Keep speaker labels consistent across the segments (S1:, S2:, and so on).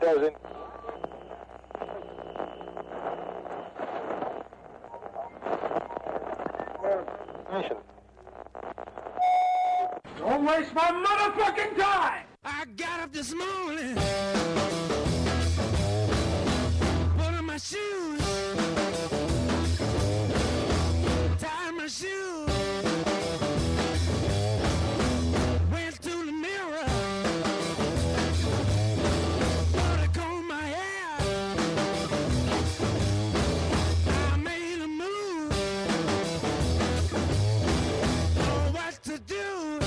S1: doesn't. Listen.
S2: Don't waste my motherfucking time!
S3: I got up this morning, put on my shoes, tied my shoes, went to the mirror, put a comb in my hair. I made a move, know what to do.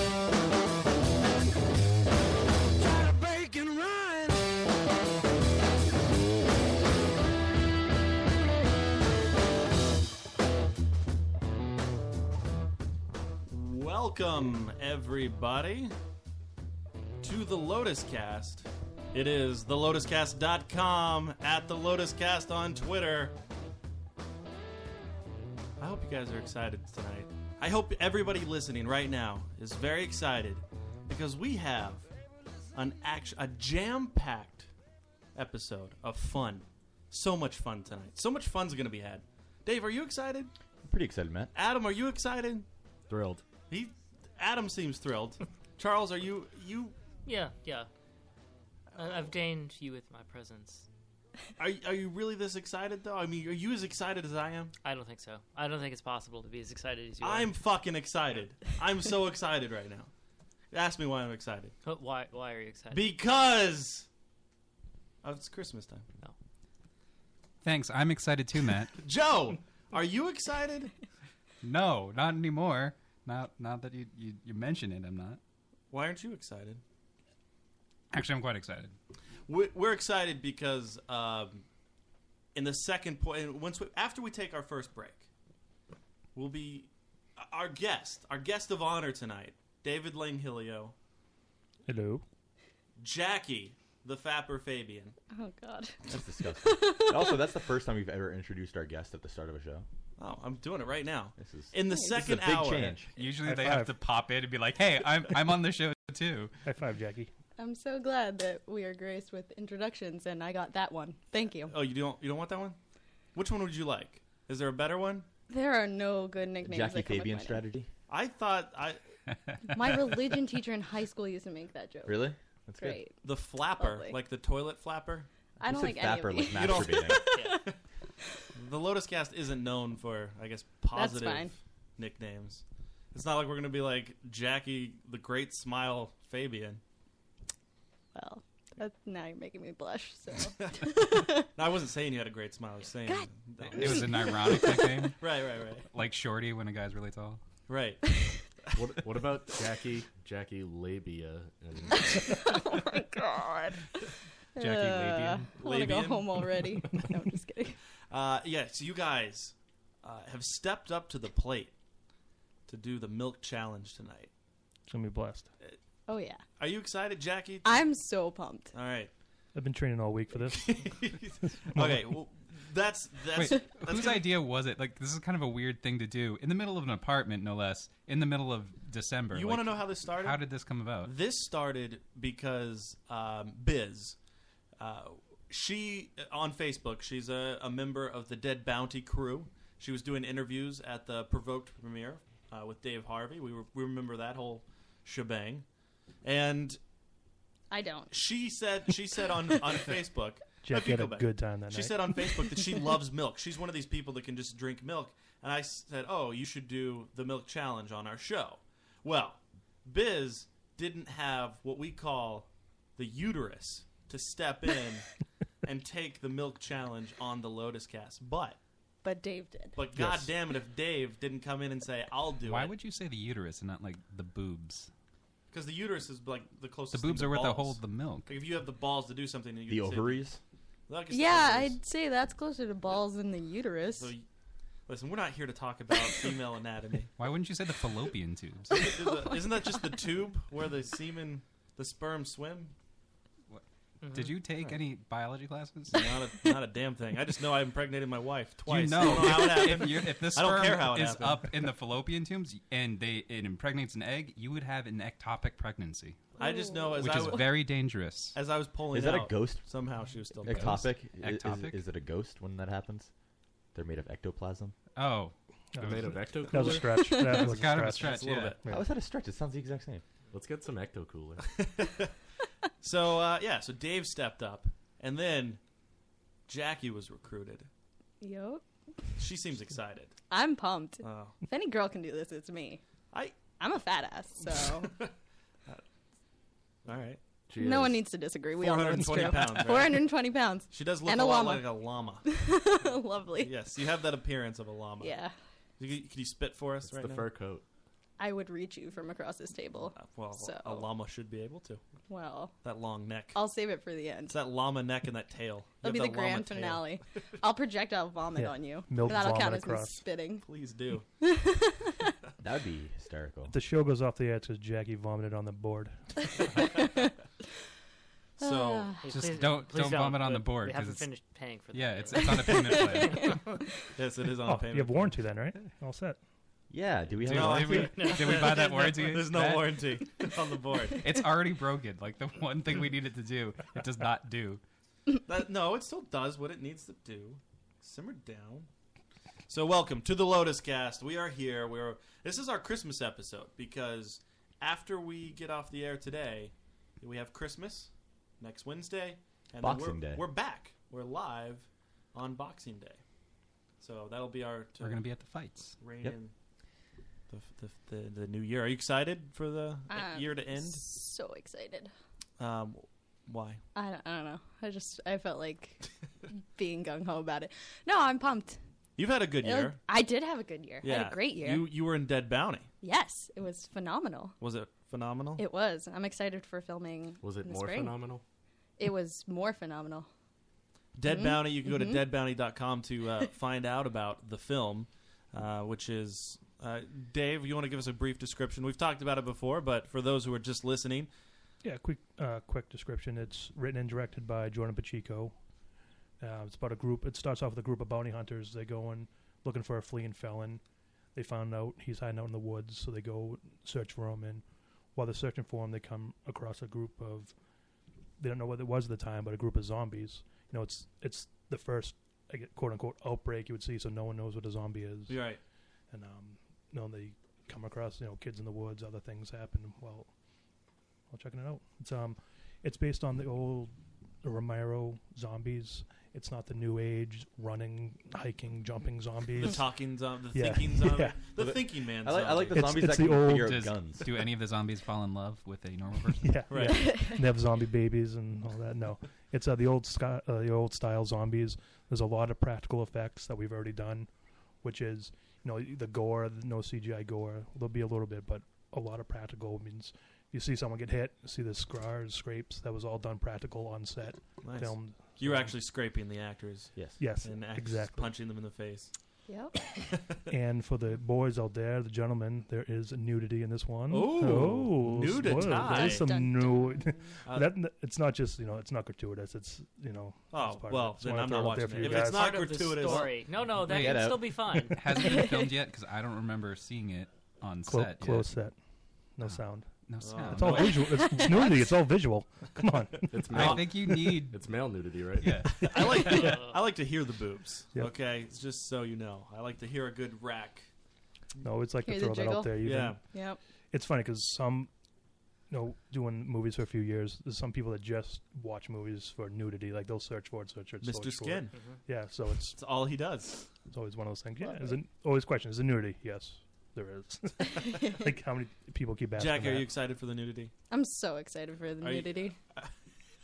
S3: Try to break and run.
S4: Welcome, everybody, to the Lotus Cast. It is thelotuscast.com, at the Lotuscast on Twitter. I hope you guys are excited tonight. I hope everybody listening right now is very excited because we have an act- a jam-packed episode of fun. So much fun tonight. So much fun's going to be had. Dave, are you excited?
S5: Pretty excited, Matt.
S4: Adam, are you excited?
S5: Thrilled.
S4: He, Adam seems thrilled. Charles, are you you
S6: Yeah, yeah. I- I've deigned you with my presence.
S4: are, are you really this excited though? I mean, are you as excited as I am?
S6: I don't think so. I don't think it's possible to be as excited as you
S4: I'm fucking excited. I'm so excited right now. Ask me why I'm excited.
S6: are. But Why? Why are you excited?
S4: Because oh, it's Christmas time.
S7: Thanks. I'm excited too, Matt.
S4: Joe, are you excited?
S7: no, not anymore. Not not that you, you you mention it. I'm not.
S4: Why aren't you excited?
S7: Actually, I'm quite excited.
S4: We're, we're excited because um, in the second point, once we, after we take our first break, we'll be our guest, our guest of honor tonight, David Langhilio,
S8: Hello.
S4: Jackie the Fapper Fabian.
S9: Oh God.
S5: That's disgusting. also, that's the first time we've ever introduced our guest at the start of a show.
S4: Oh, I'm doing it right now.
S5: This is
S4: In the
S5: this is a
S4: second
S5: big
S4: hour,
S5: change.
S7: Usually
S8: High
S7: they
S8: five.
S7: have to pop in and be like, "Hey, I'm I'm on the show too."
S8: High five, Jackie.
S9: I'm so glad that we are graced with introductions, and I got that one. Thank you.
S4: Oh, you don't you don't want that one? Which one would you like? Is there a better one?
S9: There are no good nicknames.
S5: Jackie
S9: that come with
S5: Fabian
S9: my name.
S5: strategy.
S4: I thought I
S9: My religion teacher in high school used to make that joke.
S5: Really? That's good.
S9: Great.
S4: the flapper,
S9: Lovely.
S4: like the toilet flapper.
S9: I
S5: You
S9: don't
S5: said
S9: like any
S5: fapper
S9: of
S5: like
S9: these.
S4: don't-
S5: masturbating.
S4: The Lotus Cast isn't known for, I guess, positive
S9: fine.
S4: nicknames. It's not like we're gonna be like Jackie the Great Smile Fabian.
S9: well, that, now you're making me blush. So
S4: No, I wasn't saying you had a great smile. I was saying
S9: God.
S4: No.
S7: It was an ironic nickname,
S4: right, right, right,
S7: like Shorty when a guy's really tall.
S4: right.
S10: What, what about Jackie? Jackie Labia and
S9: oh my God.
S7: Jackie
S9: Uh,
S7: Labian.
S9: I want to go
S4: Labian?
S9: home already. No, I'm just kidding.
S4: Uh, yeah, so you guys uh, have stepped up to the plate to do the milk challenge tonight.
S8: It's gonna be blessed.
S9: Oh yeah,
S4: Are you excited, Jackie?
S9: I'm so pumped.
S4: All right.
S8: I've been training all week for this.
S4: Okay. Well, that's that's
S7: Wait,
S4: that's
S7: whose
S4: gonna-
S7: idea was it? Like, this is kind of a weird thing to do in the middle of an apartment, no less, in the middle of December.
S4: You
S7: Like,
S4: want to know how this started?
S7: how did this come about?
S4: This started because um, Biz, uh, she uh, on Facebook, she's a, a member of the Dead Bounty crew. She was doing interviews at the Provoked premiere uh, with Dave Harvey. We, re- we remember that whole shebang, and
S9: I don't.
S4: she said she said on on Facebook.
S8: Jackie had
S4: go
S8: a
S4: back.
S8: good time that
S4: She
S8: night.
S4: said on Facebook that she loves milk. She's one of these people that can just drink milk. And I said, "Oh, you should do the milk challenge on our show." Well, Biz didn't have what we call the uterus to step in and take the milk challenge on the Lotus Cast, but
S9: But Dave did.
S4: but god damn it, if Dave didn't come in and say, "I'll do
S7: Why
S4: it,"
S7: would you say the uterus and not like the boobs?
S4: because the uterus is like the
S7: The
S4: closest.
S7: boobs
S4: thing
S7: are
S4: to
S7: where they
S4: balls.
S7: hold the milk.
S4: Like if you have the balls to do something, and you
S5: The
S4: can say-
S5: ovaries.
S4: Look, it's the
S9: yeah,
S4: ovaries.
S9: I'd say that's closer to balls than the uterus.
S4: So, y- listen, we're not here to talk about female anatomy.
S7: Why wouldn't you say the fallopian tubes?
S4: Isn't that just the tube where the semen, the sperm swim?
S7: Did you take any biology classes?
S4: Not a, not a damn thing. I just know I impregnated my wife twice.
S7: You
S4: I
S7: know,
S4: don't know how it
S7: if,
S4: happened.
S7: if, you if the
S4: I don't
S7: sperm
S4: care how it
S7: is
S4: happened.
S7: up in the fallopian tubes and they it impregnates an egg, you would have an ectopic pregnancy,
S4: I just know as
S7: which
S4: I,
S7: is
S4: w-
S7: very dangerous.
S4: as I was pulling
S5: Is that a
S4: out,
S5: ghost?
S4: Somehow she was still pregnant.
S5: Ectopic? I- Is,
S7: Ectopic?
S5: is it a ghost when that happens? They're made of ectoplasm.
S7: Oh,
S10: They're made of ecto
S8: That was a
S10: cooler.
S8: stretch. That was a
S7: kind of a
S8: stretch.
S7: stretch.
S4: It's a little
S7: yeah.
S4: bit.
S8: Yeah.
S5: I was at a stretch. It sounds the exact same.
S10: Let's get some ecto cooler.
S4: So uh, yeah, so Dave stepped up, and then Jackie was recruited.
S9: Yup.
S4: She seems excited.
S9: I'm pumped.
S4: Oh,
S9: If any girl can do this, it's me.
S4: I
S9: I'm a fat ass, so
S4: all right.
S9: no one needs to disagree. We all know it's
S4: 420
S9: true.
S4: pounds. right?
S9: 420 pounds.
S4: She does look
S9: And
S4: a
S9: a
S4: lot
S9: llama.
S4: like a llama.
S9: Lovely.
S4: yes, you have that appearance of a llama.
S9: Yeah.
S4: You- Can you, spit for us
S10: It's
S4: right
S10: the
S4: now?
S10: fur coat.
S9: I would reach you from across this table.
S4: Uh, well,
S9: So-
S4: a
S9: Oh.
S4: llama should be able to.
S9: Well,
S4: That long neck.
S9: I'll save it for the
S4: It's
S9: end.
S4: that llama neck and that tail. You
S9: It'll be
S4: have
S9: the
S4: that llama
S9: grand
S4: tail.
S9: finale. I'll projectile vomit
S8: Yeah.
S9: on you.
S8: Milk
S9: That'll count
S8: vomit
S9: as me
S8: across.
S9: spitting.
S4: Please do.
S5: That would be hysterical.
S8: If the show goes off the air, it's 'cause Jackie vomited on the board.
S4: So
S9: Ah.
S6: Hey,
S7: Just
S6: please-
S7: don't-
S6: please
S7: don't vomit on
S6: but
S7: the board,
S6: We
S7: 'cause
S6: haven't
S7: it's-
S6: finished paying for that.
S7: Yeah,
S6: yet.
S7: it's, it's on a payment plan.
S4: yes, it is on
S8: Oh,
S4: payment.
S8: you have warranty then, right? All set.
S5: Yeah. Do we have?
S7: Dude,
S5: a
S4: I
S7: did,
S5: warranty?
S7: we, did we buy that warranty?
S4: There's no
S7: Matt?
S4: warranty on the board.
S7: It's already broken. Like the one thing we needed to do, it does not do.
S4: That- no, it still does what it needs to do. Simmer down. So welcome to the Lotus Cast. We are here. We're this is our Christmas episode because after we get off the air today, we have Christmas next Wednesday and then
S5: Boxing
S4: we're,
S5: Day.
S4: We're back. We're live on Boxing Day. So that'll be our to
S7: We're gonna be at the fights.
S4: rein
S5: Yep.
S4: in the, the, the, the new year. Are you excited for the
S9: I'm
S4: year to end?
S9: So excited.
S4: Um, why?
S9: I don't, I don't know. I just I felt like being gung ho about it. No, I'm pumped.
S4: You've had a good
S9: It'll-
S4: year.
S9: I did have a good year. I
S4: Yeah,
S9: had a great year.
S4: You you were in Dead Bounty.
S9: Yes, it was phenomenal.
S4: Was it phenomenal?
S9: It was. I'm excited for filming.
S10: Was it
S9: in the
S10: more
S9: spring.
S10: phenomenal?
S9: It was more phenomenal.
S4: Dead
S9: Mm-hmm.
S4: Bounty. You can go to deadbounty.com to uh, find out about the film, uh, which is uh, Dave. You want to give us a brief description? We've talked about it before, but for those who are just listening,
S8: Yeah, quick uh, quick description. It's written and directed by Jordan Pacheco. Uh, it's about a group. It starts off with a group of bounty hunters. They go in looking for a fleeing felon. They found out he's hiding out in the woods, so they go search for him. And while they're searching for him, they come across a group of they don't know what it was at the time, but a group of zombies. You know, it's it's the first I gue- quote unquote outbreak you would see, so no one knows what a zombie is
S4: you're right.
S8: and um, you know, they come across you know kids in the woods, other things happen. Well, while checking it out, it's um, it's based on the old Romero zombies. It's not the new age running, hiking, jumping
S4: The
S8: zombies.
S4: talking zombie, the
S8: Yeah.
S4: thinking zombie,
S8: Yeah.
S4: the thinking man.
S5: I like, I like the
S4: zombie.
S5: zombies
S8: It's- it's
S5: that
S8: the
S5: can
S8: old-
S5: figure out
S7: Does,
S5: guns.
S7: do any of the zombies fall in love with a normal person?
S8: yeah,
S4: Right.
S8: yeah. And they have zombie babies and all that. No, it's uh, the old sky, uh, the old style zombies. There's a lot of practical effects that we've already done, which is you know the gore, no CGI gore. There'll be a little bit, but a lot of practical means you see someone get hit, you see the scars, scrapes. That was all done practical on set,
S4: Nice.
S8: filmed.
S4: You were actually scraping the actors
S5: Yes.
S8: Yes,
S4: and actors
S8: exactly.
S4: punching them in the face.
S9: Yep.
S8: and for the boys out there, the gentlemen, there is nudity in this one.
S4: Ooh,
S8: oh,
S4: nudity.
S8: spoiled. There's some
S9: Dun,
S8: nu-
S4: Uh,
S8: that it's not just you know it's not gratuitous. It's you know
S4: Oh
S8: That's part of
S4: well,
S8: it. Just
S4: then
S8: wanna
S4: I'm
S8: throw
S4: not
S8: it out
S4: watching
S8: there for
S4: it.
S8: you
S4: If it's
S8: guys. uh,
S4: not
S6: Part of the
S4: gratuitous,
S6: story. No, no, that
S5: Bring it
S6: can
S5: up.
S6: still be fun.
S7: Hasn't been filmed yet because I don't remember seeing it on
S8: Clo-
S7: set.
S8: close
S7: Yet.
S8: set. No
S7: Oh.
S8: sound.
S7: No sound.
S8: It's all
S4: Oh, no.
S8: visual. It's, it's nudity. It's all visual. Come on.
S10: It's
S7: I
S10: male.
S7: think you need.
S10: It's male nudity, right?
S7: Yeah.
S4: I like I like to hear the boobs.
S8: Yep.
S4: Okay, it's just so you know, I like to hear a good rack.
S8: No, it's like to
S9: Hear the
S8: throw that
S9: jiggle?
S8: out there. Even.
S4: Yeah,
S9: Yep.
S8: It's funny because some, you know, doing movies for a few years, there's some people that just watch movies for nudity. Like they'll search for it, search it,
S4: Mr.
S8: search for it.
S4: Skin.
S9: Mm-hmm.
S8: Yeah. So it's
S4: It's all he does.
S8: it's always one of those things. Yeah. Is it always question? Is it nudity? Yes, there is. like how many people keep asking?
S4: Jack, are
S8: that?
S4: you excited for the nudity?
S9: I'm so excited for the
S4: Are you-
S9: nudity.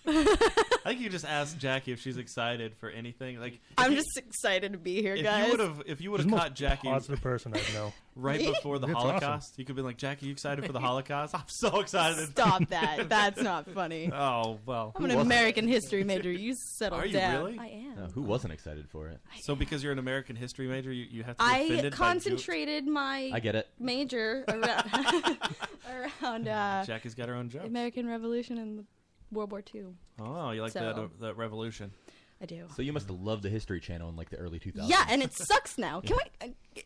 S4: I think you just asked Jackie if she's excited for anything. Like, if
S9: I'm
S4: you-
S9: just excited to be here,
S4: If
S9: guys.
S4: you would have, if you would
S8: She's
S4: have
S8: the most
S4: caught Jackie
S8: positive person I know.
S4: right before the
S8: That's awesome.
S4: Holocaust, you could have been like, "Jackie, you excited for the Holocaust? I'm so excited."
S9: Stop that. That's not funny.
S4: Oh well.
S9: I'm an
S5: wasn't?
S9: American history major. You settle
S4: Are you
S9: down.
S4: really?
S9: I am.
S5: No, who wasn't excited for it?
S4: So because you're an American history major, you, you have to. Be
S9: I
S4: offended by Jew-
S9: concentrated my
S5: I get it.
S9: major around, around uh,
S4: Jackie's got her own joke.
S9: American Revolution and the World War II.
S4: Oh, you like
S9: So-
S4: that uh, that revolution?
S9: I do.
S5: So you must have loved the History Channel in like the early 2000s.
S9: Yeah, and it sucks now. Can we? Uh,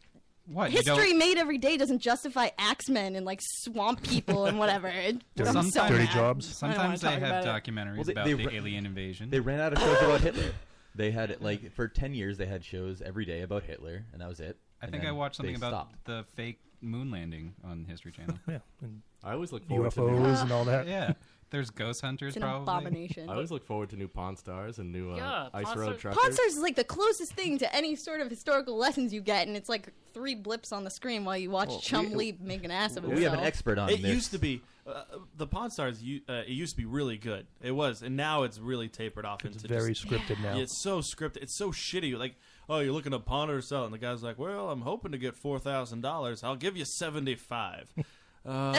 S7: What you don't-
S9: history made every day doesn't justify axemen and like swamp people and whatever. It-
S8: Dirty-
S9: I'm so
S7: Dirty
S9: mad.
S8: jobs.
S9: I don't wanna
S7: Sometimes they
S9: talk
S7: have
S9: about it.
S7: documentaries
S5: Well, they-
S7: about
S5: they
S7: the
S5: re-
S7: alien invasion.
S5: They ran out of shows about Hitler. They had it like for 10 years. They had shows every day about Hitler, and that was it.
S7: I
S5: And
S7: think I
S5: then
S7: watched something
S5: they
S7: about
S5: stopped.
S7: the fake moon landing on History Channel.
S8: Yeah, and
S10: I always look forward to new,
S8: UFOs and all that.
S7: yeah, there's ghost hunters
S9: It's an
S7: probably.
S9: abomination.
S10: I always look forward to new Pawn Stars and new uh,
S6: Yeah,
S10: Ice
S6: Pawn
S10: Road
S6: Star-
S10: truckers.
S9: Ponsters is like the closest thing to any sort of historical lessons you get, and it's like three blips on the screen while you watch
S5: Well,
S9: Chum
S5: we-
S9: Lee make an ass of himself.
S5: We have an expert on
S4: it
S5: this.
S4: used to be uh, the Pawn Stars. u- Uh, it used to be really good. It was, and now it's really tapered off
S8: It's
S4: into
S8: very
S4: Just,
S8: scripted now.
S4: yeah, it's so scripted. It's so shitty. Like, oh, you're looking to pawn or sell, and the guy's like, "Well, I'm hoping to get four thousand dollars. I'll give you seventy five. um,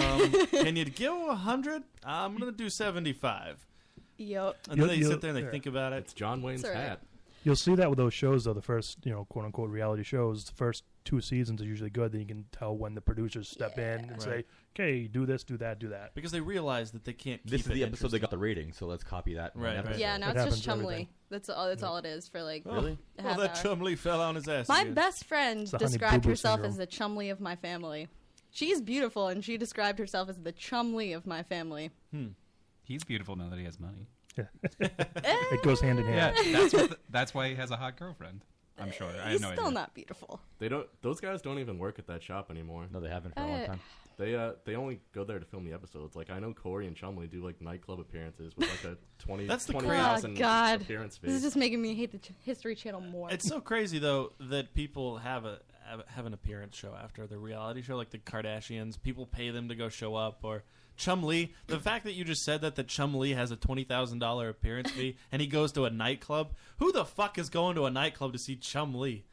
S4: can you give a hundred? I'm gonna do seventy five.
S9: Yep.
S4: And then
S8: You-
S4: they
S8: you-
S4: sit there and they
S8: yeah.
S4: think about it.
S10: It's John Wayne's
S9: It's all right.
S10: hat.
S8: You'll see that with those shows, though. The first, you know, quote unquote reality shows, the first two seasons are usually good. Then you can tell when the producers step in and say, okay, do this, do that, do that.
S4: because they realize that they can't. Keep
S5: This is
S4: it
S5: the episode that
S4: interesting.
S5: got the rating, so let's copy that. one
S4: Right, right.
S5: episode.
S9: Yeah, now
S8: It
S9: it's just
S8: happens to
S9: Chum Lee.
S8: everything.
S9: That's all. That's all it is for like.
S4: Oh,
S5: Really?
S9: a
S4: Oh,
S9: half
S4: that
S9: hour.
S4: Chumley fell on his ass.
S9: My
S4: again.
S9: best friend
S8: It's the honey
S9: described
S8: boo-boo
S9: herself
S8: syndrome.
S9: as the Chumley of my family. She's beautiful, and she described herself as the Chumley of my family.
S7: Hmm. He's beautiful now that he has money.
S8: It goes hand in
S7: Yeah,
S8: hand.
S7: that's what the- that's why he has a hot girlfriend. I'm sure. I have
S9: He's
S7: no
S9: still
S7: idea.
S9: not beautiful.
S10: They don't. Those guys don't even work at that shop anymore.
S5: No, they haven't for a long
S9: Uh,
S5: time.
S10: They uh, they only go there to film the episodes. Like I know Corey and Chumley do like nightclub appearances with like a 20
S4: That's the crazy- Oh,
S10: 20,000
S9: God.
S10: appearance fee.
S9: This is just making me hate the Ch- History Channel more.
S4: It's so crazy though that people have a have, have an appearance show after the reality show, like the Kardashians. People pay them to go show up or. Chum Lee, the fact that you just said that that Chum Lee has a twenty thousand dollar appearance fee and he goes to a nightclub. Who the fuck is going to a nightclub to see Chum Lee?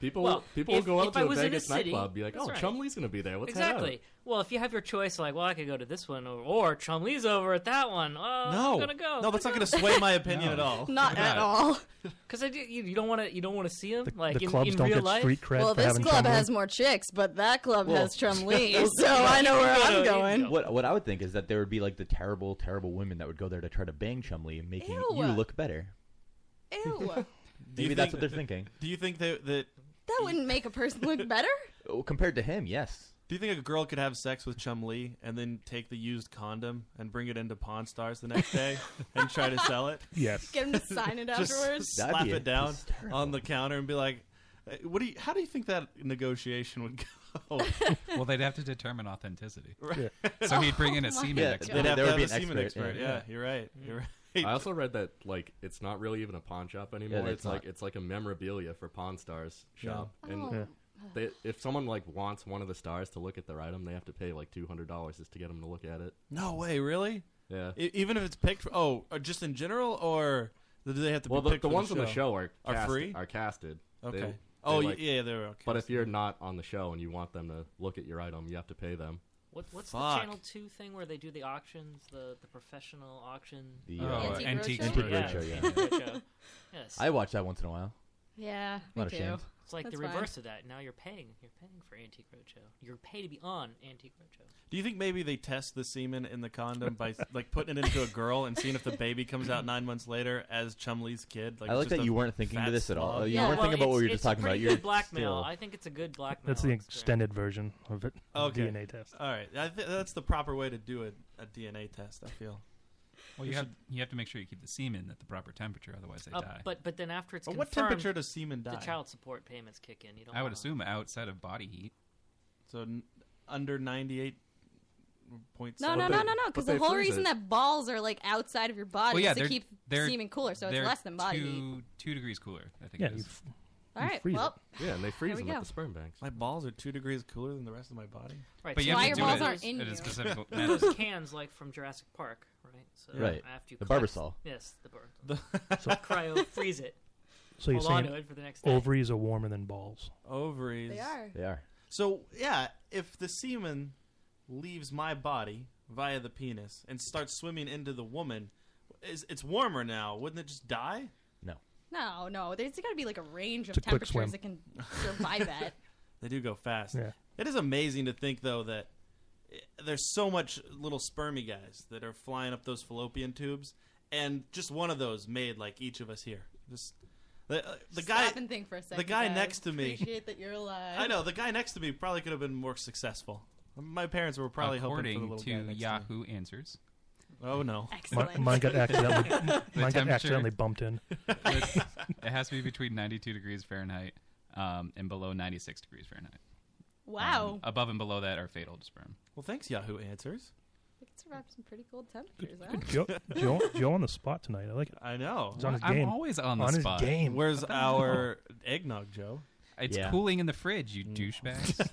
S10: people
S6: Well,
S10: people will
S6: if-
S10: go
S6: if
S10: out to
S6: I
S10: a
S6: was in a
S10: Vegas
S6: city-
S10: nightclub, be like,
S6: that's
S10: oh,
S6: right.
S10: Chumley's gonna be there. Let's head out."
S6: Exactly. Well, if you have your choice, like, well, I could go to this one, or, or Chumlee's over at that one. Oh,
S4: No,
S6: I'm gonna go.
S4: no, that's not going to sway my opinion
S7: No.
S4: at all.
S9: Not at all.
S6: Because I do, you, you don't want to. You don't want to see him.
S8: The,
S6: like
S8: the
S6: in,
S8: clubs
S6: in
S8: don't
S6: real
S8: get
S6: life.
S8: street cred
S9: Well,
S8: for
S9: this
S8: having
S9: club
S8: Chum Lee.
S9: has more chicks, but that club
S5: Well-
S9: has Chum Lee, so I know where
S6: No,
S9: I'm
S6: you-
S9: going.
S5: What what I would think is that there would be like the terrible, terrible women that would go there to try to bang Chumley, making
S9: Ew.
S5: you look better.
S9: Ew.
S4: Do you
S5: Maybe
S4: think-
S5: that's what they're thinking.
S4: Do you think that, that
S9: That wouldn't make a person look better.
S5: Oh, compared to him, yes.
S4: Do you think a girl could have sex with Chum Lee and then take the used condom and bring it into Pawn Stars the next day and try to sell it?
S8: Yes.
S9: Get him to sign it
S4: Just
S9: afterwards.
S5: That'd
S4: slap
S5: be
S4: it down
S5: hysterical.
S4: on the counter and be like, "Eh, "What do you? How do you think that negotiation would go?"
S7: Well, they'd have to determine authenticity.
S4: Right.
S7: So he'd bring in a
S9: Oh my
S7: semen
S5: Yeah,
S7: expert.
S5: There-
S4: They'd have
S5: there
S4: to
S5: would
S4: have
S5: be
S4: a
S5: an
S4: semen expert.
S5: expert,
S4: Yeah, Mm.
S5: yeah.
S4: you're right. You're
S10: I
S4: right.
S10: also read that like it's not really even a pawn shop anymore.
S5: it's
S10: it's like
S5: not.
S10: it's like a memorabilia for Pawn Stars shop. And
S9: Oh.
S10: they, if someone like wants one of the stars to look at their item, they have to pay like two hundred dollars just to get them to look at it.
S4: No way, really?
S10: Yeah.
S4: E- even if it's picked for oh, or just in general, or do they have to
S10: well,
S4: be
S10: the,
S4: picked
S10: the
S4: for
S10: ones
S4: the
S10: on the show are
S4: Are
S10: cast-
S4: free?
S10: Are casted. They-
S4: Okay.
S10: they,
S4: oh
S10: like-
S4: yeah, they're okay.
S10: But if you're not on the show and you want them to look at your item, you have to pay them.
S6: What, what's
S4: Fuck.
S6: the Channel Two thing where they do the auctions, the the professional auction?
S5: The,
S7: Oh,
S5: uh,
S9: Antique
S7: antique
S9: roadshow?
S5: roadshow,
S7: roadshow,
S6: it's
S5: yeah.
S6: the antique roadshow. Yes,
S5: I watch that once in a while.
S9: Yeah, me
S5: Not
S9: too.
S5: ashamed.
S6: it's like the
S9: that's fine.
S6: reverse of that. Now you're paying. You're paying for Antique Roadshow. You're paid to be on Antique Roadshow.
S4: do you think maybe they test the semen in the condom by like putting it into a girl and seeing if the baby comes out nine months later as Chumley's kid? Like
S5: I like
S4: just
S5: that
S4: a
S5: you weren't thinking
S4: fat
S5: to this at all. Oh,
S4: slob?
S5: You
S9: Yeah,
S5: weren't
S6: well,
S5: thinking about what we were
S6: it's-
S5: just talking
S6: it's a
S5: about.
S6: pretty
S5: You're
S6: Good blackmail.
S5: still-
S6: I think it's a good blackmail.
S8: That's the
S6: extent.
S8: extended version of it.
S4: Okay.
S8: DNA test.
S4: All right, I th- that's the proper way to do a, a DNA test. I feel.
S7: Well, you have you have to make sure you keep the semen at the proper temperature, otherwise they
S9: Oh,
S6: Uh,
S7: die.
S6: but but then after it's
S4: At
S6: confirmed,
S4: what temperature does semen die?
S6: the child support payments kick in. You don't.
S7: I would
S6: wanna-
S7: assume outside of body heat.
S4: So n- under ninety-eight point
S9: No,
S4: seven.
S9: no,
S10: But
S9: no,
S10: they-
S9: no, no.
S10: but
S9: Because the
S10: they
S9: whole
S10: freeze
S9: reason
S10: it.
S9: that balls are like outside of your body
S7: Well, yeah,
S9: is to
S7: they're-
S9: keep
S7: they're-
S9: semen cooler, so
S7: They're
S9: it's less than body heat.
S7: two, two degrees cooler. I think
S8: Yeah,
S7: it
S8: you
S7: is.
S8: f-
S9: All
S8: you
S9: right,
S8: freeze it.
S9: well,
S10: Yeah, and they freeze
S9: we
S10: them
S9: go.
S10: at the sperm banks.
S4: My balls are two degrees cooler than the rest of my body.
S6: Right.
S7: But
S6: so
S7: you have
S9: why
S7: to
S9: your
S7: do
S9: balls
S7: it
S9: aren't in
S7: at
S9: you.
S7: a specific manner.
S6: those cans like from Jurassic Park, right? So
S5: Right.
S6: After you
S5: The
S6: collect-
S5: Barbasol.
S6: Yes, the barbasol.
S4: The
S6: Cryo freeze it.
S8: So you're
S6: Hold on to
S8: saying
S6: it for the next day.
S8: ovaries are warmer than balls.
S4: ovaries.
S9: they are.
S5: They are.
S4: So yeah, if the semen leaves my body via the penis and starts swimming into the woman, is it's warmer now? Wouldn't it just die?
S9: No, no. There's got to be like a range of
S8: It's a quick
S9: temperatures that can survive that.
S4: They do go fast.
S8: Yeah.
S4: It is amazing to think though that i- there's so much little spermy guys that are flying up those fallopian tubes, and just one of those made like each of us here. Just the, uh, the guy.
S9: Stop and think for a second.
S4: guy
S9: guys.
S4: next to me-
S9: Appreciate that you're alive.
S4: I know the guy next to me probably could have been more successful. My parents were probably hoping for the
S7: According
S4: little guy
S7: to
S4: next to me.
S7: Yahoo Answers,
S4: Oh no!
S8: Mi-
S9: Excellent.
S8: mine got accidentally, mine got
S7: temperature.
S8: accidentally bumped in.
S7: it it has to be between 92 degrees Fahrenheit um, and below 96 degrees Fahrenheit.
S9: wow.
S7: Um, above and below that are fatal to sperm.
S4: Well, thanks Yahoo Answers.
S9: we can survive some pretty cold temperatures, huh?
S8: Joe, Joe, Joe on the spot tonight. I like it.
S4: I know.
S8: He's on his
S7: Oh, I'm
S8: game.
S7: always on the
S8: on his
S7: spot.
S8: game.
S4: Where's our eggnog, Joe? Mm.
S7: It's
S5: Yeah.
S7: cooling in the fridge, you douchebags.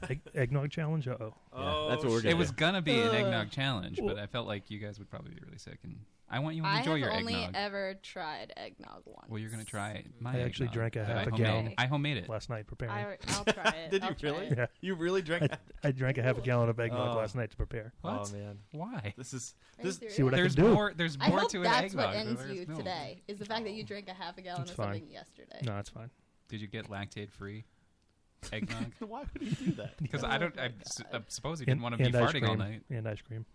S8: Oh, Egg, eggnog challenge. Uh oh.
S5: Yeah, that's what we're
S4: shit.
S5: gonna
S7: it was
S5: do.
S7: gonna be an
S9: Ugh.
S7: eggnog challenge, but I felt like you guys would probably be really sick, and I want you to enjoy
S9: I have
S7: your
S9: only
S7: eggnog.
S9: ever tried eggnog once.
S7: well, you're gonna try my.
S8: I actually
S7: eggnog
S8: drank a
S7: that
S8: half
S7: I
S8: a
S7: homemade.
S8: gallon.
S7: I homemade it.
S8: Last night preparing.
S9: I, will try it.
S4: Did
S9: I'll
S4: you
S9: try
S4: really?
S9: it.
S8: Yeah.
S4: You really drank?
S8: I drank a half a gallon of eggnog
S4: Oh.
S8: last night to prepare.
S7: What?
S4: Oh man,
S7: Why?
S4: this is
S9: Are you
S4: this.
S9: serious?
S8: See what I
S7: There's
S8: can do.
S7: more. There's
S9: I
S7: more
S9: hope
S7: to an
S9: that's
S7: eggnog.
S9: what
S7: than
S9: ends
S7: there
S9: you
S7: is milk.
S9: today. Is the fact that you drank a half a gallon
S8: It's
S9: of
S8: fine.
S9: something yesterday.
S8: No, it's fine.
S7: Did you get lactate-free eggnog?
S4: Why would he do that?
S7: Because I don't. I, s- I suppose he didn't
S8: And-
S7: want to be
S8: and ice
S7: farting all
S8: cream.
S7: night.
S8: And ice cream.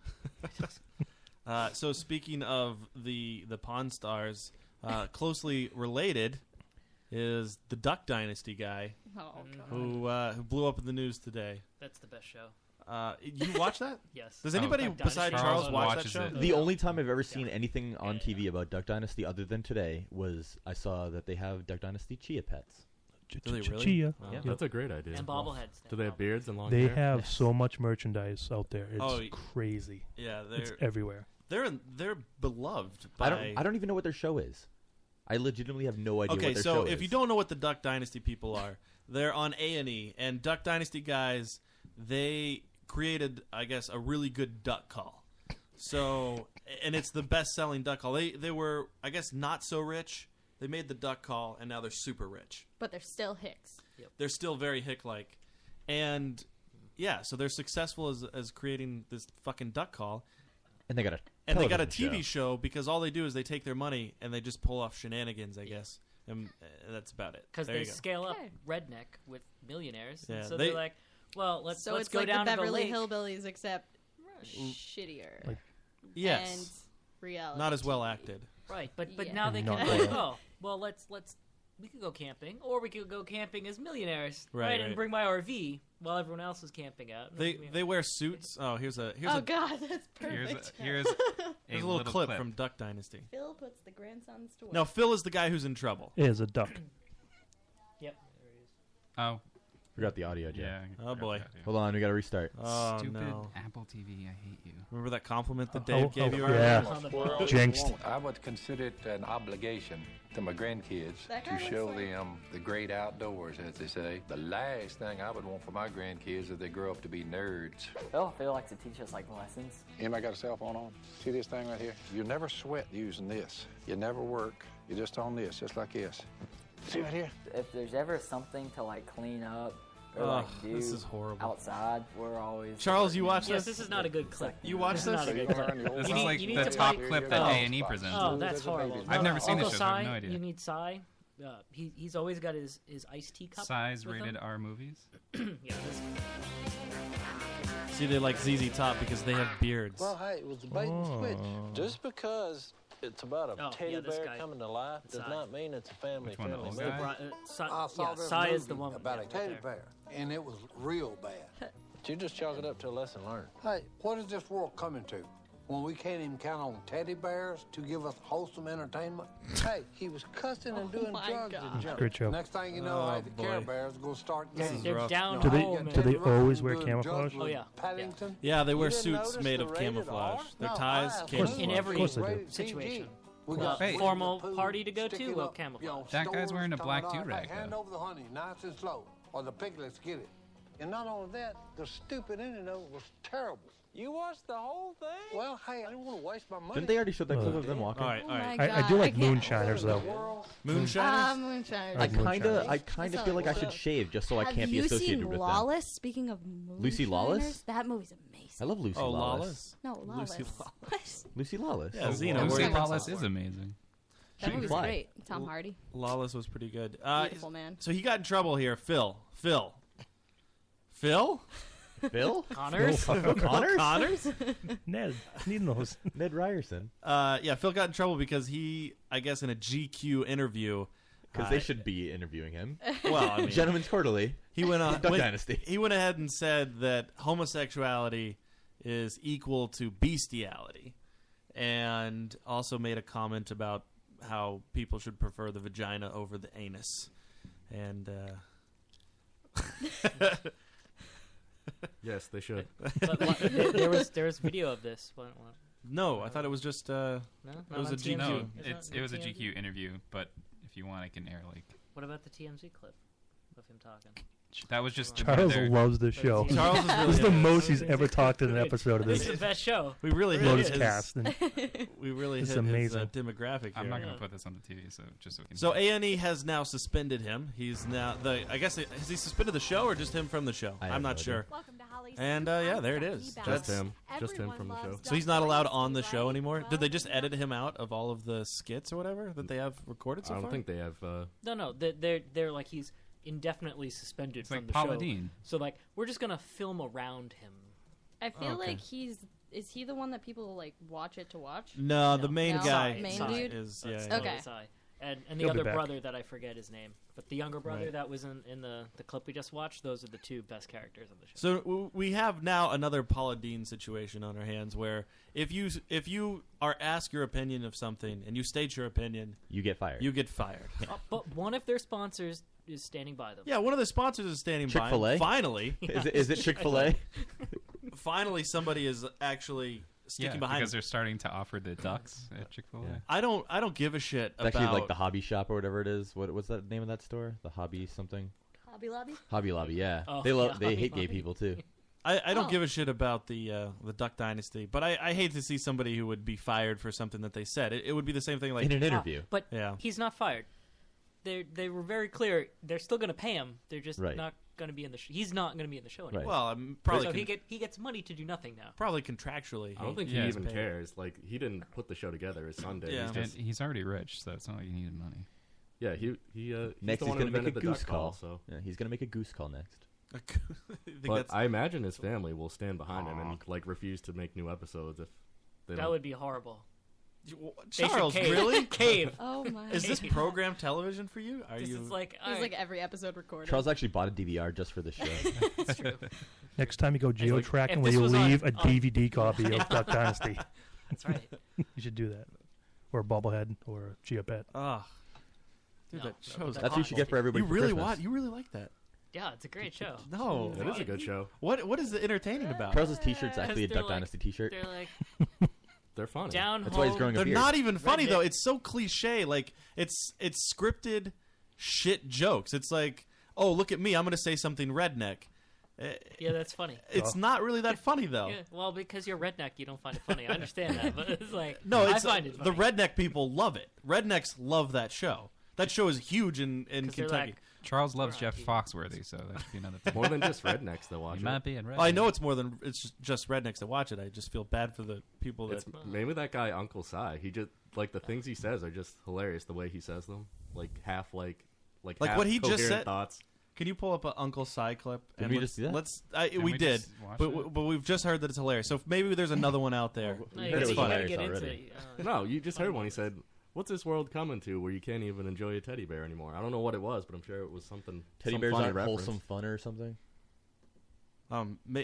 S4: Uh, so speaking of the the Pawn Stars, uh, closely related is the Duck Dynasty guy
S9: Oh, God.
S4: who uh, who blew up in the news today.
S6: That's the best show.
S4: Uh, you watch that?
S6: Yes.
S4: Does anybody
S6: Duck
S4: besides
S6: Dynasty.
S4: Charles
S6: Charles
S4: watch that
S7: watches
S4: show?
S7: it.
S5: The only time I've ever seen
S6: Yeah.
S5: anything on TV about Duck Dynasty other than today was I saw that they have Duck Dynasty chia pets.
S4: Do they really? Oh.
S8: Chia.
S4: Wow.
S5: Yeah.
S10: That's a great idea.
S6: And bobbleheads.
S10: Do they have beards and long
S8: They
S10: hair?
S8: have so much merchandise out there. It's
S4: Oh, y-
S8: crazy.
S4: Yeah,
S8: It's
S4: they're
S8: everywhere.
S4: they're they're beloved by.
S5: I don't. I don't even know what their show is. I legitimately have no idea.
S4: okay,
S5: what their
S4: so
S5: show
S4: if you
S5: is.
S4: don't know what the Duck Dynasty people are, they're on A and E, and Duck Dynasty guys, they created, I guess, a really good duck call. So, and it's the best-selling duck call. They they were, I guess, not so rich. They made the duck call, and now they're super rich.
S9: But they're still Hicks.
S4: They're still very hick-like, and yeah, so they're successful as as creating this fucking duck call.
S5: and they got a
S4: And they got a
S5: television
S4: TV show because all they do is they take their money and they just pull off shenanigans, I guess. And uh, that's about it.
S6: Because
S4: There
S6: they
S4: you go.
S6: scale up
S9: Okay.
S6: redneck with millionaires, and
S4: Yeah,
S6: so
S4: they-
S6: they, are like, "Well, let's
S9: so
S6: let's
S9: it's
S6: go
S9: like
S6: down
S9: the
S6: to the
S9: Beverly
S6: lake."
S9: Hillbillies, except shittier.
S8: Mm. Like-
S4: Yes.
S9: And reality.
S4: not as well
S9: TV.
S4: acted.
S6: Right, but but
S9: Yeah.
S6: now they
S8: Not
S6: can like,
S8: bad.
S6: oh, well, let's let's we could go camping, or we could go camping as millionaires,
S4: Right, right.
S6: And bring my RV while everyone else is camping out. And
S4: They
S6: we-
S4: they wear suits. Oh, here's a here's
S9: oh,
S4: a
S9: God, that's
S7: Here's a,
S9: perfect.
S7: here's
S4: here's a little, clip, from Duck Dynasty.
S9: Phil puts the grandsons to work.
S4: Now Phil is the guy who's in trouble.
S8: It is a duck.
S6: yep.
S7: Oh
S5: show. Forgot the audio, Jack.
S7: yeah. I
S4: Oh,
S7: forgot
S4: boy.
S7: that, yeah.
S5: Hold on, we got to restart.
S4: Oh
S7: Stupid
S4: no!
S7: Apple TV, I hate you.
S4: Remember that compliment that
S8: Oh,
S4: Dave gave
S8: oh,
S4: you? earlier?
S8: yeah.
S6: On the boat.
S8: Jinxed.
S1: I would consider it an obligation to my grandkids
S9: That guy
S1: to
S9: looks
S1: show
S9: like-
S1: them the great outdoors, as they say. The last thing I would want for my grandkids is they grow up to be nerds.
S11: Phil, Phil likes to teach us like lessons.
S1: Anybody got a cell phone on? See this thing right here? You never sweat using this. You never work. You're just on this, just like this. See right here?
S11: If there's ever something to like clean up or
S4: Ugh,
S11: like do
S4: this is horrible.
S11: outside, we're always
S4: Charles, you watch
S6: Yes,
S4: this?
S6: this is not a good clip.
S4: You watch
S6: This is not
S4: this?
S6: a good clip.
S7: This
S6: You
S7: is
S6: need-
S7: like
S6: you need
S7: the
S6: to
S7: top
S6: like-
S7: clip that
S6: Oh.
S7: A and E presents.
S6: Oh, that's horrible.
S7: I've never seen
S6: Uncle
S7: this show, so I
S6: Cy,
S7: have no idea.
S6: You need Cy. Uh, he, he's always got his, his iced tea cup.
S7: Size
S6: with him.
S7: rated R movies.
S6: Yeah, this-
S4: See, they like ZZ Top because they have beards.
S1: Well, hey, it was a bait and switch.
S8: Oh.
S1: Just because it's about a
S6: Oh,
S1: teddy
S6: yeah, this
S1: bear
S6: guy.
S1: coming to life does
S6: Size.
S1: not mean it's a family
S7: Which one, the
S1: friendly
S7: old
S1: movie.
S7: guy?
S6: Bri- uh, Cy,
S1: I saw
S6: yeah,
S1: this
S6: Cy is
S1: movie
S6: the woman.
S1: about
S6: yeah,
S1: a
S6: right
S1: teddy
S6: there.
S1: bear, and it was real bad. But you just chalk it up to a lesson learned. Hey, what is this world coming to? When we can't even count on teddy bears to give us wholesome entertainment? hey, he was cussing
S6: Oh
S1: and doing
S9: my
S1: drugs
S9: God.
S1: and junk.
S8: Great show.
S1: Next thing you know,
S4: Oh,
S1: hey, the Care
S4: boy.
S1: Bears gonna start
S4: is
S1: getting.
S6: They're
S4: rough.
S6: down
S8: Do they-
S6: home.
S8: do
S6: and-
S8: they always wear camouflage?
S6: Oh, yeah.
S1: Paddington.
S4: yeah, they wear
S1: You didn't
S4: suits
S1: notice
S4: made
S1: the
S4: of
S1: rated
S4: camouflage.
S1: R?
S4: Their
S1: No, uh,
S4: ties
S1: I-
S4: came
S6: in
S8: Of course
S6: every
S8: they do.
S1: Rated PG.
S6: situation.
S1: We
S7: Well,
S1: got
S7: hey.
S6: formal
S1: Winnie the Pooh
S6: party to go to,
S1: sticking
S6: well,
S1: up,
S6: camouflage.
S1: you know,
S7: That guy's
S1: stores
S7: wearing a
S1: coming
S7: black
S1: out. Hey,
S7: do-rag,
S1: Hand
S7: though.
S1: over the honey, nice and slow, or the piglets get it. And not only that, the stupid ending was terrible. You watched the whole thing? Well, hey, I didn't want to waste my money.
S5: Didn't they already show that clip
S8: Uh,
S5: of them walking?
S4: All right, all
S1: Oh
S4: right.
S8: I, I do like moonshiners
S1: The
S8: though.
S1: world-
S4: Moonshiners.
S9: Um, moonshiners.
S5: I
S8: Like moonshine.
S5: kind of, I kind of
S9: saw
S5: feel
S9: it.
S5: like I should shave just so I
S9: Have
S5: can't be
S9: you
S5: associated
S9: seen
S5: with them.
S9: Lawless? Speaking of
S5: Lucy Lawless?
S9: moonshiners, that movie's amazing.
S5: I love Lucy
S4: oh,
S5: Lawless.
S4: Lawless.
S9: no, Lawless.
S4: Lucy
S9: What?
S5: Lucy Lawless.
S4: Yeah, Xena,
S9: we're
S7: Lucy
S9: in
S7: Oh, Lawless
S4: Texas.
S7: is amazing.
S9: That movie's
S5: fly.
S9: great. Tom Hardy.
S4: Lawless was pretty good. Uh,
S9: Beautiful man.
S4: So he got in trouble here. Phil. Phil. Phil.
S5: Bill?
S6: Connors?
S5: Phil Connors?
S4: Connors?
S8: Ned. Need knows.
S5: Ned Ryerson.
S4: Uh, yeah, Phil got in trouble because he, I guess, in a GQ interview,
S5: 'Cause they should be interviewing him.
S4: Well, I mean,
S5: Gentleman's Quarterly.
S4: He went on
S5: Duck
S4: went-
S5: Dynasty.
S4: He went ahead and said that homosexuality is equal to bestiality, and also made a comment about how people should prefer the vagina over the anus, and. Uh,
S10: Yes, they should.
S6: But what- there was there was video of this. What, what-
S4: No, I thought it was just. Uh,
S6: No?
S4: it was
S6: Not
S4: a GQ.
S6: on TMZ?
S7: No,
S6: Is that
S7: it's,
S6: on
S7: it was a
S6: TMZ?
S7: GQ interview, but if you want, I can air like
S6: what about the TMZ clip of him talking?
S7: that was just
S8: Charles
S7: together.
S8: loves this show.
S4: Charles is really
S8: this is the
S4: into
S8: most
S4: this.
S8: he's ever talked in an episode of
S6: This
S8: this.
S6: is the best show.
S4: We really hit
S8: Lotus
S4: his-
S8: cast. And
S4: we really
S8: This is
S4: hit his
S8: amazing.
S4: uh, demographic.
S7: I'm
S4: here.
S7: not gonna put this on the TV, so just so we can.
S4: So A and E has now suspended him. He's now the. I guess it- has he suspended the show or just him from the show?
S5: I
S4: I'm
S5: have
S4: not
S5: no idea.
S4: sure.
S12: Welcome to Holly's
S4: And uh, yeah, there it is.
S12: Just
S4: That's-
S10: him. Just him from the show.
S4: So he's not allowed on the show anymore. Did they just edit him out of all of the skits or whatever that they have recorded so
S10: I don't
S4: far?
S10: think they have. Uh,
S6: No, no, they're they're, they're like he's indefinitely suspended
S4: It's
S6: from
S4: like
S6: the
S4: Paula
S6: show.
S4: Deen.
S6: So like we're just gonna film around him.
S9: I feel
S4: Oh, okay.
S9: like he's is he the one that people like watch it to watch?
S4: No, the main guy
S9: main
S4: is-
S9: dude
S4: is- yeah,
S6: That's
S4: yeah.
S6: totally
S9: Okay.
S6: Sai. And, and the
S4: He'll be
S6: other
S4: back.
S6: brother that I forget his name, but the younger brother
S4: Right.
S6: that was in, in the, the clip we just watched, those are the two best characters of the show.
S4: So w- we have now another Paula Dean situation on our hands, where if you if you are asked your opinion of something and you state your opinion,
S5: You get fired.
S4: You get fired.
S6: Uh, but one of their sponsors is standing by them.
S4: yeah, one of the sponsors is standing by.
S5: Chick-fil-A?
S4: him. Finally,
S5: Is it- is it Chick-fil-A?
S4: Finally, somebody is actually
S7: yeah,
S4: sticking behind.
S7: because they're starting to offer the ducks at Chick Fil A.
S4: I don't. I don't give a shit
S5: It's actually
S4: about
S5: like the hobby shop or whatever it is. What what's that name of that store? The hobby something.
S9: Hobby Lobby.
S5: Hobby Lobby. Yeah,
S9: Oh,
S5: they love.
S9: yeah,
S5: they
S9: Hobby
S5: hate
S9: Lobby.
S5: gay people too.
S4: I, I don't
S9: Oh.
S4: give a shit about the uh, the Duck Dynasty, but I, I hate to see somebody who would be fired for something that they said. It, it would be the same thing like
S5: In an interview.
S6: Ah, but
S4: yeah,
S6: he's not fired. They they were very clear. They're still going to pay him. They're just
S4: Right.
S6: not going to be in the. Sh- he's not going to be in the show anymore.
S4: Right. Well, I'm probably
S6: so he
S4: con-
S6: get he gets money to do nothing now.
S4: probably contractually.
S10: I don't think
S7: Yeah.
S10: he even
S7: Paid.
S10: cares. Like he didn't put the show together. It's Sunday.
S4: Yeah.
S10: He's just,
S7: And he's already rich, so it's not like he needed money.
S10: yeah. He he. Uh, he's
S5: Next,
S10: the
S5: he's
S10: one
S5: gonna make
S10: who
S5: a
S10: invented the duck
S5: goose call.
S10: So.
S5: Yeah, he's gonna make a goose call next.
S10: But I imagine his family will stand behind him and like refuse to make new episodes if they
S6: That
S10: don't.
S6: would be horrible. They should
S4: Charles,
S6: cave.
S4: really?
S6: cave.
S9: Oh my.
S4: Is this program television for you? Are
S6: This
S4: you
S6: is like
S9: He's
S6: all right.
S9: like every episode recorded.
S5: Charles actually bought a DVR just for this show.
S6: That's true.
S8: Next time you go geo tracking,
S6: if
S8: will
S6: this
S8: you
S6: was on-
S8: leave a
S6: on-
S8: DVD copy of Duck Dynasty?
S6: That's right.
S8: you should do that, or a bobblehead, or a Geopet.
S4: Ah, dude,
S6: No,
S4: that show's
S5: That's what you should get for everybody
S4: You
S5: for
S4: really
S5: Christmas.
S4: want? You really like that?
S6: Yeah, it's a great show.
S4: No,
S10: That is a good show.
S4: What What is the entertaining about?
S5: Charles's t-shirt's actually a
S6: They're
S5: Duck
S6: like-
S5: Dynasty t-shirt.
S6: They're like
S10: They're funny.
S6: down
S5: That's why he's
S6: home-
S5: growing a
S4: They're
S5: beard.
S4: not even funny
S6: Redneck.
S4: though. It's so cliche. Like it's it's scripted shit jokes. It's like, oh look at me, I'm gonna say something redneck. Eh,
S6: Yeah, that's funny.
S5: Oh.
S1: Oh.
S4: It's not really that funny though.
S6: Yeah, well, because you're redneck, you don't find it funny. I understand that, but it's like
S4: No, it's
S6: I find it funny.
S4: the redneck people love it. Rednecks love that show. That show is huge in in
S6: 'Cause they're
S4: Kentucky.
S6: like,
S7: Charles loves Jeff Foxworthy, so that could be another thing.
S10: More than just rednecks that watch
S7: He
S10: it.
S7: might be in redneck.
S4: Well, Oh, I know it's more than it's just- just rednecks that watch it. I just feel bad for the people that
S10: It's mainly that guy Uncle Cy. He just like the things he says are just hilarious. The way he says them, like half like like
S4: like
S10: half
S4: what he just
S10: coherent
S4: said.
S10: Thoughts.
S4: Can you pull up an Uncle Cy clip?
S5: Did we
S4: let's,
S5: just do that?
S4: Let's. I,
S5: Can
S4: we,
S5: we
S4: did,
S5: just watch
S4: but
S5: it?
S4: w- but we've just heard that it's hilarious. So if maybe there's another one out there.
S6: No, you gotta- you gotta get into it. Uh,
S10: No, you just heard one. He said, "What's this world coming to where you can't even enjoy a teddy bear anymore?" I don't know what it was, but I'm sure it was something.
S5: Teddy
S10: some
S5: bears
S10: funny
S5: aren't
S10: reference.
S5: wholesome fun or something.
S4: Um, ma-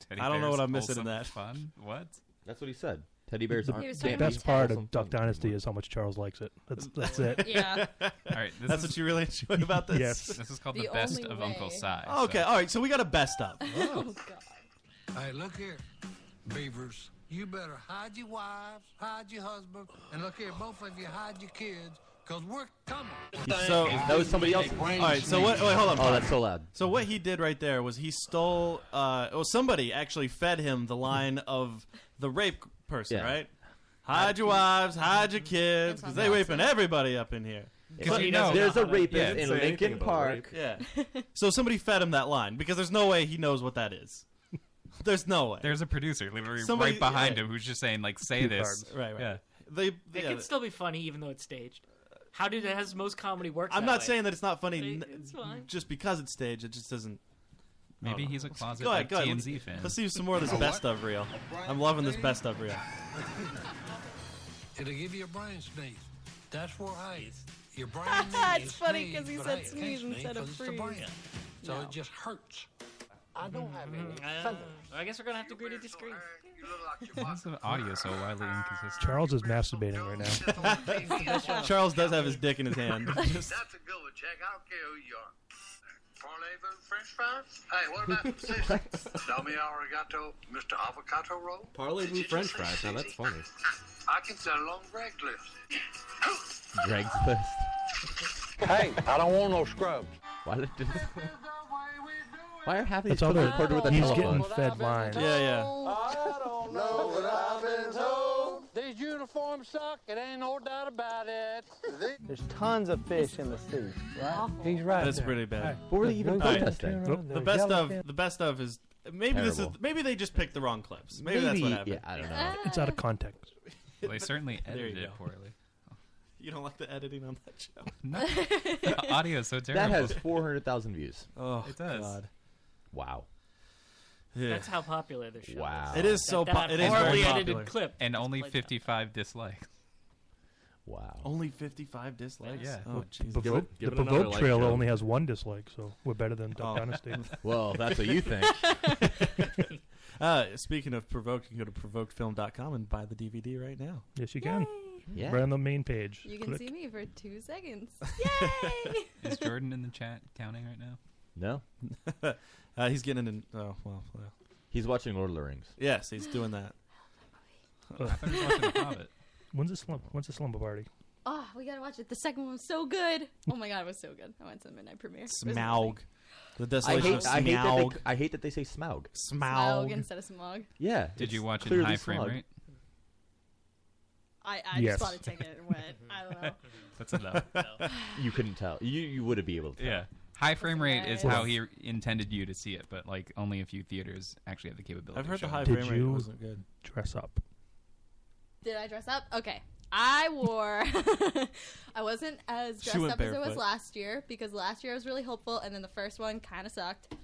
S7: Teddy
S4: I don't know
S7: bears,
S4: what I'm missing in
S7: wholesome
S4: that.
S7: Fun? What?
S5: That's what he said. Teddy bears
S8: The
S5: aren't.
S9: He was
S8: The
S9: talking
S8: best
S9: about
S8: part
S5: wholesome
S8: of Duck
S5: fun.
S8: Dynasty is how much Charles likes it. That's that's it.
S9: Yeah.
S4: All
S7: right, this
S4: that's
S7: is-
S4: what you really enjoy about this.
S8: Yes.
S7: This is called the,
S9: The
S7: best
S9: only
S7: of
S9: way.
S7: Uncle Si.
S4: Okay, all right. So we got a best of.
S9: Oh,
S1: Oh, Hey, look here, beavers. You better hide your wives, hide your husbands, and look here, both of you hide your kids, because we're coming.
S4: So
S5: that was somebody else.
S4: All right. So what? Wait, hold on.
S5: Oh, that's so loud.
S4: So what he did right there was he stole. Uh, oh, somebody actually fed him the line of the rape person,
S5: Yeah. Uh,
S4: right? Hide your wives, hide your kids, because they raping everybody up in here.
S5: 'Cause But you know- there's a rapist
S4: Yeah,
S5: in
S4: didn't say
S5: Lincoln
S4: anything about
S5: Park.
S4: rape. Yeah. So somebody fed him that line because there's no way he knows what that is. There's no way.
S7: There's a producer literally
S4: Somebody-
S7: right behind
S4: yeah.
S7: him who's just saying like, "Say this."
S4: Right, right.
S7: Yeah.
S4: They,
S6: It
S4: yeah,
S6: can still be funny even though it's staged. How do that? Has most comedy works?
S4: I'm
S6: that
S4: not
S6: way.
S4: saying that it's not funny
S6: Like,
S4: n-
S6: it's fine.
S4: just because it's staged. It just doesn't.
S7: Maybe
S4: Oh, no.
S7: he's a closet
S4: Go ahead,
S7: like,
S4: go ahead.
S7: TMZ
S4: Let's-
S7: fan.
S4: Let's see some more of this best of reel. I'm loving this best of reel.
S1: It'll give you a brain sneeze. That's where hey, your brain.
S9: It's
S1: is
S9: funny 'cause he
S1: but,
S9: said
S1: hey, it can't
S9: sneeze instead of
S1: 'cause it's the
S9: freeze.
S1: brain. So
S9: No.
S1: it just hurts. I don't have
S10: Mm.
S1: any.
S6: Uh, I guess we're gonna have to agree to disagree.
S7: Why is the audio so wildly inconsistent?
S8: Charles is masturbating right now.
S4: Charles does have his dick in his hand. Just-
S12: That's a good one, Jack. I don't care who you are. Parlay with French fries? Hey, what about some Susie? Dummy Arigato, Mr. Avocado Roll?
S10: Parley blue French fries. Now that's funny.
S12: I can send a long rag list.
S5: Greg's list.
S1: hey, I don't want no scrubs.
S5: Why did this? Why are half of these
S8: That's all
S5: people
S8: they're-
S5: recorded with a
S8: he's
S5: telephone?
S8: getting fed lines.
S5: Yeah, yeah.
S1: I don't know what I've been told. These uniforms suck. It ain't no doubt about it.
S13: There's tons of fish in the sea. Right? He's right.
S4: That's
S13: there.
S4: pretty bad.
S13: What were they even
S4: All right.
S13: protesting?
S4: The- The best of the best of is maybe this is
S7: Terrible.
S4: maybe they just picked the wrong clips. Maybe, that's what happened.
S8: It's out of context.
S7: Well, they certainly
S4: There you
S7: edited it
S4: go.
S7: poorly.
S4: You don't like the editing on that show.
S7: The audio is so terrible.
S5: That has 400,000 views.
S4: Oh,
S7: It does.
S4: God.
S5: Wow.
S6: That's how popular this show
S5: Wow.
S6: is. That- that
S7: it is
S6: horribly
S7: very
S6: edited
S7: popular.
S6: clip.
S7: and
S6: just
S7: only
S6: played
S7: 55 dislikes.
S5: Wow.
S4: Only 55 dislikes.
S7: Yeah.
S4: Oh, Jesus.
S8: The Provoke, the Provoke Trail only has one dislike, so we're better than
S4: Oh.
S8: Duck Dynasty.
S5: Well, that's what you think.
S4: uh, speaking of provoked, you can go to provokedfilm.com and buy the DVD right now.
S8: Yes, you can.
S5: Yeah.
S8: Right on the main page.
S9: You can
S8: Click.
S9: see me for two seconds. Yay!
S7: Is Jordan in the chat counting right now?
S5: No.
S4: uh, he's getting in. Oh well, well.
S5: He's watching Lord of the Rings.
S4: Yes, he's doing that.
S8: When's the slump? When's the slumber party?
S9: Oh, we gotta watch it. The second one was so good. Oh my god, it was so good. I went to the midnight premiere. It was
S4: Smaug. The
S5: I
S4: desolation
S5: hate,
S4: of
S5: I, hate that
S4: Smaug.
S5: they, I hate that they say Smaug.
S9: Smaug instead of smog.
S5: Yeah.
S7: Did you
S5: it's
S7: watch it in
S5: clearly
S7: high frame
S5: Smaug.
S7: rate?
S9: I, I
S5: Yes.
S9: just bought a ticket and went. I don't know.
S7: That's enough.
S5: you couldn't tell. You you would be able to. Tell.
S7: yeah. High frame rate is
S5: Well-
S7: how he intended you to see it, but like only a few theaters actually have the capability.
S4: I've heard
S7: of
S4: the
S7: showing
S4: high
S7: it.
S4: frame rate wasn't good.
S8: Dress up.
S9: Did I dress up? Okay. I wore. I wasn't as
S7: She
S9: dressed
S7: went
S9: up as I was
S7: barefoot.
S9: last year because last year I was really hopeful, and then the first one kind of sucked.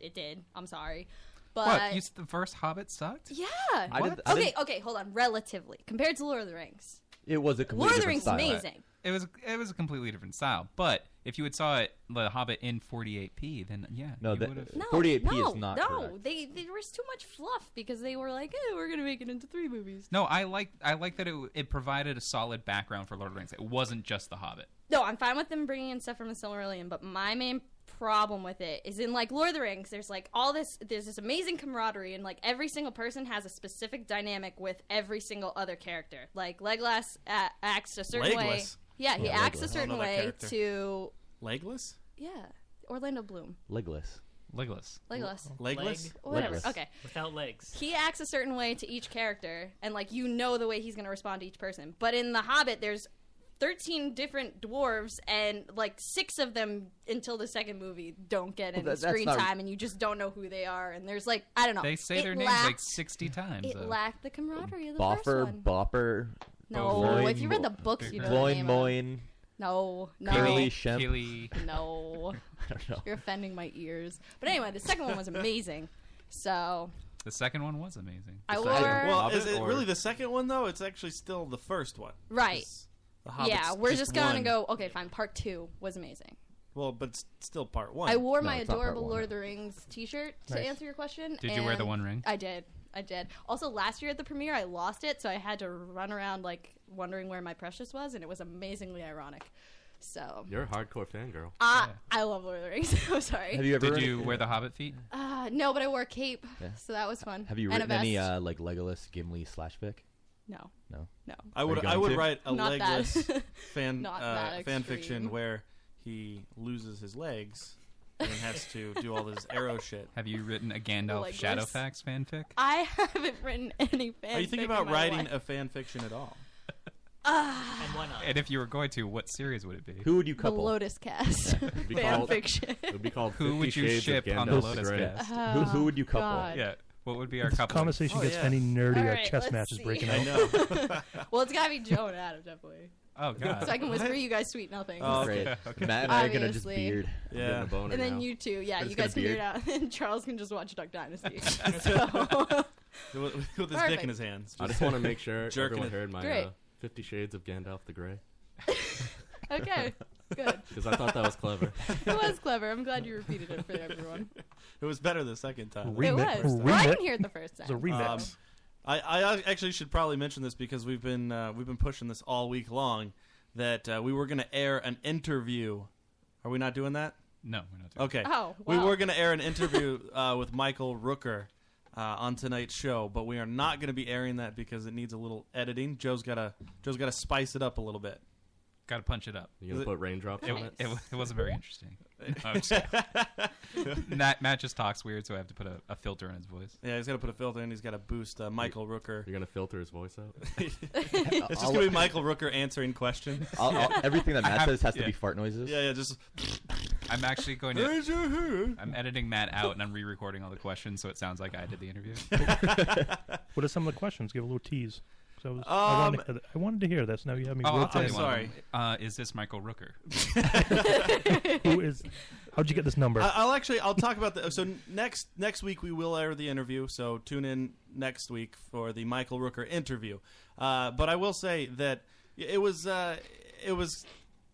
S9: It did. I'm sorry, but
S7: What? You, s- the first Hobbit sucked?
S9: yeah.
S5: I did- I
S9: okay,
S5: did-
S9: okay, hold on. Relatively, compared to Lord of the Rings,
S5: It was a
S9: Lord
S5: completely
S9: of the
S5: different
S9: Rings is
S5: style.
S9: amazing.
S7: It was it was a completely different style. But if you had saw it, the Hobbit in 48p, then yeah,
S5: No,
S7: you
S5: that-
S7: would've-
S9: No,
S5: 48p
S9: no,
S5: is not
S9: no.
S5: correct.
S9: They there was too much fluff because they were like, eh, we're gonna make it into three movies.
S7: No, I like I like that it it provided a solid background for Lord of the Rings. It wasn't just the Hobbit.
S9: No, I'm fine with them bringing in stuff from the Silmarillion, but my main problem with it is in like Lord of the Rings. There's like all this. There's this amazing camaraderie, and like every single person has a specific dynamic with every single other character. Like Legolas uh, acts a certain way.
S4: Legolas?
S9: Yeah,
S5: Oh,
S9: he
S4: Yeah, Legolas. I don't
S9: acts a
S4: know
S9: certain
S4: that
S9: way
S4: character.
S9: to
S4: Legless?
S9: yeah. Orlando Bloom,
S5: Legless.
S7: Legless.
S9: Legolas,
S4: Legless?
S9: whatever.
S5: Legolas.
S9: Okay,
S6: without legs.
S9: he acts a certain way to each character and like you know the way he's going to respond to each person but in the hobbit there's 13 different dwarves and like six of them until the second movie don't get
S5: Well,
S9: any
S5: that- that's
S9: screen
S5: not-
S9: time and you just don't know who they are and there's like i don't know
S7: They say
S9: It
S7: their names like
S9: lacked-
S7: 60 times.
S9: it
S7: though.
S9: lacked the camaraderie of the first
S5: Boffer,
S9: one
S5: Bopper.
S9: No,
S5: Moin,
S9: if you read the books, you know the
S5: Bloin,
S9: name of
S5: Moin.
S9: no no
S5: Curly Shemp.
S9: no
S5: I don't know.
S9: you're offending my ears but anyway the second one was amazing so
S7: The second one was amazing.
S9: I
S7: The
S9: wore-
S7: second-
S4: Well, is
S7: Hobbit
S4: it
S7: or-
S4: really the second one though? It's actually still the first one.
S9: right
S4: 'Cause The Hobbit's
S9: yeah we're just, gonna
S4: one.
S9: go okay fine part two was amazing
S4: Well, but it's still part one.
S9: I wore my adorable Lord of the Rings T-shirt to
S4: Nice.
S9: answer your question.
S4: Did you wear the
S9: and
S4: one ring?
S9: I did. I did. Also, last year at the premiere, I lost it, so I had to run around like wondering where my precious was, and it was amazingly ironic. So,
S10: You're a hardcore fangirl.
S9: uh, I love Lord of the Rings. I'm sorry.
S5: Have you ever
S7: Did
S5: read-
S7: you wear the Hobbit feet?
S9: Uh, no, but I wore a cape,
S5: Yeah.
S9: so that was fun.
S5: Have you
S9: And
S5: written
S9: a
S5: any
S9: vest.
S5: uh, like Legolas, Gimli, slash Vic?
S9: No.
S5: No.
S9: No.
S4: I
S5: Are
S4: would
S5: you
S4: I
S5: going
S4: would
S5: to?
S4: write a
S9: Not that-
S4: legless fan
S9: not
S4: uh,
S9: that
S4: fan
S9: extreme.
S4: fiction where he loses his legs and has to do all this arrow shit.
S7: Have you written a Gandalf
S9: Legless.
S7: Shadowfax fanfic?
S9: I haven't written any fan.
S4: Are you thinking about writing a fan fiction at all?
S9: Ah.
S6: and why not?
S7: And if you were going to, what series would it be?
S5: Who would you
S9: The Lotus Cast
S7: be
S9: fan
S7: called-
S9: fiction.
S10: It would be called
S7: Who would
S10: Fifty
S7: you
S10: Shades of
S7: ship on the
S10: Gandalf
S7: Lotus
S10: Grey.
S7: Cast?
S9: Who- who would you couple? God. Oh,
S7: Yeah. What would be our
S8: This
S7: couple?
S4: Oh,
S8: conversation gets any nerdier
S9: All right,
S8: chess
S9: let's
S8: matches
S9: see.
S8: breaking
S7: I
S8: out.
S7: know.
S9: well, it's gotta be Joe and Adam definitely.
S7: Oh god.
S9: So I can whisper you guys sweet nothings.
S5: Oh, okay. Great. Okay. Matt and I are gonna just
S9: Obviously.
S5: beard. I'm Yeah. getting a boner
S9: And then
S5: now.
S9: you two, yeah,
S5: I'm
S9: you
S5: just
S9: guys can
S5: gonna
S9: beard
S5: beard.
S9: out, and Charles can just watch Duck Dynasty.
S4: With- with his dick
S9: Perfect.
S4: in his hands.
S10: I
S4: Just
S10: just want to make sure
S4: jerking
S10: everyone
S4: it.
S10: heard my
S9: Great.
S10: uh, Fifty Shades of Gandalf the Grey.
S9: okay, good.
S10: Because I thought that was clever.
S9: It was clever. I'm glad you repeated it for everyone.
S4: It was better the second time.
S9: It Remix. was. Well, I didn't hear it the first
S8: It's a time. remix.
S4: Um, I, I actually should probably mention this because we've been uh, we've been pushing this all week long that uh, we were going to air an interview. Are we not doing that?
S7: No, we're not
S4: doing okay.
S7: that. Oh,
S4: we
S7: wow.
S4: were going to air an interview uh, with Michael Rooker uh, on tonight's show, but we are not going to be airing that because it needs a little editing. Joe's got to Joe's got to spice it up a little bit.
S7: Got to punch it up.
S10: You gonna
S4: Is it-
S10: put raindrops
S7: It,
S10: on
S7: it, it, wasn't very interesting. No, I'm just kidding. Matt, Matt just talks weird, so I have to put a, a filter on his voice.
S4: Yeah, he's got to put a filter in. He's got to boost uh, Michael Rooker. You're
S10: gonna filter his voice out.
S4: it's just gonna be Michael Rooker answering questions.
S5: I'll- I'll- everything that
S7: I
S5: Matt
S7: have-
S5: says has to
S7: yeah.
S5: be fart noises.
S4: Yeah, yeah, just.
S7: I'm actually going
S4: Raise your
S7: to.
S4: hand.
S7: I'm editing Matt out and I'm re-recording all the questions, so it sounds like I did the interview.
S8: What are some of the questions? Give a little tease. 'Cause I, was, I,
S4: Um,
S8: wanted, to- I wanted to hear this. Now you have me.
S7: Oh, I'll
S8: roped
S7: tell
S8: in.
S7: you one of them. Uh, is this Michael Rooker?
S8: Who is? How'd you get this number?
S4: I, I'll actually I'll talk about the so next next week we will air the interview. So tune in next week for the Michael Rooker interview. Uh, but I will say that it was uh, it was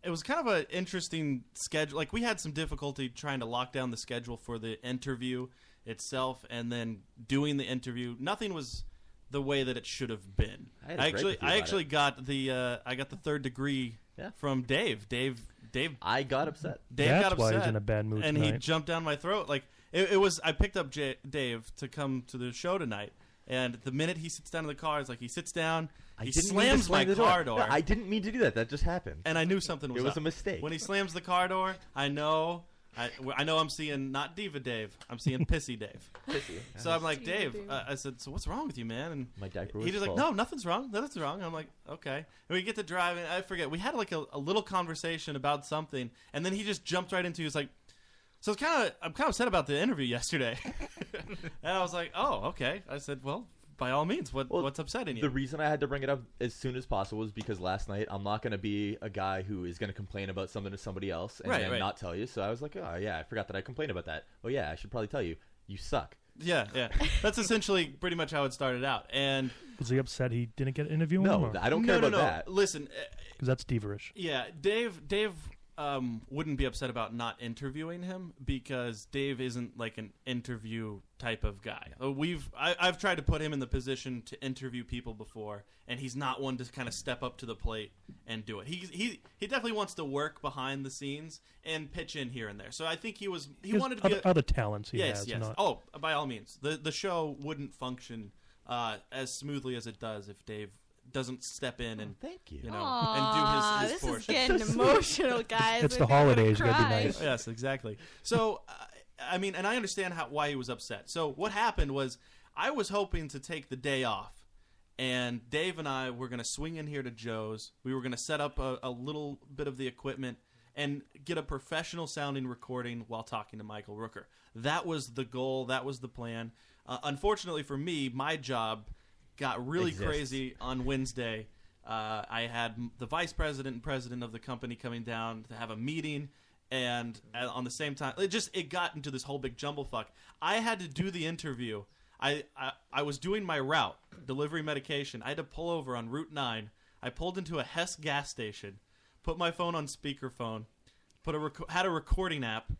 S4: it was kind of an interesting schedule. Like we had some difficulty trying to lock down the schedule for the interview itself, and then doing the interview. Nothing was the way that it should have been.
S5: I had a
S4: I
S5: gripe
S4: actually
S5: with you
S4: I
S5: about
S4: actually got the uh, I got the third degree from Dave. Dave Dave
S5: I got upset.
S4: Dave got
S8: That's why
S4: upset.
S8: he's in a bad mood
S4: and he
S8: tonight.
S4: jumped down my throat. Like it, it was. I picked up J- Dave to come to the show tonight, and the minute he sits down in the car, it's like he sits down.
S5: I
S4: he
S5: didn't mean to
S4: slams
S5: slam
S4: my
S5: the door.
S4: car door.
S5: No, I didn't mean to do that. That just happened.
S4: and I knew something was.
S5: It was
S4: up.
S5: a mistake.
S4: When he slams the car door, I know. I, I know I'm seeing not Diva Dave. I'm seeing Pissy Dave.
S5: Pissy.
S4: So I'm like
S5: Diva
S4: Dave.
S5: Dave.
S4: Uh, I said, so what's wrong with you, man? And
S5: My diaper
S4: he
S5: was
S4: just like,
S5: full.
S4: no, nothing's wrong. Nothing's wrong. I'm like, okay. And we get to driving. I forget. We had like a, a little conversation about something, and then he just jumped right into. He's like, so it's kind of I'm kind of upset about the interview yesterday. and I was like, oh, okay. I said, well, by all means, what what's upsetting you?
S5: The reason I had to bring it up as soon as possible was because last night I'm not going to be a guy who is going to complain about something to somebody else and
S4: Right,
S5: then
S4: right.
S5: not tell you. So I was like, oh yeah, I forgot that I complained about that. Oh yeah, I should probably tell you. You suck.
S4: yeah, yeah. That's essentially pretty much how it started out. And
S8: was he upset he didn't get an interview?
S5: No,
S8: him, or-
S5: I don't
S4: no,
S5: care
S4: no,
S5: about
S4: no.
S5: that.
S4: Listen,
S8: Because that's diva-ish.
S4: Yeah, Dave. Dave um, wouldn't be upset about not interviewing him because Dave isn't like an interview type of guy. Uh, We've I, I've tried to put him in the position to interview people before, and he's not one to kind of step up to the plate and do it. He he he definitely wants to work behind the scenes and pitch in here and there. So I think he was he
S8: His
S4: wanted to be
S8: other-
S4: a-
S8: other talents he
S4: yes,
S8: has,
S4: Yes,
S8: not-
S4: Oh, by all means, the the show wouldn't function uh, as smoothly as it does if Dave doesn't step in and Oh, thank you, know,
S9: Aw,
S4: and do his, his
S9: this is
S4: portion. Oh,
S9: getting That's so sweet. emotional, guys.
S8: It's the holidays, you gotta be nice.
S4: Yes, exactly. So, uh, I mean, and I understand how why he was upset. So, what happened was, I was hoping to take the day off, and Dave and I were going to swing in here to Joe's. We were going to set up a, a little bit of the equipment and get a professional sounding recording while talking to Michael Rooker. That was the goal. That was the plan. Uh, unfortunately for me, my job got really
S5: Exists.
S4: crazy on Wednesday. Uh, I had m- the vice president and president of the company coming down to have a meeting, and uh, on the same time, it just it got into this whole big jumble fuck. I had to do the interview. I, I I was doing my route, delivery medication. I had to pull over on Route Nine. I pulled into a Hess gas station, put my phone on speakerphone, put a rec- had a recording app,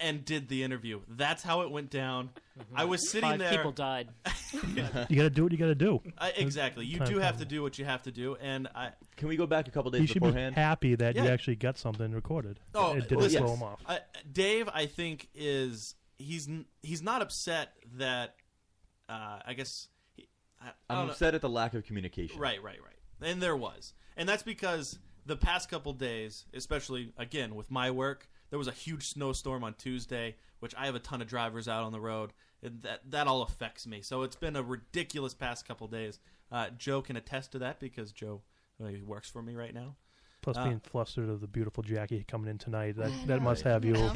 S4: and did the interview. That's how it went down. I was sitting
S6: Five
S4: there.
S6: people died.
S8: You got to do what you got to do.
S4: I, exactly. You
S8: Time
S4: do have
S8: comes.
S4: to do what you have to do, and I.
S5: Can we go back a couple days
S8: You should
S5: beforehand?
S8: be happy that you
S4: Yeah.
S8: actually got something recorded.
S4: Oh,
S8: it didn't
S4: listen,
S8: blow him off.
S4: Uh, Dave, I think is he's n- he's not upset that uh, I guess he, I, I don't
S5: I'm
S4: know.
S5: upset at the lack of communication.
S4: Right, right, right. And there was. And that's because the past couple days, especially again with my work, there was a huge snowstorm on Tuesday, which I have a ton of drivers out on the road, and that that all affects me. So it's been a ridiculous past couple days. Uh, Joe can attest to that because Joe uh, he works for me right now.
S8: Plus,
S4: Uh,
S8: being flustered of the beautiful Jackie coming in tonight, that,
S4: I
S8: that
S4: know,
S8: must have
S4: you
S8: you
S4: know.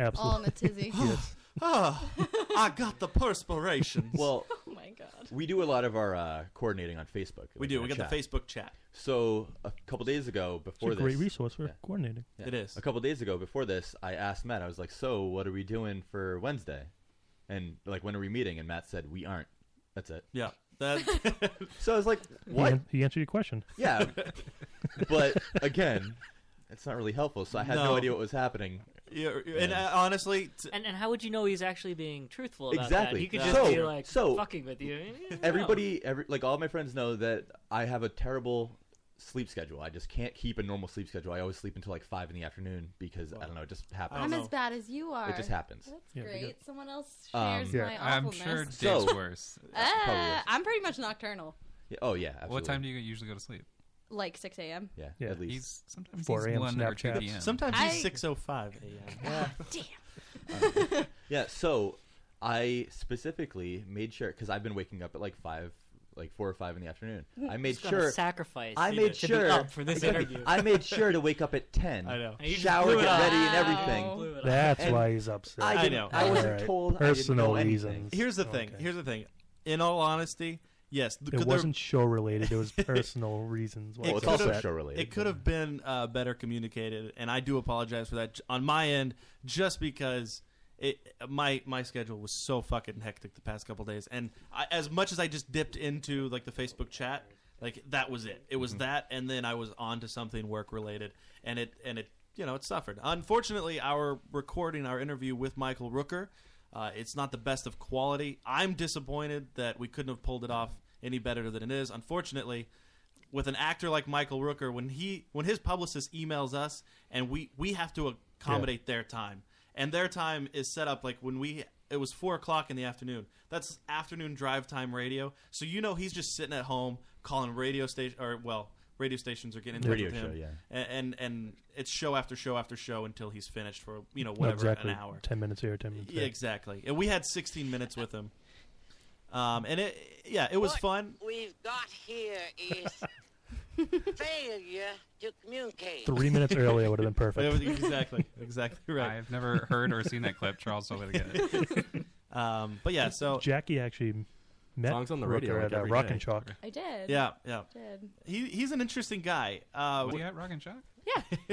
S8: absolutely
S4: All in a tizzy.
S8: yes.
S4: Ah, I got the perspiration.
S5: Well,
S9: Oh my god.
S5: we do a lot of our uh, coordinating on Facebook.
S4: We do. We got the Facebook chat.
S5: So a couple days ago, before
S8: a great
S5: this-
S8: resource for coordinating.
S4: It is.
S5: A couple days ago, before this, I asked Matt. I was like, "So, what are we doing for Wednesday?" And like, when are we meeting? And Matt said, "We aren't." That's it.
S4: Yeah. That.
S5: so I was like,
S8: He
S5: "What?"
S8: an- He answered your question.
S5: Yeah. but again, it's not really helpful. So I had no,
S4: No.
S5: idea what was happening.
S4: Yeah, and uh, honestly,
S6: and and how would you know he's actually being truthful about
S5: exactly.
S6: that? He could just
S5: so,
S6: be like
S5: so
S6: fucking with you. You don't know.
S5: Everybody, every like all my friends know that I have a terrible sleep schedule. I just can't keep a normal sleep schedule. I always sleep until like five in the afternoon because I don't know. It just happens.
S9: I'm as bad as you are.
S5: It just happens.
S9: That's great. Someone else
S5: Um,
S9: shares
S5: Yeah,
S9: my
S7: I'm
S9: awfulness.
S7: sure
S5: So-
S7: Dave's worse.
S9: Ah,
S5: probably worse.
S9: I'm pretty much nocturnal,
S5: Yeah, oh yeah. Absolutely.
S7: What time do you usually go to sleep?
S9: like 6 a.m.
S5: Yeah,
S8: Yeah.
S5: at least
S7: He's sometimes
S8: 4
S7: he's
S8: a.m.
S7: one or two
S8: Snapchats.
S7: p.m.
S4: Sometimes
S9: I-
S4: he's six oh five a.m.
S9: God damn.
S5: yeah so i specifically made sure because i've been waking up at like five like four or five in the afternoon i made
S6: Just gotta
S5: sure
S6: sacrifice
S5: i
S6: to
S5: made
S6: be
S5: sure
S6: up for this
S5: exactly.
S6: interview.
S5: i made sure to wake up at 10
S4: I know.
S6: You just
S5: shower
S6: blew it
S5: get
S6: up.
S5: ready and
S6: Wow. Blew it
S5: everything
S6: up. That's
S5: And
S8: why he's upset.
S5: i,
S8: I
S5: didn't,
S4: know.
S5: i wasn't
S8: Alright.
S5: told
S8: Personal
S5: I didn't know
S8: reasons.
S5: anything.
S4: Here's the thing. Here's the thing. In all honesty, yes, th- could
S8: It
S4: there-
S8: wasn't show related. It was personal reasons. why
S4: It
S8: he
S4: could
S8: upset.
S4: have- It could have been uh, better communicated, and I do apologize for that j- on my end, just because it my my schedule was so fucking hectic the past couple days, and I, as much as I just dipped into like the Facebook chat, like that was it. It was that, and then I was on to something work related, and it and it you know it suffered. Unfortunately, our recording, our interview with Michael Rooker. Uh, it's not the best of quality. I'm disappointed that we couldn't have pulled it off any better than it is. Unfortunately, with an actor like Michael Rooker, when he when his publicist emails us and we we have to accommodate their time, and their time is set up like when we it was four o'clock in the afternoon. That's afternoon drive time radio. So you know he's just sitting at home calling radio station or well radio stations are getting in touch
S5: Radio
S4: with him,
S5: show, yeah.
S4: A- and, and it's show after show after show until he's finished for you know whatever
S8: exactly.
S4: an hour.
S8: 10 minutes here, 10 minutes
S4: Yeah,
S8: there.
S4: exactly. And we had 16 minutes with him. Um, and it, yeah, it was fun.
S14: We've got here is failure to communicate.
S8: Three minutes earlier would have been perfect.
S4: exactly, exactly right.
S7: I've never heard or seen that clip. Charles, so way to get it.
S4: Um, but yeah, so
S8: Jackie actually met
S4: Songs on the
S8: Rooker
S4: radio, like,
S8: at uh,
S4: every
S8: Rock
S4: day.
S8: and Chalk.
S9: I did.
S4: Yeah, yeah.
S9: Did.
S4: He he's an interesting guy. Uh,
S7: Was he
S4: we-
S7: at Rock and Shock?
S9: Yeah.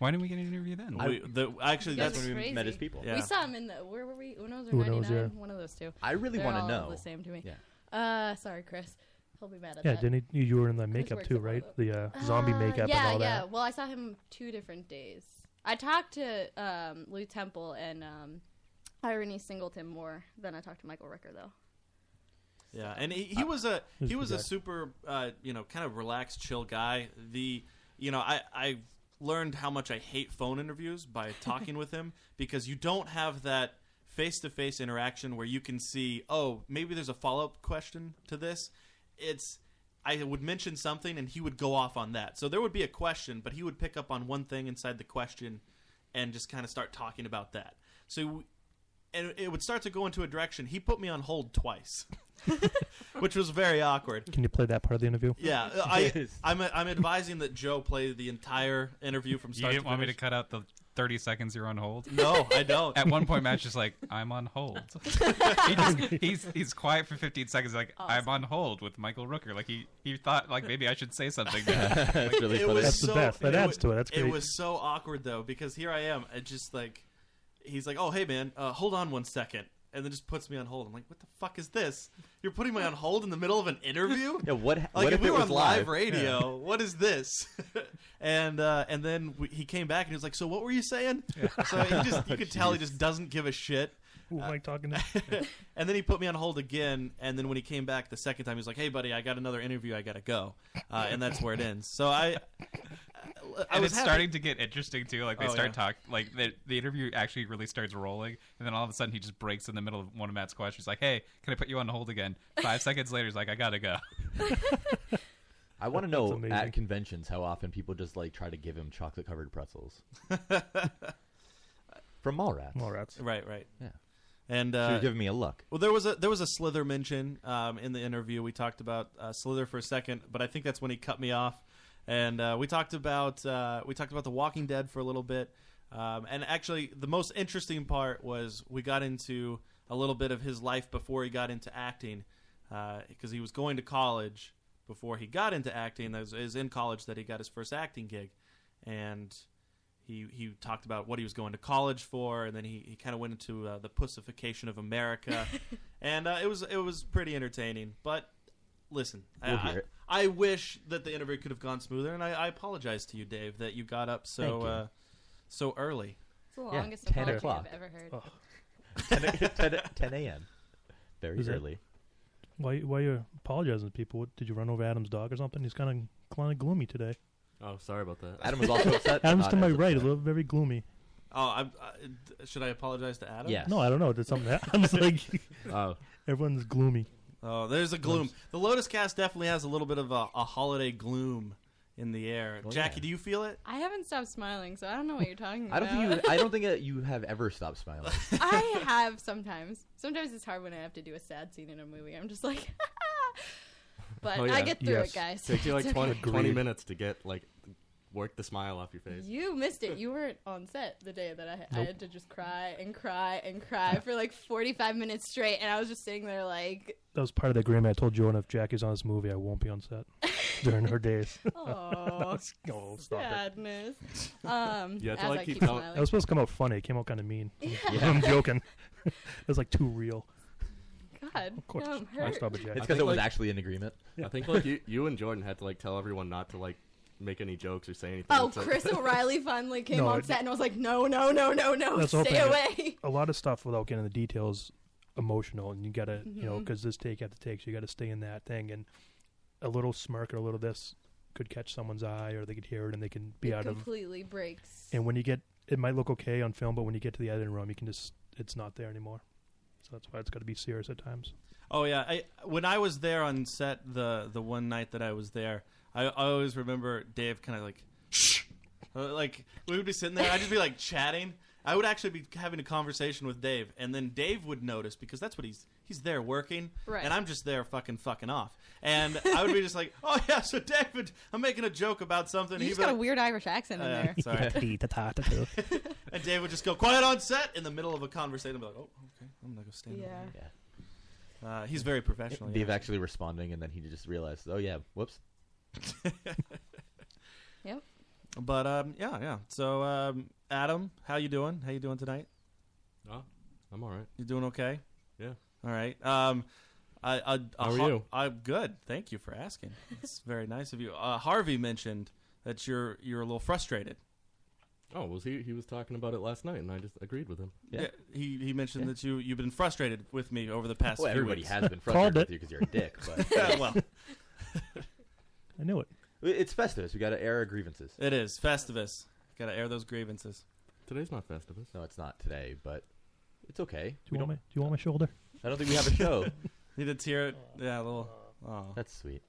S7: Why didn't we get an interview then?
S4: We- the- actually,
S9: That
S4: that's
S9: was
S4: when we
S9: crazy.
S4: met his people.
S9: We saw him in the where were we? Uno's or
S8: Who knows,
S9: 99?
S8: yeah.
S9: One of those two.
S5: I really
S9: They're
S5: wanna
S9: all
S5: know.
S9: the same to me.
S5: Yeah.
S9: Uh, sorry, Chris. He'll be mad at
S8: Yeah,
S9: that.
S8: didn't he, you were in the
S9: Chris
S8: makeup
S9: works
S8: too,
S9: at one of
S8: right?
S9: them.
S8: The uh, zombie
S9: Uh,
S8: makeup
S9: yeah,
S8: and all
S9: yeah.
S8: that.
S9: Well, I saw him two different days. I talked to um, Lou Temple and um, Irony Singleton more than I talked to Michael Ricker, though.
S4: Yeah, and he, he was a
S8: Who's
S4: he
S8: the
S4: was a
S8: guy?
S4: super uh, you know kind of relaxed, chill guy. The you know I I learned how much I hate phone interviews by talking with him because you don't have that face to face interaction where you can see oh maybe there's a follow up question to this. It's I would mention something and he would go off on that. So there would be a question, but he would pick up on one thing inside the question and just kind of start talking about that. So and it would start to go into a direction. He put me on hold twice, which was very awkward.
S8: Can you play that part of the interview?
S4: Yeah, I, I'm, I'm advising that Joe play the entire interview from
S7: You
S4: start
S7: didn't
S4: to
S7: want me
S4: finish.
S7: to cut out the 30 seconds you're on hold?
S4: No, I don't.
S7: At one point, Matt's just like, I'm on hold. he just, he's, he's quiet for 15 seconds, like, I'm on hold with Michael Rooker. Like, he, he thought, like, maybe I should say something. Like,
S8: It was That's the so- best. That
S4: wa-
S8: adds to it. That's
S4: It
S8: great.
S4: was so awkward though because here I am, and just like he's like, "Oh, hey man, uh, hold on one second. and then just puts me on hold. I'm like, "What the fuck is this? You're putting me on hold in the middle of an interview?
S5: Yeah, what-
S4: Like
S5: what
S4: if,
S5: if
S4: we
S5: it
S4: were
S5: was
S4: on live,
S5: live?
S4: radio?
S5: Yeah.
S4: What is this?" and uh, and then we, he came back and he was like, "So what were you saying?" So he just you could tell he just doesn't give a shit. Uh,
S8: Who am I talking to?
S4: and then he put me on hold again. And then when he came back the second time, he was like, "Hey, buddy, I got another interview. I gotta go." Uh, and that's where it ends. So I, I,
S7: and
S4: was
S7: it's
S4: happy-
S7: starting to get interesting too. Like they
S4: Oh,
S7: start
S4: yeah.
S7: talk, like the, the interview actually really starts rolling, and then all of a sudden he just breaks in the middle of one of Matt's questions, like, "Hey, can I put you on hold again?" Five seconds later, he's like, "I gotta go."
S5: I want to
S7: That's
S5: know
S7: amazing.
S5: at conventions how often people just like try to give him chocolate covered pretzels from Mallrats.
S8: Mallrats.
S4: Right, right.
S5: Yeah.
S4: And
S5: So
S4: uh,
S5: you're giving me a look.
S4: Well, there was a there was a Slither mention um, in the interview. We talked about uh, Slither for a second, but I think that's when he cut me off. And uh, we talked about uh, we talked about the Walking Dead for a little bit. Um, and actually, the most interesting part was we got into a little bit of his life before he got into acting, because he was going to college before he got into acting. That was, it was in college that he got his first acting gig, and he he talked about what he was going to college for, and then he, he kind of went into uh, the pussification of America, and uh, it was it was pretty entertaining. But listen,
S5: We'll
S4: I,
S5: hear it.
S4: I, I wish that the interview could have gone smoother, and I, I apologize to you, Dave, that you got up so
S5: Thank you.
S4: uh, so early.
S9: It's the longest apology I've ever heard.
S5: Oh. 10, 10 10 a.m. Very
S8: Is it?
S5: early.
S8: Why, why you apologizing to people? What, did you run over Adam's dog or something? He's kind of kind of gloomy today.
S10: Oh, sorry about that.
S5: Adam was also upset.
S8: Adam's to
S5: not
S8: my
S5: as
S8: right, a
S5: upset.
S8: little very gloomy.
S4: Oh, I'm, uh, d- should I apologize to Adam?
S8: No, I don't know. Did something happen? It's like
S10: Oh.
S8: everyone's gloomy.
S4: Oh, there's a gloom. The Lotus Cast definitely has a little bit of a, a holiday gloom in the air. Jackie, do you feel it?
S9: I haven't stopped smiling, so I don't know what you're talking
S5: I
S9: about.
S5: don't think you. I don't think that you have ever stopped smiling.
S9: I have sometimes. Sometimes it's hard when I have to do a sad scene in a movie. I'm just like, but
S10: Oh, yeah.
S9: I get through it, guys.
S10: Takes you
S9: It's
S10: like 20,
S9: okay.
S10: 20 minutes to get like work the smile off your face.
S9: You missed it. You weren't on set the day that I, I
S10: Nope.
S9: had to just cry and cry and cry for like 45 minutes straight, and I was just sitting there like,
S8: That was part of the agreement. I told Jordan if Jackie's on this movie, I won't be on set during her days.
S9: oh,
S8: Oh, stop it.
S9: sadness. Um,
S8: Yeah,
S9: as
S8: like
S9: I
S8: keep
S9: keep
S8: That was
S9: smiling.
S8: supposed to come out funny. It came out kind of mean. I'm-
S9: Yeah.
S8: I'm joking. it was like too real.
S9: God,
S8: Of course.
S9: no, I'm hurt.
S8: stop it, Jack. It's 'cause
S10: I think,
S8: it was actually an agreement. Yeah.
S10: I think like you, you and Jordan had to like tell everyone not to like make any jokes or say anything.
S9: Oh,
S10: It's like-
S9: Chris O'Reilly finally came
S10: No,
S9: on
S10: it-
S9: set and was like, no, no, Oh, no, no, no,
S8: That's the whole
S9: stay
S8: thing.
S9: away.
S8: A lot of stuff without getting the details emotional, and you gotta, you know,
S9: Mhm.
S8: because this take after take, so you gotta stay in that thing, and a little smirk or a little this could catch someone's eye, or they could hear it, and they can be
S9: It
S8: out of.
S9: completely breaks.
S8: And when you get, it might look okay on film, but when you get to the editing room, you can just, it's not there anymore. So that's why it's got to be serious at times.
S4: Oh yeah, I, when I was there on set the the one night that I was there, I, I always remember Dave kind of like, shh, Uh, like we would be sitting there. I'd just be like chatting. I would actually be having a conversation with Dave, and then Dave would notice because that's what he's he's there working,
S15: Right.
S4: and I'm just there fucking fucking off. And I would be just like, oh yeah, so David, I'm making a joke about something.
S9: You
S4: He'd
S9: just
S4: be
S9: got a
S4: like-
S9: weird Irish accent in
S4: Uh,
S9: there.
S4: sorry.
S8: Sorry.
S4: and Dave would just go quiet on set in the middle of a conversation. I'd be like, oh okay, I'm gonna go stand. over
S9: Yeah.
S4: here." Uh, he's very professional. yeah.
S5: Dave actually responding, and then he just realized, oh yeah, whoops.
S9: Yep.
S4: But um, yeah, yeah. So um, Adam, how you doing? How you doing tonight?
S10: Oh, I'm all right.
S4: You doing okay?
S10: Yeah.
S4: All right. Um, I, I,
S10: How are
S4: Har-
S10: you?
S4: I'm good. Thank you for asking. It's very nice of you. Uh, Harvey mentioned that you're you're a little frustrated.
S10: Oh, was he? He was talking about it last night, and I just agreed with him.
S4: Yeah. he he mentioned that you you've been frustrated with me over the past.
S5: Well,
S4: few
S5: everybody
S4: weeks.
S5: has been frustrated Called with it. you 'cause you're a dick, but-
S4: yeah, well,
S8: I knew it.
S5: It's Festivus. We got to air our grievances.
S4: It is Festivus. Got to air those grievances.
S10: Today's not Festivus.
S5: No, it's not today, but it's okay.
S8: Do you, want my, do you want my shoulder?
S5: I don't think we have a show.
S4: Need to tear it. Yeah, a little. Oh.
S5: That's sweet.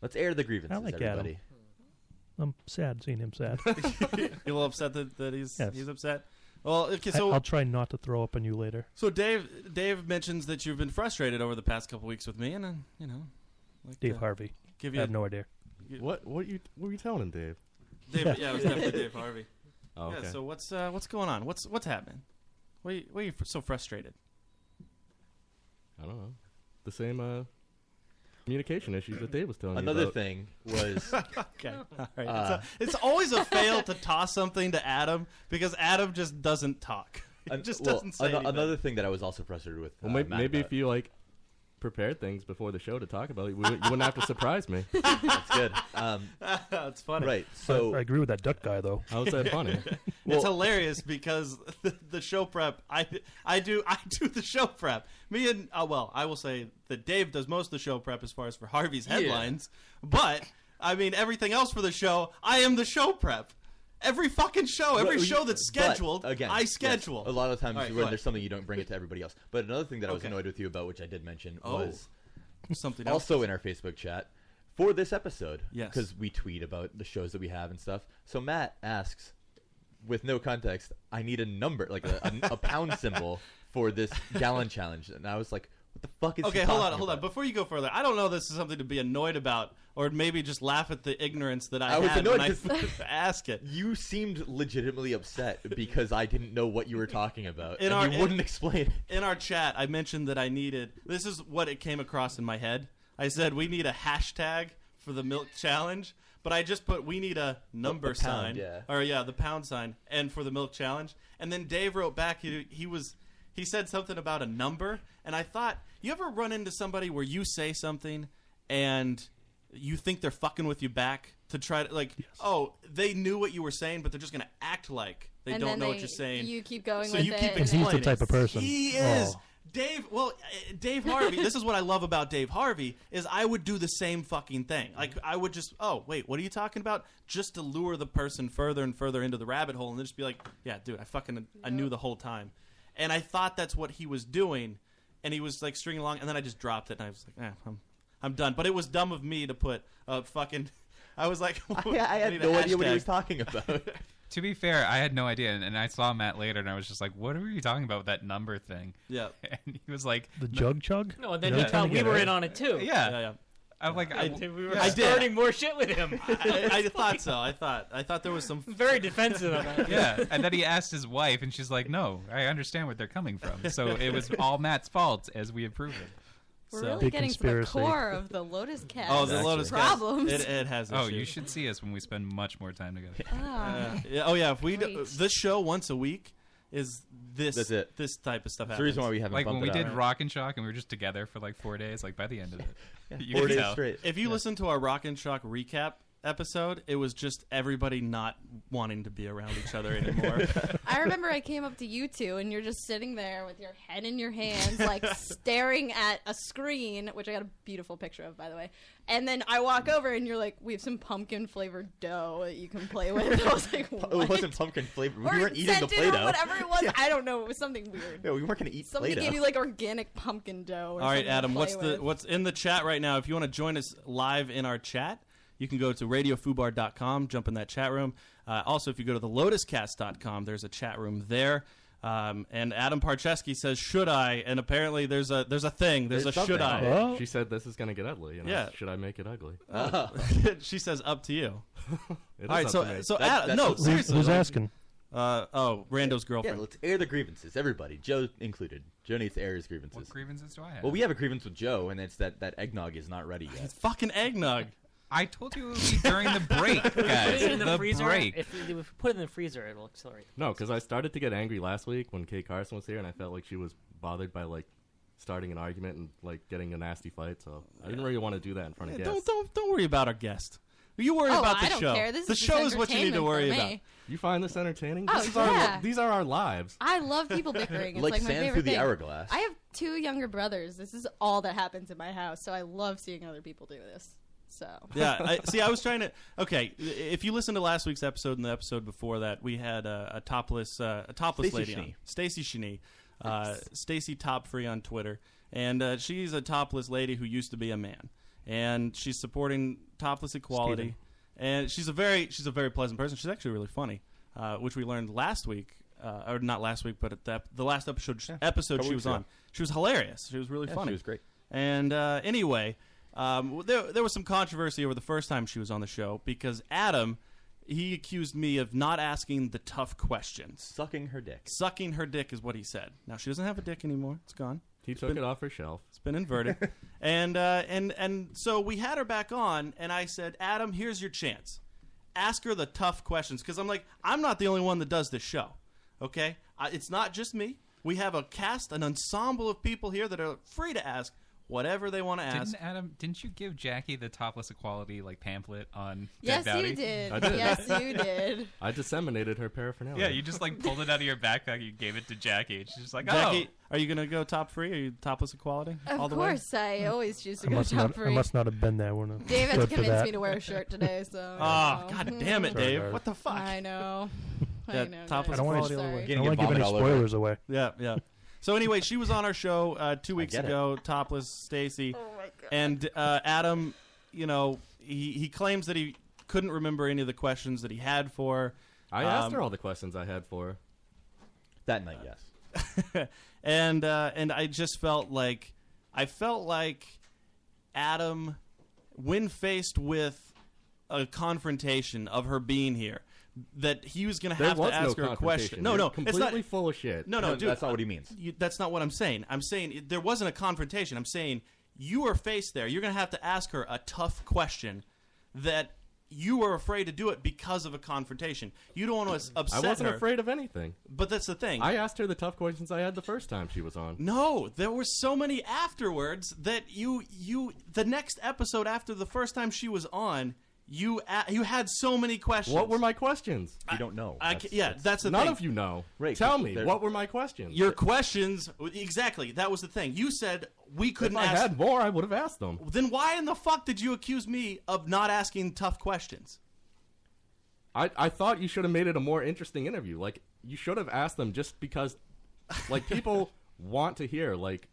S5: Let's air the grievances,
S8: I like
S5: everybody.
S8: Adam. I'm sad seeing him sad.
S4: You're a little upset that, that he's
S8: Yes.
S4: he's upset. Well, okay,
S8: I,
S4: so
S8: I'll try not to throw up on you later.
S4: So Dave, Dave mentions that you've been frustrated over the past couple weeks with me, and uh, you know, like
S8: Dave
S4: to
S8: Harvey.
S4: Give
S8: I
S4: you
S8: have no idea.
S10: What? What you? What were you telling him, Dave?
S4: Dave, yeah, it was definitely Dave Harvey.
S10: Oh, okay.
S4: Yeah. So what's uh, what's going on? What's what's happening? Why you, why you fr- so frustrated?
S10: I don't know. The same uh, communication issues that Dave was telling
S5: Another
S10: you about.
S5: thing was-
S4: Okay. All right.
S5: Uh,
S4: it's, a- it's always a fail to toss something to Adam because Adam just doesn't talk. He
S5: An-
S4: just
S5: well,
S4: doesn't say
S5: ano-
S4: anything.
S5: another thing that I was also frustrated with.
S10: Well,
S5: uh,
S10: may-
S5: Matt
S10: maybe
S5: about.
S10: if you like prepared things before the show to talk about it, we wouldn't- you wouldn't have to surprise me.
S5: That's good. Um,
S4: That's funny.
S5: Right. So
S8: I, I agree with that duck guy though.
S10: How's that funny?
S4: it's hilarious because the, the show prep. I I do I do the show prep. Me and uh, well, I will say that Dave does most of the show prep as far as for Harvey's
S5: Yeah.
S4: headlines, but I mean everything else for the show. I am the show prep. Every fucking show, Oh, every
S5: Well, you-
S4: show that's
S5: but,
S4: scheduled,
S5: again,
S4: I
S5: yes,
S4: schedule.
S5: a lot of times
S4: All right, go
S5: when
S4: ahead.
S5: there's something you don't bring it to everybody else. But another thing that I was
S4: Okay.
S5: annoyed with you about, which I did mention,
S4: Oh,
S5: was
S4: something else.
S5: also in our Facebook chat for this episode.
S4: Yes.
S5: because we tweet about the shows that we have and stuff. So Matt asks, with no context, I need a number, like a, a, a pound symbol for this gallon challenge, and I was like, What the fuck is he
S4: okay, hold on,
S5: talking
S4: hold on. Before you go further, I don't know. if This is something to be annoyed about, or maybe just laugh at the ignorance that I,
S5: I was
S4: had
S5: annoyed
S4: when I
S5: 'cause-
S4: ask it.
S5: You seemed legitimately upset because I didn't know what you were talking about,
S4: In
S5: and
S4: our-
S5: you wouldn't
S4: in-
S5: explain.
S4: In our chat, I mentioned that I needed. This is what it came across in my head. I said we need a hashtag for the milk challenge, but I just put we need a number
S5: A
S4: sign,
S5: pound, yeah.
S4: or yeah, the pound sign, and for the milk challenge. And then Dave wrote back. He he was he said something about a number, and I thought you ever run into somebody where you say something and you think they're fucking with you back to try to like oh they knew what you were saying but they're just gonna act like they
S9: And
S4: don't
S9: then
S4: know what
S9: they-
S4: you're saying
S9: you keep going
S4: so
S9: with
S4: you
S9: it,
S4: keep
S9: and- He's
S4: explaining
S9: the type of person.
S4: he is
S9: Oh.
S4: Dave, well, uh, Dave Harvey. this is what I love about Dave Harvey is I would do the same fucking thing. Like I would just, oh wait, what are you talking about? Just to lure the person further and further into the rabbit hole, and then just be like, yeah, dude, I fucking I knew the whole time, and I thought that's what he was doing, and he was like stringing along, and then I just dropped it, and I was like, eh, I'm I'm done. But it was dumb of me to put a fucking. I was like, I,
S5: had
S4: need a
S5: no idea what he
S4: hashtag.
S5: was talking about.
S7: To be fair, I had no idea, and, and I saw Matt later, and I was just like, "What were you talking about with that number thing?"
S4: Yeah,
S7: and he was like,
S8: The jug chug?
S7: No,
S6: Oh, and then he thought we were in on it too.
S7: Yeah,
S4: Yeah, yeah.
S7: I'm like, I,
S4: I
S7: w-
S4: did- we were
S7: yeah.
S4: I did. starting
S6: more shit with him.
S4: I, I thought so. I thought I thought there was some
S6: very defensive of it.
S7: yeah, and then he asked his wife, and she's like, "No, I understand where they're coming from." So it was all Matt's fault, as we approve it.
S9: We're
S7: So-
S9: really getting to the core of the Lotus Cast.
S4: Oh,
S9: problems.
S7: Oh, you should see us when we spend much more time together.
S9: Ah.
S4: Uh, yeah, oh yeah, if we do,
S9: Great.
S4: this show once a week is this
S5: That's it.
S4: this type of stuff. Happens.
S5: That's the reason why we haven't
S7: like when
S5: bumped
S7: we
S5: it
S7: did
S5: out.
S7: Rock and Shock, and we were just together for like four days. Like by the end of it, you
S5: four
S7: could
S5: days
S7: tell.
S5: straight.
S4: If you listen to our Rock and Shock recap episode, it was just everybody not wanting to be around each other anymore.
S9: I remember I came up to you two, and you're just sitting there with your head in your hands, like staring at a screen, which I got a beautiful picture of, by the way. And then I walk over, and you're like, "We have some pumpkin flavored dough that you can play with." I was like, "What?"
S5: It wasn't pumpkin flavored. We
S9: Or
S5: weren't eating the
S9: scented
S5: Play-Doh.
S9: or whatever it was. I don't know. It was something weird.
S5: Yeah, we weren't gonna eat
S9: Somebody
S4: Play-Doh.
S9: gave you like organic pumpkin dough. Or
S4: All right,
S9: something to
S4: Adam,
S9: play
S4: what's
S9: with.
S4: the what's in the chat right now? If you want to join us live in our chat, you can go to radiofubar.com, jump in that chat room. Uh, also, if you go to the lotuscast.com, there's a chat room there. Um, and Adam Parcheski says, "Should I?" And apparently, there's a there's a thing. There's, a should I.
S10: She said this is gonna get ugly. And
S4: Yeah.
S10: I, should I make it ugly?
S4: Uh,
S5: Uh-huh.
S4: she says, "Up to you." All
S10: is
S4: right,
S10: up
S4: so
S10: to me.
S4: so
S10: That-
S4: Adam,
S10: that's
S4: no,
S10: what-
S4: seriously,
S10: who's
S4: like-
S10: asking?
S4: Uh, oh, Rando's girlfriend.
S5: Yeah, let's air the grievances. Everybody, Joe included. Joe needs to air his grievances. What
S7: grievances do I have?
S5: Well, we have a grievance with Joe, and it's that that eggnog is not ready yet.
S4: fucking eggnog.
S7: I told you it would be during the break,
S6: Put
S7: guys.
S6: it in the,
S7: the
S6: freezer.
S7: break.
S6: If, if we put it in the freezer, it'll accelerate.
S10: No, because I started to get angry last week when Kate Carson was here, and I felt like she was bothered by like starting an argument and like getting a nasty fight. So I didn't really want to do that in front of
S4: Yeah,
S10: guests.
S4: don't don't don't worry about our guest. You worry
S9: Oh,
S4: about the
S9: I don't
S4: show.
S9: care. This
S4: the
S9: is just
S4: show is what you need to
S9: entertainment for
S4: worry
S9: me.
S4: about.
S10: You find this entertaining?
S9: Oh,
S10: this is
S9: yeah.
S10: our, these are our lives.
S9: I love people bickering. It's
S10: Like
S9: like, my
S10: sand
S9: favorite
S10: through the
S9: thing.
S10: hourglass.
S9: I have two younger brothers. This is all that happens in my house, so I love seeing other people do this. So
S4: yeah. I, see, I was trying to. Okay, i- if you listen to last week's episode and the episode before that, we had uh, a topless, uh, a topless
S5: Stacey
S4: lady,
S5: Cheney.
S4: on. Stacy Cheney, uh, Stacy Top Free on Twitter, and uh, she's a topless lady who used to be a man, and she's supporting topless equality.
S5: Steven.
S4: And she's a very, she's a very pleasant person. She's actually really funny, uh, which we learned last week, uh, or not last week, but at the, the last episode, episode
S5: couple
S4: she
S5: weeks
S4: was
S5: ago.
S4: on. She was hilarious. She was really
S5: Yeah, she
S4: funny.
S5: was great.
S4: And uh, anyway, um, w- there there was some controversy over the first time she was on the show because Adam, he accused me of not asking the tough questions,
S5: sucking her dick.
S4: Sucking her dick is what he said. Now she doesn't have a dick anymore; it's gone.
S10: He took it off her shelf.
S4: It's been inverted, and uh, and and so we had her back on, and I said, Adam, here's your chance. Ask her the tough questions because I'm like, I'm not the only one that does this show. Okay, I, it's not just me. We have a cast, an ensemble of people here that are free to ask whatever they want to ask.
S7: Didn't Adam? Didn't you give Jackie the topless equality like pamphlet on?
S9: Yes,
S7: Ted Dowdy?
S9: you did. Yes, you did.
S10: I disseminated her paraphernalia.
S7: Yeah, you just like pulled it out of your backpack. You gave it to Jackie, and she's just like, "Oh."
S4: Jackie, are you gonna go top free? Are you topless equality?
S9: Of
S4: all the
S9: course, I always choose to
S8: Mm. I
S9: go
S8: must,
S9: top
S8: not, I
S9: free.
S8: must not have been there when I
S9: Dave had
S8: stood
S9: to
S8: for
S9: convince
S8: that.
S9: me to wear a shirt today, so.
S4: Ah,
S9: you know. Mm-hmm.
S4: god damn it,
S8: Sorry,
S4: Dave.
S8: guys.
S4: What the fuck?
S9: I know. I
S4: That
S9: know. guys.
S4: topless
S8: I don't wanna-
S4: equality. all the
S8: I
S4: way.
S8: don't wanna give any spoilers away.
S4: Yeah, yeah. So anyway, she was on our show uh, two weeks
S8: get it.
S4: ago, topless Stacy, and uh, Adam. You know, he he claims that he couldn't remember any of the questions that he had for. her.
S10: I asked
S4: Um,
S10: her all the questions I had for her.
S5: That night, yes.
S4: and uh, and I just felt like I felt like Adam, when faced with a confrontation of her being here, that he was going to
S10: There
S4: have to
S10: was no
S4: ask her a question.
S10: confrontation.
S4: No,
S10: You're
S4: no, it's
S10: completely
S4: not,
S10: full of shit.
S4: No, no,
S10: No,
S4: dude,
S10: that's not what he means.
S4: you, that's not what I'm saying. I'm saying it- there wasn't a confrontation. I'm saying you were faced there. You're going to have to ask her a tough question that you were afraid to do it because of a confrontation. You don't want to upset
S10: I wasn't
S4: her.
S10: afraid of anything.
S4: But that's the thing.
S10: I asked her the tough questions I had the first time she was on.
S4: No, there were so many afterwards that you you the next episode after the first time she was on, you a- you had so many questions.
S10: What were my questions?
S4: You don't know. I, ca- yeah, that's the
S10: none
S4: thing.
S10: of you know. Tell me what were my questions.
S4: Your questions exactly. That was the thing. You said we couldn't
S10: if I
S4: ask
S10: had more, I would have asked them.
S4: Then why in the fuck did you accuse me of not asking tough questions?
S10: I, I thought you should have made it a more interesting interview. Like you should have asked them just because, like people want to hear. Like,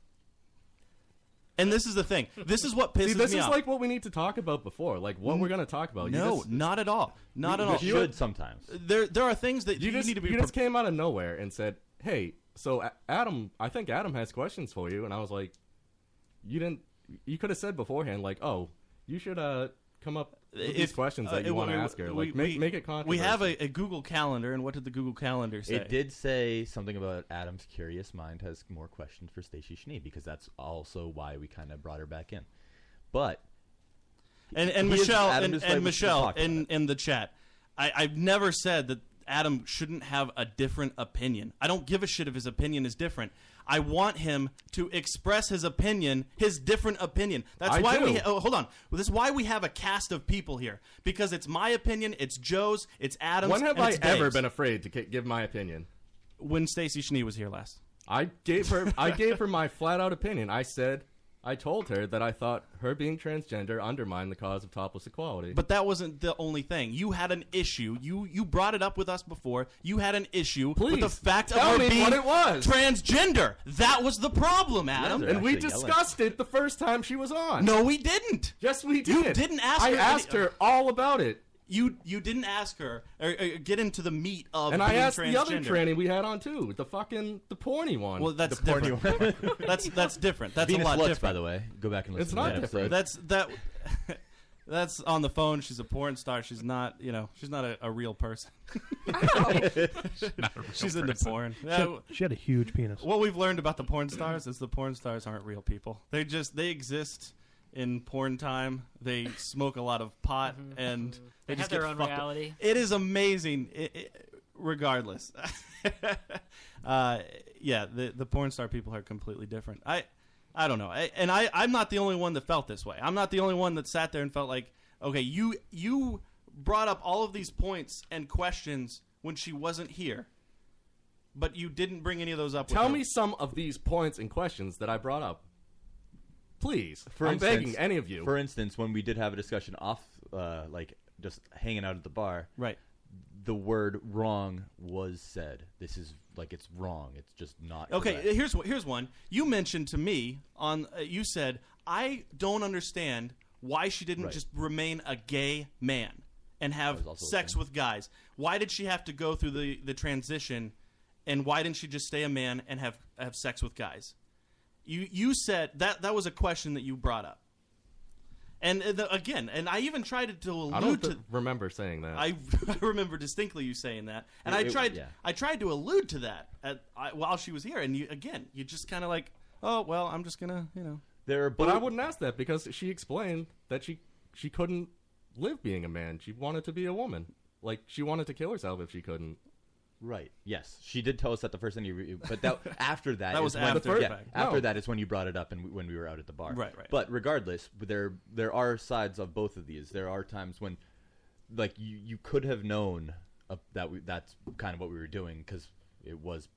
S4: and this is the thing. This is what
S10: See,
S4: pisses
S10: this
S4: me
S10: is
S4: off.
S10: like what we need to talk about before. Like what we're gonna talk about. You
S4: No,
S10: just-
S4: not at all. Not
S10: You
S4: at all.
S10: just should sometimes.
S4: There there are things that you,
S10: just,
S4: need to be
S10: You just
S4: pre-
S10: came out of nowhere and said, "Hey, so A- Adam, I think Adam has questions for you." And I was like, "You didn't. You could have said beforehand, like, oh, you should uh come up with these questions
S4: uh,
S10: that you
S4: we-
S10: want to
S4: we-
S10: ask her. Like,
S4: we-
S10: make
S4: we-
S10: make it
S4: We
S10: controversial."
S4: have a, a Google Calendar, and what did the Google Calendar say?
S5: It did say something about Adam's curious mind has more questions for Stacey Schneed because that's also why we kind of brought her back in. But
S4: and and
S5: he is-
S4: Michelle
S5: Adam
S4: and,
S5: is
S4: and
S5: like, we should
S4: Michelle
S5: talk about
S4: in, in the chat. I, I've never said that Adam shouldn't have a different opinion. I don't give a shit if his opinion is different. I want him to express his opinion, his different opinion. That's
S10: I
S4: why we
S10: do.
S4: oh, hold on. Well, this is why we have a cast of people here because it's my opinion, it's Joe's, it's Adam's.
S10: when have
S4: and
S10: I
S4: it's
S10: ever
S4: Dave's.
S10: been afraid to ca- give my opinion?
S4: When Stacy Schnee was here last,
S10: I gave her. I gave her my flat out opinion. I said. I told her that I thought her being transgender undermined the cause of topless equality.
S4: But that wasn't the only thing. You had an issue. You you brought it up with us before. You had an issue with the
S10: Please,
S4: fact
S10: tell
S4: of her
S10: me
S4: being
S10: what it was.
S4: transgender. That was the problem, Adam.
S10: and we discussed it the first time she was on.
S4: No, we didn't.
S10: Yes, we did.
S4: You didn't ask
S10: I
S4: her
S10: asked
S4: any-
S10: her all about it.
S4: You you didn't ask her or, or get into the meat of
S10: and
S4: being
S10: I asked the other
S4: transgender.
S10: tranny we had on too, the fucking the porny one.
S4: Well, that's
S10: the porny
S4: different. that's that's different. That's
S5: Venus
S4: a lot
S5: Lux,
S4: different.
S5: by the way. Go back and listen
S4: It's
S5: to
S4: not
S5: that
S4: different.
S5: episode.
S4: That's that. That's on the phone. She's a porn star. She's not, you know, she's not a, a real person.
S8: Not a real
S4: she's into
S8: person.
S4: porn.
S8: She
S4: Yeah,
S8: had- she had a huge penis.
S4: What we've learned about the porn stars is the porn stars aren't real people. They just they exist in porn time. They smoke a lot of pot and they,
S6: Mm-hmm. They
S4: just
S6: have their
S4: get
S6: own
S4: fucked up.
S6: reality.
S4: It is amazing. i i regardless, uh, yeah, the the porn star people are completely different. I I don't know, I, and I I'm not the only one that felt this way. I'm not the only one that sat there and felt like, okay, you you brought up all of these points and questions when she wasn't here, but you didn't bring any of those up.
S10: Tell
S4: with her.
S10: me some of these points and questions that I brought up, please.
S5: for
S10: I'm
S5: instance,
S10: begging any of you.
S5: For instance, when we did have a discussion off, uh, like just hanging out at the bar,
S4: right?
S5: The word "wrong" was said. This is like it's wrong. It's just not
S4: Okay,
S5: correct.
S4: here's one- here's one. You mentioned to me on uh, you said I don't understand why she didn't
S5: Right.
S4: just remain a gay man and have
S5: also a
S4: sex with guys. Why did she have to go through the the transition, and why didn't she just stay a man and have have sex with guys? You you said that that was a question that you brought up, and uh, the, again, and I even tried to allude
S10: I don't
S4: to
S10: th- remember saying that.
S4: I, I remember distinctly you saying that, and
S10: It-
S4: I
S10: it-
S4: tried
S10: yeah.
S4: I tried to allude to that at, I, while she was here, and you again you just kind of like oh well I'm just gonna you know
S5: there are
S10: but I wouldn't ask that because she explained that she she couldn't live being a man. She wanted to be a woman. Like she wanted to kill herself if she couldn't.
S5: Right. Yes, she did tell us that the first thing you, re- but that after that,
S10: That
S5: is
S10: was
S5: when,
S10: after the
S5: yeah,
S10: fact.
S5: after
S10: No.
S5: that is when you brought it up and we, when we were out at the bar.
S10: Right, right.
S5: But regardless, there there are sides of both of these. There are times when, like you, you could have known uh, that we, that's kind of what we were doing because it was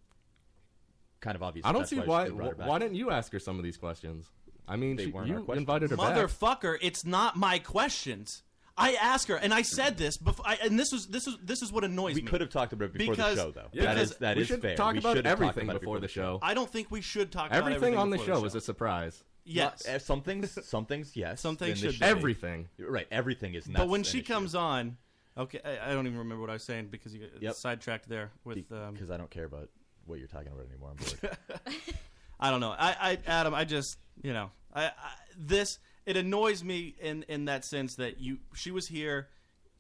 S5: kind of obvious.
S10: I don't
S5: that's
S10: see
S5: we
S10: why.
S5: brought her back.
S10: Why didn't you ask her some of these questions? I mean,
S5: They
S10: she,
S5: weren't our
S10: you
S5: questions.
S10: invited her back.
S4: motherfucker it's not my questions I ask her and I said this before I, and this was this was this is what annoys
S5: We
S4: me
S5: could have talked about it before
S4: Because-
S5: the show, though.
S4: Yeah.
S5: that is
S4: because
S5: that
S10: we
S5: is
S10: should
S5: fair.
S10: talk
S5: we
S10: about
S5: should have talked
S10: everything
S5: about it
S10: before the show.
S4: I don't think we should talk about
S10: everything,
S4: everything
S10: on the
S4: before
S10: show, is a surprise.
S4: Yes.
S5: Not- eh, some things, some things, yes.
S4: Some things
S5: then they
S4: should be.
S10: Everything.
S5: Right, everything is nuts.
S4: but when
S5: and
S4: she
S5: it
S4: comes on okay I, I don't even remember what I was saying because you got sidetracked there with um,
S5: because I don't care about what you're talking about anymore. I'm bored.
S4: I don't know. I, I Adam, I just you know, I, I this it annoys me in in that sense that you she was here,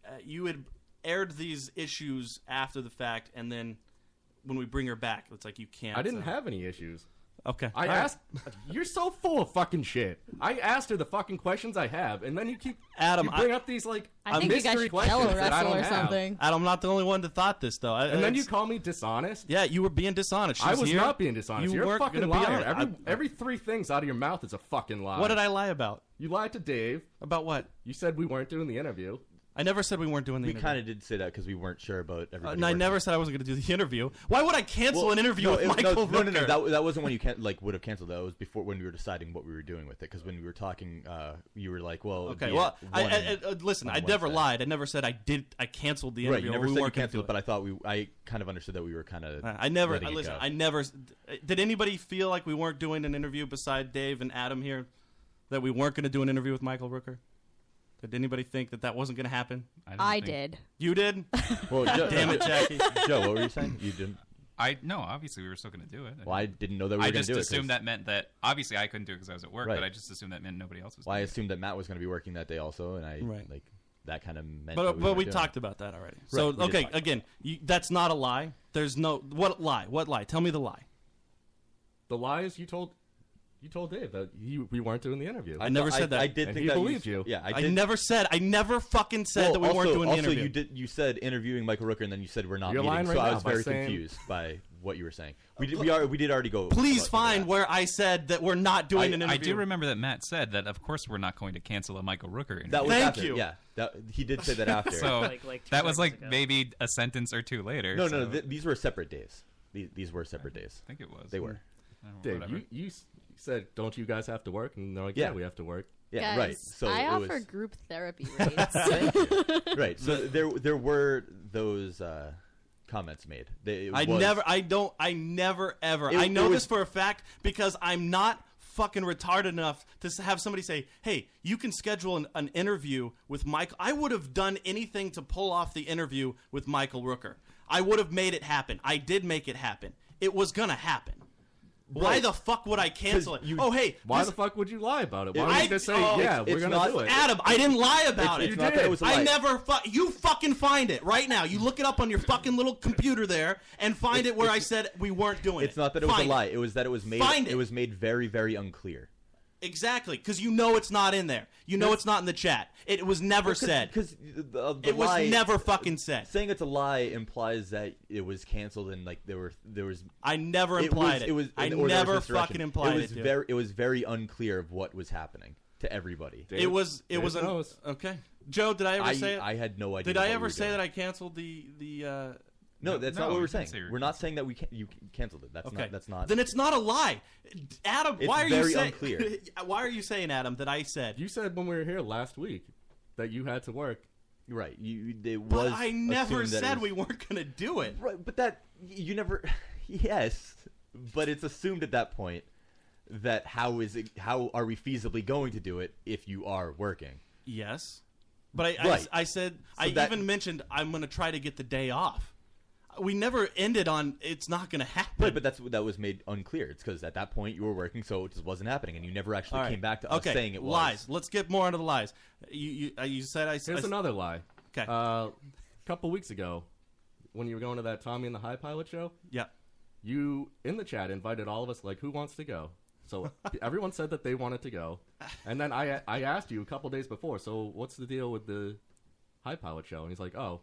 S4: uh, you had aired these issues after the fact, and then when we bring her back, it's like you can't.
S10: I didn't
S4: uh,
S10: have any issues.
S4: Okay.
S10: I
S4: All right.
S10: asked. You're so full of fucking shit. I asked her the fucking questions I have, and then you keep
S4: Adam,
S10: You bring
S4: I-
S10: up these like
S9: I think you guys
S10: mystery
S9: should
S10: questions
S9: yellow
S10: that I
S9: wrestle
S10: don't
S9: or
S10: have.
S9: something.
S4: Adam, I'm not the only one to thought this though. I-
S10: And then you
S4: it's-
S10: call me dishonest.
S4: Yeah, you were being dishonest. She
S10: I was
S4: here.
S10: not being dishonest.
S4: You
S10: You are a
S4: weren't
S10: fucking
S4: gonna be
S10: liar.
S4: honest.
S10: Every,
S4: I-
S10: every three things out of your mouth is a fucking lie.
S4: What did I lie about?
S10: You lied to Dave.
S4: About what?
S10: You said we weren't doing the interview.
S4: I never said we weren't doing the
S5: We
S4: interview.
S5: kind of did say that because we weren't sure about
S4: Uh,
S5: everybody.
S4: and I
S5: working.
S4: never said I wasn't going to do the interview. Why would I cancel
S5: Well,
S4: an interview
S5: no,
S4: with
S5: it-
S4: Michael
S5: no, no, no,
S4: Rooker?
S5: no, that, that wasn't when you can, like would have canceled. That was before when we were deciding what we were doing with it. Because when we were talking, uh, you were like, "Well, it'd
S4: Okay,
S5: be
S4: well,
S5: at
S4: I,
S5: one
S4: I, I, uh, listen,
S5: on
S4: I never
S5: Wednesday."
S4: lied. I never said I did. I canceled the
S5: Right,
S4: interview.
S5: you
S4: or
S5: never
S4: we
S5: said you
S4: weren't gonna
S5: canceled it, but I thought we, I kind of understood that we were kind of.
S4: I never
S5: letting
S4: I,
S5: it
S4: listen.
S5: go.
S4: I never did. Anybody feel like we weren't doing an interview beside Dave and Adam here? That we weren't going to do an interview with Michael Rooker? Did anybody think that that wasn't going to happen?
S9: I think- did.
S4: You did.
S5: Well, Joe-
S4: damn it,
S5: Joe-
S4: Jackie.
S5: Joe, what were you saying? You didn't.
S7: I no, obviously we were still going to do it.
S5: Well, I didn't know that we were
S7: I
S5: gonna
S7: just
S5: do it 'cause-
S7: assumed that meant that obviously I couldn't do it because I was at work,
S5: Right.
S7: but I just assumed that meant nobody else was.
S5: Well, I assumed that Matt was going to be working that day also, and I
S4: Right.
S5: like that kind of meant.
S4: But
S5: that
S4: we but
S5: weren't
S4: we
S5: doing it.
S4: talked about that already.
S5: Right,
S4: So
S5: we did talk
S4: okay,
S5: about
S4: again, you, that's not a lie. There's no what lie? What lie? Tell me the lie.
S10: The lies you told. You told Dave that you, we weren't doing the interview.
S4: I never said that.
S10: And he believed you.
S4: I, never said. I never fucking said
S5: Well,
S4: that we
S5: also,
S4: weren't doing
S5: also
S4: the interview.
S5: you did. You said interviewing Michael Rooker, and then you said we're not
S4: You're
S5: meeting.
S4: lying
S5: so
S4: right
S5: I
S4: now
S5: was
S4: by
S5: very
S4: saying-
S5: confused by what you were saying. We did, we are we did already go.
S4: Please find where I said that we're not doing an interview.
S7: I do remember that Matt said that. Of course, we're not going to cancel a Michael Rooker interview.
S5: That was Thank after, you. yeah. That- he did say that after.
S7: so
S5: Like- like two
S7: that was
S5: seconds
S7: like
S5: ago.
S7: maybe a sentence or two later.
S5: No,
S7: so.
S5: no, th- these were separate days. These, these were separate days. I
S7: think it was.
S5: They were.
S10: Dave,
S5: Whatever.
S10: you, you s- said, "Don't you guys have to work?" And they're like,
S5: Yeah.
S10: "Yeah, we have to work."
S9: Guys, I offer group therapy rates.
S5: right. So there there were those uh, comments made. They, it
S4: I
S5: was-
S4: never. I don't. I never ever.
S5: It-
S4: I know
S5: it was-
S4: this for a fact because I'm not fucking retarded enough to s- have somebody say, "Hey, you can schedule an, an interview with Mike." I would have done anything to pull off the interview with Michael Rooker. I would have made it happen. I did make it happen. It was gonna happen. Why
S10: Right.
S4: the fuck would I cancel it? oh hey,
S10: why
S4: this-
S10: the fuck would you lie about it?
S4: It-
S10: Why would
S4: I-
S10: you just say,
S4: oh,
S10: "Yeah,
S4: it's-
S10: we're
S4: it's
S10: gonna
S4: not-
S10: do it"?
S4: Adam, I didn't lie about
S10: It's-
S4: it.
S10: it's not that it was a
S4: I
S10: lie.
S4: never fu- You fucking find it right now. You look it up on your fucking little computer there and find it where I said we weren't doing it.
S5: It's not that it was
S4: Find
S5: a lie. It. was that it was made.
S4: Find it.
S5: was made very very unclear.
S4: Exactly, because you know it's not in there. You know
S5: That's-
S4: it's not in the chat. It was never said.
S5: because the
S4: it was
S5: lie-
S4: never fucking said.
S5: Saying it's a lie implies that it was canceled and like there were there was.
S4: I never
S5: it
S4: implied
S5: was,
S4: it.
S5: It was
S4: I
S5: or there was
S4: never
S5: misdirection.
S4: fucking implied
S5: It was
S4: it, dude.
S5: very it was very unclear of what was happening to everybody.
S4: It was. It was. An, okay, Joe. Did I ever
S5: I-
S4: say it?
S5: I had no idea
S4: Did I
S5: what we
S4: ever
S5: were
S4: say
S5: doing.
S4: that I canceled the the? Uh,
S5: No, that's not what we're saying. We're not saying that we can, you canceled it. That's
S4: Okay,
S5: not. That's not.
S4: Then it's not a lie, Adam.
S5: It's
S4: why are
S5: very
S4: you saying?
S5: unclear.
S4: why are you saying, Adam, that I said?
S10: You said when we were here last week that you had to work.
S5: Right. You. It
S4: But I never said we weren't going to do it.
S5: Right, but that you never. Yes, but it's assumed at that point that how is it? How are we feasibly going to do it if you are working?
S4: Yes, but I,
S5: Right.
S4: I, I said
S5: So
S4: I
S5: that-
S4: even mentioned I'm going to try to get the day off. We never ended on it's not going to happen.
S5: Right, but that's that was made unclear. It's because at that point you were working, so it just wasn't happening, and you never actually
S4: All right.
S5: came back to us
S4: okay.
S5: saying it was.
S4: lies. Let's get more into the lies. You you, uh, you said I.
S10: Here's
S4: I-
S10: another lie.
S4: Okay.
S10: Uh, a couple weeks ago, when you were going to that Tommy and the High Pilot show,
S4: yeah,
S10: you in the chat invited all of us like, who wants to go? So everyone said that they wanted to go, and then I I asked you a couple days before. So what's the deal with the High Pilot show? And he's like, oh,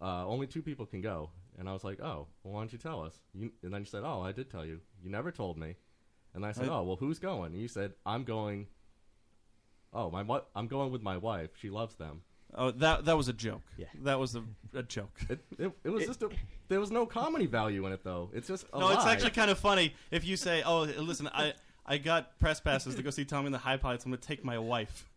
S10: uh, only two people can go. And I was like, oh, well, why don't you tell us? You, and then you said, oh, I did tell you. You never told me. And I said,
S4: I-
S10: oh, well, who's going? And you said, I'm going. Oh, my wi- I'm going with my wife. She loves them.
S4: Oh, that that was a joke. Yeah, that was a, a joke.
S10: It, it, it was just a, there was no comedy value in it though. It's just a
S4: no, it's
S10: lie.
S4: actually kind of funny if you say, "Oh, listen, I I got press passes to go see Tommy and the High Pilots. I'm going to take my wife."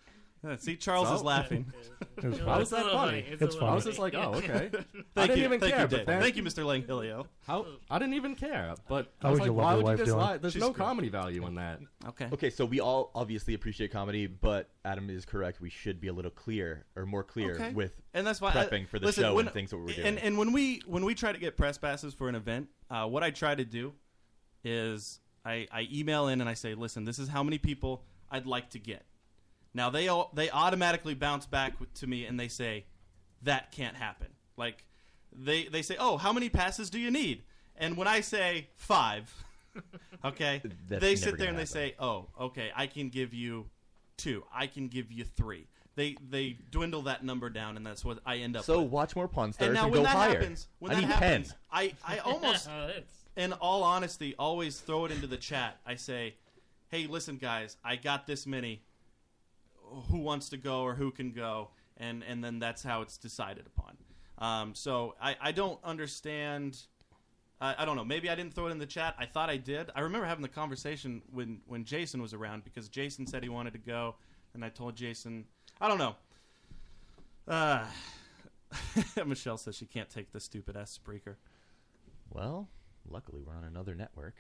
S4: Uh, See, Charles is
S10: So?
S4: laughing.
S10: It's How funny. is that It's a little funny? funny. It's a It's little funny. Oh. I was just like, oh, okay.
S4: thank
S10: I didn't
S4: you,
S10: even
S4: thank
S10: care,
S4: You,
S10: but
S4: Dave.
S10: then-
S4: Thank you, Mr. Langhilio.
S10: How I didn't even care, but
S5: How
S10: I
S5: would
S10: was like,
S5: you love
S10: why
S5: your
S10: would
S5: wife
S10: you just
S5: doing?
S10: lie? There's
S5: She's
S10: no
S5: great.
S10: comedy value in that.
S4: Okay.
S5: Okay, so we all obviously appreciate comedy, but Adam is correct. We should be a little clear or more clear
S4: Okay.
S5: with
S4: and that's why
S5: prepping
S4: I,
S5: for the
S4: listen,
S5: show
S4: when-
S5: and things that we're doing.
S4: And, and when we when we try to get press passes for an event, uh, what I try to do is I, I email in and I say, listen, this is how many people I'd like to get. Now they all, they automatically bounce back with- to me and they say, that can't happen. Like they they say, oh, how many passes do you need? And when I say five, okay,
S5: That's
S4: they
S5: never
S4: sit there
S5: gonna
S4: and they
S5: happen.
S4: say, oh, okay, I can give you two, I can give you three. They they dwindle that number down, and that's what I end up.
S5: So
S4: with.
S5: watch more Pawn Stars
S4: and now
S5: and
S4: when
S5: go
S4: that
S5: higher.
S4: happens, when
S5: I
S4: that
S5: need
S4: happens,
S5: 10.
S4: I I almost, in all honesty, always throw it into the chat. I say, hey, listen, guys, I got this many. Who wants to go or who can go, and and then that's how it's decided upon. Um, so I I don't understand. I, I don't know. Maybe I didn't throw it in the chat. I thought I did. I remember having the conversation when when Jason was around because Jason said he wanted to go, and I told Jason, I don't know. Uh, Michelle says she can't take the stupid ass Spreaker.
S5: Well, luckily we're on another network.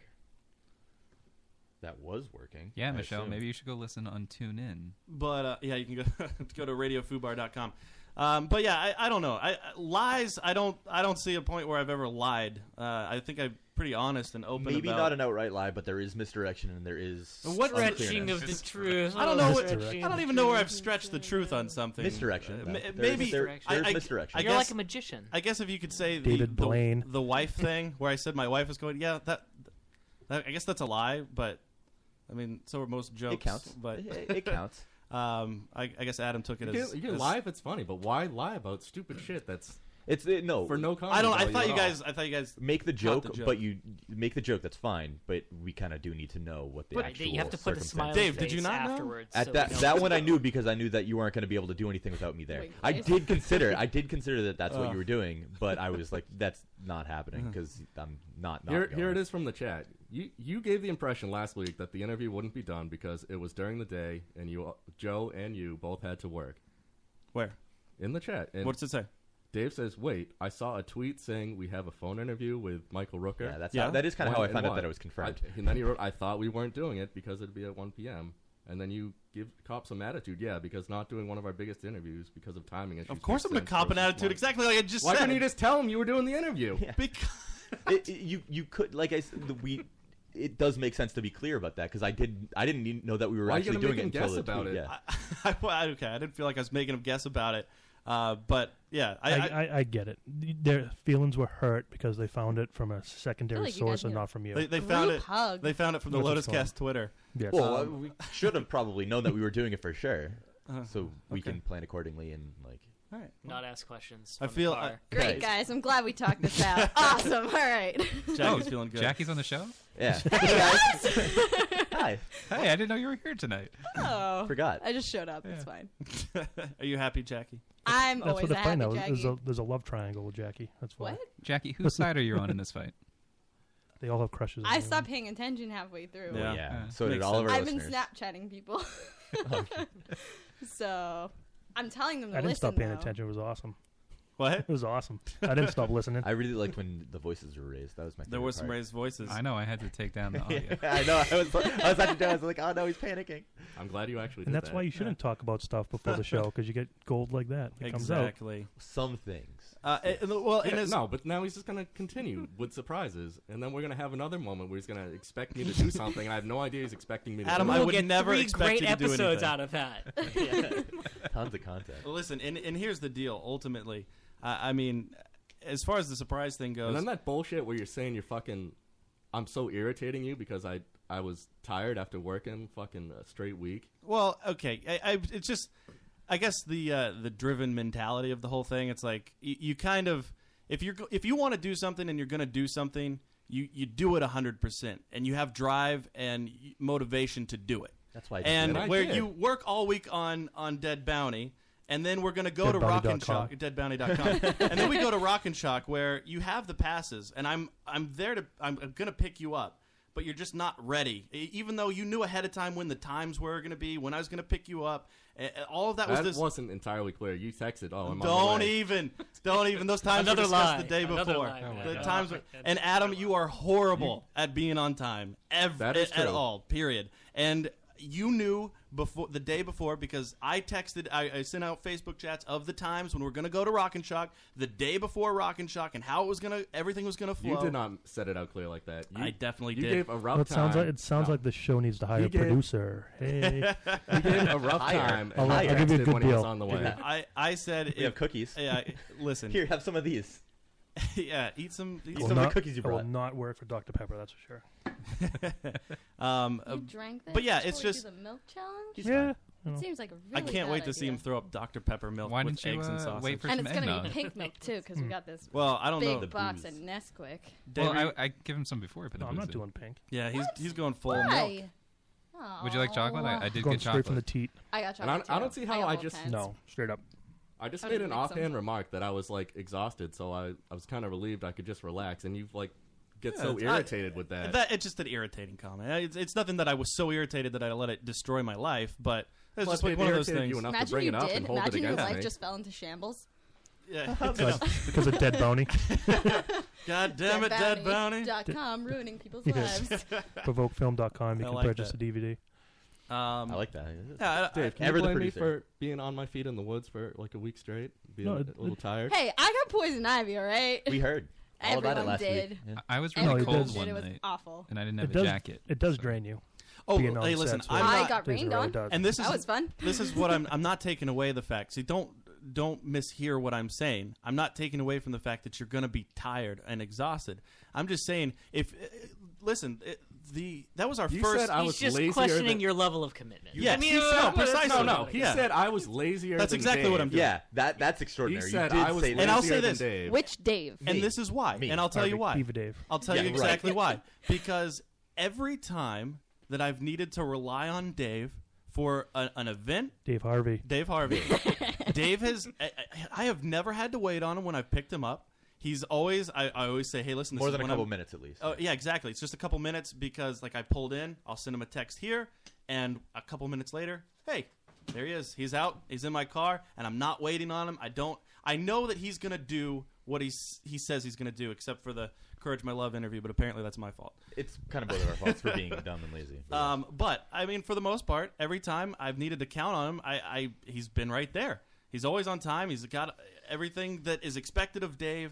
S5: That was working.
S7: Yeah,
S5: I
S7: Michelle,
S5: assume.
S7: maybe you should go listen on TuneIn.
S4: But uh, yeah, you can go go to radiofubar.com. Um, but yeah, I, I don't know. I, I- lies. I don't. I don't see a point where I've ever lied. Uh, I think I'm pretty honest and open.
S5: Maybe
S4: about-
S5: not an outright lie, but there is misdirection and there is
S4: What's the-
S5: unclearness.
S4: I don't know. What,
S5: Misdirection.
S4: I don't even know where I've stretched the truth on something.
S5: Misdirection.
S4: Uh, ma-
S5: There's-
S4: maybe
S5: there-
S4: I-
S5: there's
S4: I-
S5: misdirection.
S4: I
S5: You're
S4: guess-
S5: like
S6: a magician.
S4: I guess if you could say the-
S8: David
S4: the,
S8: Blaine.
S4: the wife thing, where I said my wife was going. Yeah, that. that- I guess that's a lie, but I mean, so are most jokes.
S5: counts.
S4: But
S5: It- it counts.
S4: um, I, I guess Adam took it
S10: You
S4: as
S10: can, you can
S4: as-
S10: lie if it's funny, but why lie about stupid shit? That's
S5: it's it, no
S10: for no. Comedy
S4: I don't. I
S10: value
S4: thought
S10: at
S4: you
S10: all.
S4: guys. I thought you guys
S5: Oh, make the
S4: caught
S5: joke,
S4: the
S5: but you make the joke. That's fine, but we kind of do need to know what the
S6: But
S5: actual.
S6: you have to put a smiley
S5: circumstances-
S6: Dave, did you face not know? afterwards,
S5: At
S6: so
S5: that
S6: we know.
S5: that one, I knew because I knew that you weren't going to be able to do anything without me there.
S6: Wait,
S5: I
S6: guys.
S5: did consider. I did consider that that's what
S10: Ugh.
S5: you were doing, but I was like, that's not
S8: Uh-huh.
S5: happening because I'm not. not
S10: Here,
S5: going.
S10: here it is from the chat. You you gave the impression last week that the interview wouldn't be done because it was during the day, and you, Joe, and you both had to work.
S4: Where?
S10: In the chat. And
S4: What's it say?
S10: Dave says, "Wait, I saw a tweet saying we have a phone interview with Michael Rooker."
S5: Yeah, that's Yeah. how- that is kinda
S10: When
S5: how I
S10: and
S5: found out
S10: why?
S5: that it was confirmed.
S10: I- and then he wrote, "I thought we weren't doing it because it'd be at 1 p.m." And then you give cop some attitude, yeah, because not doing one of our biggest interviews because of timing issues.
S4: Of course, I'm
S10: makes
S4: gonna
S10: sense
S4: cop an
S10: versus
S4: attitude
S10: one.
S4: exactly like I just
S10: Why
S4: said.
S10: couldn't you just tell him you were doing the interview?
S4: Because
S5: it, it- you you could like I s- the, we. It does make sense to be clear about that because I did I didn't even know that we were
S10: Why are you
S5: actually
S10: gonna
S5: doing
S10: make
S5: it until
S10: him guess
S5: the
S10: about
S5: tweet,
S10: it?
S5: Yeah.
S4: I, well, okay, I didn't feel like I was making him guess about it, uh, but yeah, I, I,
S8: I, I, I get it. Their feelings were hurt because they found it from a secondary
S4: like you guys
S8: source and
S4: knew.
S8: not from you.
S4: They- they found Group it- hug. they found it from the
S8: Which
S4: Lotus
S8: is
S4: Cast
S8: fine.
S4: Twitter.
S8: Yes.
S5: Well,
S4: Um,
S5: uh, we should have probably known that we were doing it for sure,
S10: Uh-huh.
S5: so we
S4: okay.
S5: can plan accordingly and like.
S4: All right.
S6: Not ask questions.
S4: I
S6: from the
S4: feel-
S6: car.
S4: I- Great,
S9: Great, guys. I'm glad we talked this out. awesome. All right.
S7: oh, Jackie's on the show.
S5: Yeah. Hi.
S7: Hey, I didn't know you were here tonight.
S9: Oh.
S5: Forgot.
S9: I just showed up. It's fine.
S4: Are you happy, Jackie?
S9: I'm
S8: That's
S9: always
S8: what
S9: a
S8: the fight
S9: happy
S8: now.
S9: Jackie.
S8: There's a, there's a love triangle with Jackie. That's why.
S9: What?
S7: Jackie, whose side are you on in this fight?
S8: They all have crushes. on
S9: I
S8: you.
S9: stopped paying attention halfway through.
S5: Well, Yeah. yeah. So did Makes all of sense. our
S9: I've been
S5: listeners.
S9: Snapchatting people. so I'm telling them to
S8: I didn't
S9: listen.
S8: stop paying
S9: though.
S8: attention. It was awesome.
S4: What?
S8: It was awesome. I didn't stop listening.
S5: I really liked when the voices were raised. That was my.
S4: There
S5: favorite
S4: were some
S5: part.
S4: raised voices.
S7: I know I had to take down the
S5: Yeah,
S7: audio.
S5: I know. I was. I was actually down. I was like, oh no, he's panicking.
S10: I'm glad you actually.
S8: And
S10: did
S8: that's
S10: that.
S8: why you shouldn't talk about stuff before the show because you get gold like that. It comes out.
S4: Exactly.
S5: Some things.
S4: Uh, and- well, and
S10: Yeah,
S4: it's-
S10: no, but now he's just gonna continue with surprises, and then we're gonna have another moment where he's gonna expect me to do something, and I have no idea he's expecting me to.
S4: Adam,
S10: do
S4: I
S10: it.
S4: would never expect you to do anything.
S5: Tons of content.
S4: Listen, and, and here's the deal. Ultimately, I I mean, as far as the surprise thing goes,
S10: And then that bullshit where you're saying you're fucking, I'm so irritating you because I I was tired after working fucking a straight week.
S4: Well, okay. I, I it's just I guess the uh, the driven mentality of the whole thing. It's like you, you kind of if you're go- if you want to do something and you're going to do something, you you do it hundred percent, and you have drive and y- motivation to do it.
S5: That's why I just
S4: and
S5: did it.
S4: where
S5: I did.
S4: you work all week on on Dead Bounty. And then we're going to go to Rock and
S5: Deadbounty.com.
S4: Shock, deadbounty.com, and then we go to Rock and Shock, where you have the passes, and I'm I'm there to I'm, I'm going to pick you up, but you're just not ready. E- Even though you knew ahead of time when the times were going to be, when I was going to pick you up, a- a- all of that was this.
S10: wasn't entirely clear. You texted, "Oh, I'm on
S4: don't
S10: the way."
S4: even, don't even. Those times were
S10: Another
S4: discussed
S10: lie.
S4: the day
S10: Another
S4: before.
S10: lie, Oh man. my
S4: the
S10: God.
S4: times, were, and Adam, you are horrible at being on time. Ever
S10: That is
S4: at
S10: true.
S4: all. Period. And you knew before the day before because I texted, I, I sent out Facebook chats of the times when we're gonna go to Rock and Shock the day before Rock and Shock and how it was gonna, everything was gonna flow.
S10: You did not set it out clear like that. You,
S4: I definitely
S10: you
S4: did.
S10: gave a rough
S8: Well, it sounds
S10: time.
S8: like it sounds like the show needs to hire a
S10: gave-
S8: producer. Hey,
S10: You gave a rough Hire. time and
S8: I'll, I'll
S10: hire.
S8: give you a
S10: texted
S8: good
S10: when he
S8: deal.
S10: was on the way.
S4: I, I said
S5: We
S4: if-
S5: have cookies.
S4: Yeah, I- listen.
S5: Here, have some of these.
S4: yeah, eat some. Eat
S8: I will
S4: some
S8: not- I will not work for Dr Pepper. That's for sure.
S4: Um,
S9: You
S4: uh,
S9: drank that
S4: but yeah,
S9: before
S4: it's
S9: we do
S4: just
S9: the milk challenge.
S8: He's Yeah,
S9: It seems like a
S4: I
S9: really
S4: can't
S9: bad
S4: wait to
S9: idea.
S4: see him throw up Dr Pepper milk
S7: Why
S4: with
S7: didn't you,
S4: eggs and
S7: uh,
S4: sausage.
S7: wait for
S9: and it's
S7: some
S9: gonna be
S7: eggnog?
S9: pink milk too because
S8: Hmm.
S9: we got this.
S4: Well, I don't
S9: big
S4: know. The
S9: box
S4: booze.
S9: of Nesquik.
S7: Well,
S4: David-
S7: I, I give him some before I put
S8: No,
S7: the
S8: I'm
S7: booze
S8: not
S7: in.
S8: doing pink.
S4: Yeah, he's he's going full milk.
S9: Why? Aw.
S7: Would you like chocolate? I, I did
S8: Going
S7: get
S8: straight
S7: chocolate.
S8: from the teat.
S9: I got
S10: And I,
S9: chocolate.
S10: I don't
S9: too.
S10: see how
S9: got
S10: I
S9: both
S10: just
S9: kinds.
S8: straight up.
S10: I just
S9: How
S10: made
S9: did
S10: an
S9: we make some?
S10: offhand remark that I was like exhausted, so I, I was kind of relieved I could just relax, and you've like get so
S4: Yeah, I-
S10: irritated with that.
S4: It's just an irritating comment. I- It's, it's nothing that I was so irritated that I let it destroy my life, but it's
S10: Plus,
S4: just like
S10: it
S4: one of those
S10: irritated
S4: things.
S10: you enough
S9: Imagine you did. Imagine your life just fell into shambles.
S4: Yeah.
S8: Because, because of dead bounty.
S4: God damn it, Dead Bounty.
S9: Dot com ruining people's
S8: Yes.
S9: lives.
S8: Provokefilm.com. You
S4: I
S8: can
S4: like
S8: purchase
S4: that.
S8: the DVD.
S4: Um,
S5: I like that.
S4: Yeah, I- I-
S10: Dave, can you
S4: Ever the
S10: blame me
S4: producer.
S10: for being on my feet in the woods for like a week straight? Being
S5: No,
S10: a
S5: it-
S10: little tired.
S9: Hey, I got poison ivy. All right.
S5: We heard all
S9: Everyone
S5: about it last
S9: did.
S5: week. Yeah.
S7: I was
S9: Everyone
S7: really cold
S9: did.
S7: one
S9: it was
S7: night,
S9: awful.
S7: and I didn't
S8: It
S7: have a
S8: does-
S7: jacket.
S8: It does drain you.
S4: Oh,
S8: being on
S4: hey, listen,
S8: sets
S4: I'm
S8: with-
S4: not-
S9: I got
S8: Jeez, it
S9: rained
S8: really
S9: on.
S8: does.
S4: And this
S9: That
S4: is
S9: was fun.
S4: this is what I'm. I'm not taking away the fact. See, don't don't mishear what I'm saying. I'm not taking away from the fact that you're going to be tired and exhausted. I'm just saying if. uh, Listen, it, the that was our
S10: You
S4: first.
S10: said I He's was just lazier
S6: questioning your level of commitment.
S4: Yeah,
S6: I mean,
S4: no,
S6: uh,
S4: precisely.
S10: No, no. He
S4: Yeah.
S10: said I was lazier.
S4: That's
S10: than
S4: exactly what
S10: Dave.
S4: I'm doing. Yeah,
S5: that that's extraordinary. You
S10: He said
S5: did
S10: I was
S5: say
S10: lazier
S5: that.
S4: and I'll say
S10: than
S4: this.
S10: Dave.
S9: Which Dave?
S4: And this is why.
S5: Me.
S4: And I'll tell you
S5: Arby
S4: why.
S5: Diva Dave.
S4: I'll tell
S5: Yeah,
S4: you
S5: right.
S4: exactly why. Because every time that I've needed to rely on Dave for a, an event,
S8: Dave Harvey.
S4: Dave Harvey, Dave has. I, I- I have never had to wait on him when I've picked him up. He's always. I, I always say, "Hey, listen." This
S5: More
S4: is
S5: than a
S4: when
S5: couple
S4: I'm-
S5: minutes at least.
S4: Oh yeah, exactly. It's just a couple minutes because like I pulled in. I'll send him a text here, and a couple minutes later, hey, there he is. He's out. He's in my car, and I'm not waiting on him. I don't. I know that he's gonna do what he's he says he's gonna do, except for the courage my love interview. But apparently that's my fault.
S5: It's kind of both of our faults for being dumb and lazy.
S4: Um, but I mean, for the most part, every time I've needed to count on him, I, I he's been right there. He's always on time. He's got everything that is expected of Dave.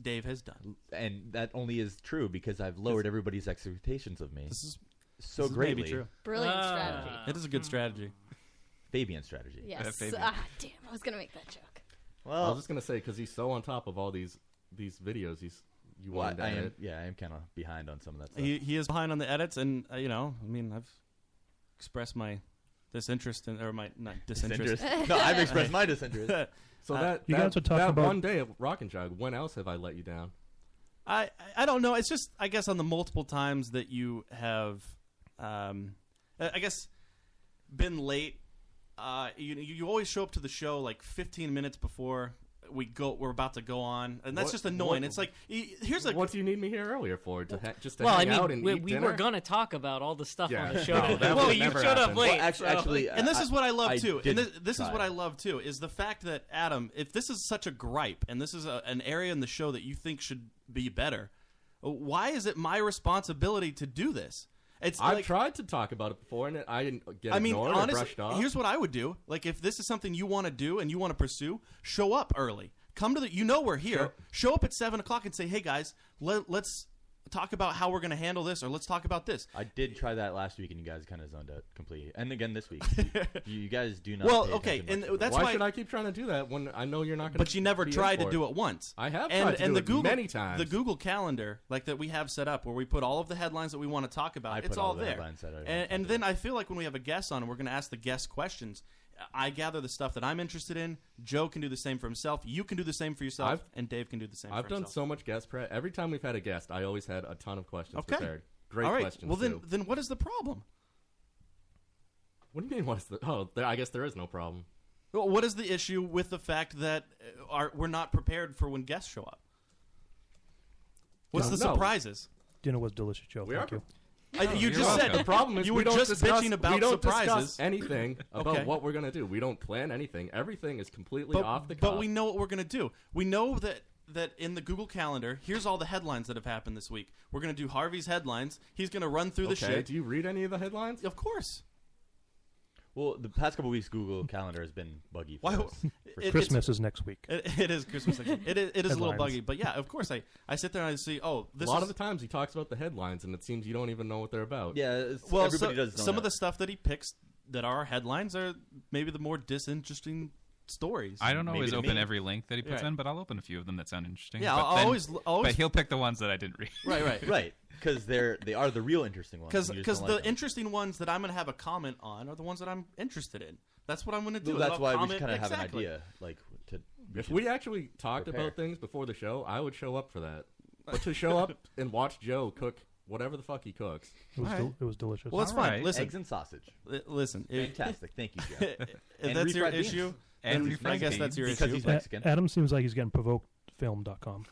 S4: Dave has done.
S5: and that only is true because I've lowered everybody's expectations of me. This
S4: is
S5: so
S4: this is
S5: greatly.
S4: maybe true.
S9: Brilliant
S4: Ah.
S9: strategy.
S4: It is a good strategy.
S5: Fabian strategy.
S9: Yes. Ah, damn. I was gonna make that joke.
S10: I
S5: Well-
S10: was just gonna say because he's so on top of all these these videos. He's you
S5: Well,
S10: want
S5: I am-
S10: it.
S5: yeah, I am kind of behind on some of that stuff.
S4: He he is behind on the edits, and uh, you know, I mean, I've expressed my disinterest in or my not disinterest.
S5: Disinterest. No, I've expressed my disinterest.
S10: So
S4: Uh,
S10: that
S8: You
S10: that,
S8: guys were talking
S10: that
S8: about-
S10: one day at Rock and Jog. When else have I let you down?
S4: I I don't know. It's just I guess on the multiple times that you have, um, I I guess, been late. Uh, you you always show up to the show like 15 minutes before we go. We're about to go on, and that's
S10: What-
S4: just annoying.
S10: what-
S4: It's like y- here's a
S10: What do you need me here earlier for? To ha- just to
S6: well, I
S10: hang
S6: mean,
S10: out and
S6: we,
S10: eat
S6: we
S10: dinner?
S6: were gonna talk about all the stuff
S10: Yeah,
S6: on the show.
S10: no, that
S6: well,
S10: would
S6: you
S10: never
S6: showed
S10: happen.
S6: up late.
S5: Well, actually,
S6: so-
S5: actually,
S4: and this
S5: I-
S4: is what I love
S5: I
S4: too. And
S5: did
S4: this, this is
S5: try.
S4: what I love too is the fact that Adam, if this is such a gripe and this is a, an area in the show that you think should be better, why is it my responsibility to do this? It's
S10: I've
S4: like,
S10: tried to talk about it before, and I didn't get
S4: I mean,
S10: ignored or
S4: honestly,
S10: brushed off.
S4: here's what I would do. Like, if this is something you want to do and you want to pursue, show up early. Come to the. You know we're here. Show up at seven o'clock and say, "Hey guys, let, let's talk about how we're going to handle this, or let's talk about this."
S5: I did try that last week, and you guys kind of zoned out completely. And again this week, you, you guys do not.
S4: Well,
S5: pay
S4: okay,
S5: attention much
S4: and
S5: to
S4: that's
S5: me.
S10: why,
S4: why-
S10: should I keep trying to do that when I know you're not going?
S4: But you never
S10: be in
S4: tried to
S10: for
S4: do it once.
S10: I have
S4: and,
S10: tried to
S4: and
S10: do
S4: the
S10: it
S4: Google,
S10: many times.
S4: The Google Calendar, like that we have set up, where we put all of the headlines that we want to talk about.
S5: I
S4: it's
S5: put
S4: all,
S5: all the
S4: there.
S5: headlines that I want
S4: and and then I feel like when we have a guest on, we're going to ask the guest questions. I gather the stuff that I'm interested in. Joe can do the same for himself. You can do the same for yourself,
S10: I've-
S4: and Dave can do the same.
S10: I've
S4: for
S10: done
S4: himself.
S10: so much guest prep. Every time we've had a guest, I always had a ton of questions
S4: Okay.
S10: prepared. Great
S4: All right.
S10: questions.
S4: Well, then,
S10: too.
S4: then what is the problem?
S10: what do you mean? What's the? Oh, there, I guess there is no problem.
S4: Well, What is the issue with the fact that uh, our, we're not prepared for when guests show up? What's
S8: No,
S4: the
S8: no.
S4: surprises?
S8: Dinner was delicious, Joe.
S10: We
S8: Thank
S10: are
S8: you.
S4: I-
S10: No,
S4: you
S10: you're
S4: just
S10: welcome.
S4: said
S10: the problem is
S4: you
S10: we
S4: were
S10: don't
S4: just
S10: discuss-
S4: bitching about
S10: we don't discuss
S4: surprises.
S10: anything about
S4: Okay.
S10: what we're gonna do. We don't plan anything. Everything is completely
S4: but,
S10: off the cuff.
S4: but we know what we're going to do. We know that that in the Google Calendar, here's all the headlines that have happened this week. We're going to do Harvey's headlines. He's going to run through the
S10: okay.
S4: shit.
S10: Do you read any of the headlines?
S4: Of course.
S5: Well, the past couple weeks, Google Calendar has been buggy. For
S4: Why-
S5: us, for
S4: it- it's-
S5: sure.
S8: Christmas is next week.
S4: It, it is Christmas next week. It is, it is a little
S10: Headlines.
S4: buggy, but yeah, of course I, I sit there and I see, oh, this
S10: a lot
S4: is
S10: of the times he talks about the headlines, and it seems you don't even know what they're about.
S4: well, so- some of the stuff that he picks that are headlines are maybe the more disinteresting stories.
S7: I don't
S4: Maybe
S7: always
S4: to
S7: open
S4: me.
S7: every link that he puts
S4: Right.
S7: in, but I'll open a few of them that sound interesting.
S4: Yeah,
S7: but
S4: I'll
S7: then-
S4: always- always-
S7: But he'll pick the ones that I didn't read.
S4: Right, right.
S5: right, because they're they are the real interesting ones.
S4: Because
S5: and you
S4: because
S5: just
S4: the
S5: don't like them.
S4: interesting ones that I'm going to have a comment on are the ones that I'm interested in. That's what I'm going to do.
S5: Well, that's
S4: I'll
S5: why we
S4: comment-
S5: kind of have an
S4: exactly.
S5: idea, like to.
S10: If we actually talked
S5: prepare.
S10: about things before the show, I would show up for that. But to show up and watch Joe cook whatever the fuck he cooks,
S8: It was, del- it was delicious.
S4: Well, it's fine. Listen,
S5: Eggs and sausage.
S4: Li- listen, it-
S5: Fantastic. Thank you, Joe.
S4: if
S5: And
S4: that's your
S5: refried beans.
S4: issue,
S5: And
S4: then I
S5: refried
S4: guess that's
S5: beans.
S4: your
S5: Because
S4: issue.
S5: he's
S8: A-
S5: Mexican.
S8: Adam seems like he's getting provoked. Film.com.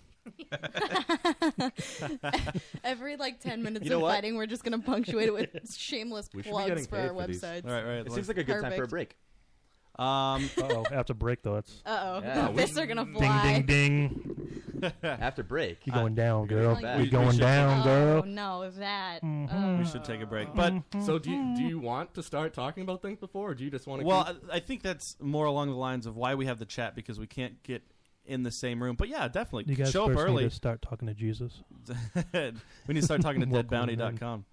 S9: Every like 10 minutes
S5: You know
S9: of
S5: what?
S9: fighting, we're just going to punctuate it with shameless plugs for our websites.
S4: All right, right.
S5: It seems like a good time for a
S9: Perfect.
S5: break.
S4: Um,
S8: oh, after break though, it's
S9: Uh-oh.
S5: Yeah,
S9: the
S5: we-
S9: fists are going to
S5: Ding,
S9: fly.
S8: ding ding.
S5: After break,
S8: You going down,
S5: we're gonna
S8: girl?
S5: go back.
S8: We
S5: We-
S8: going
S5: we should-
S8: down,
S9: oh,
S8: girl?
S9: no, that.
S8: Mm-hmm.
S4: we
S9: uh,
S4: should take a break. But
S10: so do you, do you want to start talking about things before, or do you just want to?
S4: Well, I I think that's more along the lines of why we have the chat because we can't get in the same room. But yeah, definitely
S8: You guys
S4: show up
S8: first
S4: early.
S8: need to start talking to Jesus.
S4: we need to start talking to
S8: Welcome in.
S4: deadbounty.com.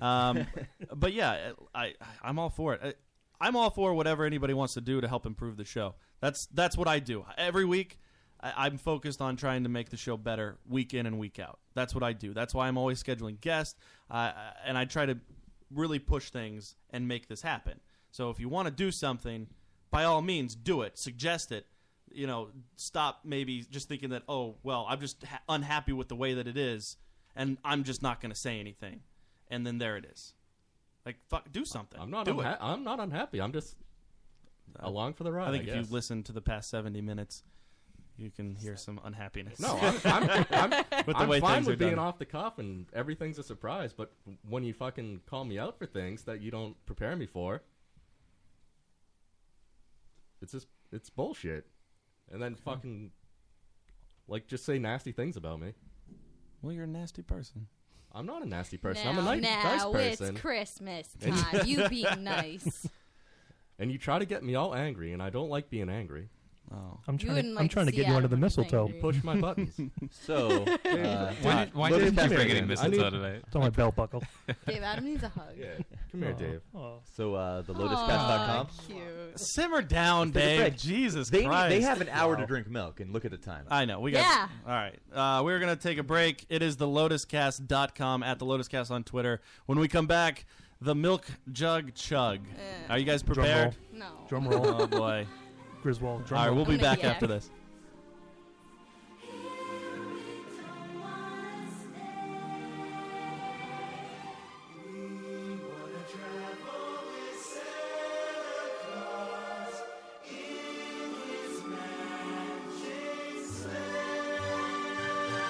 S4: Um, but yeah, I, I am all for it. I, I'm all for whatever anybody wants to do to help improve the show. That's that's what I do every week. I, I'm focused on trying to make the show better week in and week out. That's what I do. That's why I'm always scheduling guests, uh, and I try to really push things and make this happen. So if you want to do something, by all means, do it. Suggest it you know, stop maybe just thinking that, oh, well, I'm just ha- unhappy with the way that it is, and I'm just not going to say anything. And then there it is. Like, fuck, do something.
S10: I'm not.
S4: do
S10: unha-
S4: it.
S10: I'm not unhappy. I'm just along for the ride.
S4: I think
S10: I
S4: if
S10: guess.
S4: you listen to the past 70 minutes, you can hear some unhappiness.
S10: No, I'm, I'm, I'm,
S4: with the
S10: I'm
S4: way
S10: fine
S4: things
S10: with
S4: are
S10: being
S4: done.
S10: off the cuff and everything's a surprise. But when you fucking call me out for things that you don't prepare me for, it's just it's bullshit. And then fucking like just say nasty things about me.
S4: Well, you're a nasty person.
S10: I'm not a nasty person.
S9: now,
S10: I'm a nice, nice
S9: now
S10: person.
S9: it's Christmas
S10: And-
S9: time. you being nice.
S10: And you try to get me all angry, and I don't like being angry.
S4: Oh.
S8: I'm trying. To, I'm trying to get you under the mistletoe.
S10: Push my buttons.
S5: So, uh,
S7: Why did- why
S10: Look
S7: didn't
S10: at
S7: you
S10: that.
S7: bring any
S10: I need-
S7: mistletoe today?
S8: It's on my belt buckle.
S9: Dave Adam needs a hug.
S10: Come
S4: Oh.
S10: here, Dave.
S5: So uh, the
S9: Aw,
S5: lotuscast.com.
S9: cute.
S4: Simmer down,
S5: Take a
S4: Dave.
S5: break.
S4: Jesus
S5: they, need-
S4: Christ.
S5: They have an hour to drink milk, and look at the time.
S4: I know. We got.
S9: Yeah.
S4: All right. Uh, we're going to take a break. It is the lotuscast.com at the lotuscast on Twitter. When we come back, the milk jug chug. Are you guys
S8: Drum
S4: prepared?
S8: roll.
S9: Eh. No.
S8: Drum roll.
S4: Oh, boy.
S8: Griswold. Drum
S4: all right.
S8: roll.
S4: We'll be
S9: I'm gonna
S4: back
S9: yak.
S4: after this.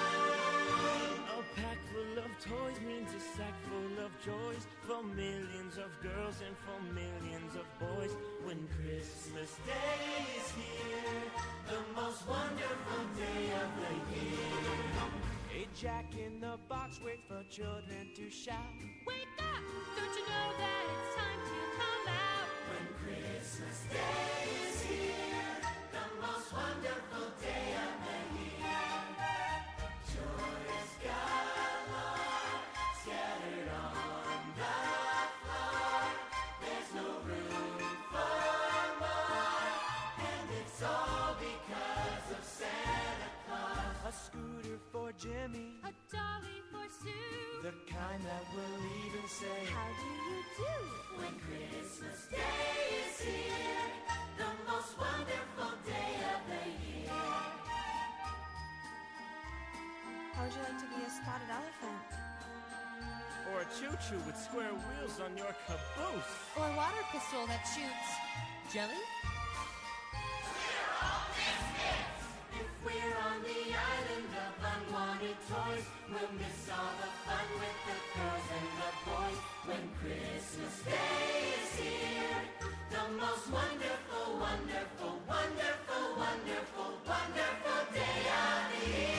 S3: A pack full of toys means a sack full of joys for millions of girls and for millions of boys. When Christmas Day is here, the most wonderful day of the year. A jack in the box waits for children to shout. Wake up! Don't you know that it's time to come out? When Christmas Day is here, the most wonderful day of the year. Joy is galore, scattered on the floor. There's no room for more, and it's all because of Santa Claus. A scooter for Jimmy, a dolly for Sue, the kind that will even say, How do you do? When Christmas Day is here, the most wonderful day of the year.
S15: How would you like to be a spotted elephant?
S3: Or a choo-choo with square wheels on your caboose.
S15: Or a water pistol that shoots jelly?
S3: If we're on the island of unwanted toys, we'll miss all the fun with the girls and the boys. When Christmas Day is here, the most wonderful, wonderful, wonderful, wonderful, wonderful day of the year.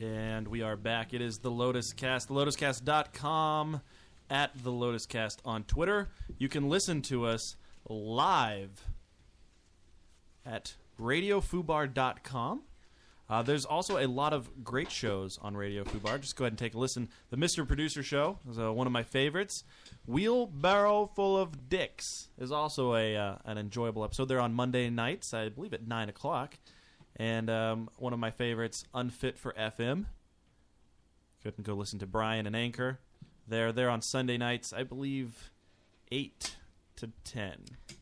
S4: And we are back. It is the Lotus Cast, thelotuscast.com, at the Lotus Cast on Twitter. You can listen to us live at radiofubar.com. Uh, there's also a lot of great shows on Radio Fubar. Just go ahead and take a listen. The Mr. Producer Show is uh, one of my favorites. Wheelbarrow Full of Dicks is also a uh, an enjoyable episode. They're on Monday nights, I believe, at 9 o'clock. And um, one of my favorites, Unfit for FM. Go and go listen to Brian and Anchor. They're, they're on Sunday nights, I believe, 8 to 10.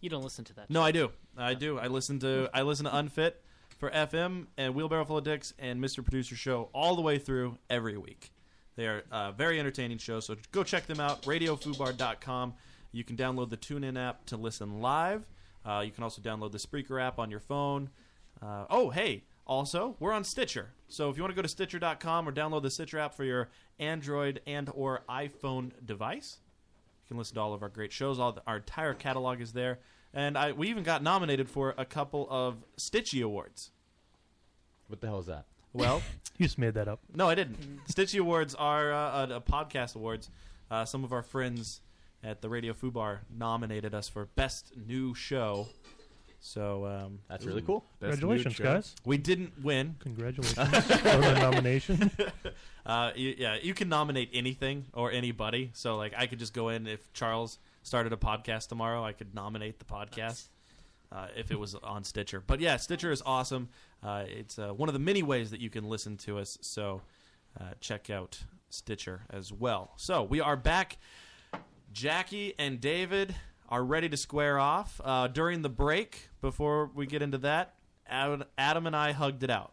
S6: You don't listen to that.
S4: No, I do. I do. I listen to I listen to Unfit for FM and Wheelbarrow Full of Dicks and Mr. Producer Show all the way through every week. They are uh, very entertaining shows, so go check them out. RadioFubar.com. You can download the TuneIn app to listen live. Uh, you can also download the Spreaker app on your phone. Uh, oh, hey, also, we're on Stitcher. So if you want to go to Stitcher.com or download the Stitcher app for your Android and or iPhone device, you can listen to all of our great shows. All the, our entire catalog is there, and I, we even got nominated for a couple of Stitchy awards.
S5: What the hell is that?
S4: Well,
S8: You just made that up.
S4: no, I didn't. Stitchy awards are uh, a, a podcast awards. Uh, some of our friends at the Radio Fubar nominated us for best new show. So um,
S5: That's really cool.
S8: Best New Congratulations, Show. guys.
S4: We didn't win.
S8: Congratulations on the nomination.
S4: Uh, you, yeah, you can nominate anything or anybody. So like, I could just go in if Charles started a podcast tomorrow, I could nominate the podcast. Uh, if it was on Stitcher, but yeah, Stitcher is awesome. Uh, it's uh, one of the many ways that you can listen to us. So uh, check out Stitcher as well. So we are back. Jackie and David are ready to square off. Uh, during the break, before we get into that, Ad- Adam and I hugged it out.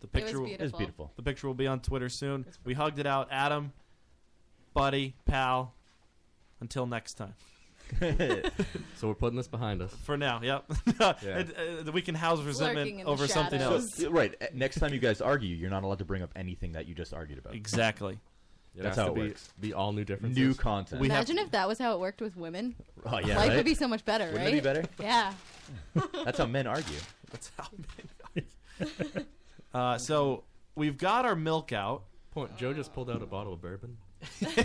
S4: The
S5: was
S4: picture will-
S5: beautiful. It was beautiful.
S4: The picture will be on Twitter soon. We hugged it out, Adam, buddy, pal. Until next time.
S10: so we're putting this behind us.
S4: For now, yep. And, uh, we can house resentment over something else.
S5: So, right. eh, Next time you guys argue, you're not allowed to bring up anything that you just argued about.
S4: Exactly.
S5: That's
S10: has
S5: how
S10: to
S5: it
S10: be-
S5: works.
S10: be all new differences.
S5: New content.
S16: Imagine if that was how it worked with women.
S5: Oh, yeah,
S16: Life
S5: right?
S16: would be so much better,
S5: Wouldn't
S16: right?
S5: it be better?
S16: Yeah.
S5: That's how men argue.
S4: That's how men argue. uh, so we've got our milk out.
S10: Point. Joe just pulled out a bottle of bourbon.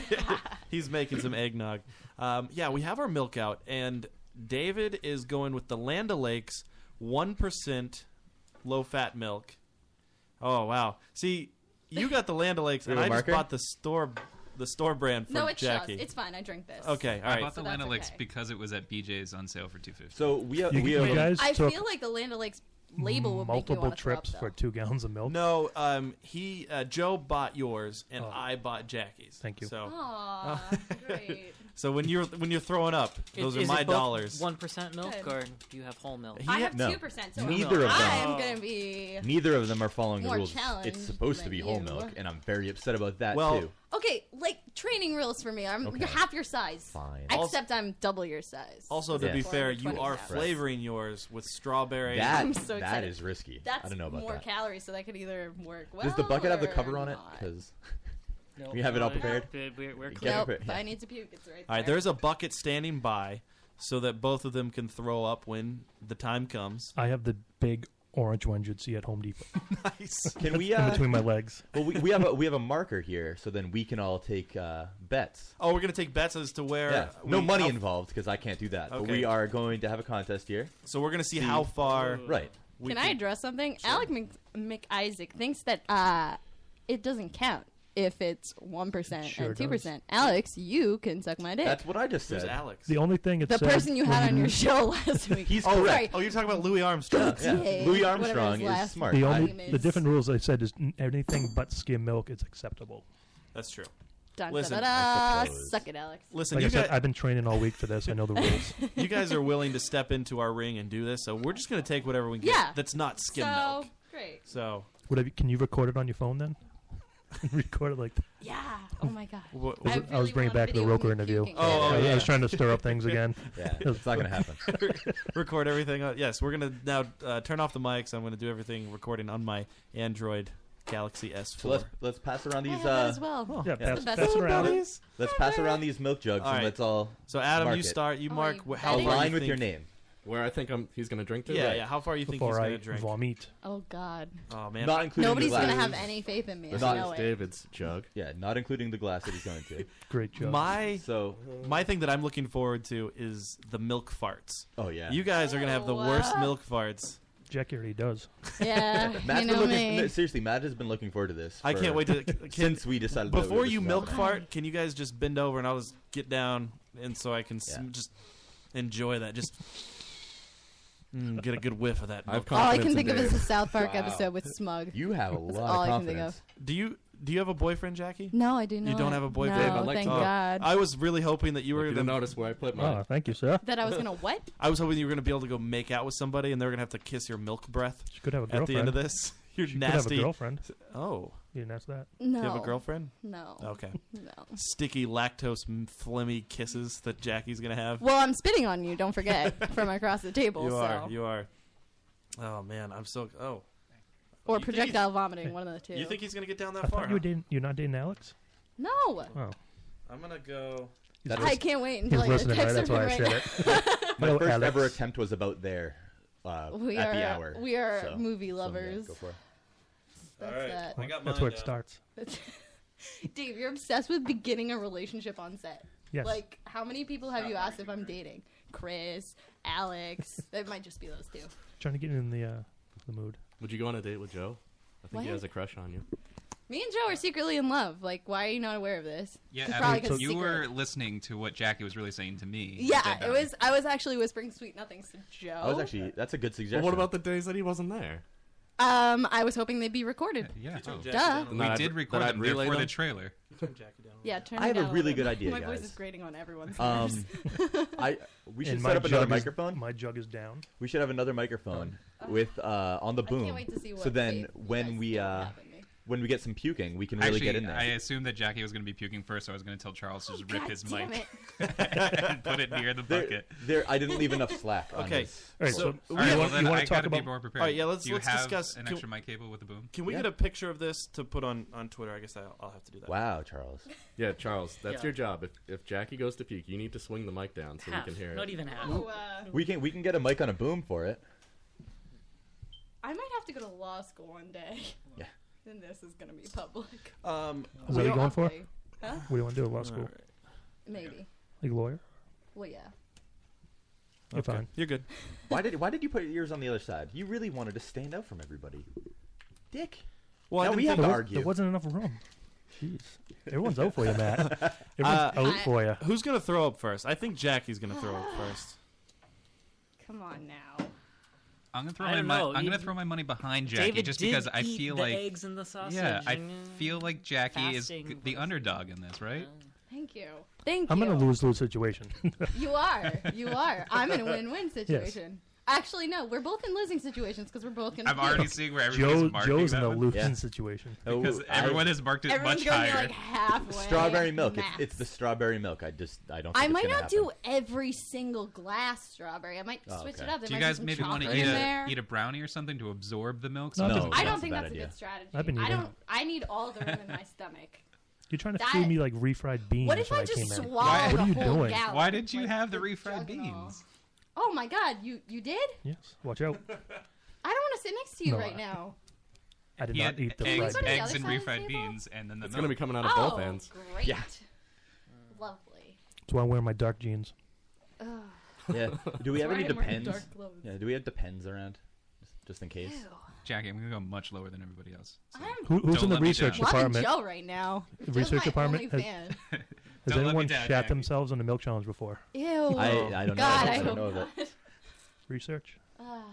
S4: He's making some eggnog. Um, yeah, we have our milk out, and David is going with the Land O'Lakes 1% low fat milk. Oh, wow. See, you got the Land O'Lakes,
S5: You
S4: and
S5: have
S4: I
S5: a
S4: just
S5: marker?
S4: bought the store the store brand for
S9: No, it's Shaw's.
S4: Jackie.
S9: It's fine. I drink this.
S4: Okay, all
S7: I
S4: right.
S7: bought the
S9: So that's
S7: Lanolix
S9: okay.
S7: because it was at BJ's on sale for two fifty.
S5: So we have,
S8: You-
S5: we
S8: you
S5: have
S8: guys
S9: I
S8: took
S9: feel like the Land O'Lakes label will make you
S8: multiple
S9: want to throw up,
S8: trips
S9: though.
S8: for two gallons of milk.
S4: No, um, he uh, Joe bought yours, and I bought Jackie's. Thank you. So,
S9: Aw, great.
S4: so when you're when you're throwing up,
S6: Is-
S4: those are
S6: is it
S4: my
S6: both
S4: dollars.
S6: 1% milk,
S9: Good.
S6: or do you have whole milk?
S4: He
S9: I have
S5: no.
S9: two percent. So
S5: Neither of them.
S9: I am gonna be.
S5: Neither of them are following the
S9: More
S5: rules.
S9: challenged
S5: It's supposed to
S9: than
S5: be whole
S9: you.
S5: milk, and I'm very upset about that
S4: Well-
S5: too.
S16: Okay, like training rules for me. I'm
S5: Okay.
S16: half your size.
S5: Fine.
S16: Except I'm double your size.
S4: Also, to
S5: Yeah.
S4: be
S5: Four
S4: fair,
S5: hundred
S4: you
S5: twenty
S4: are
S5: grams.
S4: flavoring yours with strawberry.
S5: That- I'm
S16: so
S5: that
S16: excited.
S5: is risky.
S16: That's
S5: I don't know about
S16: more
S5: that.
S16: calories, so that could either work well.
S5: Does the bucket have the
S16: or
S5: cover on it?
S16: not.
S5: Because
S6: No,
S5: we have it all
S6: no,
S5: prepared.
S6: good. We're- we're
S5: Get
S6: clear.
S5: prepared.
S16: If I need to puke. It's right
S4: All right,
S16: there.
S4: there's a bucket standing by, so that both of them can throw up when the time comes.
S8: I have the big orange ones you'd see at Home Depot.
S4: nice.
S5: Can we?
S8: In
S5: Uh,
S8: between my legs.
S5: Well, we, we have a we have a marker here, so then we can all take uh, bets.
S4: Oh, we're gonna take bets as to where.
S5: Yeah. No
S4: we-
S5: money
S4: how-
S5: involved because I can't do that. But
S4: Okay.
S5: we are going to have a contest here.
S4: So we're gonna see how far.
S5: Right.
S4: we
S16: can I address something? Alec Mc, McIsaac thinks that uh, it doesn't count if it's one percent
S8: sure
S16: and
S8: does.
S16: two percent. Alex, you can suck my dick.
S5: That's what I just
S4: Who's
S5: said.
S4: Alex?
S8: The only thing it
S16: the
S8: said
S16: person you
S8: when
S16: had on your
S8: did-
S16: show last week.
S5: He's
S16: Sorry.
S5: correct.
S4: Oh, you're talking about Louis Armstrong.
S5: Yeah.
S16: Hey,
S5: Louis
S16: whatever his
S5: Armstrong is
S16: last
S5: smart.
S8: The
S5: I-
S8: only the different rules I said is n- anything but skim milk is acceptable.
S4: That's true.
S16: Dun,
S4: Listen,
S16: da, da, da. Suck it, Alex.
S4: Listen,
S8: like
S4: you
S8: I said,
S4: got-
S8: I've been training all week for this. I know the rules.
S4: you guys are willing to step into our ring and do this, so we're just gonna take whatever we can get.
S16: Yeah.
S4: That's not skim
S16: so
S4: milk.
S16: great.
S4: So
S8: What have you, can you record it on your phone then? record it like that.
S17: Yeah. Oh my god.
S8: I was, I was bringing back the Roker interview.
S4: puking. Oh,
S8: I, was- I was
S4: yeah.
S8: trying to stir up things again.
S4: Yeah,
S8: It was-
S5: it's not gonna happen.
S4: record everything. On, yes, we're gonna now uh, turn off the mics. I'm gonna do everything recording on my Android Galaxy S4.
S5: So let's let's pass around these.
S4: have that
S5: uh,
S4: as well. Yeah, It's pass- the best pass it
S5: Let's-
S4: around.
S5: Let's, pass around these milk jugs
S4: All right.
S5: and let's all.
S4: So Adam,
S5: mark
S4: you
S5: it.
S4: start. You mark wh- how far
S5: align
S4: you
S5: with your
S4: think-
S5: name.
S10: Where I think I'm, he's going to drink to?
S4: Yeah, yeah. How far you think
S8: Before
S4: he's
S8: I
S4: gonna drink?
S8: vomit.
S9: Oh God.
S4: Oh man,
S5: Not including
S9: Nobody's
S5: the glass.
S9: gonna have any faith in me. I
S5: Not
S9: know it.
S5: David's jug. Yeah, not including the glass that he's going to.
S8: Great
S4: My
S5: so
S4: my thing that I'm looking forward to is the milk farts.
S5: Oh yeah.
S4: You guys are gonna have the
S8: Oh,
S4: worst
S8: wow.
S4: milk farts.
S8: Jackie already does.
S9: Yeah,
S5: Matt's
S9: you
S5: been
S9: know
S5: looking,
S9: me.
S5: no, seriously, Matt has been looking forward to this.
S4: I can't
S5: for-
S4: wait to can-
S5: since we decided that we
S4: Before
S5: were
S4: you
S5: just
S4: milk
S5: gonna-
S4: fart, can you guys just bend over and I'll just get down and so I can s- just enjoy that. Just mm, get a good whiff of that.
S10: I have
S4: milk.
S9: All I can think of is the South Park episode with Smug.
S5: You have a
S9: That's
S5: lot
S9: all
S5: of
S9: I can think of.
S5: confidence.
S4: Do you do you have a boyfriend, Jackie?
S9: No, I do
S4: You don't
S9: not.
S4: have a boyfriend.
S9: No, Dave, I'd like thank to-
S4: Oh,
S9: God.
S4: I was really hoping that you were
S10: didn't
S4: going to
S10: notice where I put
S8: Oh, thank you, sir.
S9: That I was gonna what?
S4: I was hoping you were going to be able to go make out with somebody and they're going to have to kiss your milk breath. She
S8: could have a
S4: At the end of
S8: girlfriend.
S4: this, you're
S8: She could have a
S4: nasty.
S8: girlfriend.
S4: Oh,
S8: You didn't ask that.
S4: Do you have a
S9: No.
S4: girlfriend?
S9: No.
S4: Okay.
S9: No.
S4: Sticky lactose m- phlegmy kisses that Jackie's going to have.
S9: Well, I'm spitting on you. Don't forget from across the table.
S4: you
S9: so.
S4: are. You are. Oh man, I'm so. Oh.
S9: or
S4: You think
S9: projectile vomiting, one of the two.
S4: You think he's going to get down
S8: I
S4: that far?
S8: thought you were dating, you're not dating Alex?
S9: No.
S8: Oh.
S4: I'm going to go.
S8: That
S9: I
S5: is-
S9: can't wait
S8: He's
S9: until I
S8: listening, right?
S9: text
S8: That's
S9: him
S8: why I
S9: right
S8: said
S9: now.
S8: it.
S5: My
S8: Hello,
S5: first
S8: Alex.
S5: ever attempt was about there uh,
S9: We
S5: at
S9: are
S5: the hour.
S9: we are
S5: so-
S9: movie
S5: so, yeah,
S9: lovers.
S5: go for it.
S9: That's
S4: All right.
S9: that.
S4: I got
S8: That's where
S4: mine down.
S8: it starts.
S9: Dave, you're obsessed with beginning a relationship on set.
S8: Yes.
S9: Like, how many people have you asked if I'm dating? Chris, Alex. it might just be those two.
S8: Trying to get in the uh, the mood.
S10: Would you go on a date with Joe? I think he
S9: What?
S10: has a crush on you.
S9: Me and Joe are secretly in love. Like, why are you not aware of this?
S7: Yeah,
S9: It's
S7: Adam,
S9: probably 'cause
S7: you
S9: secret-
S7: were listening to what Jackie was really saying to me.
S9: Yeah,
S7: Did
S9: it
S7: I?
S9: was. I was actually whispering sweet nothings to Joe.
S5: I was actually. That's a good suggestion.
S10: Well, what about the days that he wasn't there?
S9: Um, I was hoping they'd be recorded.
S7: Yeah.
S9: Duh.
S7: We did record
S10: that
S7: them
S10: relay
S7: before the
S10: them?
S7: trailer.
S9: Yeah, turn
S5: I
S9: it
S5: have a
S9: down
S5: really
S9: little
S5: good
S9: bit.
S5: idea,
S9: My voice
S5: guys.
S9: is grating on everyone's nerves.
S5: Um, I we should
S8: And
S5: set
S8: my
S5: up another
S8: jug is-
S5: microphone.
S8: My jug is down.
S5: We should have another microphone with uh, on the boom.
S9: Oh. wait to see
S5: so
S9: what
S5: then
S9: fate
S5: when we uh, when we get some puking, we can really
S7: Actually,
S5: get in there.
S7: I assumed that Jackie was going to be puking first, so I was going to tell Charles to just rip
S9: God
S7: his
S9: damn
S7: mic and put it near the
S5: There-
S7: bucket.
S5: There, I didn't leave enough slack. on
S4: Okay.
S5: this.
S8: All right, so
S4: So
S8: you
S4: we have-
S8: want-
S7: Well, then
S8: you want
S7: I
S8: to talk
S7: gotta be
S8: about?
S7: more prepared.
S4: All right, yeah, let's
S7: Do you
S4: let's
S7: have
S4: discuss
S7: an
S4: can-
S7: extra mic cable with a boom.
S4: Can we
S7: Yeah.
S4: get a picture of this to put on on Twitter? I guess I'll, I'll have to do that.
S5: Wow, Charles.
S10: Yeah, Charles, that's
S4: Yeah.
S10: your job. If, if Jackie goes to puke, you need to swing the mic down so
S6: Half,
S10: we can hear it.
S6: not even
S10: Oh,
S6: half.
S10: uh,
S5: We can we can get a mic on a boom for it.
S9: I might have to go to law school one day.
S5: Yeah.
S9: Then this is gonna be public.
S4: Um,
S8: Is that what you're going for?
S9: Huh?
S8: What do you want to do at law school?
S9: Maybe.
S8: Like lawyer?
S9: Well, yeah.
S8: You're fine.
S4: You're good.
S5: Why did why did you put your ears on the other side? You really wanted to stand out from everybody. Dick.
S4: Well, I
S5: now
S4: didn't
S5: we
S4: think-
S5: have to
S4: There was-
S5: argue.
S8: There wasn't enough room. Jeez. Everyone's out for you, Matt. Everyone's out for you.
S4: Uh, Who's gonna throw up first? I think Jackie's gonna throw up first.
S9: Come on now.
S7: I'm gonna throw
S6: I
S7: my
S6: don't
S7: mon-
S6: know.
S7: I'm
S6: You-
S7: gonna throw my money behind Jackie
S6: David
S7: just
S6: did
S7: because I
S6: eat
S7: feel
S6: the
S7: like
S6: eggs and the sausage
S7: Yeah, I
S6: and, uh,
S7: feel like Jackie is
S6: fasting
S7: g- the underdog in this, right?
S9: Thank you. Thank
S8: I'm
S9: you.
S8: in a lose lose situation.
S9: You are. You are. I'm in a win-win situation. Actually, no. We're both in losing situations because we're both gonna.
S7: I'm already
S9: puke.
S7: seeing where everybody's
S8: Joe,
S7: marking
S8: Joe's in
S7: that
S8: a
S7: one.
S8: losing situation.
S7: because
S5: Oh.
S7: everyone has marked it
S9: Everyone's
S7: much
S9: gonna be
S7: higher.
S9: like halfway.
S5: strawberry milk. It's,
S9: Max.
S5: it's the strawberry milk. I just I don't. Think
S9: I
S5: it's
S9: might
S5: gonna
S9: not
S5: happen.
S9: do every single glass strawberry. I might
S5: Oh,
S9: switch
S5: okay.
S9: it up. There
S7: Do
S9: might
S7: you
S9: be
S7: guys
S9: some
S7: maybe want to
S9: chocolate in
S7: eat a,
S9: there.
S7: eat a brownie or something to absorb the milk?
S8: No,
S7: so it
S8: No,
S7: doesn't
S9: I
S7: taste
S9: don't
S7: as
S9: think
S7: bad
S9: that's a
S7: idea.
S9: good strategy.
S8: I've been
S9: I
S8: eating.
S9: don't. I need all the room in my stomach.
S8: You're trying to
S9: That-
S8: feed me like refried beans.
S9: What if
S8: when
S9: I just
S8: came in.
S9: swallow Why-
S8: What
S9: the
S8: are you
S9: whole
S8: doing?
S9: gallon?
S7: Why did you have the refried beans?
S9: Oh my god, you you did?
S8: Yes. Watch out.
S9: I don't want to sit next to you
S8: No,
S9: right
S8: I-
S9: now.
S8: I did
S7: He
S8: not
S7: had
S8: eat the fried
S7: eggs,
S8: beans.
S7: eggs and
S9: side of the
S7: refried beans, and then the
S10: It's
S7: milk.
S10: gonna be coming out of
S9: oh,
S10: both ends.
S9: great.
S5: Yeah.
S9: Lovely.
S8: That's why I'm wearing my dark jeans.
S9: Ugh.
S5: Yeah. Do we have
S9: Sorry,
S5: any
S9: I'm wearing
S5: depends?
S9: dark clothes.
S5: Yeah. Do we have depends around, just, just in case?
S7: Jackie, I'm gonna go much lower than everybody else. so
S9: I'm-
S8: Who- who's
S7: don't
S8: in the
S7: let me
S8: research
S7: down.
S8: department?
S9: Joe right now.
S8: The
S9: Joe's my
S8: research department
S9: only
S8: has,
S9: fan.
S8: has
S7: Don't let me
S8: anyone
S7: down,
S8: shat
S7: Jackie.
S8: themselves on a milk challenge before?
S9: Ew.
S5: I I don't know.
S9: God,
S5: I
S9: I
S5: don't
S9: hope
S5: know Oh, that.
S9: not.
S8: Research.
S9: Ah.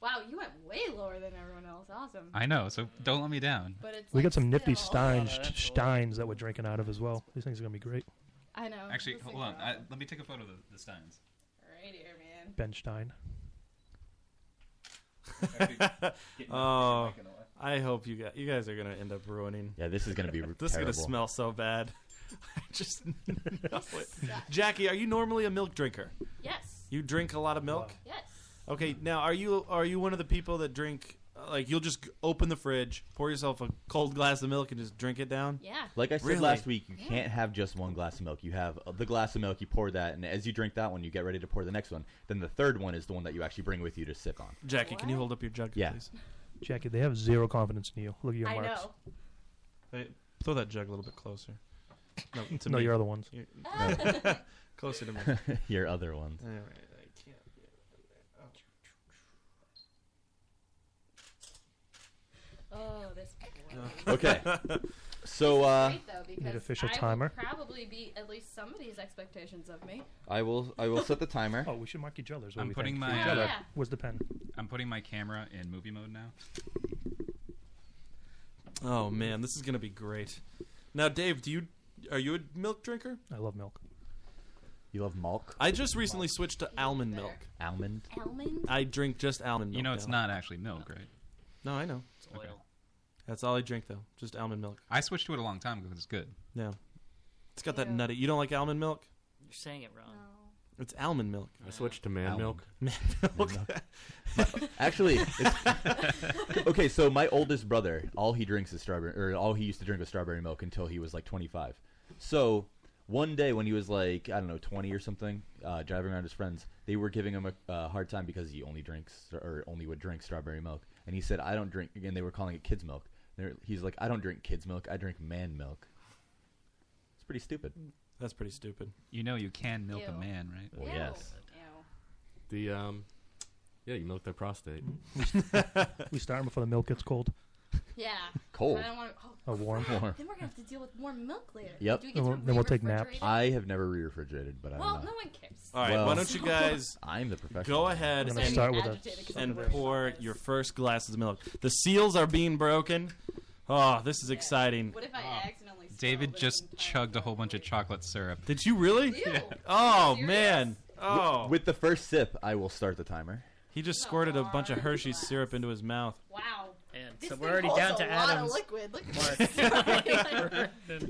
S9: wow, you went way lower than everyone else. Awesome.
S7: I know, so don't let me down.
S9: But it's
S8: We
S9: like
S8: got some nifty
S9: still-
S8: steins, steins that we're drinking out of as well. These things are gonna be great.
S9: I know.
S7: Actually,
S9: this
S7: hold
S9: thing
S7: on.
S9: is
S7: I, let me take a photo of the, the steins.
S9: Right here, man.
S8: Ben Stein.
S4: Oh, I hope you guys, you guys are gonna end up ruining.
S5: Yeah, this is gonna be
S4: this is gonna
S5: terrible.
S4: smell so bad. I just know it. Jackie, are you normally a milk drinker?
S9: Yes.
S4: You drink a lot of milk.
S9: Yes.
S4: Okay, now are you are you one of the people that drink uh, like you'll just open the fridge, pour yourself a cold glass of milk, and just drink it down?
S9: Yeah.
S5: Like I said
S4: Really?
S5: last week, you can't have just one glass of milk. You have uh, the glass of milk, you pour that, and as you drink that one, you get ready to pour the next one. Then the third one is the one that you actually bring with you to sip on.
S4: Jackie, can you hold up your jug,
S5: Yeah.
S4: please?
S8: Jackie, they have zero confidence in you. Look at your marks.
S4: Hey, throw that jug a little bit closer. No, to
S8: No,
S4: me.
S8: your other ones.
S4: You- no. closer to me.
S5: Your other ones.
S4: All right, I can't.
S9: Oh, this.
S5: okay. So uh,
S9: Great, though, because I will probably beat at least somebody's expectations of me.
S5: I will. I will set the timer.
S8: Oh, we should mark each other's. what
S7: I'm
S8: we
S7: putting
S8: think.
S7: my.
S8: Each
S7: uh,
S8: other. Where's the pen?
S7: I'm putting my camera in movie mode now.
S4: Oh man, this is gonna be great. Now, Dave, do you are you a milk drinker?
S8: I love milk.
S5: You love milk.
S4: I just recently switched to almond milk.
S5: Almond.
S9: Almond.
S4: I drink just almond milk.
S7: You know it's
S4: now.
S7: not actually milk, right?
S4: No, I know.
S6: It's oil.
S4: That's all I drink though, just almond milk.
S7: I switched to it a long time ago because it's good.
S4: Yeah, it's got that nutty. You don't like almond milk?
S6: You're saying it wrong.
S4: It's almond milk.
S10: I switched to man
S4: Almond.
S10: milk.
S4: Man milk.
S5: Actually, it's, okay. So my oldest brother, all he drinks is strawberry, or all he used to drink was strawberry milk until he was like 25. So one day when he was like I don't know 20 or something, uh, driving around his friends, they were giving him a uh, hard time because he only drinks or only would drink strawberry milk, and he said I don't drink. And they were calling it kids milk. They're, he's like I don't drink kids milk. I drink man milk. It's pretty stupid.
S4: That's pretty stupid.
S7: You know you can milk a
S10: Ew.
S7: man, right?
S10: Well, Ew. yes. The um, yeah, you milk their prostate.
S8: we start 'em before the milk gets cold.
S9: Yeah.
S5: Cold.
S9: I don't want. Oh,
S8: Oh, warm.
S9: crap.
S5: Warm.
S9: Then we're gonna have to deal with warm milk later.
S5: Yep.
S9: Do we get to re-refrigerate it?
S5: I have never re-refrigerated, but I
S9: Well,
S5: don't know.
S9: no one cares.
S4: All right, why don't you guys?
S5: I'm the professional.
S4: Go ahead
S5: I'm
S4: and,
S5: gonna start with a-
S4: and pour your first glass of milk. The seals are being broken. Oh, this is exciting.
S9: What if I accidentally?
S7: David just chugged a whole bunch of chocolate syrup.
S4: Did you really? Oh man. Oh.
S5: With, with the first sip, I will start the timer.
S4: He just squirted a bunch of Hershey's syrup into his mouth.
S9: Wow.
S6: And
S9: This
S6: so we're
S9: thing
S6: already
S9: holds
S6: down
S9: a
S6: to
S9: lot of
S6: Adam's.
S9: liquid. Look at
S6: mark.
S9: this. If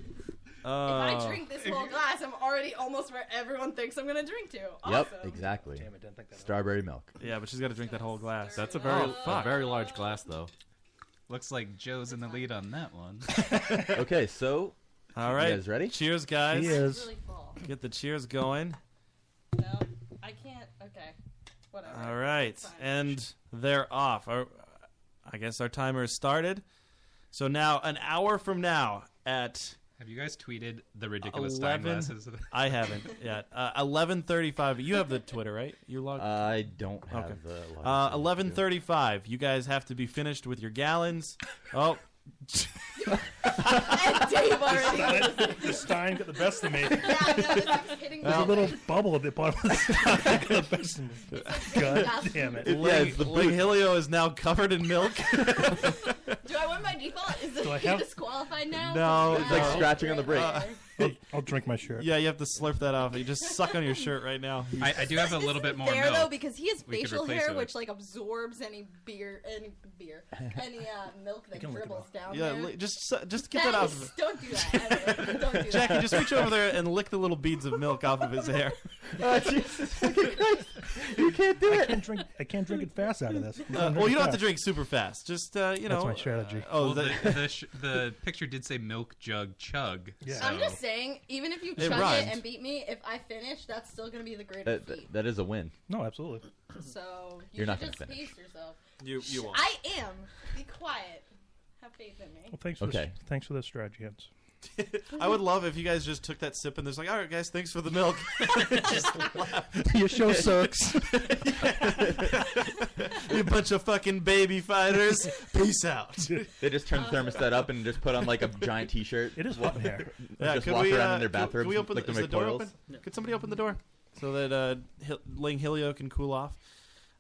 S5: Uh,
S9: I
S4: Oh.
S9: drink this whole glass, I'm already almost where everyone thinks I'm gonna drink to.
S5: Yep,
S9: Awesome.
S5: exactly. Strawberry milk.
S4: Yeah, but she's got to drink that whole glass.
S10: That's a very
S7: Oh, fuck.
S10: a very large glass though.
S7: Looks like Joe's in the lead on that one.
S5: okay, so
S4: All
S5: you
S4: right.
S5: guys ready?
S4: Cheers, guys.
S5: Cheers. Really
S4: Get the cheers going.
S9: No, I can't. Okay, whatever.
S4: All right, and they're off. Our, I guess our timer is started. So now, an hour from now, at
S7: Have you guys tweeted the ridiculous time glasses?
S4: I haven't yet. Uh, Eleven thirty-five. You have the Twitter, right? You logged.
S5: I don't have the.
S4: Uh, Eleven thirty-five. You guys have to be finished with your gallons. Oh.
S9: Dave already.
S8: the Stein got the best of me.
S9: hitting
S8: There's
S4: me.
S8: a little bubble at the bottom of the Stein got the best of me. God damn it.
S4: Ling, Ling Helio is now covered in milk.
S9: Do I win by default? Is
S8: Do I
S9: it
S8: have-
S9: disqualified now?
S4: no. Uh,
S8: I'll, I'll drink my shirt.
S4: yeah, you have to slurp that off. You just suck on your shirt right now.
S7: I, I do have a little bit more
S9: Fair
S7: milk.
S9: though, because he has
S4: We could
S9: facial
S4: replace
S9: hair,
S4: it.
S9: which like absorbs any beer, any beer, any uh, milk that
S4: can lick it
S9: dribbles down
S4: Yeah,
S9: there.
S4: li- just su- just get that,
S9: That
S4: off.
S9: is-
S4: Of it.
S9: don't do that. Evan. Don't do that.
S4: Jackie, just reach over there and lick the little beads of milk off of his hair. uh,
S8: You can't do it. I can't drink, I can't drink it fast out of this.
S4: Uh, well, you don't have to drink super fast. Just uh, you know.
S8: That's my strategy.
S4: uh, oh,
S7: Well,
S4: that-
S7: the, the, sh- the picture did say milk jug chug.
S8: Yeah.
S9: I'm just saying, even if you
S5: It
S9: chug it
S5: rhymed.
S9: and beat me, if I finish, that's still gonna be the greater
S5: That,
S9: feat.
S5: that- that is a win.
S8: No, absolutely.
S9: So you
S5: You're not
S9: should
S5: gonna
S9: just
S5: finish.
S9: pace yourself.
S4: You- you
S9: Sh-
S4: won't.
S9: I am. Be quiet. Have faith in me.
S8: Well, thanks for
S5: Okay.
S8: this, thanks for the strategy, Hans.
S4: I would love if you guys just took that sip and there's like, all right, guys, thanks for the milk.
S8: Your show sucks.
S4: you bunch of fucking baby fighters. Peace out.
S5: They just turn the thermostat up and just put on like a giant T-shirt. It is
S8: hot in here.
S5: just
S4: could
S5: walk around
S4: uh,
S5: in their
S4: could-
S5: bathrooms.
S4: Could we open
S5: like
S4: the,
S5: they're
S4: is the door
S5: McPoyles.
S4: open? Could somebody open the door so that uh, Hil- Ling Helio can cool off?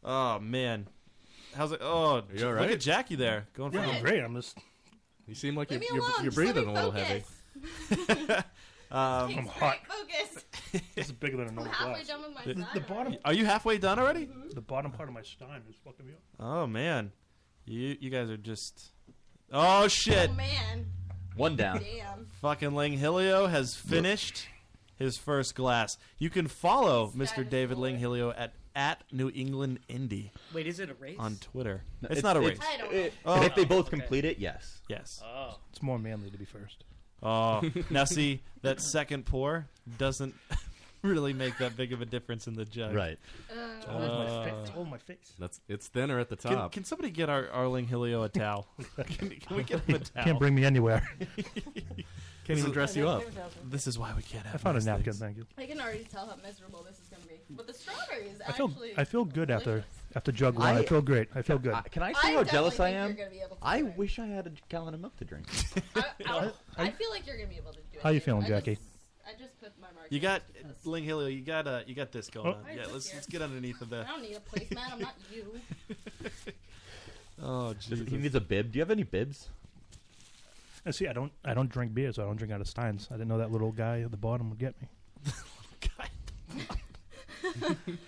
S4: Oh man, how's it? Oh,
S10: all
S4: look
S10: right?
S4: at Jackie there going for
S8: Yeah, I'm
S4: the-
S8: great. I'm just.
S10: You seem like
S9: Leave
S10: you're,
S9: me
S10: you're,
S9: alone.
S10: you're
S9: Just let
S10: breathing
S9: me
S10: a little
S9: focus.
S10: heavy.
S4: Um,
S9: Takes
S8: I'm
S9: great
S8: hot.
S9: Focus.
S8: This is bigger than a normal
S9: halfway
S8: glass.
S9: done with my
S8: the,
S9: Stein
S8: the bottom.
S4: Are you halfway done already?
S8: The bottom part of my stein is fucking me up.
S4: Oh man, you you guys are just Oh shit!
S9: Oh, man.
S5: One down.
S9: Damn.
S4: Fucking Langhilio has finished his first glass. You can follow Mr. David Langhilio at at New England Indie.
S18: Wait, is it a race?
S4: on Twitter?
S5: No,
S4: it's,
S5: it's-
S4: not a race. Oh.
S5: it's- I don't know. it- if they both Okay. complete it, yes.
S4: Yes.
S18: Oh.
S8: It's more manly to be first.
S4: Oh, now see that second pour doesn't really make that big of a difference in the jug.
S5: Right.
S8: It's all over my face. It's all over my face.
S10: That's it's thinner at the
S4: Can-
S10: top.
S4: Can, somebody get our Arling Hilio a towel? can, can we get him a towel?
S8: Can't bring me anywhere.
S4: This
S10: even
S4: is-
S10: dress you up.
S4: This is why we can't have.
S8: I found a
S4: nice
S8: napkin,
S4: things.
S8: thank you.
S9: I can already tell how miserable this is going to be. But the strawberries
S8: I feel
S9: actually.
S8: I feel good after after jug one. I,
S5: I-
S8: feel great. I feel good.
S5: Can I say how jealous I
S9: definitely
S5: am?
S9: think you're gonna be able to
S5: I wish I had a gallon of milk to drink.
S9: I feel like you're going to be able to do it.
S8: How you feeling,
S9: I
S8: Jackie?
S9: Just, I just put my mark.
S4: You got Ling Hilio. You got uh, you got this going
S8: Oh.
S4: on. Yeah, let's let's get underneath of
S9: I
S4: that.
S9: don't need a placemat. I'm not you.
S4: Oh, Jesus.
S5: He needs a bib. Do you have any bibs?
S8: And see, I don't I don't drink beer, so I don't drink out of steins. I didn't know that little guy at the bottom would get me.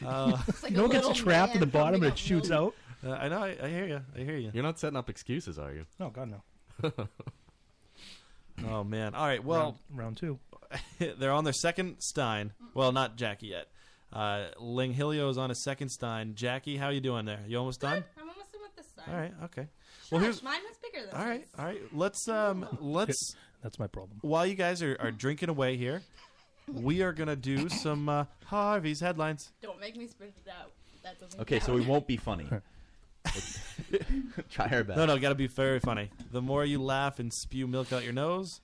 S4: Uh,
S8: It's like a No one gets little trapped at the man bottom and it coming shoots out.
S4: Uh, I know. I, I hear you. I hear you.
S10: You're not setting up excuses, are you?
S8: No, God no.
S4: Oh man! All right. Well,
S8: round, round two.
S4: they're on their second Stein. Well, not Jackie yet. Uh, Ling Hilio is on his second Stein. Jackie, how you doing there? You almost done?
S9: I'm almost done with this side.
S4: All right. Okay.
S9: Shush,
S4: well, here's
S9: mine was bigger than
S4: All right. All right. Let's um. Let's.
S8: That's my problem.
S4: While you guys are, are drinking away here, we are gonna do some uh, Harvey's headlines.
S9: Don't make me spit it out. That doesn't.
S5: Okay, so
S9: count.
S5: we won't be funny. Try our best.
S4: No, no, gotta be very funny. The more you laugh and spew milk out your nose,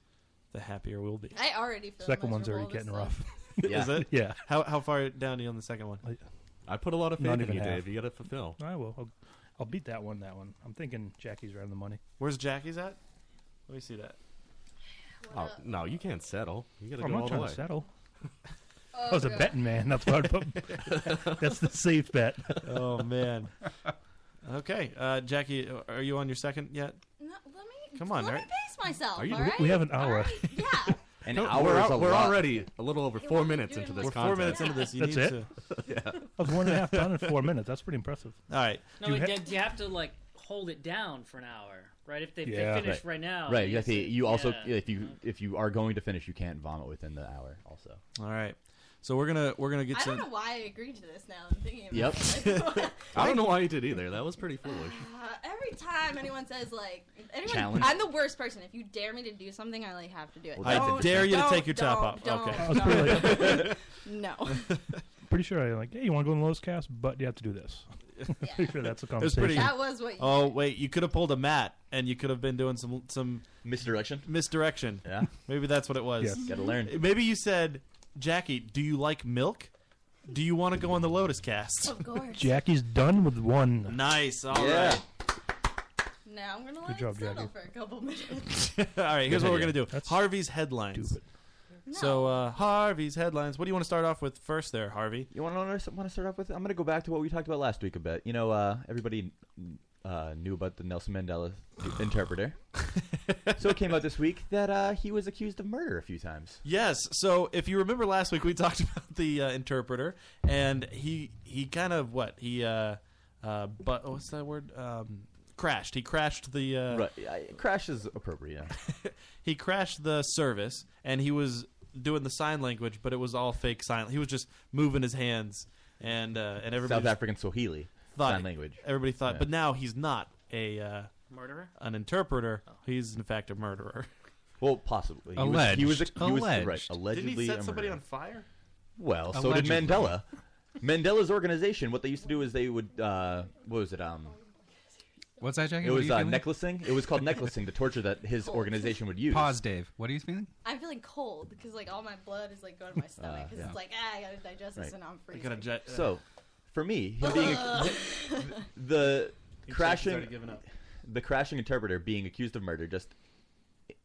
S4: the happier we'll be.
S9: I already feel
S8: Second one's
S9: miserable
S8: already
S9: this
S8: getting
S9: time.
S4: Is
S8: rough.
S4: it?
S8: Yeah.
S4: How how far down are you on the second one?
S10: I put a lot of faith
S8: Not
S10: in
S8: even
S10: you,
S8: half.
S10: Dave. You got to fulfill.
S8: I will. I'll, I'll beat that one. That one. I'm thinking Jackie's right on the money.
S4: Where's Jackie's at? Let me see that.
S10: Oh, no, you can't settle. You got to
S8: I'm
S10: go
S8: not
S10: all the
S8: trying
S10: way.
S8: to settle. Oh, I was a betting man. That's what I put. that's the safe bet.
S4: Oh man. Okay, uh, Jackie, are you on your second yet?
S9: No, let me.
S4: Come on,
S9: let
S4: right?
S9: me pace myself.
S4: Are you-
S9: all right?
S4: we have an hour.
S9: All right? Yeah.
S5: An
S10: No,
S5: hour
S10: we're,
S5: is
S10: al-
S5: a
S10: we're
S5: lot.
S10: already a little over four minutes into this
S4: We're four minutes
S10: contest.
S4: into this. You
S8: That's
S4: need
S8: it?
S10: yeah.
S8: I was one and a half done in four minutes. That's pretty impressive.
S4: All right.
S18: No,
S8: You
S18: you,
S8: ha-
S18: you have to like hold it down for an hour, right? If they, if they finish right, now,
S5: Right,
S18: they
S5: you have to,
S18: just-
S5: you also
S18: yeah. Uh-huh.
S5: if you if you are going to finish, you can't vomit within the hour. Also,
S4: All right. So we're gonna we're gonna get
S9: I
S4: some.
S9: don't know why I agreed to this. Now I'm thinking. About
S5: Yep.
S9: It.
S10: I don't know why you did either. That was pretty foolish.
S9: Uh, every time anyone says like, anyone,
S10: Challenge.
S9: I'm the worst person. If you dare me to do something, I like have to do it.
S4: I
S9: Don't,
S4: dare you to
S9: don't,
S4: take your top
S9: don't,
S4: off.
S9: don't,
S4: Okay.
S8: I was pretty
S9: don't.
S8: like,
S9: no.
S8: pretty sure I like. Hey, you want to go in the lowest cast, but you have to do this. pretty sure that's the
S4: It was
S8: conversation.
S4: pretty.
S9: That was what you
S4: oh wait, you could have pulled a mat, and you could have been doing some some
S5: misdirection.
S4: Misdirection.
S5: Yeah.
S4: Maybe that's what it was.
S5: Yes. Gotta learn.
S4: Maybe you said, Jackie, do you like milk? Do you want to go on the Lotus Cast?
S9: Of course.
S8: Jackie's done with one.
S4: nice. All right.
S8: Yeah.
S9: Now I'm gonna
S8: Good
S9: let
S8: job,
S9: it settle
S8: Jackie.
S9: for a couple minutes.
S4: All right. Here's
S8: Good
S4: what we're
S8: idea.
S4: gonna do. Harvey's headlines. So uh, Harvey's headlines. What do you want to start off with first, there, Harvey?
S5: You want to want to start off with? I'm going to go back to what we talked about last week a bit. You know, uh, everybody uh, knew about the Nelson Mandela interpreter. so it came out this week that uh, he was accused of murder a few times.
S4: Yes. So if you remember last week, we talked about the uh, interpreter, and he he kind of what he uh, uh, but what's that word? Um, crashed. He crashed the uh,
S5: Right, I- crash is appropriate.
S4: he crashed the service, and he was doing the sign language, but it was all fake sign. He was just moving his hands, and uh, and everybody
S5: South
S4: just
S5: African Swahili
S4: thought-
S5: sign language.
S4: Everybody thought,
S5: Yeah.
S4: but now he's not a uh,
S18: Murderer?
S4: an interpreter. He's in fact a murderer.
S5: Well, possibly.
S4: Alleged.
S5: He was, he was, he was
S4: Alleged.
S5: right, allegedly.
S4: Didn't he set
S5: a
S4: somebody
S5: murderer.
S4: on fire?
S5: Well, so did
S4: Allegedly.
S5: Mandela. Mandela's organization. What they used to do is they would uh, what was it? Um,
S7: What's that, Jackie?
S5: It
S7: What
S5: was
S7: are
S5: uh,
S7: you feeling? Oh,
S5: necklacing. It was called necklacing, the torture that his organization would use.
S7: Pause, Dave. What are you feeling?
S9: I'm feeling cold because like all my blood is like going to my stomach because
S5: yeah.
S9: it's like ah, I gotta digest this
S5: Right.
S9: and I'm freezing.
S5: so,
S4: uh,
S5: for me, him being
S9: Ugh.
S5: the
S4: he's
S5: crashing,
S4: already given up.
S5: the crashing interpreter being accused of murder just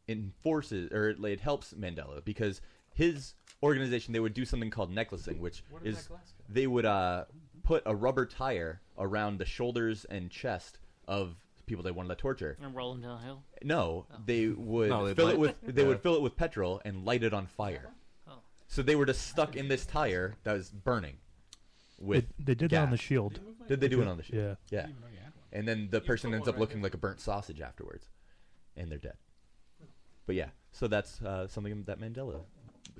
S5: enforces or it it helps Mandela because his organization they would do something called necklacing, which
S4: Where did
S5: is
S4: that glass
S5: they would uh, put a rubber tire around the shoulders and chest of people they wanted to torture.
S6: And roll him downhill.
S5: No, they would
S10: No, they'd
S5: fill
S10: light-
S5: it with they
S10: Yeah.
S5: would fill it with petrol and light it on fire.
S9: Oh.
S5: So they were just stuck in this tire that was burning. With
S8: They- they did that on the
S5: gas.
S8: shield.
S5: Did they
S8: They
S5: do it
S8: did-
S5: on the shield?
S8: yeah.
S5: Yeah. And then the person ends up looking like a burnt sausage afterwards. and they're dead. But yeah, so that's uh, something that Mandela,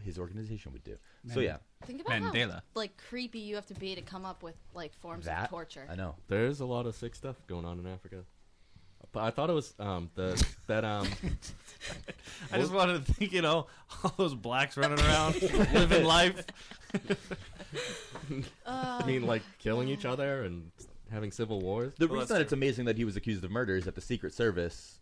S5: his organization, would do. so
S7: Mandela.
S5: yeah,
S9: Think about how like creepy you have to be to come up with like forms of
S10: That?
S9: torture.
S5: know.
S10: There's a lot of sick stuff going on in Africa. But I thought it was um the that um
S4: I just wanted to think, you know, all those blacks running around living life.
S9: Uh,
S10: I mean like killing each other and having civil wars.
S5: the reason that it's amazing that he was accused of murder is that the Secret Service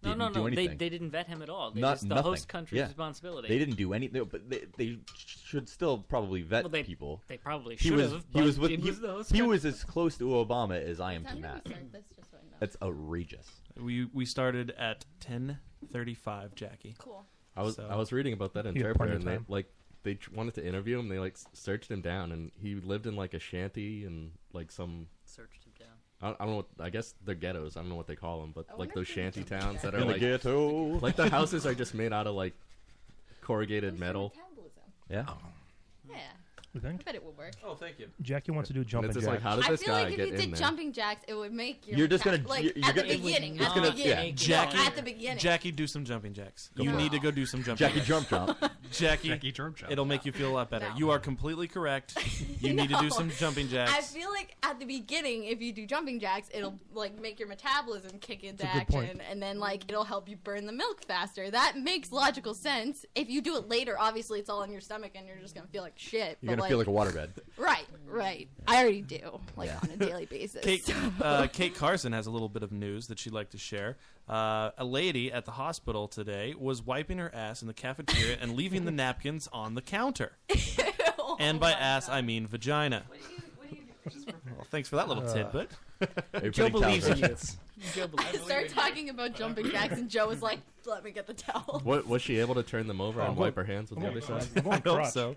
S18: No,
S5: didn't
S18: no,
S5: do
S18: no. They,
S5: anything.
S18: they didn't vet him at all. They
S5: Not
S18: just, the
S5: nothing.
S18: host country's
S5: Yeah.
S18: responsibility.
S5: They didn't do anything, but they, they should still probably vet
S18: Well, they-
S5: people.
S18: they probably
S5: He was
S18: should've,
S5: he
S18: but
S5: was with
S18: it
S5: he,
S18: was the host
S5: he
S18: country.
S5: was as close to Obama as I am to
S9: I've never
S5: Matt.
S9: said this, just so I know.
S5: That's outrageous.
S4: We we started at ten thirty five, Jackie.
S9: Cool.
S10: I was I was reading about that
S4: He had plenty
S10: interpreter
S4: of
S10: and they
S4: time.
S10: like they tr- wanted to interview him. They like s- searched him down and he lived in like a shanty and like some
S18: Searched him down.
S10: I don't, I don't know. What, I guess they're ghettos. I don't know what they call them, but
S18: I
S10: like
S18: wonder
S10: those
S18: if they
S10: shanty
S18: do that.
S10: towns that are
S5: In the
S10: like
S5: ghetto.
S10: Like the houses are just made out of like corrugated metal.
S5: Yeah.
S9: Yeah.
S8: You think?
S9: I bet it would work.
S4: Oh, thank you.
S8: Jackie wants to do jumping
S10: just
S8: jacks.
S10: like, how did
S9: I
S10: this
S9: feel
S10: guy
S9: like if
S10: get
S9: you
S10: in
S9: did
S10: there?
S9: jumping jacks, it would make your
S5: You're just
S9: attack-
S5: gonna-
S9: like
S5: you're- you're
S9: at
S5: gonna-
S9: the beginning.
S5: it's
S9: At
S5: gonna-
S9: the beginning.
S5: yeah.
S9: No,
S4: Jackie,
S9: at the beginning.
S4: Jackie, do some jumping jacks.
S5: Go
S4: you
S5: for it.
S4: need to go do some jumping.
S5: Jackie
S4: jacks.
S5: jump jump.
S4: Jackie,
S7: Jackie jump jump.
S4: It'll make you feel a lot better. You are completely correct. You need to do
S9: No.
S4: some jumping jacks.
S9: I feel like at the beginning, if you do jumping jacks, it'll like make your metabolism kick into
S4: a good
S9: action,
S4: point.
S9: and then like it'll help you burn the milk faster. That makes logical sense. If you do it later, obviously it's all in your stomach, and you're just gonna feel like shit.
S5: You're
S9: but,
S5: gonna feel like a waterbed.
S9: Right, right. I already do like on a daily basis.
S4: Kate, uh, Kate Carson has a little bit of news that she'd like to share. Uh, a lady at the hospital today was wiping her ass in the cafeteria and leaving the napkins on the counter.
S18: Oh
S4: and by ass, I mean vagina. Well, thanks for that little
S18: Uh,
S4: tidbit.
S18: Are you Joe putting believes in towels Joe
S9: I started talking about jumping jacks, and Joe was like, "Let me get the towel."
S10: What was she able to turn them over
S4: Oh,
S10: and
S4: I'm
S10: wipe her
S4: going-
S10: hands with
S4: I'm
S10: the other
S4: going-
S10: side?
S4: I'm going I hope crotch. so.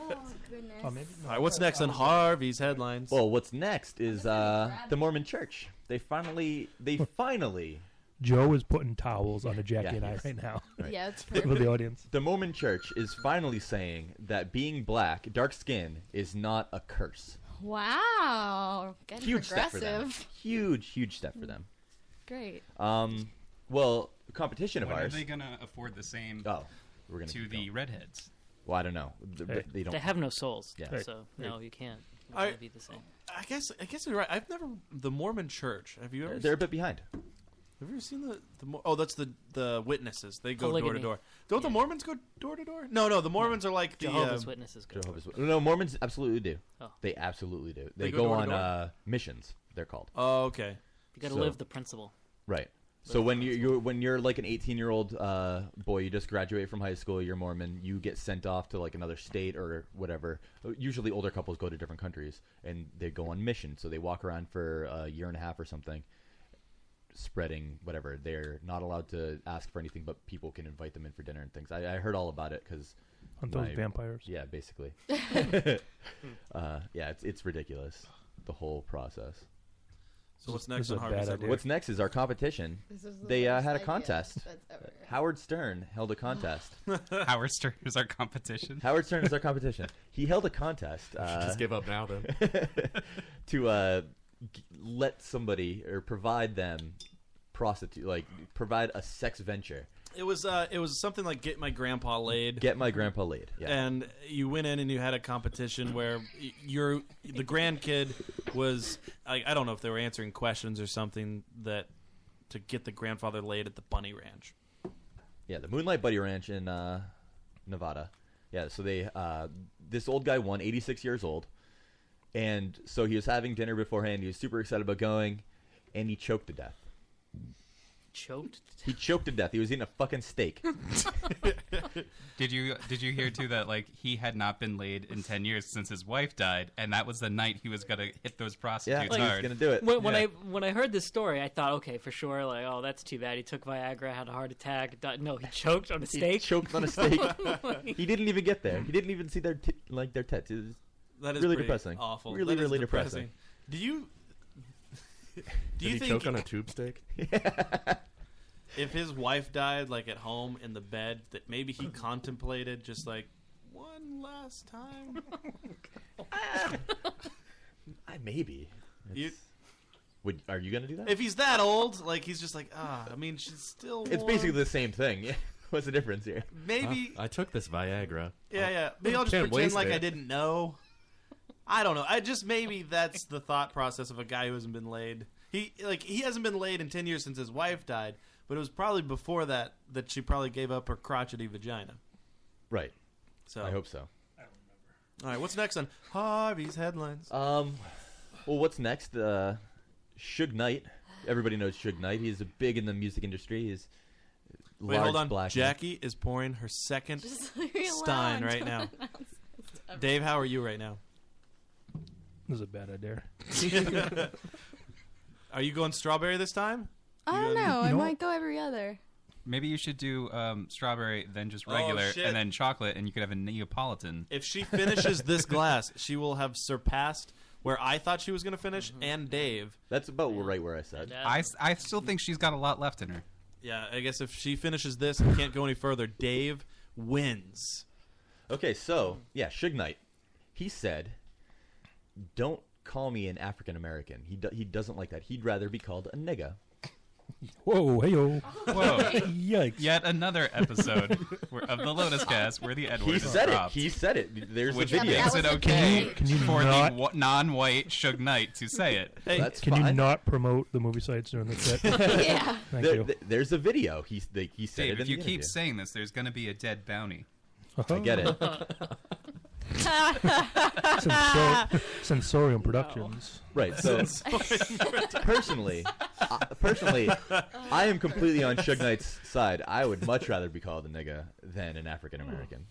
S9: Oh goodness.
S5: All right, what's next on
S4: Harvey's headlines?
S5: Well, what's next is uh, the Mormon Church. They finally, they finally,
S8: Joe is putting towels on a Jackie
S5: Yeah,
S8: and I
S5: yes.
S8: right now.
S5: Right.
S9: Yeah, it's
S8: for the audience.
S5: the Mormon Church is finally saying that being black, dark skin, is not a curse.
S9: Wow, getting
S5: Huge step for
S9: progressive.
S5: them. Huge, huge step for them.
S9: Great.
S5: Um, well, competition of
S7: When are
S5: ours.
S7: they gonna afford the same?
S5: Oh, we're gonna
S7: to
S5: keep
S7: the redheads.
S5: Well, I don't know. The-
S7: Hey.
S5: They don't.
S18: They have no souls.
S5: Yeah.
S18: So no, you can't. It
S4: I-
S18: wouldn't be the same.
S4: I guess I guess you're right. I've never the Mormon Church. Have you ever?
S5: They're a bit behind.
S4: Have you ever seen the the? Mor- Oh, that's the the witnesses. They go door
S5: Polygamy.
S4: to door. Don't the Mormons go door to door? No, no. The Mormons are like the
S18: Jehovah's
S4: um,
S18: Witnesses. Go.
S5: Jehovah's Wit- No, Mormons absolutely do.
S18: Oh.
S5: They absolutely do. They,
S4: They go
S5: go,
S4: door to
S5: on
S4: door?
S5: uh, missions. They're called.
S4: Oh, okay.
S18: You got to live the principle.
S5: Right.
S18: Live
S5: So
S18: the
S5: when you you're when you're like an 18 year old uh, boy, you just graduate from high school, you're Mormon, you get sent off to like another state or whatever. Uh, Usually, older couples go to different countries and they go on mission. So they walk around for a year and a half or something, spreading whatever. They're not allowed to ask for anything, but people can invite them in for dinner and things. I, I heard all about it because
S8: Aren't those vampires?
S5: Yeah, basically. uh, yeah, it's it's ridiculous the whole process.
S4: So what's next on Harvey's headlines?
S5: What's next is our competition.
S4: This is the
S5: They uh,
S4: worst
S5: had a
S4: idea
S5: contest.
S4: that's ever-
S5: Howard Stern held a contest.
S7: Howard Stern is our competition.
S5: Howard Stern is our competition. He held a contest. Uh,
S10: just give up now,
S5: then. to uh, g- let somebody or provide them prostitute, like provide a sex venture.
S4: It was uh, it was something like get my grandpa laid.
S5: Get my grandpa laid. Yeah.
S4: And you went in and you had a competition where y- your the grandkid was I, I don't know if they were answering questions or something that to get the grandfather laid at the bunny ranch.
S5: Yeah, the Moonlight Buddy Ranch in uh, Nevada. Yeah, so they uh, this old guy won, 86 years old, and so he was having dinner beforehand. He was super excited about going, and he choked to death.
S18: Choked.
S5: He choked to death. He was eating a fucking steak.
S7: Did you did you hear too that like he had not been laid in ten years since his wife died, and that was the night he was gonna hit those prostitutes
S5: he was
S7: hard.
S5: gonna do it.
S18: When, when I when I heard this story, I thought, okay, for sure, like, oh, that's too bad. He took Viagra, had a heart attack. Died. No, he choked on a
S5: He
S18: steak. Oh
S5: choked on a steak. he didn't even get there. He didn't even see their t- like their tits. It was
S4: That is
S5: really
S4: pretty
S5: depressing.
S4: Awful.
S5: Really,
S4: That is
S5: really depressing.
S4: Do you do
S10: Did
S4: you
S10: he
S4: think
S10: choke on a tube steak?
S4: if his wife died like at home in the bed that maybe he contemplated just like one last time?
S5: Ah! I maybe.
S4: You-
S5: It's- Would are you gonna do that?
S4: If he's that old, like he's just like ah. I mean, she's still.
S5: It's
S4: warm.
S5: basically the same thing. Yeah. What's the difference here?
S4: Maybe-
S10: I took this Viagra.
S5: Oh.
S4: Yeah, yeah. Maybe I'll just
S10: Can't
S4: pretend
S10: waste
S4: like
S10: it.
S4: I didn't know. I don't know. I just maybe that's the thought process of a guy who hasn't been laid. He like he hasn't been laid in ten years since his wife died, but it was probably before that that she probably gave up her crotchety vagina.
S5: Right.
S4: So
S5: I hope so.
S4: All right, what's next on Harvey's headlines?
S5: Um, well, what's next? Uh, Suge Knight. Everybody knows Suge Knight. He's big in the music industry. He's
S4: Wait,
S5: large
S4: hold on.
S5: black.
S4: Jackie is pouring her second
S9: Just leave me
S4: Stein
S9: alone.
S4: right
S9: Don't
S4: now.
S9: announce this to
S4: Dave, how are you right now?
S8: This is a bad idea.
S4: are you going strawberry this time?
S16: I don't know. I
S7: You know
S16: might go every other.
S7: Maybe you should do um, strawberry, then just
S4: Oh,
S7: regular,
S4: shit.
S7: and then chocolate, and you could have a Neapolitan.
S4: If she finishes this glass, she will have surpassed where I thought she was going to finish and Dave.
S5: That's about right where I said.
S7: I, I still think she's got a lot left in her.
S4: Yeah, I guess if she finishes this and can't go any further, Dave wins.
S5: Okay, so yeah, Suge Knight. He said, "Don't call me an African American." He do- he doesn't like that. He'd rather be called a nigga.
S8: Whoa, hey yo.
S7: Whoa.
S8: Yikes.
S7: Oh. Yet another episode where- of the Lotus Cast where the N word
S5: He
S7: is
S5: said
S7: dropped.
S5: it. He said it. There's
S7: Which
S5: a video.
S7: makes it okay for the wa- non-white Suge Knight to say it.
S8: Can you not promote the movie sites during the set? Thank
S5: There-
S8: you.
S5: th- there's a video. He they, he said
S7: Dave,
S5: it.
S7: if
S5: In
S7: you
S5: the
S7: keep
S5: interview.
S7: saying this, there's going to be a dead bounty.
S5: I get it.
S8: Sensor- Sensorium Productions.
S5: Right. So personally, I, personally, I am completely on Suge Knight's side. I would much rather be called a nigga than an African American.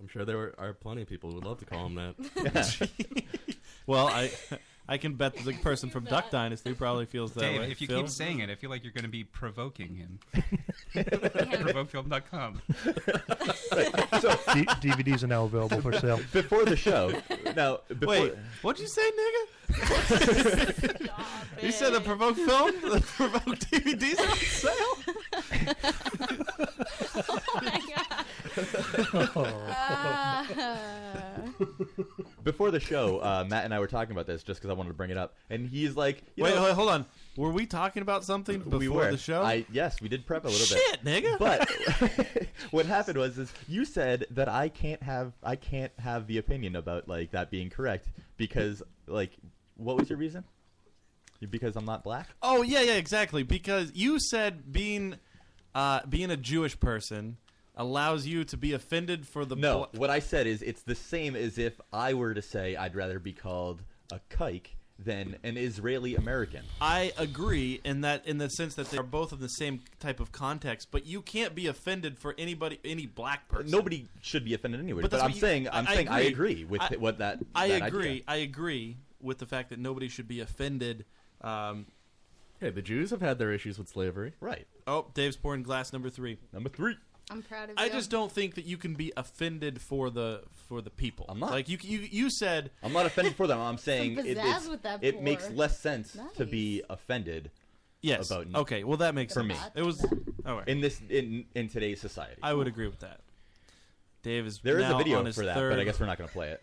S10: I'm sure there are plenty of people who would love to call him
S5: that.
S4: Well, I I can bet the person from Duck Dynasty probably feels that
S7: Dave,
S4: way.
S7: if you
S4: Phil?
S7: keep saying it, I feel like you're going to be provoking him. Provokefilm.com.
S8: D- DVDs are now available for sale.
S5: Before the show, now before,
S4: Wait, what'd you say, nigga? you said the provoke film, the provoke DVDs on sale.
S9: oh my god.
S8: Oh.
S9: Ah.
S5: before the show, uh, Matt and I were talking about this just because I wanted to bring it up, and he's like, you
S4: Wait,
S5: know,
S4: wait, hold on. Were we talking about something before
S5: we were
S4: the show?
S5: I yes, we did prep a little
S4: Shit,
S5: bit.
S4: nigga.
S5: But what happened was is you said that I can't have I can't have the opinion about like that being correct because like what was your reason? Because I'm not black.
S4: Oh yeah, yeah, exactly. Because you said being uh, being a Jewish person allows you to be offended for the
S5: No, what I said is it's the same as if I were to say I'd rather be called a kike than an Israeli American.
S4: I agree in that in the sense that they are both in the same type of context, but you can't be offended for anybody any black person.
S5: Nobody should be offended anyway. But,
S4: that's
S5: I'm
S4: what you-
S5: saying I'm saying I agree with
S4: I-
S5: what that.
S4: I
S5: that
S4: agree.
S5: idea.
S4: I agree with the fact that nobody should be offended. Um,
S10: Hey, the Jews have had their issues with slavery.
S5: Right.
S4: oh, Dave's pouring glass number three.
S5: Number three.
S9: I'm proud of you.
S4: I just don't think that you can be offended for the for the people. I'm
S5: not.
S4: Like you you you said
S5: I'm not offended for them. I'm saying it,
S4: pizzazz
S5: it's-
S4: with that
S5: it makes
S4: pour.
S5: less sense to
S4: Nice.
S5: be offended.
S4: Yes.
S5: About
S4: Okay, well, that makes
S5: for
S4: sense.
S5: me.
S4: It was
S5: in this in in today's society.
S4: I would agree with that. Dave is
S5: There is
S4: now
S5: a video
S4: on his
S5: for that,
S4: third.
S5: but I guess we're not going to play it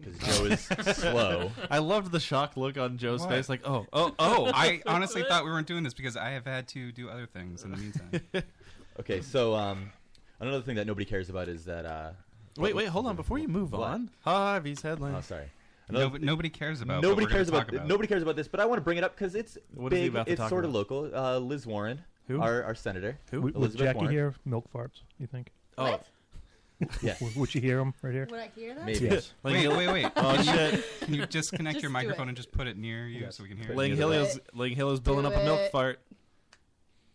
S5: because Joe is slow.
S4: I loved the shock look on Joe's
S7: What?
S4: face, like, oh, oh, oh.
S7: I honestly thought we weren't doing this because I have had to do other things in the meantime.
S5: Okay, so um, another thing that nobody cares about is that. Uh,
S4: Wait, wait, hold on. Before you move
S5: What?
S4: on, Harvey's headline.
S5: Oh, sorry.
S7: Nob- nobody cares about what
S5: nobody
S7: we're gonna
S5: cares
S7: talk
S5: about,
S7: about.
S5: nobody cares about this, but I want to bring it up because it's
S4: What is he
S5: big.
S4: about to
S5: it's
S4: talk
S5: sort of
S4: about?
S5: local. Uh, Liz Warren,
S4: Who?
S5: our our senator,
S8: With, with
S5: Elizabeth
S8: Jackie
S5: Warren.
S8: here, milk farts, you think?
S4: Oh. What?
S5: Yeah.
S8: Would, would you hear them right here?
S9: Would I hear that?
S5: Maybe.
S8: Yes.
S7: Wait, wait, wait.
S4: Oh,
S7: can, you,
S4: shit.
S7: can you disconnect your
S4: Just do
S7: microphone
S4: it.
S7: and just put it near you so we can hear it?
S4: Lang Hillio's, Lang Hillio's building up a milk
S7: it.
S4: fart.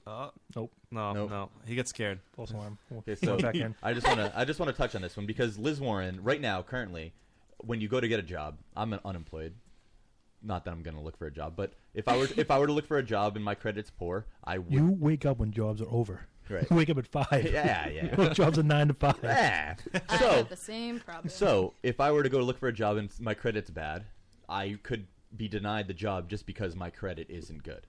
S4: Oh.
S8: Nope.
S4: No, no. He gets scared.
S8: False alarm.
S5: Okay, so
S8: back in.
S5: I just want to I just want to touch on this one because Liz Warren right now currently, when you go to get a job, I'm an unemployed. Not that I'm going to look for a job, but if I were if I were to look for a job and my credit's poor, I would.
S8: You wake up when jobs are over.
S5: Right.
S8: wake up at five.
S5: Yeah, yeah.
S8: When jobs are nine to five.
S5: Yeah.
S9: I
S5: So
S9: have the same problem.
S5: so if I were to go look for a job and my credit's bad, I could be denied the job just because my credit isn't good.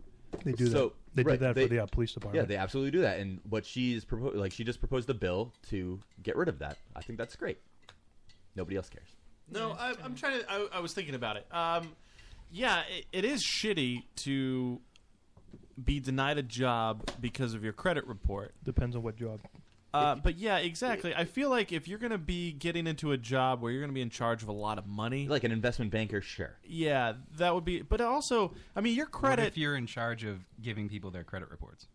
S8: They do
S5: so,
S8: that. They do
S5: right,
S8: that for the uh, police department.
S5: Yeah, they absolutely do that. And what she's propo- like, she just proposed a bill to get rid of that. I think that's great. Nobody else cares.
S4: No, I, I'm trying to. I, I was thinking about it. Um, yeah, it, it is shitty to be denied a job because of your credit report.
S8: Depends on what job.
S4: Uh, but yeah, exactly. I feel like if you're going to be getting into a job where you're going to be in charge of a lot of money,
S5: like an investment banker, sure.
S4: yeah, that would be. But also, I mean, your
S7: What
S4: credit.
S7: if you're in charge of giving people their credit reports?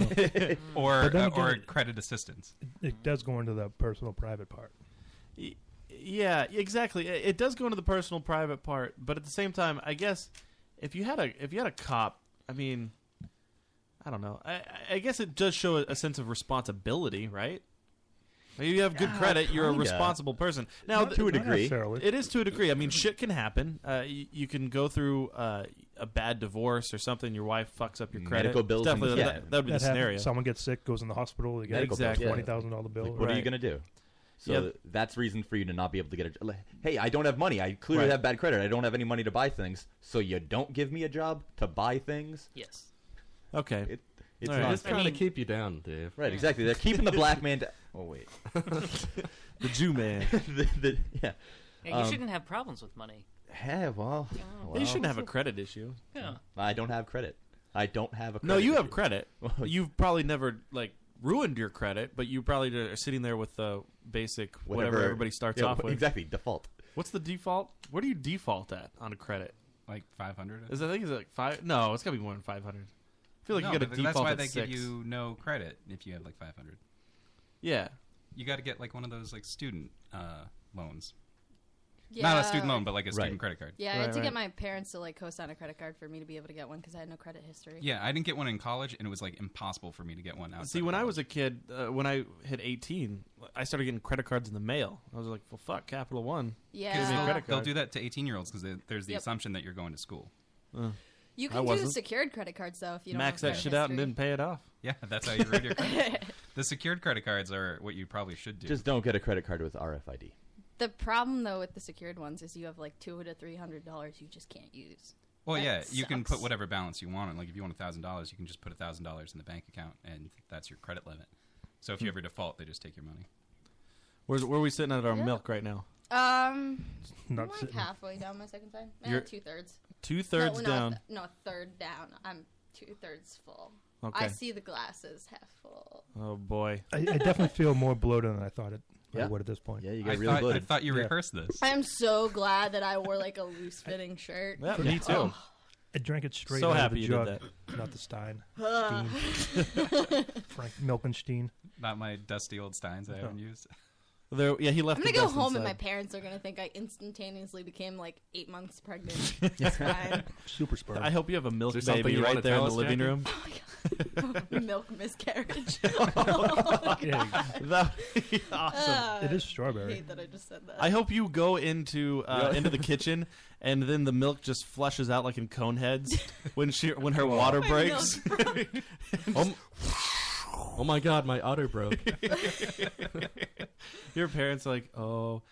S7: or
S8: But then
S7: uh, or
S8: again-
S7: credit assistance.
S4: Mm-hmm.
S8: It does go into the personal private part.
S4: Y- Yeah, exactly. It it does go into the personal, private part, but at the same time, I guess if you had a if you had a cop, I mean, I don't know. I, I guess it does show a, a sense of responsibility, right? Like, you have good
S5: Yeah,
S4: credit. You're a
S5: Uh, kinda.
S4: responsible person. Now,
S5: Not- To a not degree. necessarily.
S4: it is to a degree. I mean, shit can happen. Uh, you, you can go through uh, a bad divorce or something. Your wife fucks up your credit.
S5: Medical bills and-
S4: Definitely,
S5: yeah.
S4: that, that would be
S8: That
S4: the
S8: happens.
S4: scenario.
S8: Someone gets sick, goes in the hospital, they get
S4: Medical
S8: a
S4: bills, yeah.
S8: twenty thousand dollar bill.
S5: Like, what are you
S4: Right.
S5: going to do? So
S4: Yeah.
S5: th- that's reason for you to not be able to get a job. Hey, I don't have money. I clearly
S4: Right.
S5: have bad credit. I don't have any money to buy things. So you don't give me a job to buy things?
S6: Yes.
S4: Okay.
S5: It, it's
S10: All right.
S5: not
S10: Just trying to I mean- keep you down, Dave.
S5: Right,
S10: Yeah.
S5: exactly. They're keeping the black man down. Oh, wait.
S4: the Jew man.
S5: the, the, yeah.
S6: Yeah, you
S5: Um,
S6: shouldn't have problems with money.
S5: Yeah, well, well.
S4: You shouldn't have a credit issue.
S6: Yeah.
S5: I don't have credit. I don't have a credit.
S4: No, you have
S5: issue.
S4: credit. You've probably never like ruined your credit, but you probably are sitting there with the basic whatever,
S5: Whatever-
S4: everybody starts
S5: yeah,
S4: off
S5: wh-
S4: with.
S5: exactly, default.
S4: What's the default? What do you default at on a credit?
S7: Like five hundred.
S4: Is I think it's like five. No, it's got to be more than five hundred. I feel like
S7: No,
S4: you got
S7: but
S4: to default
S7: That's why
S4: at
S7: they
S4: six.
S7: give you no credit if you have like five hundred.
S4: Yeah.
S7: You got to get like one of those like student uh, loans. Not a student
S16: Yeah.
S7: loan, but like a student credit card.
S16: Yeah, I had to get my parents to like co-sign a credit card for me to be able to get one because I had no credit history.
S7: Yeah, I didn't get one in college, and it was like impossible for me to get one outside.
S4: See, when I was a kid, uh, when I hit eighteen, I started getting credit cards in the mail. I was like, "Well, fuck, Capital One."
S16: Yeah.
S4: Give me a
S7: they'll,
S4: credit
S7: they'll
S4: card.
S7: do that to 18 year olds because there's the
S16: Yep.
S7: assumption that you're going to school.
S16: You
S7: I
S16: can do
S7: wasn't.
S16: secured credit cards though if you don't
S7: Max
S16: have
S7: that
S16: credit
S7: shit out and
S16: history.
S4: didn't pay it off.
S7: Yeah, that's how you read your credit. the secured credit cards are what you probably should do.
S5: Just don't get a credit card with RFID.
S16: The problem though with the secured ones is you have like two to three hundred dollars you just can't use.
S7: Well,
S16: That
S7: yeah, you can
S16: sucks.
S7: put whatever balance you want. on. Like if you want thousand dollars, you can just put thousand dollars in the bank account, and that's your credit limit. So
S4: Hmm.
S7: if you ever default, they just take your money.
S4: Where's where are we sitting at our
S16: Yeah.
S4: milk right now?
S16: Um,
S4: Not
S16: I'm like
S4: sitting-
S16: halfway down my second time. Eh,
S4: You're-
S16: two thirds.
S4: Two-thirds
S16: no,
S4: down.
S16: No, th- no, third down. I'm two thirds full.
S4: Okay.
S16: I see the glasses half full.
S4: Oh boy.
S8: I, I definitely feel more bloated than I thought it.
S4: Yeah.
S8: I would at this point.
S4: Yeah, you
S7: got I really thought- I bloated. thought you rehearsed this.
S16: I am so glad that I wore like a loose fitting shirt.
S4: Yeah, me too.
S8: Oh. I drank it straight
S4: So
S8: out
S4: happy
S8: of the
S4: you
S8: jug,
S4: did
S8: not the Stein.
S16: Ah.
S8: Stein. Frank Milkenstein.
S7: Not my dusty old steins that I haven't used.
S4: There, yeah, he left.
S16: I'm
S4: the
S16: gonna go
S4: dust
S16: home and
S4: inside.
S16: my parents are gonna think I instantaneously became like eight months pregnant. It's fine.
S8: Super sperm.
S4: I hope you have a milk
S10: Is there something
S4: baby
S10: you
S4: right
S10: wanna
S4: there in
S10: tell
S4: the
S10: us,
S4: living
S10: Jackie?
S4: room.
S16: Milk miscarriage.
S4: Oh,
S16: Oh
S4: that would be awesome.
S16: Ah,
S8: It is strawberry.
S16: I hate that I just said that.
S4: I hope you go into uh,
S8: Yeah.
S4: into the kitchen and then the milk just flushes out like in Coneheads when she when her water
S10: My
S4: breaks.
S10: oh, m- oh my god, my udder broke.
S4: Your parents are like, oh,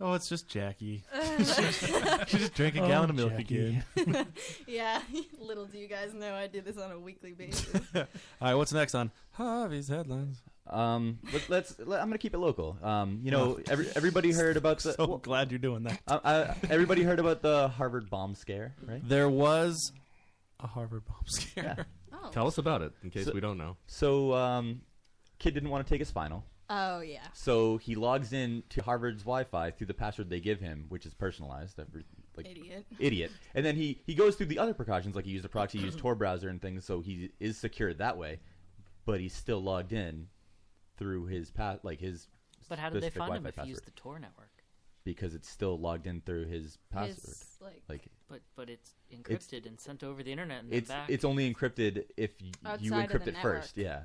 S4: oh, it's just Jackie. she just drank a gallon of milk
S8: Oh, Jackie.
S4: again.
S16: yeah, little do you guys know I do this on a weekly basis.
S4: All right, what's next on Harvey's headlines?
S5: Um, let, let's. Let, I'm gonna keep it local. Um, you know, every, everybody heard about the.
S4: Oh, So glad you're doing that.
S5: Uh, uh, everybody heard about the Harvard bomb scare, right?
S4: There was a Harvard bomb scare.
S10: Oh. Tell us about it in case we don't know.
S5: So, um, kid didn't want to take his final.
S16: Oh, yeah.
S5: So he logs in to Harvard's Wi-Fi through the password they give him, which is personalized. Every, like,
S16: Idiot.
S5: Idiot. And then he he goes through the other precautions, like he used a proxy, he used Tor browser and things, so he is secured that way. But he's still logged in through his path, like his.
S6: But how did they
S5: district
S6: find him
S5: Wi-Fi
S6: if you used
S5: password.
S6: the Tor network?
S5: Because it's still logged in through his password.
S6: His,
S5: like,
S6: but but it's
S5: It's-
S6: encrypted and sent over the internet and then
S5: it's
S6: back.
S5: it's only encrypted if y- you
S16: Outside of
S5: encrypt
S16: the
S5: it first. Yeah.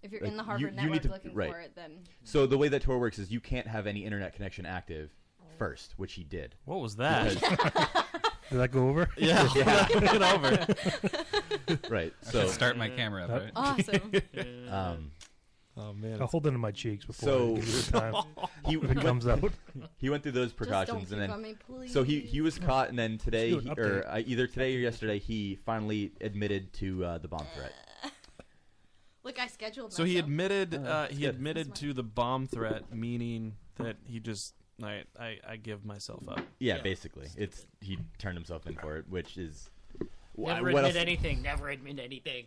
S16: If you're
S5: Like,
S16: in the Harvard
S5: you need
S16: network
S5: to-
S16: looking
S5: right.
S16: for it, then
S5: So the way that Tor works is you can't have any internet connection active
S16: Oh.
S5: first, which he did.
S4: What was that?
S8: Did that go over?
S5: Yeah.
S4: Look it
S5: over. Right,
S7: I
S5: so-
S7: should start my camera up.
S8: Uh,
S7: Right?
S16: Awesome.
S5: Um,
S4: oh man,
S8: I'll hold it in my cheeks before I
S5: so
S8: give it time.
S5: he
S8: if it comes out.
S5: He went through those
S8: don't
S5: precautions
S8: pick
S5: and then
S8: on me,
S5: so he he was caught and then today
S8: Let's
S5: he,
S8: do an
S5: or
S8: update.
S5: uh, either today or yesterday he finally admitted to uh, the bomb threat.
S16: look, I scheduled.
S4: So he
S16: myself.
S4: admitted
S5: Oh,
S4: uh,
S5: that's
S4: he
S5: good.
S4: admitted to the bomb threat, meaning that he just I, I, I give myself up.
S5: Yeah, basically, it's he turned himself in for it, which is wh-
S6: Never
S5: what
S6: admit
S5: else-
S6: anything. Never admit anything.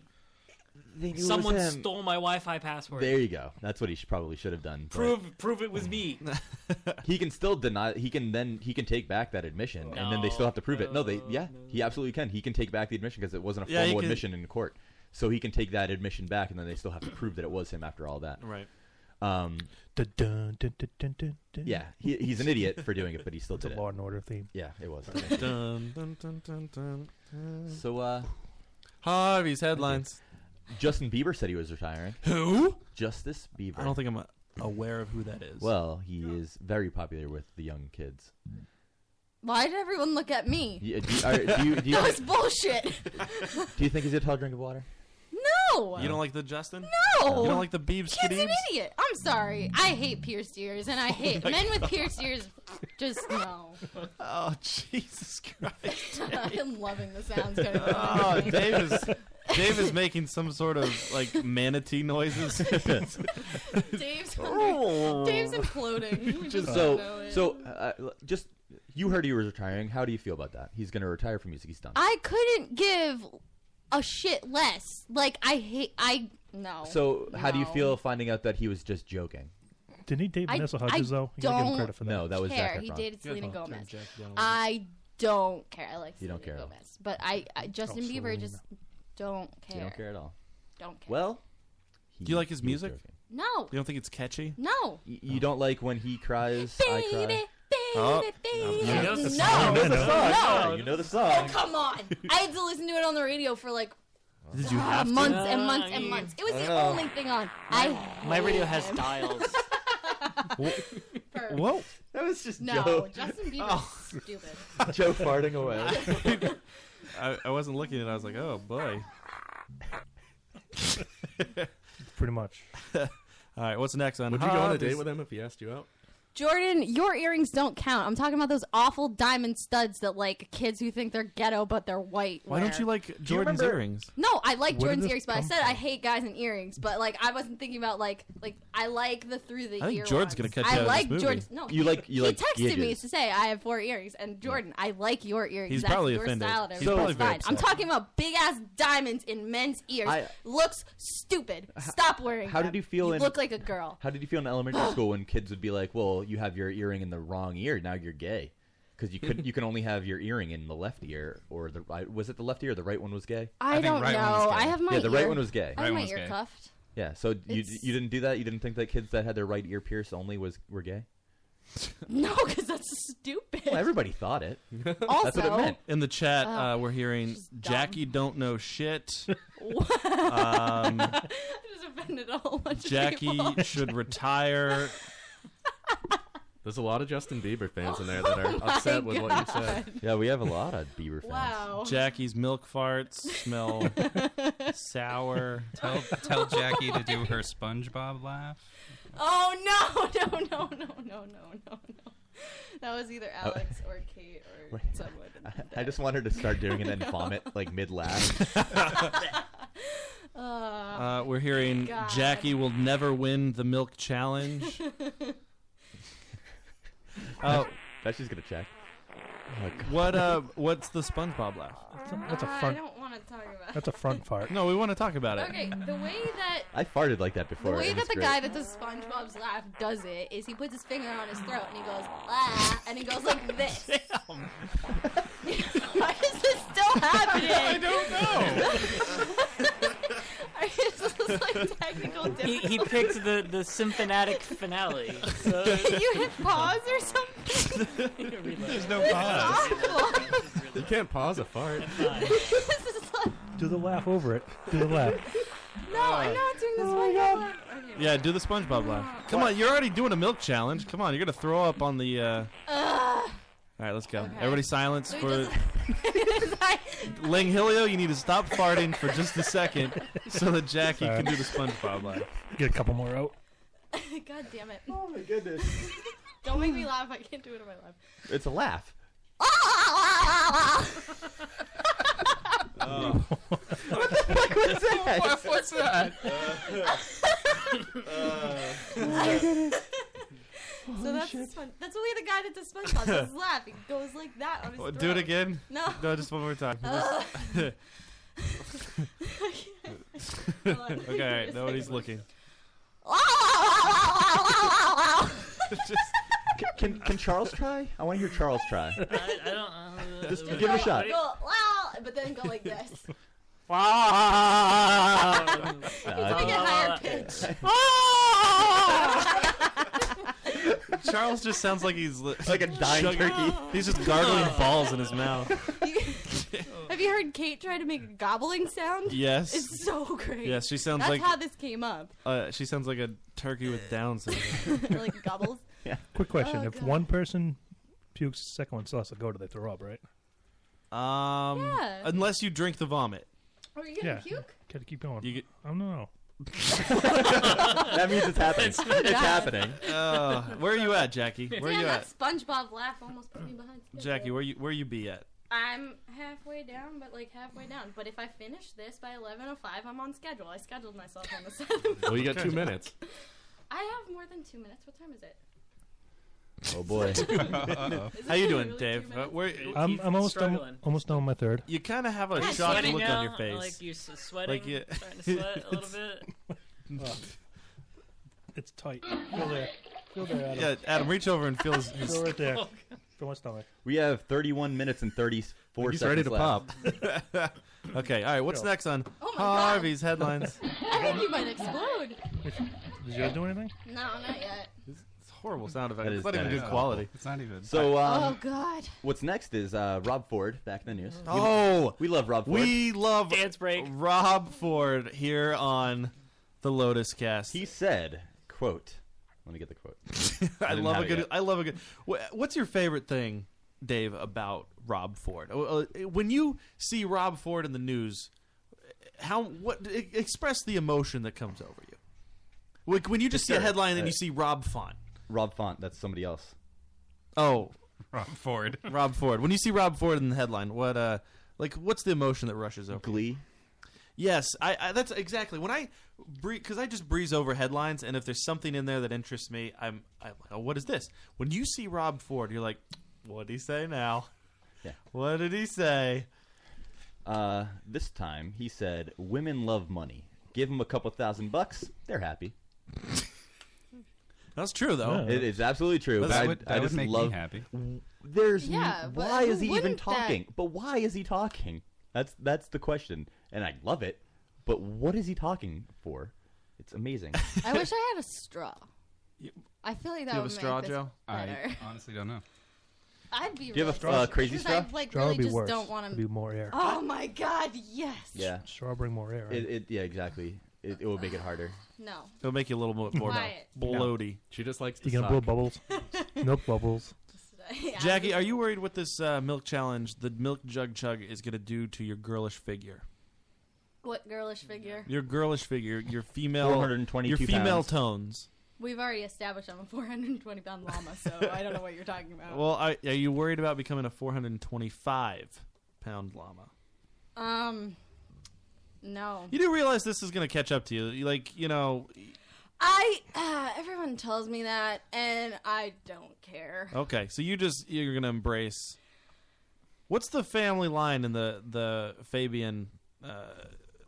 S5: They knew it was
S6: Someone
S5: him.
S6: stole my Wi-Fi password.
S5: There you go. That's what he should, probably should have done. but
S6: Prove prove it was me.
S5: he can still deny. He can then he can take back that admission, and then they still have to prove it. No, they yeah, he absolutely can. He can take back the admission because it wasn't a
S4: Yeah, he
S5: formal
S4: can-
S5: admission in court, so he can take that admission back, and then they still have to prove that it was him after all that.
S4: Right.
S5: Um.
S8: Dun, dun, dun, dun, dun, dun.
S5: Yeah, he, he's an idiot for doing it, but he still
S8: It's
S5: did
S8: a
S5: it.
S8: Law and Order theme.
S5: Yeah, it was.
S4: Dun, dun, dun, dun, dun, dun.
S5: So, uh,
S4: Harvey's headlines.
S5: Justin Bieber said he was retiring.
S4: Who?
S5: Justice Bieber.
S4: I don't think I'm uh, aware of who that is.
S5: Well, he is very popular with the young kids.
S9: Why did everyone look at me?
S5: Yeah, do you- are- do you- do you-
S9: that was bullshit.
S5: Do you think he's a tall drink of water?
S9: no.
S4: you don't like the Justin?
S9: No.
S4: You don't like the Biebs?
S9: Kid's an idiot. I'm sorry. I hate pierced ears, and I hate
S4: my
S9: men with
S4: God.
S9: pierced ears. Just no.
S4: Oh Jesus Christ!
S9: I'm loving the sounds coming from
S4: Oh,
S9: that.
S4: Dave is Dave is making some sort of like manatee noises.
S9: Dave's under, Dave's imploding. We just don't
S5: so
S9: know it.
S5: so uh, l- just you heard he was retiring. How do you feel about that? He's going to retire from music. He's done.
S9: I couldn't give a shit less. Like I hate. I no.
S5: so how do you
S9: No.
S5: feel finding out that he was just joking?
S8: Didn't he date
S9: I-
S8: Vanessa Hudgens
S9: I
S8: though? You gotta give him
S9: don't
S8: credit for that.
S5: No, that was
S9: care.
S5: Zac
S9: He
S5: Efron.
S9: dated Selena Gomez.
S5: Jack Donald.
S9: I don't care. I like
S5: You
S9: Selena
S5: don't care at all.
S9: Gomez, but I, I Justin
S5: Oh,
S9: Bieber
S5: Selena.
S9: just don't care.
S5: You don't care at all.
S9: Don't care.
S5: Well,
S4: Do you like his music?
S9: No.
S4: You don't think it's catchy? Oh.
S9: No.
S5: Y- You don't like when he cries. I cry.
S9: Baby,
S5: Oh.
S9: baby,
S5: You know
S9: no,
S5: the song. You know the song.
S9: no. Oh,
S5: You know the song.
S9: Come on, I had to listen to it on the radio for like
S4: Did you
S9: ah,
S4: have to?
S9: months and months and months. It was
S4: I
S9: the
S4: don't
S5: Oh.
S4: know.
S9: only thing on. I
S6: My radio has
S9: hate him.
S6: dials.
S4: Whoa.
S5: That was just
S9: no,
S5: Joe. Oh.
S9: Justin Bieber
S10: Oh.
S9: is stupid.
S5: Joe farting away.
S4: I, I wasn't looking at it. I was like, oh boy.
S8: Pretty much.
S4: All right, what's next on?
S10: Would you go on a
S4: Hobbies?
S10: date with him if he asked you out?
S9: Jordan, your earrings don't count. I'm talking about those awful diamond studs that like kids who think they're ghetto but they're white.
S4: Why don't
S9: wear.
S4: you like Jordan's
S5: remember-
S4: earrings?
S9: No, I like
S4: Where did
S9: Jordan's
S4: this
S9: earrings, but I
S4: come
S9: said I hate guys in earrings. But like, I wasn't thinking about like like I like the through the.
S4: I think
S9: ear
S4: Jordan's
S9: ones.
S4: gonna catch you out
S9: I
S4: of this
S9: like
S4: movie.
S9: Jordan's. No,
S4: You
S9: he-
S4: like- you
S9: he
S4: like
S9: texted me
S4: gauges.
S9: to say I have four earrings, and Jordan, I like your earrings.
S4: He's
S9: That's
S4: probably
S9: your
S4: offended.
S9: style. and
S4: He's
S9: everything.
S4: probably
S9: It's
S4: very
S9: fine. I'm
S4: upset.
S9: talking about big ass diamonds in men's ears.
S5: I-
S9: Looks stupid. Stop wearing.
S5: How
S9: them.
S5: did you feel in-
S9: look like a girl.
S5: How did you feel in elementary school when kids would be like, "Well, you have your earring in the wrong ear. Now you're gay." Because you could, you can only have your earring in the left ear or the right. Was it the left ear? or The right one was gay.
S9: I I think don't right one was know. gay. I have my
S5: yeah. The right
S9: ear-
S5: one was gay.
S9: I have Right my one was ear gay. cuffed.
S5: Yeah. So you
S9: It's-
S5: you didn't do that. You didn't think that kids that had their right ear pierced only was were gay.
S9: No, because Oh, that's stupid.
S5: Well, everybody thought it.
S4: That's what it meant. In the chat,
S9: Oh,
S4: uh, we're hearing Jackie don't know shit. um,
S9: I just offended a whole bunch of
S4: Jackie
S9: people.
S4: should retire.
S10: There's a lot of Justin Bieber fans in there that are
S19: Oh
S10: upset with what you said.
S5: Yeah, we have a lot of Bieber fans.
S9: Wow.
S4: Jackie's milk farts smell
S9: Oh,
S4: sour.
S3: Tell tell Jackie to do her SpongeBob laugh.
S9: Oh no, no, no, no, no, no, no, no. That was either
S5: Oh.
S9: Alex or Kate or someone.
S5: I just wanted to start doing it and then vomit like mid laugh.
S9: Uh,
S4: Uh, we're hearing
S9: God.
S4: Jackie will never win the milk challenge. Oh,
S5: that's just gonna check. Oh,
S4: what uh, what's the SpongeBob laugh?
S8: That's a
S9: I
S8: front.
S9: don't want to talk about.
S8: That's a front fart.
S4: No, we want to talk about it.
S9: Okay, the way that
S5: I farted like that
S9: the
S5: before.
S9: way
S5: it
S9: that
S5: was
S9: the
S5: great.
S9: guy that does SpongeBob's laugh does it is he puts his finger on his throat and he goes ah, and he goes like this. Why is this still happening? I don't know. Are you just like technical
S6: he,
S9: difficulties?
S6: he picked the the symphonatic finale. So
S9: you hit pause or something?
S3: There's
S9: no It's pause. awful.
S10: you can't pause a fart.
S9: this is like,
S8: Do the laugh over it. Do the laugh.
S9: no, I'm not doing
S5: Oh
S9: this one. Okay.
S4: Yeah, do the SpongeBob laugh. Come on, you're already doing a milk challenge. Come on, you're gonna throw up on the. Uh...
S9: Ugh.
S4: All right, let's go.
S9: Okay.
S4: Everybody, silence
S9: Let
S4: for
S9: me
S4: Ling Hilio. You need to stop farting for just a second so that Jackie can do the SpongeBob laugh.
S8: Get a couple more out.
S9: God damn it. Oh my goodness. Don't make me laugh. I can't do it in my life.
S5: It's a laugh.
S9: Oh. what the fuck was that?
S3: What was
S18: Uh,
S3: that?
S9: so that's Spon- that's really the guy that does SpongeBob. His laugh, he goes like that on his.
S4: Well, Do
S9: throat.
S4: it again?
S9: No.
S4: No, just one more time.
S9: Uh.
S4: Just-
S9: Hold on. Give me
S4: okay, all
S9: a
S4: right, nobody's
S9: second.
S4: looking.
S5: Can can Charles try? I want to hear Charles try.
S6: I, I don't. Uh,
S5: Just
S6: what-
S5: give it a
S6: what-
S5: shot.
S9: Go, wow, but then go like this.
S5: Wow.
S18: uh,
S9: It's like a higher pitch. Oh!
S4: Charles just sounds like he's li-
S5: like a dying turkey.
S4: He's just gargling balls in his mouth.
S9: Have you heard Kate try to make a gobbling sound?
S4: Yes.
S9: It's so great.
S4: Yes, she sounds
S9: That's
S4: like-
S9: how this came up.
S4: Uh, she sounds like a turkey with Down syndrome.
S9: like gobbles.
S8: Quick question:
S9: Oh,
S8: If
S9: God.
S8: one person pukes, the second one still has to go. Do they throw up? Right?
S4: Um,
S9: Yeah.
S4: unless you drink the vomit.
S9: Are you gonna
S8: yeah.
S9: puke?
S8: Gotta keep going.
S4: You get-
S8: I don't know.
S4: that
S5: means it's happening.
S8: It's happening.
S4: Uh, where are you at, Jackie? Where are
S9: Damn,
S4: you
S9: that
S4: at,
S9: SpongeBob laugh almost put me behind. schedule.
S4: Jackie? Where you where you be at?
S9: I'm halfway down, but like halfway down. But if I finish this by 11:05, I'm on schedule. I scheduled myself on the seventh.
S10: Well, you got two minutes.
S9: I have more than two minutes. What time is it?
S5: Oh boy.
S4: How you doing, Dave? Uh, where,
S8: I'm, I'm almost done,
S4: struggling.
S8: almost done with my third.
S4: You kind of have a
S6: Yeah,
S4: shocked
S6: sweating
S4: look
S6: now,
S4: on your face.
S6: Like you're s- sweating, starting to sweat a little bit.
S8: uh, It's tight. Feel there. Feel there, Adam.
S4: Yeah, Adam, reach over and feel his.
S8: Feel right
S9: Oh,
S8: there. Feel my stomach.
S5: We have 31 minutes and 34
S4: He's
S5: seconds
S4: ready to
S5: left.
S4: pop. okay, all right. What's
S5: Go.
S4: next on
S9: Oh my God.
S4: Harvey's headlines?
S9: I think you might explode.
S8: Did you guys do anything?
S9: No, not yet.
S4: It's horrible sound effect.
S5: That
S4: It's
S5: is-
S4: not even
S5: that is
S4: good quality.
S5: awful.
S7: It's not even.
S5: So, um,
S9: oh God.
S5: what's next is uh, Rob Ford back in the news. We-
S4: Oh,
S5: we, love Rob Ford.
S4: We love Rob Ford here on the Lotus Cast. He
S5: said, "quote." Let me get the quote.
S4: I,
S5: didn't
S4: love
S5: have
S4: a
S5: it
S4: good.
S5: yet.
S4: I love a good. wh- What's your favorite thing, Dave, about Rob Ford? Uh, uh, When you see Rob Ford in the news, how what e- express the emotion that comes over you? Like when you just see a
S5: Sure.
S4: headline and
S5: Uh,
S4: you see Rob Font.
S5: Rob Font. That's somebody else.
S4: Oh,
S7: Rob Ford.
S4: Rob Ford. When you see Rob Ford in the headline, what uh, like what's the emotion that rushes over?
S5: Glee.
S4: Yes, I, I that's exactly when I because I just breeze over headlines, and if there's something in there that interests me, I'm I'm like, oh, what is this? When you see Rob Ford, you're like, what did he say now?
S5: Yeah.
S4: What did he say?
S5: Uh, this time he said, "Women love money. Give them a couple thousand bucks, they're happy."
S4: That's true, though.
S5: It is absolutely true.
S7: That
S5: I-
S7: would-
S5: I
S7: that would
S5: just
S7: make me
S5: love,
S7: happy.
S5: There's n-
S19: Yeah, but
S5: why
S19: who
S5: is he even
S19: wouldn't that?
S5: talking? But why is he talking? That's that's the question, and I love it. But what is he talking for? It's amazing.
S19: I wish I had a straw. I feel like that would make this better.
S7: I honestly don't know.
S19: I'd be.
S5: Do you have a
S19: rich,
S5: straw- uh, crazy
S19: 'cause
S5: straw?
S19: I like
S5: Straw
S19: really
S5: would be
S19: just
S5: worse.
S19: don't want to.
S8: Be more air.
S19: Oh my God! Yes.
S5: Yeah,
S8: Straw bring more air.
S5: it, it, yeah, exactly. It, it will make it harder.
S19: No.
S4: It'll make you a little more more
S19: Quiet.
S4: bloaty.
S10: She just likes to
S8: You gonna blow bubbles? Milk bubbles.
S4: Jackie, are you worried what this uh, milk challenge, the milk jug chug, is going to do to your girlish figure?
S9: What girlish figure?
S4: Your girlish figure, your female,
S5: 422
S4: your female
S5: pounds.
S4: tones.
S9: We've already established I'm a 420 pound llama, so I don't know what you're talking about.
S4: Well, I, are you worried about becoming a 425 pound llama?
S9: um, no.
S4: You do realize this is going to catch up to you. You, Like, you know,
S9: I uh, everyone tells me that, and I don't care.
S4: okay, so you just you're going to embrace What's the family line in the the Fabian uh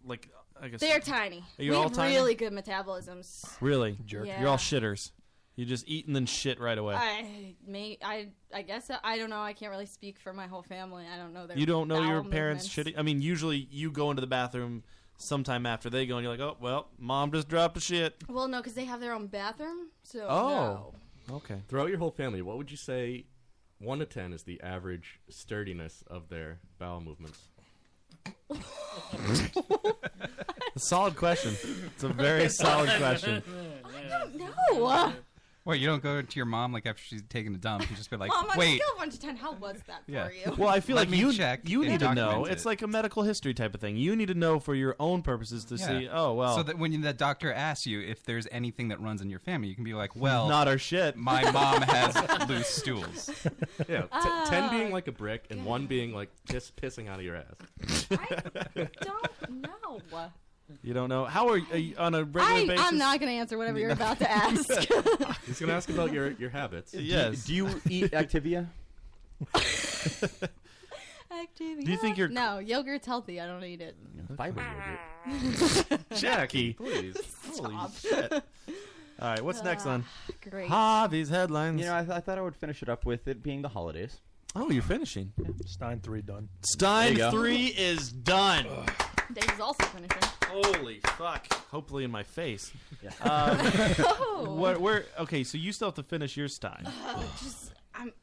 S4: like I guess
S9: They're tiny.
S4: Are you
S9: we
S4: all
S9: have
S4: tiny?
S9: really good metabolisms.
S4: Really?
S9: Jerk.
S4: You're all
S9: Yeah.
S4: shitters. You just eat and then shit right away.
S9: I may I I guess I don't know. I can't really speak for my whole family. I don't know their
S4: you don't know your
S9: bowel
S4: parents
S9: movements.
S4: shitting. I mean, usually you go into the bathroom sometime after they go and you're like, "Oh, well, mom just dropped a shit."
S9: Well, no, because they have their own bathroom. So no.
S4: Oh. Okay.
S10: Throughout your whole family, what would you say one to ten is the average sturdiness of their bowel movements?
S4: solid question. It's a very solid question.
S9: I don't know.
S7: Wait, you don't go to your mom like after she's taken a dump and just be like,
S9: Mom, on
S7: wait.
S9: a scale of one to ten, how was that
S7: Yeah.
S9: for you?
S4: Well, I feel
S7: Let
S4: like
S7: me
S4: you
S7: check
S4: you
S7: and
S4: need to know.
S7: document
S4: It's like a medical history type of thing. You need to know for your own purposes to see. Oh well,
S7: So that when the doctor asks you if there's anything that runs in your family, you can be like, well,
S4: Not our shit.
S7: My mom has loose stools.
S10: Yeah, t-
S9: Ah,
S10: ten being like a brick and one being like piss pissing out of your ass.
S9: don't know.
S4: You don't know how are you, are you on a regular
S9: I,
S4: basis?
S9: I'm not going to answer whatever you're about to ask.
S10: He's gonna ask about your your habits.
S4: Yes.
S5: Do you, do you eat Activia?
S9: Activia.
S5: Do you think you're-
S9: No, yogurt's healthy. I don't eat it.
S5: Fiber
S4: yogurt. Jackie,
S5: please.
S4: Holy shit. All right, what's next on
S9: great.
S4: Javi's headlines?
S5: You know, I, th- I thought I would finish it up with it being the holidays.
S4: Oh, you're finishing.
S8: Stein three done.
S4: Stein
S5: There you go.
S4: three is done.
S9: Dave's also finishing.
S4: Holy fuck! Hopefully in my face.
S5: Yeah.
S4: Um,
S9: Oh.
S4: where, where- Okay, so you still have to finish your Stein.
S9: Ugh, Uh, just I'm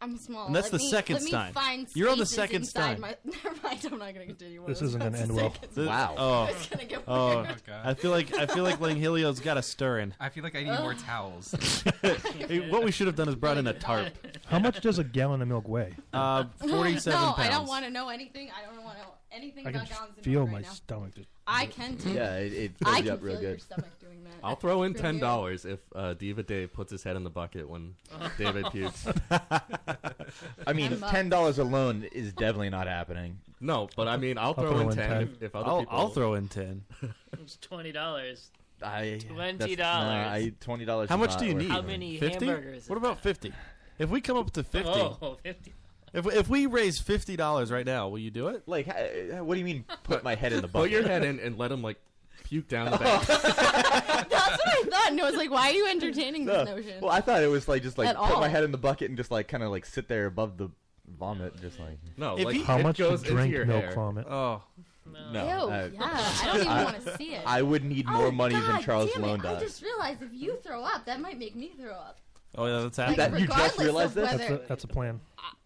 S9: I'm small.
S4: And that's the
S9: Let me-
S4: second
S9: let me
S4: Stein.
S9: find
S4: You're on the
S9: spaces
S4: second
S9: inside
S4: Stein.
S9: My, never mind. I'm not going to continue. What
S8: This
S9: I was
S8: isn't gonna
S9: about to
S8: end
S9: say,
S8: well.
S9: 'cause
S4: This-
S9: I
S4: Oh.
S9: was gonna get
S4: oh.
S9: weird.
S4: I feel like I feel like Langhilio's got a stir in.
S7: I feel like I need more towels.
S4: Hey, what we should have done is brought in a tarp.
S8: How much does a gallon of milk weigh?
S4: Uh, forty-seven
S9: no,
S4: pounds.
S9: I don't want to know anything. I don't want to know anything
S8: I can
S9: about gallons and
S8: feel
S9: milk
S8: my
S9: right now.
S8: stomach. Just,
S9: I can too.
S5: Yeah, it- it
S9: I
S5: fills
S9: can
S5: you up real
S9: feel Your
S5: good.
S9: stomach doing that.
S10: I'll throw in
S9: From
S10: ten
S9: you.
S10: dollars if uh, Diva Dave puts his head in the bucket when David pukes.
S5: I mean,
S10: I'm up.
S5: ten dollars alone is definitely not happening.
S10: No, but I mean, I'll, throw, in ten if, if other
S4: I'll,
S10: people.
S4: I'll throw in ten.
S6: It's twenty dollars.
S5: I
S6: Twenty
S5: nah,
S6: dollars.
S5: I twenty dollars.
S4: How much do you need?
S6: How many hamburgers?
S4: What about fifty? If we come up to fifty,
S6: Oh, 50.
S4: if if we raise fifty dollars right now, will you do it?
S5: Like, what do you mean? Put my head in the
S10: Put
S5: bucket.
S10: your head in and let him like puke down the back.
S9: That's what I thought. And I was like, why are you entertaining this
S5: No.
S9: notion?
S5: Well, I thought it was like just like
S9: At
S5: put
S9: all.
S5: my head in the bucket and just like kind of like sit there above the vomit, just like
S10: no,
S4: If like, he-
S8: how
S4: it
S8: much to
S4: goes into
S8: drink
S4: your
S8: milk
S4: hair.
S8: vomit?
S4: Oh,
S5: no.
S9: Ew,
S5: I-
S9: yeah. I don't even want to see it.
S5: I would need more
S9: Oh,
S5: money than
S9: God
S5: Charles
S9: damn it.
S5: Malone
S9: I
S5: does.
S9: just realized if you throw up, that might make me throw up.
S4: Oh yeah, that's happening.
S9: Like, That- you just regardless of realized this?
S8: That's
S9: whether-
S8: a, that's a plan.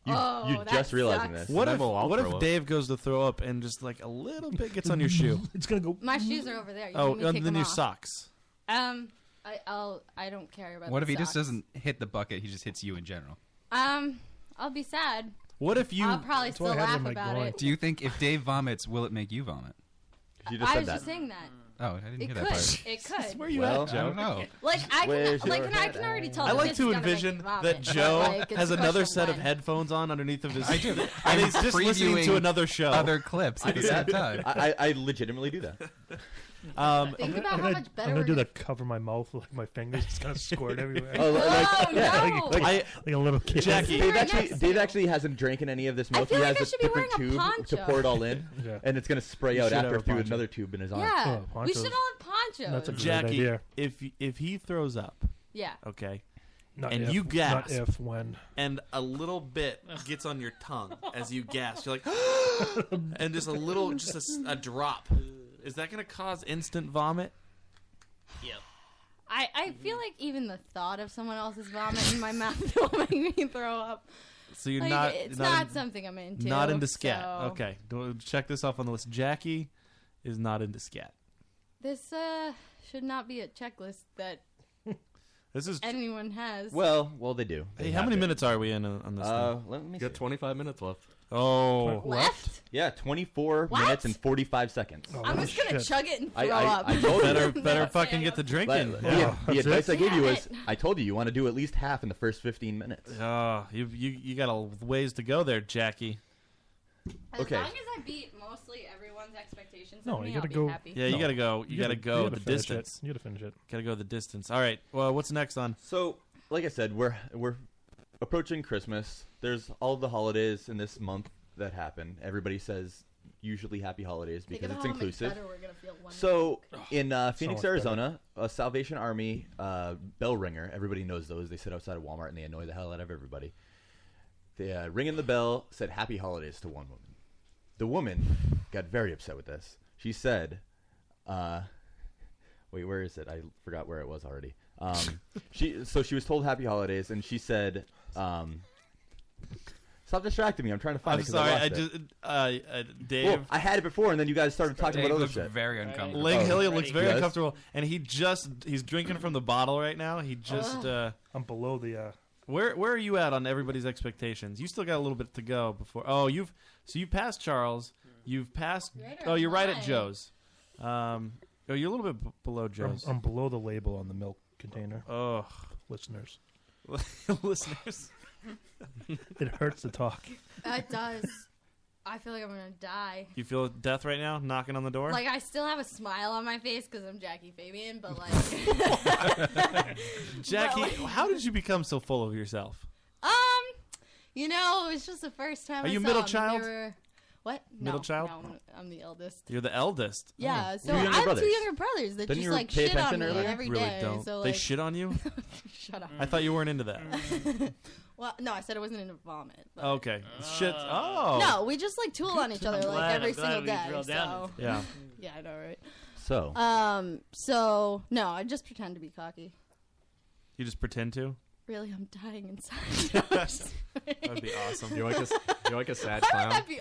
S5: You,
S9: Oh,
S5: you
S9: that
S5: just realizing
S9: sucks.
S5: this.
S4: What if,
S10: Then we'll all
S4: what
S10: throw
S4: if
S10: up.
S4: Dave goes to throw up and just like a little bit gets on your shoe?
S8: It's gonna go.
S9: My shoes are over there. You
S4: Oh,
S9: made me
S4: and
S9: take
S4: then
S9: them
S4: your
S9: off.
S4: socks.
S9: Um, I, I'll. I don't care about.
S7: what
S9: the
S7: if he just
S9: socks.
S7: doesn't hit the bucket? He just hits you in general.
S9: Um, I'll be sad.
S4: What if you?
S9: I'll probably still laugh about it.
S7: Do you think if Dave vomits, will it make you vomit?
S5: You
S9: I was just saying that.
S7: Oh, I didn't
S9: It
S7: hear
S9: could.
S7: that part.
S9: It could.
S4: Where you
S7: Well,
S4: at,
S7: I
S4: Joe?
S7: don't know.
S9: Like I
S5: Where's
S9: can. Like
S5: your
S9: and I can already tell.
S4: I
S9: that
S4: like
S9: this
S4: to
S9: is gonna Oh, make
S4: envision
S9: me vomit,
S4: that
S9: but,
S4: Joe
S9: like, it's
S4: has
S9: a
S4: another
S9: question
S4: set of
S9: when.
S4: headphones on underneath of his.
S7: I do.
S4: And
S7: I'm
S4: he's just listening to
S7: previewing
S4: another show.
S7: Other clips at the same time.
S5: I, I I legitimately do that.
S4: Um,
S9: Think about
S8: I'm
S9: how
S8: gonna,
S9: much
S8: I'm
S9: better
S8: gonna
S9: we're
S8: do
S9: gonna.
S8: the cover my mouth like my fingers. It's gonna squirt everywhere.
S5: Oh, li- like,
S9: Oh,
S5: yeah.
S9: no.
S8: like,
S4: I-
S8: like a little kid.
S4: Jackie,
S5: Dave
S9: right
S5: actually,
S9: next
S5: Dave actually hasn't drank in any of this
S9: I
S5: milk.
S9: feel
S5: he
S9: like I
S5: has
S9: should
S5: a
S9: be
S5: different
S9: wearing a
S5: tube to
S9: poncho.
S5: pour it all in,
S8: Yeah.
S5: and it's gonna spray
S8: You
S5: out
S8: should have
S5: after
S8: a
S5: through
S8: poncho.
S5: another tube in his arm.
S9: Yeah,
S8: Oh,
S9: we
S8: ponchos.
S9: should all have ponchos.
S8: That's a good
S4: Jackie,
S8: idea.
S4: if if he throws up,
S9: yeah.
S4: okay,
S8: Not
S4: and
S8: if,
S4: you
S8: Not
S4: gasp.
S8: if when.
S4: and a little bit gets on your tongue as you gasp. You're like, and just a little, just a s- a, drop. Is that going to cause instant vomit?
S9: I, I feel like even the thought of someone else's vomit in my mouth will make me throw up.
S4: So you're
S9: Like,
S4: not.
S9: it's
S4: not,
S9: not,
S4: in-
S9: something I'm into.
S4: not into scat.
S9: so-
S4: Okay, do- check this off on the list. Jackie is not into scat.
S9: This uh should not be a checklist that
S4: This is.
S9: anyone has.
S5: Well, well, they do. They
S4: Hey, how
S5: have
S4: many
S5: it.
S4: minutes are we in on on this?
S5: Uh,
S4: thing?
S5: let me.
S10: You
S5: See.
S10: got twenty five minutes left.
S4: Oh,
S9: left.
S5: Yeah, 24
S9: What?
S5: minutes and 45 seconds.
S9: I'm just gonna chug it and throw
S5: I- I-
S9: up.
S5: I told you.
S4: better better fucking get the drink
S5: But
S4: in.
S5: the-
S4: Yeah.
S5: the,
S8: that's
S5: advice I gave you
S9: Damn
S5: was, I told you you want to do at least half in the first 15 minutes.
S4: Oh, you you you got a ways to go there, Jackie.
S9: as
S5: okay.
S9: long as I beat mostly everyone's expectations,
S8: No,
S9: of me,
S8: you gotta
S9: I'll
S8: go-
S9: Be happy.
S4: Yeah, you
S8: No.
S4: gotta go. You, gotta, go
S8: you gotta
S4: the
S8: finish it.
S4: distance.
S8: You gotta finish it.
S4: Gotta go the distance. All right. Well, what's next on?
S5: So, like I said, we're we're approaching Christmas. There's all the holidays in this month that happen. Everybody says usually happy holidays
S9: Think
S5: because
S9: of
S5: it's
S9: how much
S5: inclusive.
S9: better we're gonna feel one
S5: So in uh,
S8: much
S5: Phoenix,
S8: better.
S5: Arizona, a Salvation Army uh, bell ringer. Everybody knows those. They sit outside of Walmart and they annoy the hell out of everybody. They uh, ringing the bell said "Happy Holidays" to one woman. The woman got very upset with this. She said, uh, "Wait, where is it? I forgot where it was already." Um, she so she was told "Happy Holidays" and she said, um, "Stop distracting me. I'm trying to find
S4: I'm
S5: it." 'cause
S4: sorry.
S5: I, lost
S4: I
S5: it."
S4: just uh, uh Dave.
S5: Well, I had it before, and then you guys started talking
S7: Dave
S5: about other
S7: looks
S5: shit.
S7: very uncomfortable.
S4: Lang
S5: Oh.
S4: Hilliard looks very
S5: Yes.
S4: uncomfortable, and he just he's drinking from the bottle right now. He just uh,
S8: I'm below the. Uh,
S4: where where are you at on everybody's expectations? You still got a little bit to go before. Oh, you've so you've passed Charles. You've passed.
S9: Right
S4: oh, you're right at
S9: online.
S4: Joe's. Um, oh, you're a little bit b- below
S8: I'm,
S4: Joe's.
S8: I'm below the label on the milk container,
S4: Oh,
S8: listeners.
S4: listeners.
S8: It hurts to talk.
S9: It does. I feel like I'm gonna die.
S4: You feel death right now knocking on the door?
S9: Like I still have a smile on my face because I'm Jackie Fabian, but like,
S4: Jackie,
S9: But, like-
S4: how did you become so full of yourself?
S9: um, you know, it was just the first time.
S4: Are
S9: I
S4: you
S9: saw
S4: middle
S9: him. They
S4: child?
S9: were- what?
S4: Middle
S9: No,
S4: child?
S9: No, I'm- I'm the eldest.
S4: You're the eldest.
S9: Yeah,
S4: Oh.
S9: so I have two younger brothers that
S4: Didn't
S9: just
S4: you
S9: like
S4: pay
S9: shit on
S4: attention
S9: me every
S4: earlier?
S9: day.
S4: Really don't.
S9: So
S4: They
S9: like,
S4: shit on you?
S9: Shut up.
S4: I thought you weren't into that.
S9: Well, no, I said I wasn't into vomit. But
S4: Okay. Shit. Oh.
S9: No, we just like tool on each other like
S18: glad-
S9: every
S18: I'm glad
S9: single
S18: we
S9: day.
S18: drilled down
S9: So
S4: into that.
S9: yeah, I know, right?
S5: So.
S9: um, so no, I just pretend to be cocky.
S4: You just pretend to?
S9: Really, I'm dying inside. that
S4: That'd be awesome.
S10: You're like a, you're like a sad
S9: Why
S10: clown.
S9: would that be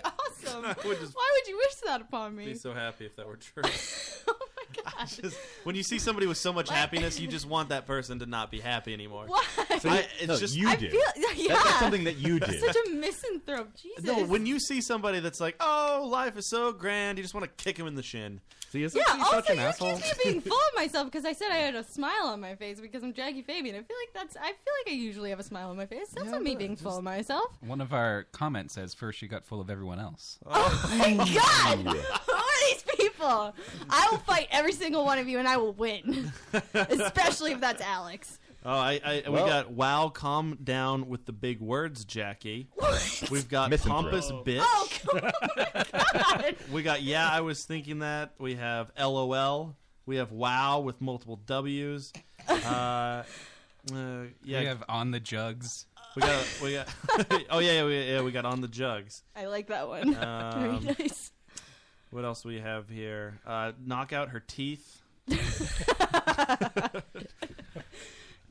S9: awesome?
S4: I would just-
S9: Why would you wish that upon me?
S4: I'd be so happy if that were true. when you see somebody with so much
S9: What?
S4: happiness, you just want that person to not be happy anymore.
S9: Why?
S4: I, it's
S5: No,
S4: just
S5: you I do. feel-
S9: yeah. Such a misanthrope. Jesus.
S4: No, when you see somebody that's like, "Oh, life is so grand," you just want to kick him in the shin.
S10: See,
S9: yeah, also you accused me of being full of myself because I said I had a smile on my face because I'm Jackie Fabian. I feel like that's I feel like I usually have a smile on my face. That's not me being full of myself.
S7: One of our comments says, first you got full of everyone else.
S9: my God! Who are these people? I will fight every single one of you and I will win. Especially if that's Alex.
S4: Oh, I, I
S5: Well-
S4: we got wow, calm down with the big words, Jackie. We've got
S5: Misanthrope.
S4: pompous
S5: Oh.
S4: bitch.
S9: Oh,
S4: we got yeah, I was thinking that. We have lol. We have wow with multiple W's. Uh, uh, yeah,
S7: We have on the jugs.
S4: We got we got. oh yeah, yeah, we, yeah, we got on the jugs.
S9: I like that one.
S4: Um,
S9: Very nice.
S4: What else we have here? Uh, knock out her teeth.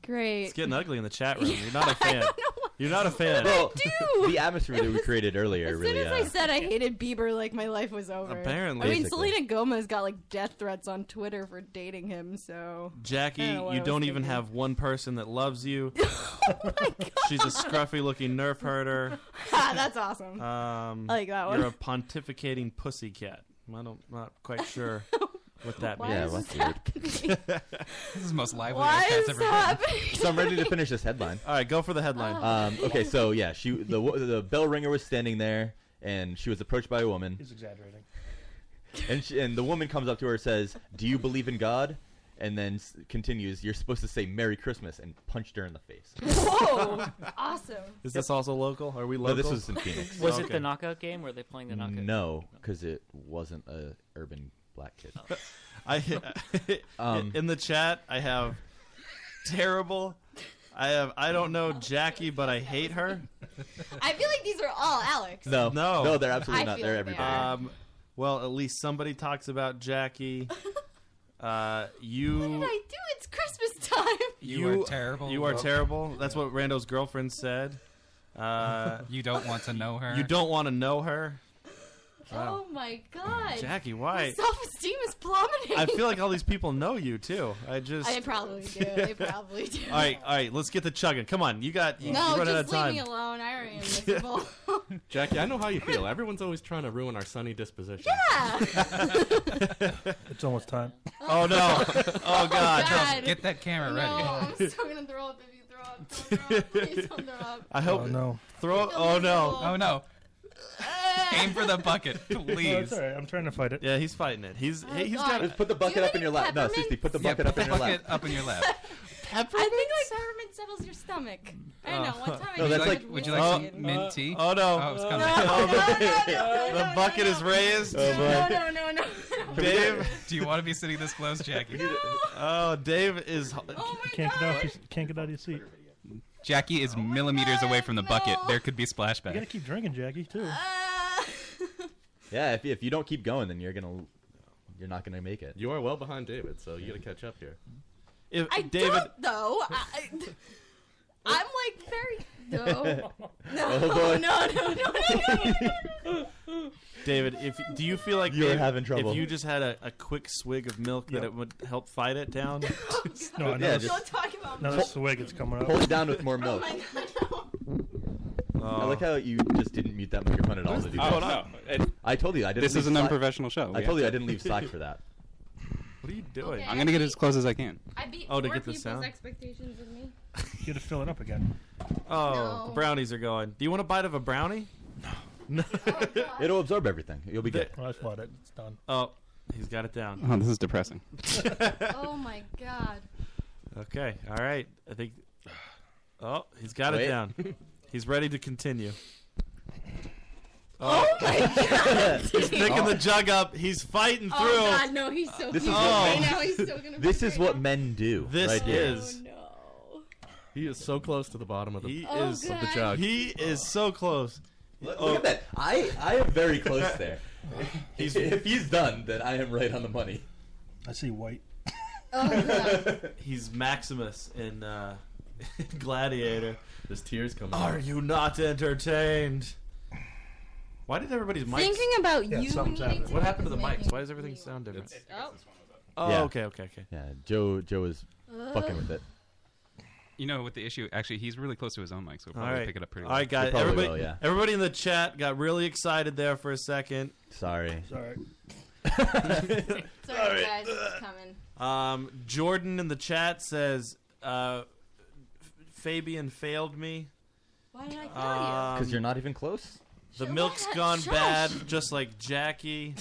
S9: Great.
S4: It's getting ugly in the chat room. You're not a fan. You're not a fan.
S5: Well, the atmosphere that we created earlier
S9: As soon
S5: really.
S9: as I
S5: Uh,
S9: said I hated Bieber, like my life was over.
S4: Apparently.
S9: I mean,
S4: Basically.
S9: Selena Gomez got like death threats on Twitter for dating him. So
S4: Jackie,
S9: I know what
S4: you
S9: I was
S4: don't even
S9: thinking. Oh
S4: have one person that loves you. She's a scruffy looking nerf herder.
S9: Ah, that's awesome.
S4: Um,
S9: I like that one.
S4: You're a pontificating pussycat. I don't, not quite sure what that
S9: Why
S4: means.
S9: is this happening?
S7: This is the most lively
S9: Why
S7: I've
S9: is
S7: ever
S9: that
S7: heard.
S9: happening?
S5: so I'm ready to finish this headline.
S4: All right, go for the headline.
S9: Oh.
S5: Um, okay, so yeah, she the wo- the bell ringer was standing there, and she was approached by a woman,
S8: He's exaggerating.
S5: and she, and the woman comes up to her and says, "Do you believe in God?" And then s- continues, "You're supposed to say Merry Christmas," and punched her in the face.
S9: Whoa! awesome.
S4: Is this also local? Are we
S5: No,
S4: local?
S5: this was in Phoenix.
S18: Was it the knockout game? Were they playing the knockout?
S5: No, because it wasn't a urban black kid.
S4: I
S5: Um,
S4: in the chat I have terrible. I have I don't know Jackie, but I hate her.
S9: I feel like these are all Alex.
S5: No,
S4: no,
S5: no, they're absolutely
S9: I not. feel They're like they everybody. are.
S4: Um, well, at least somebody talks about Jackie. Uh,
S9: What did
S4: you,
S9: I do? It's Christmas time.
S7: are terrible.
S4: You are terrible. That's what Rando's girlfriend said. Uh,
S7: You don't want to know her.
S4: you don't want to know her. Wow.
S9: Oh my god.
S4: Jackie, why?
S9: Self esteem is plummeting.
S4: I feel like all these people know you too. I just.
S9: I probably do. They probably do.
S4: All right, all right. Let's get the chugging. Come on, you got. You,
S9: No,
S4: you run out of
S9: just leave
S4: time.
S9: me alone. I already am miserable.
S10: Jackie, I know how you feel. Everyone's always trying to ruin our sunny disposition.
S8: It's almost time.
S4: Oh no! Oh god!
S9: God.
S7: Get that camera
S9: no, I'm
S7: ready.
S9: still gonna throw up if you throw up. Don't throw up. Please don't throw up.
S4: I hope.
S8: Oh, no.
S4: Throw. Oh no!
S7: Oh no. Aim for the bucket,
S8: No,
S7: please.
S8: it's all right. I'm trying to fight it.
S4: Yeah, he's fighting it. He's
S9: Oh,
S4: he's
S9: God.
S4: got.
S5: Just put the bucket up in your lap. No, sixty. Put the
S7: Yeah,
S5: bucket
S7: put
S5: up
S7: the
S5: in your
S7: bucket
S5: lap.
S7: up in your lap.
S9: I think like peppermint settles your stomach. I don't
S7: Oh.
S9: know. One time I
S5: No,
S9: did
S5: that's
S9: it
S5: like-
S9: with
S7: Would you
S9: Will.
S7: like some mint tea?
S4: Oh no!
S7: Oh, it's
S4: Oh,
S7: coming.
S4: no. the bucket is raised.
S9: No, no, no, no.
S4: Dave.
S7: Do you want to be sitting this close, Jackie?
S4: Oh, Dave is.
S8: Can't get off. Your, can't get out of your seat.
S7: Jackie
S9: Oh
S7: is millimeters away from the bucket. There could be
S8: You gotta
S7: splashback.
S8: keep drinking, Jackie, too.
S5: Yeah, if if you don't keep going, then you're gonna you're not gonna make it.
S10: You are well behind David, so you got to catch up here.
S4: If
S9: I
S4: David.
S9: don't though. I, I, I'm like very no. No,
S5: Oh, boy.
S9: no, no, no, no, no.
S4: David, if do you feel like
S5: You're
S4: maybe
S5: having trouble.
S4: If you just had a, a quick swig of milk, that it would help fight it down.
S8: No,
S5: Yeah,
S8: another,
S5: just-
S9: Don't talk about me.
S8: another swig is coming
S5: Hold it
S8: up.
S5: down with more
S9: Oh
S5: milk.
S9: my god, no.
S4: Oh,
S5: I like how you just didn't mute that microphone at all. To do that. I told you I didn't.
S7: This
S5: leave
S7: is an
S5: slack-
S7: unprofessional show.
S5: I told
S7: We have
S5: you I
S7: to-
S5: didn't leave slack for that.
S4: What are you doing?
S9: Okay.
S7: I'm gonna get as close as I can.
S9: I beat
S4: Oh,
S9: four
S4: to get the
S9: people's
S4: sound?
S9: expectations of me.
S8: You gotta fill it up again.
S4: Oh,
S9: No.
S4: brownies are going. Do you want a bite of a brownie?
S9: Oh
S5: It'll absorb everything. You'll be good.
S8: Well, I fought it. It's done.
S4: Oh, he's got it down.
S7: Oh, this is depressing.
S9: oh my god.
S4: Okay. All right. I think. Oh, he's got
S5: Wait.
S4: it down. He's ready to continue.
S9: Oh, my God.
S4: he's picking the jug up. He's Oh. fighting
S9: Oh,
S4: through.
S9: God, no, he's so
S5: This is
S9: cute. Oh.
S5: what
S9: Right
S5: men-
S9: now he's so gonna
S5: This is what men do.
S4: This
S5: right here.
S4: is.
S9: Oh,
S10: He is so close to the bottom of the,
S4: He
S10: of
S4: is
S10: the jug.
S4: He is so close.
S5: Look,
S10: Oh.
S5: look at that. I, I am very close there.
S4: He's-
S5: if he's done, then I am right on the money.
S8: I see white.
S9: Oh,
S4: He's Maximus in uh, Gladiator.
S10: There's tears coming.
S4: Are
S10: out.
S4: you not entertained? Why did everybody's mics?
S9: Thinking about Yeah, you something's when you happening. think
S4: What happened to the
S9: about
S4: mics?
S9: making
S4: Why does everything sound different?
S9: Oh.
S4: Oh,
S5: Yeah.
S4: okay, okay, okay.
S5: Yeah, Joe Joe is fucking with it.
S7: You know what the issue? Actually, he's really close to his own mic, so he'll
S4: All
S7: probably
S4: right,
S7: pick it up pretty.
S4: All right,
S7: well.
S4: guys. Everybody, everybody in the chat got really excited there for a second.
S5: Sorry.
S8: Sorry.
S9: Sorry, guys, it's coming.
S4: Um, Jordan in the chat says, uh, F- "Fabian failed me."
S9: Why did I fail you?
S4: Because
S5: you're not even close.
S4: The milk's
S9: why not?
S4: gone
S9: Shush.
S4: bad, just like Jackie.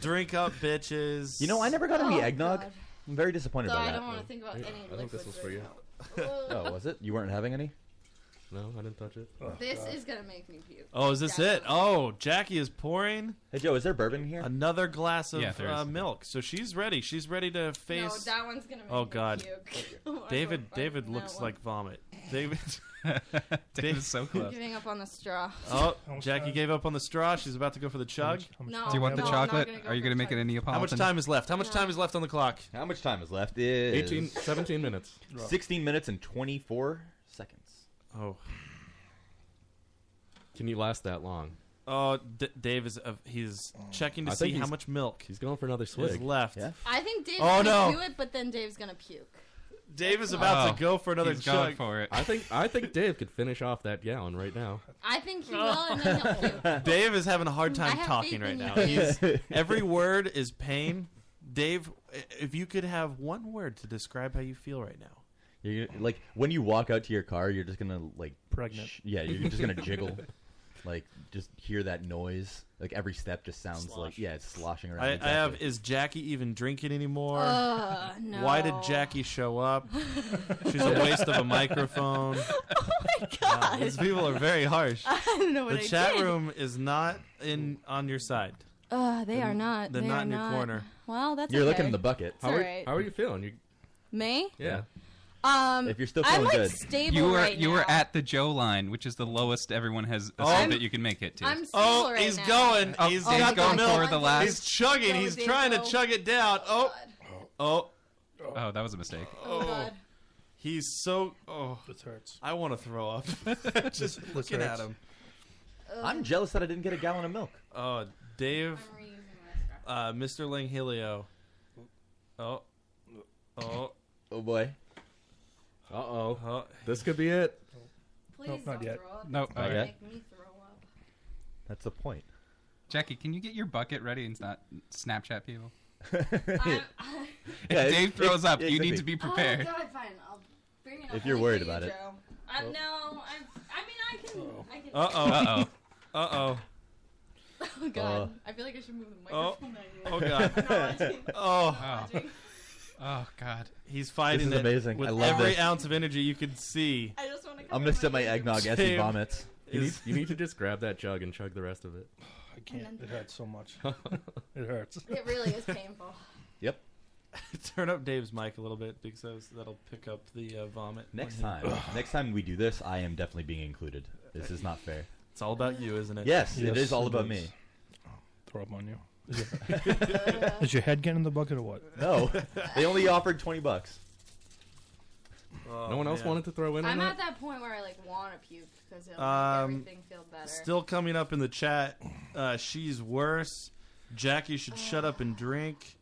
S4: Drink up, bitches.
S5: You know, I never got any
S9: Oh,
S5: eggnog.
S9: God.
S5: I'm very disappointed
S9: So
S5: by
S9: I
S5: that.
S9: don't wanna think about Yeah, any I think liquids this was for right you.
S5: oh, was it? You weren't having any?
S10: No, I didn't touch it.
S9: This is gonna make me puke.
S4: Oh, is this it? Oh, Jackie is pouring.
S5: Hey Joe, is there bourbon here?
S4: Another glass of
S5: Yeah, there
S4: uh,
S5: is.
S4: milk. So she's ready. She's ready to face.
S9: that one's gonna make
S4: Oh
S9: me
S4: God,
S9: puke. I'm not
S4: David.
S9: gonna
S4: David
S9: find that
S4: looks
S9: one.
S4: like vomit. David.
S7: David's so
S9: I'm giving up on the straw.
S4: Oh, Jackie gave up on the straw. She's about to go for the chug.
S9: No, Do you want the no, I'm not chocolate? gonna go Are you for
S7: gonna the make it any
S4: How much
S7: Neapolitan?
S4: time is left? How much time is left on the clock?
S5: How much time is left? Is
S10: 18 17 minutes.
S5: 16 minutes and 24 seconds.
S4: Oh.
S10: Can you last that long?
S4: Oh, D- Dave is uh, he's checking to
S10: I
S4: see
S10: think
S4: how
S10: he's-
S4: much milk
S10: He's going for another
S4: is
S10: swig.
S4: left.
S9: I think Dave's
S4: Oh
S9: gonna
S4: no,
S9: do it, but then Dave's gonna puke.
S4: Dave is about
S10: Oh,
S4: to go for another
S10: he's
S4: chug.
S10: going for it. I think I think Dave could finish off that gallon right now.
S9: I think he will, and then he'll
S7: Oh.
S9: puke.
S4: Dave is having a hard
S9: I
S4: time
S9: have
S4: talking
S9: faith
S4: right
S9: in
S4: now.
S9: you, Dave.
S4: He's, every word is pain. Dave, i- if you could have one word to describe how you feel right now,
S5: You're gonna- like when you walk out to your car, you're just gonna like
S4: Pregnant.
S5: sh- yeah, you're just gonna jiggle, like just hear that noise. Like every step just sounds like yeah, it's sloshing around.
S4: I,
S5: exactly.
S4: I have. Is Jackie even drinking anymore?
S9: Ugh,
S4: Why did
S9: Uh, no.
S4: Jackie show up? She's a waste of a microphone. Oh my god! these people are very harsh.
S9: I don't know what
S4: the
S9: I
S4: chat
S9: did.
S4: room is not in on your side.
S9: Uh, they
S4: They're-
S9: are not.
S4: they're
S9: they
S4: not
S9: are
S4: in your corner.
S9: Well, that's
S5: You're
S9: okay.
S5: looking in the bucket.
S9: It's all right.
S10: How are you feeling? You
S9: Me?
S10: yeah.
S9: Um,
S7: If
S5: you're still
S9: I'm
S5: feeling
S9: like
S5: good.
S9: stable
S7: you were
S9: right
S7: you
S9: now.
S7: were at the Joe line, which is the lowest everyone has
S9: Oh.
S7: said
S9: I'm-
S7: that you can make it to.
S9: I'm stable
S4: Oh,
S9: right
S4: he's
S9: now.
S4: going.
S7: Oh,
S4: he's
S7: Dave's
S4: got
S7: going
S4: the milk.
S7: for the last-
S4: He's chugging.
S9: Go,
S4: he's
S9: Dave,
S4: trying
S9: go.
S4: to chug it down. Oh, oh,
S7: oh, that was a mistake.
S4: oh. He's so. Oh, this
S8: hurts.
S4: I want to throw up. Just
S5: This
S4: looking at
S5: hurts.
S4: him.
S5: I'm jealous that I didn't get a gallon of milk.
S4: Oh, Dave, uh, Mr. Langhilio. Oh, oh,
S5: oh boy.
S10: Uh oh.
S4: Huh?
S10: This could be it.
S9: Please
S8: Nope, not
S9: don't
S8: yet.
S9: throw up.
S7: Nope,
S9: It's
S7: not
S9: gonna
S7: yet.
S9: Make me throw up.
S5: That's the point.
S7: Jackie, can you get your bucket ready and not Snapchat people? if
S5: Yeah, it-
S7: Dave throws
S5: it-
S7: up,
S5: it
S7: you
S5: could
S7: need
S5: be.
S7: to be prepared.
S9: Oh God, fine. I'll bring it up.
S5: If you're
S9: only
S5: worried
S9: for
S5: about
S9: you,
S5: it. Oh.
S9: Joe. Uh, no, I, I mean I can. I can.
S4: uh oh, uh oh, uh oh.
S9: Oh God,
S4: Uh.
S9: I feel like I should move the
S4: Oh,
S9: microphone.
S4: oh god. oh.
S7: Oh. Oh God.
S4: He's fighting
S5: This is
S4: it
S5: amazing.
S4: with
S5: I love
S4: every
S5: this.
S4: ounce of energy you can see.
S9: I just want to.
S5: I'm gonna sip my eggnog as he
S4: Dave
S5: vomits.
S10: You need,
S4: is-
S10: you need to just grab that jug and chug the rest of it.
S8: I can't. It hurts so much. it hurts.
S9: It really is painful.
S5: Yep.
S4: Turn up Dave's mic a little bit because that'll pick up the uh, vomit.
S5: Next
S4: when
S5: time,
S4: he-
S5: next time we do this, I am definitely being included. This is not fair.
S4: It's all about you, isn't it?
S5: Yes, it is all about me.
S8: Oh, Throw up on you. Is, your- is your head getting in the bucket or what?
S5: No, they only offered twenty bucks.
S4: Oh.
S10: no one else wanted to throw in
S9: I'm
S10: on
S9: at
S10: that?
S9: that point where I like want to puke because it'll
S4: Um,
S9: make everything feel better.
S4: Still coming up in the chat. Uh, she's worse. Jackie should shut up and drink.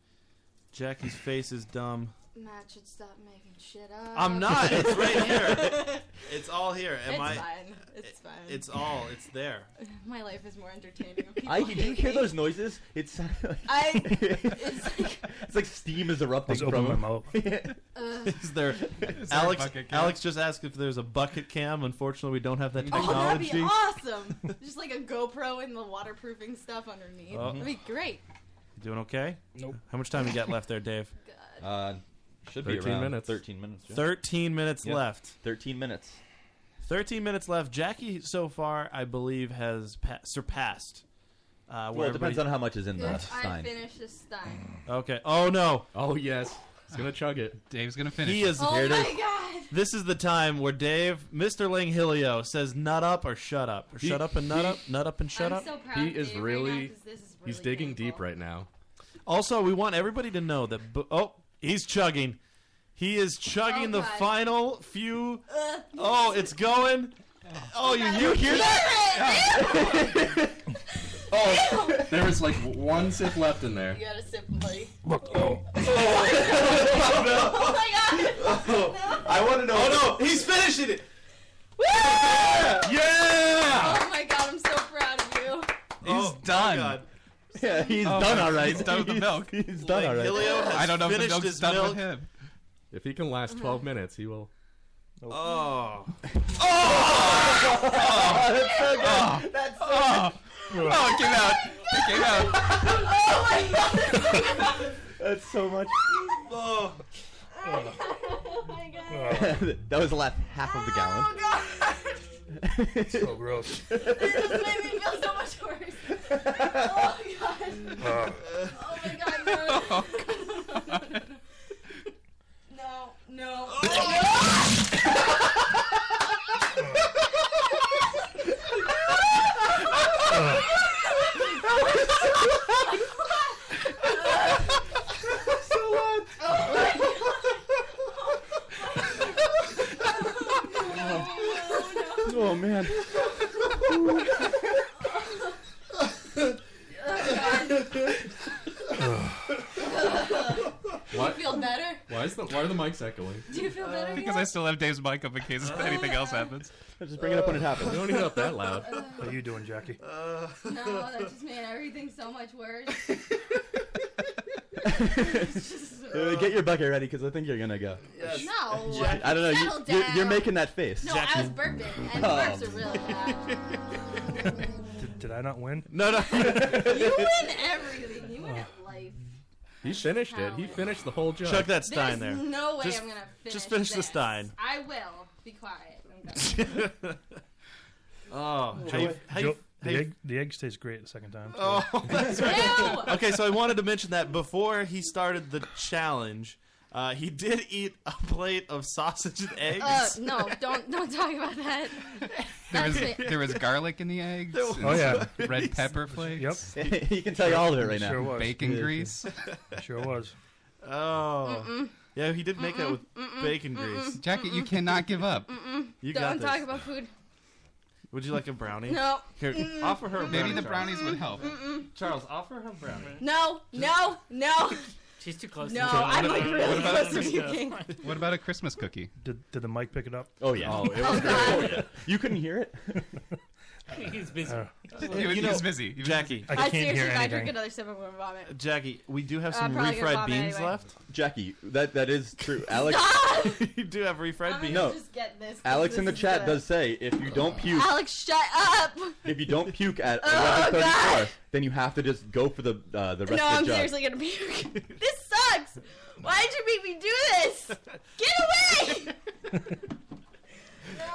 S4: Jackie's face is dumb.
S9: Matt should stop making shit up.
S4: I'm not. It's right here. It's all here. Am
S9: it's
S4: I-
S9: fine. It's fine.
S4: It's all. It's there.
S9: My life is more entertaining. when
S5: I
S9: people
S5: do you
S9: hate
S5: hear
S9: me.
S5: those noises? It's
S9: I-
S5: it's, like, steam is erupting
S8: Let's
S5: from
S8: open my
S5: them.
S4: Is there?
S5: Is there a
S4: Alex.
S5: bucket cam?
S4: Alex just asked if there's a bucket cam. Unfortunately, we don't have that
S9: Oh, that'd
S4: technology.
S9: be awesome! Just like a GoPro and the waterproofing stuff underneath.
S4: Oh.
S9: That'd be great.
S4: You doing okay?
S9: Nope.
S4: How much time you got left there, Dave?
S5: Uh, should be
S4: 13
S5: around
S4: minutes.
S5: 13 minutes. yeah.
S4: 13 minutes
S5: Yep.
S4: left.
S5: 13 minutes.
S4: 13 minutes left. Jackie, so far, I believe, has pa- surpassed. Uh,
S5: Well,
S4: where
S5: it depends
S4: everybody-
S5: on how much is in
S9: If I finish this Stein.
S5: Mm.
S4: Okay. Oh no.
S10: Oh yes. He's gonna chug it.
S7: Dave's gonna
S10: finish
S4: He
S10: it.
S4: is.
S9: Oh Here it my is. God.
S4: This is the time where Dave, Mr. Langhilio, says "nut up" or "shut up," or
S10: He-
S4: "shut up" and "nut
S10: he-
S4: up," "nut up" and "shut
S10: I'm
S4: up."
S10: so proud He of is Dave right really- now 'cause this is he's really digging
S4: deep right now. Also, we want everybody to know that. bu- Oh, he's chugging. He is chugging the
S9: Oh, God.
S4: final few.
S9: Ugh.
S4: Oh, it's going. Oh, you, you hear that?
S10: Oh, there is like one sip left in there.
S9: You gotta sip, buddy.
S10: Oh,
S4: I want to know. Oh no, he's finishing it. Yeah!
S9: Oh my god, I'm so proud of you.
S7: He's
S4: Oh,
S7: done.
S5: Yeah, he's
S7: Oh,
S5: done
S7: my-
S5: all right.
S7: He's done with the milk.
S5: He's done all right.
S10: I don't know if the milk's done with
S7: him.
S10: If he can last
S9: Mm-hmm.
S10: 12 minutes, he will.
S4: Oh.
S10: That's so good.
S5: That's so
S7: good. Oh, it came out. It came out.
S9: Oh
S5: That's so much.
S4: Oh.
S7: Oh.
S8: Oh.
S5: that was the last half of the gallon.
S9: Oh,
S5: so
S20: gross.
S9: It just made me feel so much worse. Oh my god. Oh my god, no. No, no.
S4: Oh!
S9: Oh.
S5: Oh man.
S9: What? feel better?
S10: Why is the why are the mics echoing?
S9: Do you feel better
S7: Because I still have Dave's mic up in case
S9: Oh,
S7: anything else happens.
S5: Just
S10: bring it up when it happens.
S7: Don't
S10: even up that loud.
S8: How you doing, Jackie?
S9: No, Oh, that just made everything so much worse.
S5: Uh, get your bucket ready because I think you're gonna go.
S9: Yes. No.
S5: Jack- I don't know. You,
S9: Settle
S5: you're, you're
S9: down.
S5: making that face.
S9: No, I was burping, and
S5: Oh.
S9: burps are really loud.
S8: Did, did I not win?
S4: No, no.
S9: You win everything. You win at
S4: Oh.
S9: life.
S10: He finished it. He finished the whole jug.
S4: Chuck that stein
S9: There's
S4: there.
S9: no way
S4: Just-
S9: I'm gonna finish.
S4: just finish the
S9: this.
S4: stein.
S9: I will. Be quiet. I'm done.
S4: Oh, how you- how you-
S8: Joe-
S4: how
S8: the,
S4: you-
S8: egg, the egg tastes great the second time.
S4: Oh, that's right.
S9: Ew.
S4: Okay, so I wanted to mention that before he started the challenge, uh, he did eat a plate of sausage and eggs.
S9: Uh, no, don't don't talk about that.
S7: There was
S9: That's it.
S7: there was garlic in the eggs.
S4: There was-
S7: and
S4: Oh, yeah.
S7: some red pepper flakes.
S5: Yep. He can tell you all of it right now. Sure was.
S7: Bacon
S5: Yeah.
S7: grease.
S8: Sure was.
S4: Oh,
S9: Mm-mm.
S4: yeah, he did make that with
S9: Mm-mm.
S4: bacon
S9: Mm-mm.
S4: grease.
S7: Jackie, you cannot give up.
S9: Mm-mm.
S4: You got
S9: don't
S4: this.
S9: talk about food.
S4: Would you like a brownie?
S9: No.
S4: Here,
S9: Mm-mm.
S4: offer her. A
S9: Mm-mm.
S4: brownie,
S7: Maybe the
S4: Charles.
S7: brownies would help.
S9: Mm-mm.
S4: Charles, offer her a brownie.
S9: No, no, no.
S18: She's too close.
S9: No,
S7: to the-
S9: I'm Oh, like
S7: What
S9: really
S7: about-
S9: close to puking.
S7: What about a Christmas cookie?
S8: Did, did the mic pick it up?
S5: Oh yeah.
S7: Oh, it
S5: was great. Oh, yeah. You couldn't hear it.
S18: He's busy.
S8: Uh,
S7: He was- he was busy. He was
S4: Jackie.
S9: I seriously, if I drink another sip, I'm gonna vomit.
S4: Jackie, we do have
S9: Uh,
S4: some
S9: probably gonna
S4: refried
S9: vomit
S4: beans
S9: anyway.
S4: left.
S5: Jackie, that that is true. Alex,
S4: you do have refried
S9: I'm
S4: beans.
S9: gonna
S5: No.
S9: just get this. 'cause
S5: Alex in the
S9: this is
S5: chat
S9: good.
S5: does say if you don't puke,
S9: Alex, shut up.
S5: if you don't puke at
S9: Oh,
S5: 11:34,
S9: God.
S5: then you have to just go for the uh, the rest
S9: No,
S5: of the
S9: I'm
S5: jug.
S9: seriously gonna puke. this sucks. Why did you make me do this? Get away!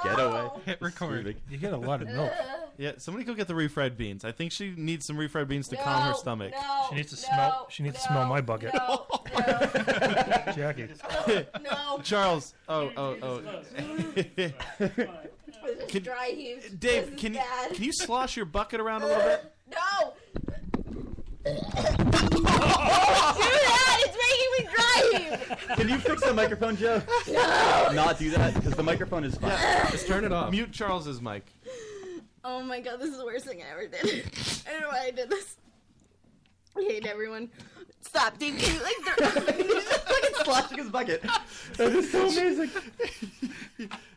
S5: Get away.
S7: Hit record.
S8: You get a lot of milk.
S4: Yeah, somebody go get the refried beans. I think she needs some refried beans to calm her
S9: No,
S4: stomach.
S9: no,
S8: She needs to smell. Oh, She needs to smell my bucket.
S9: No,
S8: Jackie.
S9: no.
S4: Charles. Oh, oh, oh.
S9: This is
S4: Can-
S9: dry heaves. This
S4: Dave,
S9: is
S4: can you
S9: bad.
S4: can you slosh your bucket around a little bit?
S9: No! Don't do that! It's making me dry heave!
S5: Can you fix the microphone, Joe? No. Not do that because the microphone is fine.
S4: Just turn it off. Mute Charles's mic.
S9: Oh my god, this is the worst thing I ever did. I don't know why I did this. I hate everyone
S21: Stop, dude. Can you, like, they're, he's just fucking sloshing his bucket.
S22: That is so amazing.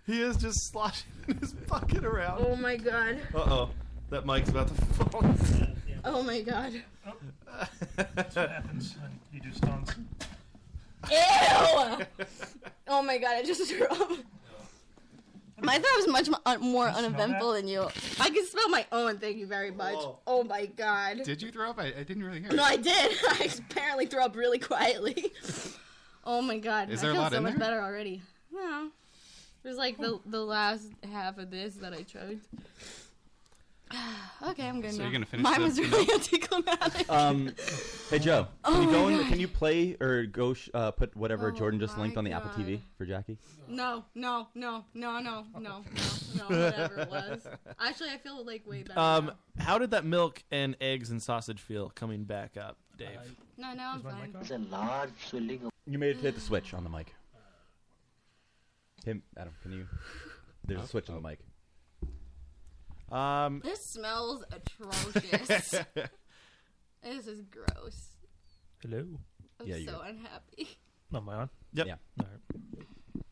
S22: he is just sloshing his bucket around.
S21: Oh my god.
S4: Uh oh. That mic's about to fall.
S21: Oh my god.
S8: You just don't.
S9: Ew! oh my god, I just threw up.
S16: My thought was much mo- un- more uneventful
S9: that?
S16: than you.
S21: I can smell my own. Thank you very much. Oh my god.
S7: Did you throw up? I, I didn't really hear.
S21: No, I
S7: it.
S21: did. I apparently threw up really quietly.
S9: Oh my god,
S7: Is
S9: I
S7: there a
S9: feel
S7: lot
S9: so
S7: in
S9: much
S7: there?
S9: better already.
S21: Yeah.
S9: It was like the the last half of this that I choked. okay, I'm good
S5: So
S9: now.
S5: you're gonna finish
S9: Mine
S5: the-
S9: was really anticlimactic.
S5: Um, hey Joe, can
S9: Oh
S5: you
S9: my
S5: go and
S9: God.
S5: can you play or go sh- uh, put whatever
S9: Oh
S5: Jordan just
S9: my
S5: linked on the Apple
S9: God.
S5: TV for Jackie?
S9: No, no, no, no, no, no, no, no, whatever it was. Actually, I feel like way better.
S4: Um,
S9: now.
S4: how did that milk and eggs and sausage feel coming back up, Dave?
S9: No, no, I'm fine.
S5: It's a large filling. You made it hit the switch on the mic. Him, Adam, can you? There's a switch on the mic.
S4: Oh, Um,
S9: This smells atrocious. this is gross.
S8: Hello.
S9: I'm
S8: Yeah, you
S9: Oh, so
S8: go.
S9: unhappy.
S8: Not my on.
S4: Yep.
S5: Yeah.
S8: All right.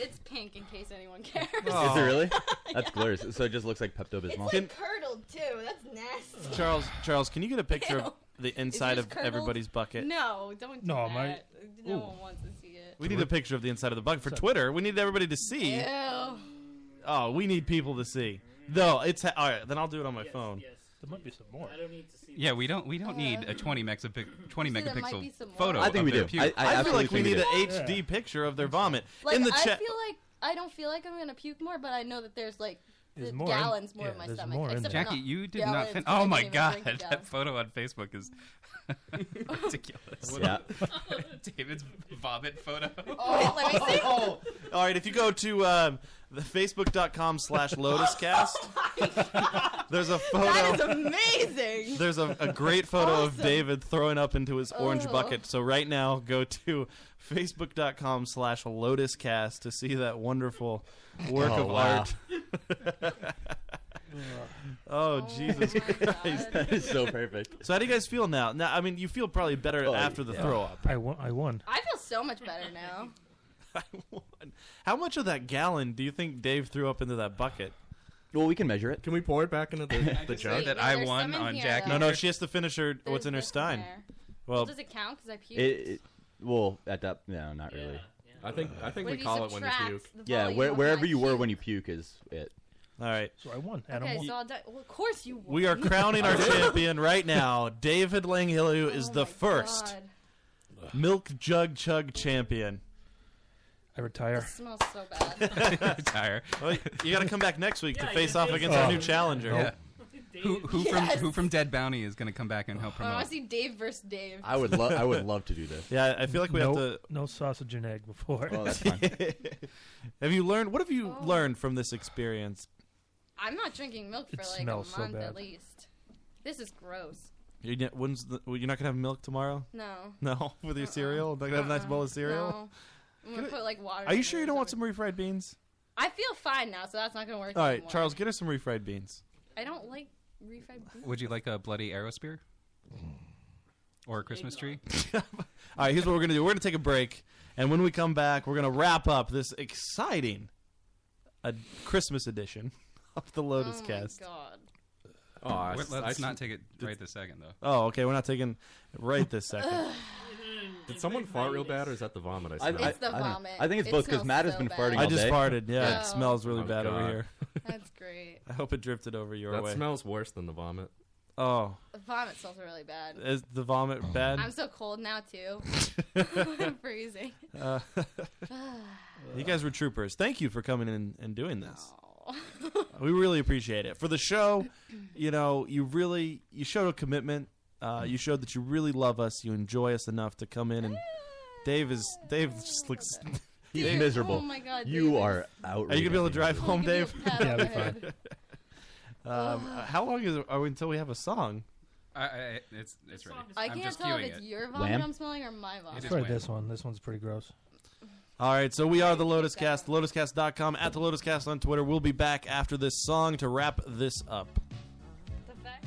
S9: It's pink, in case anyone cares.
S5: Is it really? That's glorious. So it just looks like Pepto
S9: It's
S5: Bismol.
S9: like curdled too. That's nasty.
S4: Charles, Charles, can you get a picture of
S9: Ew.
S4: the
S9: Is
S4: inside
S9: yours
S4: of
S9: curdled?
S4: everybody's bucket?
S9: No, don't do
S4: No,
S9: that.
S4: my-
S9: No
S4: Ooh.
S9: one wants to see it.
S4: We need a picture of the inside of the bucket for Twitter. We need everybody to see.
S9: Ew.
S4: Oh, we need people to see. Though it's ha- all right. Then I'll do it on my phone.
S8: There might be some more.
S18: I don't need to see.
S7: Yeah, we don't we don't need a 20 megapixel 20
S9: Uh, there might be
S7: megapixel
S9: some more.
S7: photo.
S5: I think
S7: of
S5: we
S7: their
S5: do.
S7: puke.
S5: I- I
S4: feel like we need an
S5: absolutely
S4: HD
S5: think we do.
S4: picture of their vomit
S9: Like
S4: in the
S9: I
S4: chat.
S9: feel like I don't feel like I'm gonna puke more, but I know that there's like
S8: There's
S9: the
S8: more in-
S9: gallons more
S8: yeah,
S9: in my
S8: there's
S9: stomach.
S8: more in
S9: except
S8: there.
S9: I'm
S7: Jackie,
S9: not-
S7: you did
S9: gallons,
S7: not fin-
S9: I
S7: Oh
S9: didn't
S7: my
S9: even
S7: god,
S9: drink a gallon.
S7: that photo on Facebook is ridiculous.
S5: Yeah.
S7: David's vomit photo.
S9: Oh, wait, let me see.
S4: Oh, all right. If you go to um, the facebook.com slash lotuscast, there's a photo.
S9: amazing.
S4: There's a, a great photo of David throwing up into his orange
S9: Oh.
S4: bucket. So right now, go to facebook.com slash lotuscast to see that wonderful work
S5: Oh,
S4: of
S5: wow.
S4: art. oh, Jesus Christ.
S5: That is so perfect. Oh,
S4: So how do you guys feel now? Now, I mean, you feel probably better after the throw up.
S8: I won. I won.
S9: I feel so much better now.
S4: How much of that gallon do you think Dave threw up into that bucket?
S5: Well, we can measure it.
S10: Can we pour it back into the, the
S4: just
S10: jar?
S4: say that I
S9: there's won some in on here, Jackie.
S4: No, no, she has to finish her.
S9: There's
S4: what's in her
S9: this
S4: stein?
S9: there.
S4: Well,
S9: does it count? Because I puked.
S5: It, it, well, at that, no, not really.
S10: I think I think
S9: Wait,
S10: we
S9: you
S10: call it when you
S9: subtract
S10: puke.
S9: the
S5: Yeah,
S9: volume
S5: where,
S9: of
S5: wherever
S9: my
S5: you were when you puke is it.
S4: All right.
S8: So I won. Adam
S9: Okay,
S8: won.
S9: so I'll die. Well, of course you. Won.
S4: we are crowning our champion right now. David Langhillu is the first
S9: Oh God.
S4: milk jug chug champion.
S8: I retire.
S9: It smells so bad.
S7: retire.
S4: Well, you got to come back next week
S7: Yeah,
S4: to
S7: you
S4: face
S7: can
S4: off
S7: face
S4: against
S7: off.
S4: our
S8: Oh.
S4: new challenger.
S7: Yeah. Oh. Who, who from
S9: Yes. Oh,
S7: who from Dead Bounty is going to come back and help
S9: I want
S7: promote?
S9: to see Dave versus Dave.
S5: I would love. I would love to do this.
S4: Yeah, I feel like we have
S8: No- No sausage and egg before.
S5: Oh, that's fine.
S4: Have you learned? What have you
S9: Oh.
S4: learned from this experience?
S9: I'm not drinking milk for
S4: It
S9: like a month
S4: smells so bad.
S9: at least. This is gross.
S4: You're, not- when's the, well, you're not gonna have milk tomorrow.
S9: No. Uh-uh.
S4: No, with your cereal. Not gonna have a nice bowl of cereal.
S9: No. I'm gonna put like water.
S4: Are you
S9: in
S4: sure
S9: it.
S4: you don't want some refried beans?
S9: I feel fine now, so that's not gonna work.
S4: All right,
S9: anymore.
S4: Charles, get us some refried beans.
S9: I don't like refried. beans.
S7: Would you like a bloody arrow spear?
S4: Mm.
S7: Or a Christmas tree?
S4: All right, here's what we're going to do. We're going to take a break, and when we come back, we're going to wrap up this exciting uh, Christmas edition of the Lotus Cast.
S9: God.
S10: Oh, I-
S7: Wait, let's
S10: I-
S7: not take it right this second, though.
S4: Oh, okay, we're not taking right this second.
S10: Did someone fart real bad, or is that the vomit? I
S4: I-
S10: smell?
S9: It's the
S5: I don't-
S9: vomit.
S5: I think it's
S9: It
S5: both because
S9: smells
S5: Matt has
S9: so
S5: been
S9: bad.
S5: farting.
S4: I
S5: all
S4: just
S5: day.
S4: farted. Yeah,
S9: Oh.
S4: it smells really
S10: Oh,
S4: bad over
S10: God.
S4: here.
S9: That's great.
S4: I hope it drifted over your
S10: that
S4: way.
S10: smells worse than the vomit.
S4: oh,
S9: The vomit smells really bad.
S4: is the vomit bad?
S9: I'm so cold now too. I'm freezing.
S4: Uh, you guys were troopers. Thank you for coming in and doing this. we really appreciate it for the show. You know, you really you showed a commitment. Uh,
S9: Mm.
S4: you showed that you really love us. You enjoy us enough to come in
S9: Ah.
S4: and Dave is Dave just looks.
S5: He's
S4: Dave-
S5: miserable.
S9: Oh my God,
S5: You
S9: David.
S5: are
S4: Are you gonna be able to drive home,
S9: Give me
S4: Dave?
S9: a pat on the head.
S4: Um, uh, how long is it, are we until we have a song?
S7: I, I, it's it's ready.
S9: I
S7: I'm
S9: can't
S7: just
S9: tell
S7: cueing
S9: if it's
S7: it.
S9: your vomit
S4: Lamb?
S9: I'm smelling or my vomit.
S8: Try this one. This one's pretty gross.
S4: All right, so we are the Lotus Cast, lotuscast.com, at the Lotus Cast on Twitter. We'll be back after this song to wrap this up.
S9: The fact-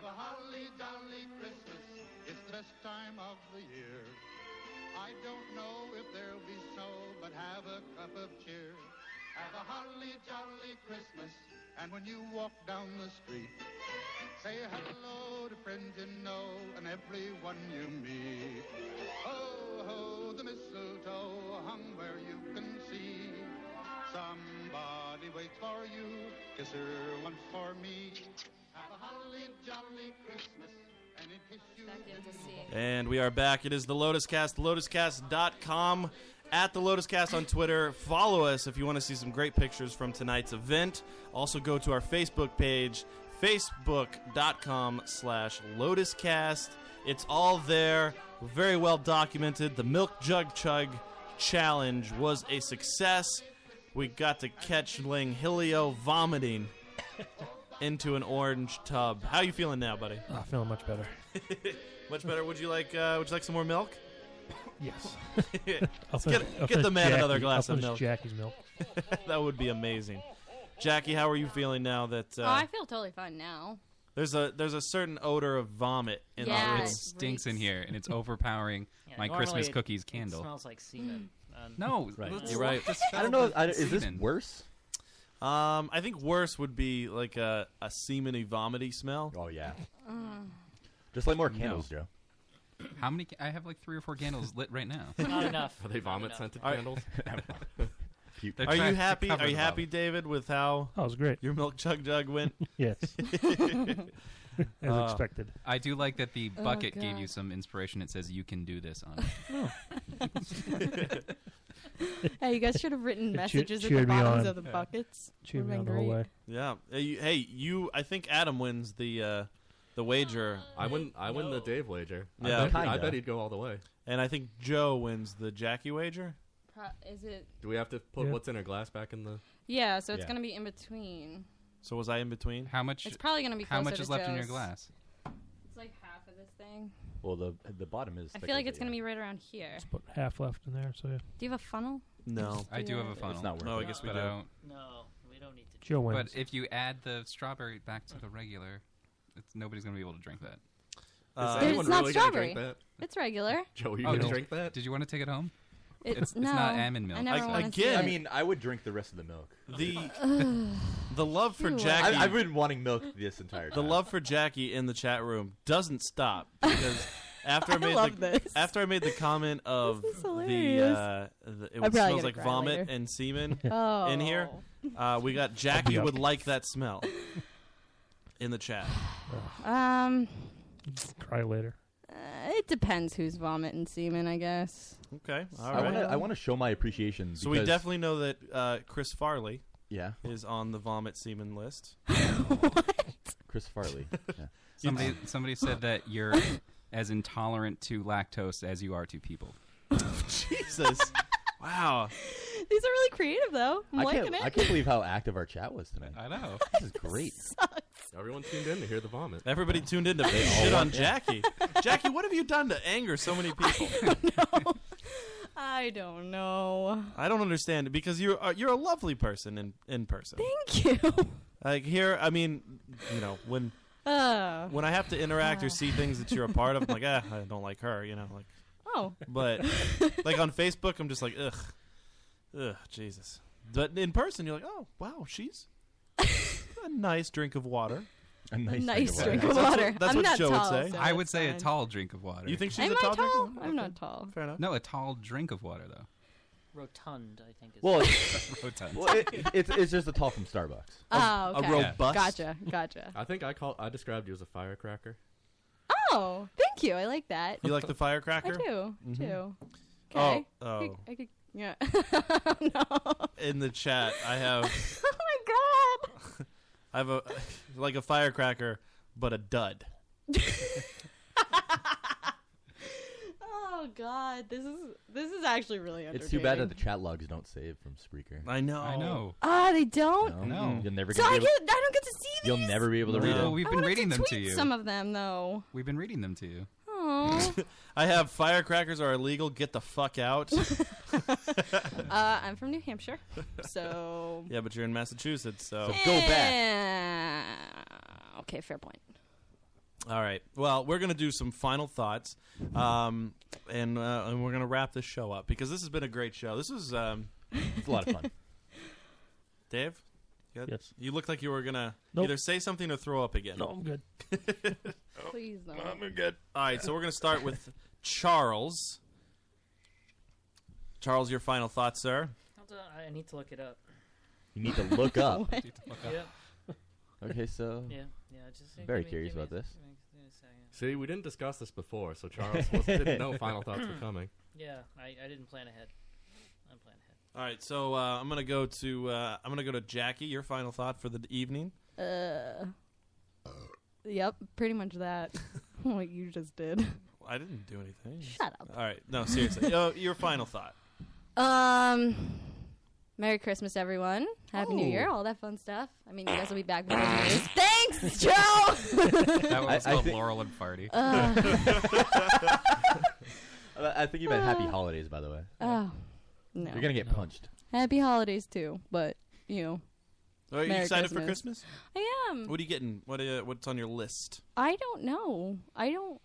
S23: only Christmas, it's this time of the year. I don't know if there'll be snow, but have a cup of cheer. Have a holly jolly Christmas, and when you walk down the street, say hello to friends you know and everyone you meet. Ho, ho, the mistletoe hung where you can see. Somebody waits for you, kiss her once for me. Have a holly jolly Christmas, and in case you...
S4: And we are back. It is the Lotus Cast, lotuscast.com, at the Lotus Cast on Twitter. Follow us if you want to see some great pictures from tonight's event. Also go to our Facebook page, facebook.com slash lotuscast. It's all there, very well documented. The Milk Jug Chug Challenge was a success. We got to catch Ling Hilio vomiting into an orange tub. How you feeling now, buddy?
S24: Oh, feeling much better.
S4: Much better. Would you like? Uh, would you like some more milk?
S24: Yes. I'll
S4: Let's
S24: finish-
S4: get,
S24: I'll
S4: get the
S24: finish
S4: man
S24: Jackie-
S4: another glass
S24: I'll
S4: of
S24: finish
S4: milk.
S24: Jackie's milk.
S4: that would be amazing. Jackie, how are you feeling now that
S9: oh, I
S4: uh,
S9: feel totally fine now.
S4: there's a there's a certain odor of vomit in
S9: Yeah,
S4: the
S7: it
S4: room?
S7: stinks in here, and it's overpowering
S6: Yeah,
S7: my
S6: normally
S7: Christmas
S6: it-
S7: cookies
S6: it
S7: candle.
S6: smells like semen. Um,
S7: No,
S4: Right.
S7: let's
S4: You're
S7: lock
S4: right.
S7: this
S5: I don't
S7: fellow
S5: know. I, is this
S7: semen.
S5: worse?
S4: Um, I think worse would be like a a semeny vomity smell.
S5: Oh yeah.
S9: Mm.
S5: Just like more candles, Joe.
S7: How many? ca- I have like three or four candles lit right now.
S6: Not enough.
S10: Are they vomit scented
S4: Are-
S10: candles?
S5: They're
S4: are
S7: trying
S4: you
S7: to
S4: happy?
S7: cover
S4: Are you
S7: the
S4: happy, David, with how
S8: that Oh, was great.
S4: your milk jug jug went?
S8: Yes. As
S7: Uh,
S8: expected.
S7: I do like that the
S8: Oh,
S7: bucket gave
S8: God.
S7: you some inspiration. It says you can do this on it.
S9: Hey, you guys should have written
S7: It che-
S9: messages at the
S7: cheered me
S9: bottoms
S7: on.
S9: of the
S7: Yeah.
S9: buckets.
S8: Cheered
S9: Would've
S8: me
S9: been
S8: on the whole
S9: great.
S8: way.
S4: Yeah. Hey, you- hey, you. I think Adam wins the uh, the wager.
S10: I win- I win the Dave wager. I
S4: Yeah,
S10: bet- I Kinda. bet he'd go all the way.
S4: And I think Joe wins the Jackie wager.
S9: Pro- is it?
S10: Do we have to put
S4: Yeah.
S10: what's in our glass back in the?
S9: Yeah, so it's
S4: Yeah.
S9: gonna be in between.
S4: So was I in between?
S7: How much?
S9: It's probably gonna be
S7: How
S9: closer
S7: much
S9: to
S7: is left in your
S9: Joe's.
S7: glass?
S9: It's like half of this thing.
S5: Well, the the bottom is.
S9: I
S5: thicker
S9: feel like
S5: than
S9: it's gonna be right around here.
S8: Half left in there, so yeah.
S9: Do you have a funnel?
S4: No,
S7: I do have a
S5: It's
S7: funnel.
S5: not worth
S4: Oh, I
S5: it.
S4: guess we
S7: but
S4: do.
S7: I don't.
S6: No, we
S5: Uh,
S6: don't need to.
S8: Joe wins.
S7: But if you add the strawberry back to the regular, it's, nobody's gonna be able to drink that.
S4: Uh,
S9: Dude, it's not strawberry. It's regular.
S7: Oh,
S10: gonna
S7: did-
S10: drink that?
S7: Did you want to take it home?
S9: It-
S7: it's, it's not
S9: no,
S7: almond milk.
S9: I never wanna see
S4: again-
S5: I mean, I would drink the rest of the milk.
S4: The the love for
S5: Ew.
S4: Jackie.
S5: I- I've been wanting milk this entire
S4: The
S5: time.
S4: love for Jackie in the chat room doesn't stop because after I made
S9: love
S4: the after I made the comment of the,
S9: hilarious.
S4: uh, the
S9: I'm probably
S4: it
S9: gonna
S4: smells like
S9: cry
S4: vomit
S9: later.
S4: and semen
S9: Oh.
S4: in here, uh, we got Jackie
S9: up.
S4: would like that smell in the chat.
S9: Um,
S8: Cry later.
S9: uh, it depends who's vomit and semen, I guess.
S4: Okay, all
S5: I want to.
S4: right.
S5: I want to show my appreciation.
S4: So we
S5: because-
S4: definitely know that uh, Chris Farley
S5: Yeah.
S4: is on the vomit semen list.
S5: Chris Farley. Yeah.
S7: Somebody, somebody said that you're as intolerant to lactose as you are to people.
S4: Jesus. wow.
S9: These are really creative, though. I'm
S5: I
S9: liking
S5: can't,
S9: it.
S5: I can't believe how active our chat was tonight.
S7: I know.
S5: This is great.
S10: Everyone tuned in to hear the vomit.
S4: Everybody tuned in to
S10: They all
S4: shit on
S10: want-
S4: Jackie. Jackie, what have you done to anger so many people?
S9: I don't know.
S4: I don't understand it because you're uh, you're a lovely person in in person.
S9: Thank you.
S4: Like here, I mean, you know, when
S9: Uh,
S4: when I have to interact or see things that you're a part of, I'm like, ah, I don't like her, you know, like.
S9: Oh.
S4: But like on Facebook, I'm just like, ugh, ugh, Jesus. But in person, you're like, oh wow, she's a nice drink of water.
S5: A
S9: nice Nice drink of drink of water. water.
S4: That's
S9: I'm
S4: what
S9: not
S4: Joe
S9: tall,
S4: would say.
S9: so
S7: I would say a
S9: fine.
S7: tall drink of water.
S4: You think she's
S9: Am
S4: a
S9: I
S4: tall, drink?
S9: tall? I'm not tall.
S4: Fair enough.
S7: No, a tall drink of water though.
S6: Rotund, I think. Is
S5: Well,
S7: Rotund.
S5: well it, it's, it's just a tall from Starbucks.
S9: Oh, okay.
S10: Yeah. robust-
S9: Gotcha, gotcha.
S10: I think I call. I described you as a firecracker.
S9: Oh, thank you. I like that.
S10: You like the
S4: firecracker?
S9: I do,
S4: Mhm.
S9: too.
S4: Oh,
S9: Okay.
S4: oh.
S9: I could, yeah. oh, no.
S4: In the chat, I have
S9: Oh, my God.
S4: I have a like a firecracker, but a dud.
S9: Oh, God. This is this is actually really
S5: It's too bad that
S9: entertaining.
S5: the chat logs don't save from Spreaker.
S4: I know.
S7: I know.
S9: Ah, they don't.
S5: No, you'll never
S9: So
S5: gonna
S9: I
S5: be able-
S9: get, I don't get to see these.
S5: You'll never be able to read
S7: No,
S5: it.
S7: we've
S9: I
S7: been
S9: wanted
S7: reading
S9: to
S7: them to
S9: tweet
S7: you.
S9: Some of them, though.
S7: We've been reading them to you.
S9: Oh,
S4: I have firecrackers are illegal. Get the fuck out.
S9: uh, I'm from New Hampshire, so
S4: yeah, but you're in Massachusetts, so
S9: Eh, Okay, fair point.
S4: All right. Well, we're going to do some final thoughts, um, and uh, and we're going to wrap this show up because this has been a great show. This is um,
S5: it's a lot of fun.
S4: Dave, you got-
S5: Yes.
S4: You looked like you were going to
S5: Nope.
S4: either say something or throw up again.
S8: No, I'm good.
S9: Please don't.
S4: good. All right. So we're going to start with Charles. Charles, your final thoughts, sir.
S6: Hold on, I need to look it up.
S5: You need to look up.
S6: What?
S5: Yeah. Okay, so
S6: Yeah, yeah, just-
S5: very
S6: give me-
S5: curious
S6: give me
S5: about this.
S10: See, we didn't discuss this before, so Charles was, didn't know final thoughts were coming.
S6: Yeah, I, I didn't plan ahead. I'm planning ahead.
S4: All right. So uh, I'm going to go to uh, I'm going to go to Jackie. Your final thought for the evening.
S9: Uh, yep, pretty much that. what you just did.
S4: I didn't do anything.
S9: Shut up.
S4: All right. No, seriously. uh, your final thought.
S9: Um, Merry Christmas, everyone. Happy New
S5: Oh.
S9: Year, all that fun stuff. I mean, you guys will be back before New Year's. Thanks, Joe.
S7: That
S5: I-
S7: was
S5: I
S7: called
S5: thi-
S7: Laurel and Farty.
S5: Uh, I think you meant happy holidays, by the way.
S9: oh, no.
S5: You're gonna get punched.
S9: Happy holidays too, but you know.
S4: Are Oh, you
S9: Merry
S4: excited for Christmas?
S9: I am.
S4: What are you getting? What uh, what's on your list?
S9: I don't know. I don't.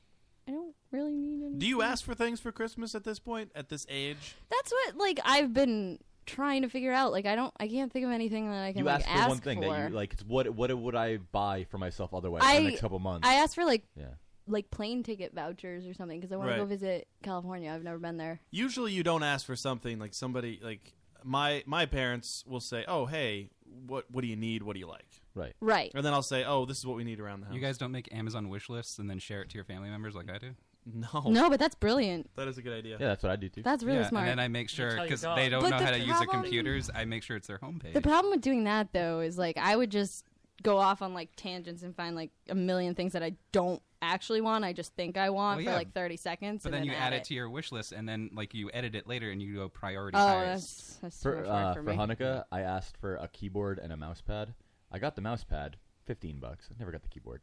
S9: I don't really need any.
S4: Do you ask for things for Christmas at this point? At this age?
S9: That's what like I've been trying to figure out. Like I don't. I can't think of anything that I can
S5: You
S9: like,
S5: asked for
S9: ask
S5: one thing that
S9: for.
S5: you like. It's what what would I buy for myself otherwise
S9: I
S5: in the next couple months?
S9: I asked for like
S5: Yeah.
S9: like plane ticket vouchers or something because I want to go
S4: Right.
S9: visit California. I've never been there.
S4: Usually, you don't ask for something like somebody like my my parents will say, "Oh, hey, what what do you need? What do you like?"
S5: Right.
S9: Right.
S4: And then I'll say, "Oh, this is what we need around the house."
S7: You guys don't make Amazon wish lists and then share it to your family members like I do.
S4: No.
S9: No, but that's brilliant.
S4: That is a good idea.
S5: Yeah, Oh. that's what I do too.
S9: That's really
S7: yeah,
S9: smart.
S7: And then I make sure
S9: tell your
S7: because
S9: dog.
S7: they don't
S9: But
S7: know
S9: the
S7: how to use the
S9: problem-
S7: computers. I make sure it's their homepage.
S9: The problem with doing that though is like I would just go off on like tangents and find like a million things that I don't actually want. I just think I want
S7: Well,
S9: for
S7: yeah.
S9: like thirty seconds.
S7: But
S9: and
S7: then you add it.
S9: it.
S7: to your wish list, and then like you edit it later, and you go prioritize.
S9: that's- that's too
S5: for,
S9: much work
S5: uh,
S9: for
S5: for,
S9: me.
S5: Hanukkah, I asked for a keyboard and a mouse pad. I got the mouse pad, fifteen bucks. I never got the keyboard.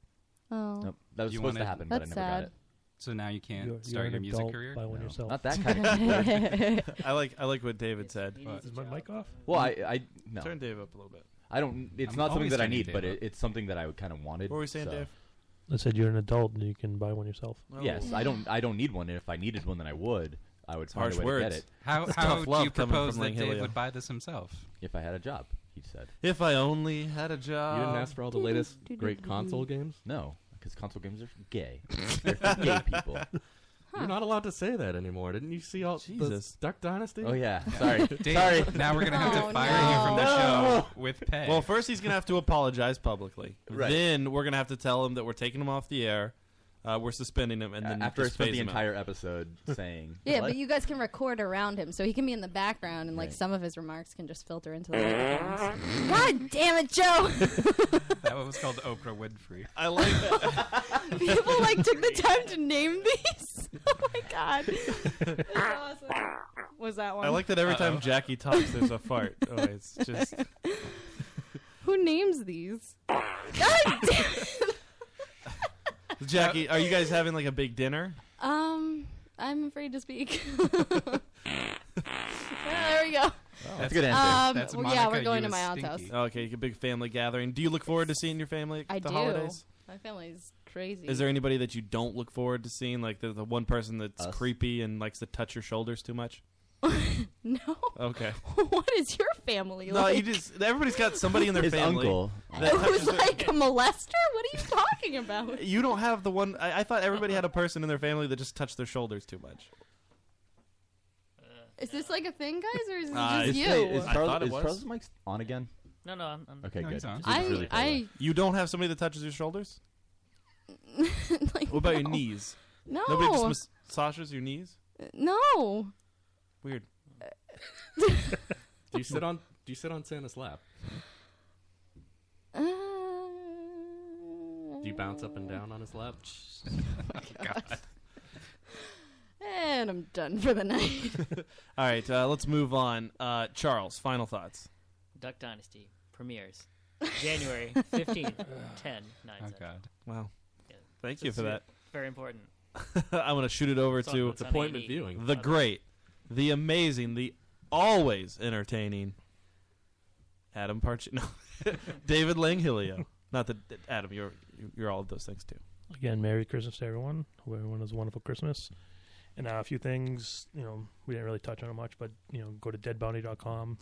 S9: Oh.
S5: Nope. That was
S7: You
S5: supposed to
S7: wanted-
S5: happen, but I
S7: That's
S5: never
S7: sad.
S5: got it.
S7: So now you can't
S5: You're-
S7: start
S5: you're
S7: your
S5: an
S7: music
S5: adult
S7: career.
S5: by one
S7: No.
S5: yourself. Not that kind of keyboard.
S4: I like I like what David said.
S25: Is my mic off?
S5: Well, I, I no.
S4: Turn Dave up a little bit.
S5: I don't. It's
S4: I'm
S5: not something
S4: always
S5: that I
S4: turning
S5: need,
S4: Dave
S5: but
S4: up.
S5: it, it's something that I kind of wanted.
S4: What were we saying,
S5: so-
S4: Dave?
S8: I said you're an adult and you can buy one yourself.
S4: Oh.
S5: Yes, I don't. I don't need one. And if I needed one, then I would. I would find
S4: harsh
S5: a way
S4: words.
S5: to get it.
S7: How
S4: It's
S7: how
S4: tough
S7: do
S4: love
S7: you
S4: coming
S7: propose
S4: from
S7: that Dave
S4: Langhelio.
S7: would buy this himself?
S5: If I had a job, he said.
S4: If I only had a job.
S10: You didn't ask for all the latest great console games?
S5: No, because console games are gay. They're for gay people.
S10: You're not allowed to say that anymore. Didn't you see all
S5: Jesus.
S10: the Duck Dynasty?
S5: Oh yeah,
S10: Yeah.
S5: sorry,
S10: Dave,
S5: sorry.
S10: now we're gonna have to Oh, fire you
S7: from the no. show with pay.
S4: Well, first he's gonna have to apologize publicly.
S5: Right.
S4: Then we're gonna have to tell him that we're taking him off the air. Uh, we're suspending him, and then
S5: after I
S4: just
S5: spent
S4: phase
S5: the
S4: him out.
S5: entire episode saying,
S9: Yeah, but you guys can record around him, so he can be in the background, and like
S5: Right.
S9: some of his remarks can just filter into the microphones. God damn it, Joe!
S7: that one was called Oprah Winfrey.
S4: I like
S9: People like took the time to name these. oh my god, That's awesome. Was that one?
S4: I like that every time
S7: Uh-oh.
S4: Jackie talks, there's a fart. Oh, it's just.
S9: Who names these? God damn.
S4: Jackie, are you guys having like a big dinner?
S9: Um, I'm afraid to speak. there we go.
S5: That's
S9: a good answer. Um, That's well, yeah, Monica, we're going you to my was aunt's stinky.
S4: Okay, a big family gathering. Do you look forward to seeing your family at
S9: I
S4: the
S9: do.
S4: holidays?
S9: My family's crazy.
S4: Is there anybody that you don't look forward to seeing? Like the, the one person that's
S5: Us.
S4: creepy and likes to touch your shoulders too much?
S9: no?
S4: Okay.
S9: what is your family
S4: No,
S9: like?
S4: you just everybody's got somebody in their
S5: His
S4: family.
S5: uncle.
S4: that
S9: Who's
S4: touches their-
S9: like a molester? What are you talking about?
S4: You don't have the one. I, I thought everybody had a person in their family that just touched their shoulders too much.
S9: Is this like a thing, guys, or is it
S4: Uh,
S9: just
S4: it's-
S9: you?
S4: it's-
S5: Is
S4: I
S5: Charles,
S4: thought it
S5: is
S4: was.
S5: Charles' mic on again?
S6: No, no, I'm. I'm
S5: Okay,
S6: no,
S5: good.
S6: he's on.
S5: Just really far away.
S4: You don't have somebody that touches your shoulders? what about your knees? Nobody
S9: No. Uh,
S4: just massages your knees?
S9: No.
S4: Weird.
S10: Do you sit on do you sit on Santa's lap? Do you bounce up and down on his lap?
S9: God. And I'm done for the night.
S4: All right, uh, let's move on. Uh, Charles, final thoughts.
S6: Duck Dynasty premieres January 15th, 10, 9
S7: Oh
S6: cents.
S7: God.
S4: Wow.
S6: Yeah.
S4: Thank
S6: So
S4: you
S6: it's
S4: for that.
S6: Very important.
S4: I'm going to shoot it over
S6: It's on-
S4: to
S6: it's on Appointment AD. viewing.
S4: The great, the amazing, the always entertaining Adam Parch. No, David Langhilio. Not that Adam, you're you're all of those things too.
S8: Again, Merry Christmas to everyone. Hope everyone has a wonderful Christmas. And uh, a few things, you know, we didn't really touch on it much, but, you know, go to deadbounty.com,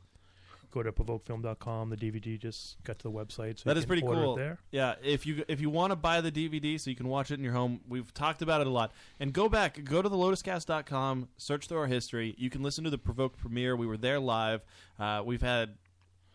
S8: go to provokefilm.com. The DVD just got to the website. So
S4: that
S8: you
S4: is
S8: can
S4: pretty
S8: order it
S4: cool.
S8: there.
S4: Yeah, if you if you want to buy the DVD so you can watch it in your home, we've talked about it a lot. And go back, go to the lotuscast.com, search through our history. You can listen to the Provoked premiere. We were there live. Uh, we've had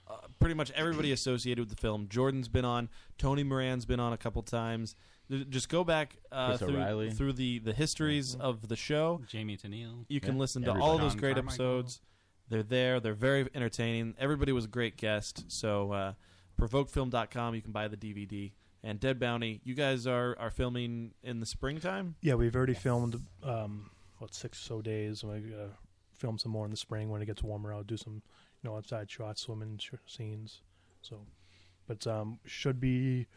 S4: uh, pretty much everybody associated with the film. Jordan's been on, Tony Moran's been on a couple times. Th- Just go back uh,
S5: Chris
S4: through,
S5: O'Reilly.
S4: through the, the histories
S8: Mm-hmm.
S4: of the show.
S7: Jamie Tennille.
S4: You can
S7: Yeah.
S4: listen to
S7: Everybody.
S4: all those
S7: John
S4: great
S7: Carmichael.
S4: episodes. They're there. They're very entertaining. Everybody was a great guest. So, uh, provokefilm.com, you can buy the DVD. And Dead Bounty, you guys are, are filming in the springtime?
S8: Yeah, we've already filmed um, what six or so days. and We uh, film some more in the spring when it gets warmer. I'll do some you know outside shots, swimming sh- scenes. So, but um, should be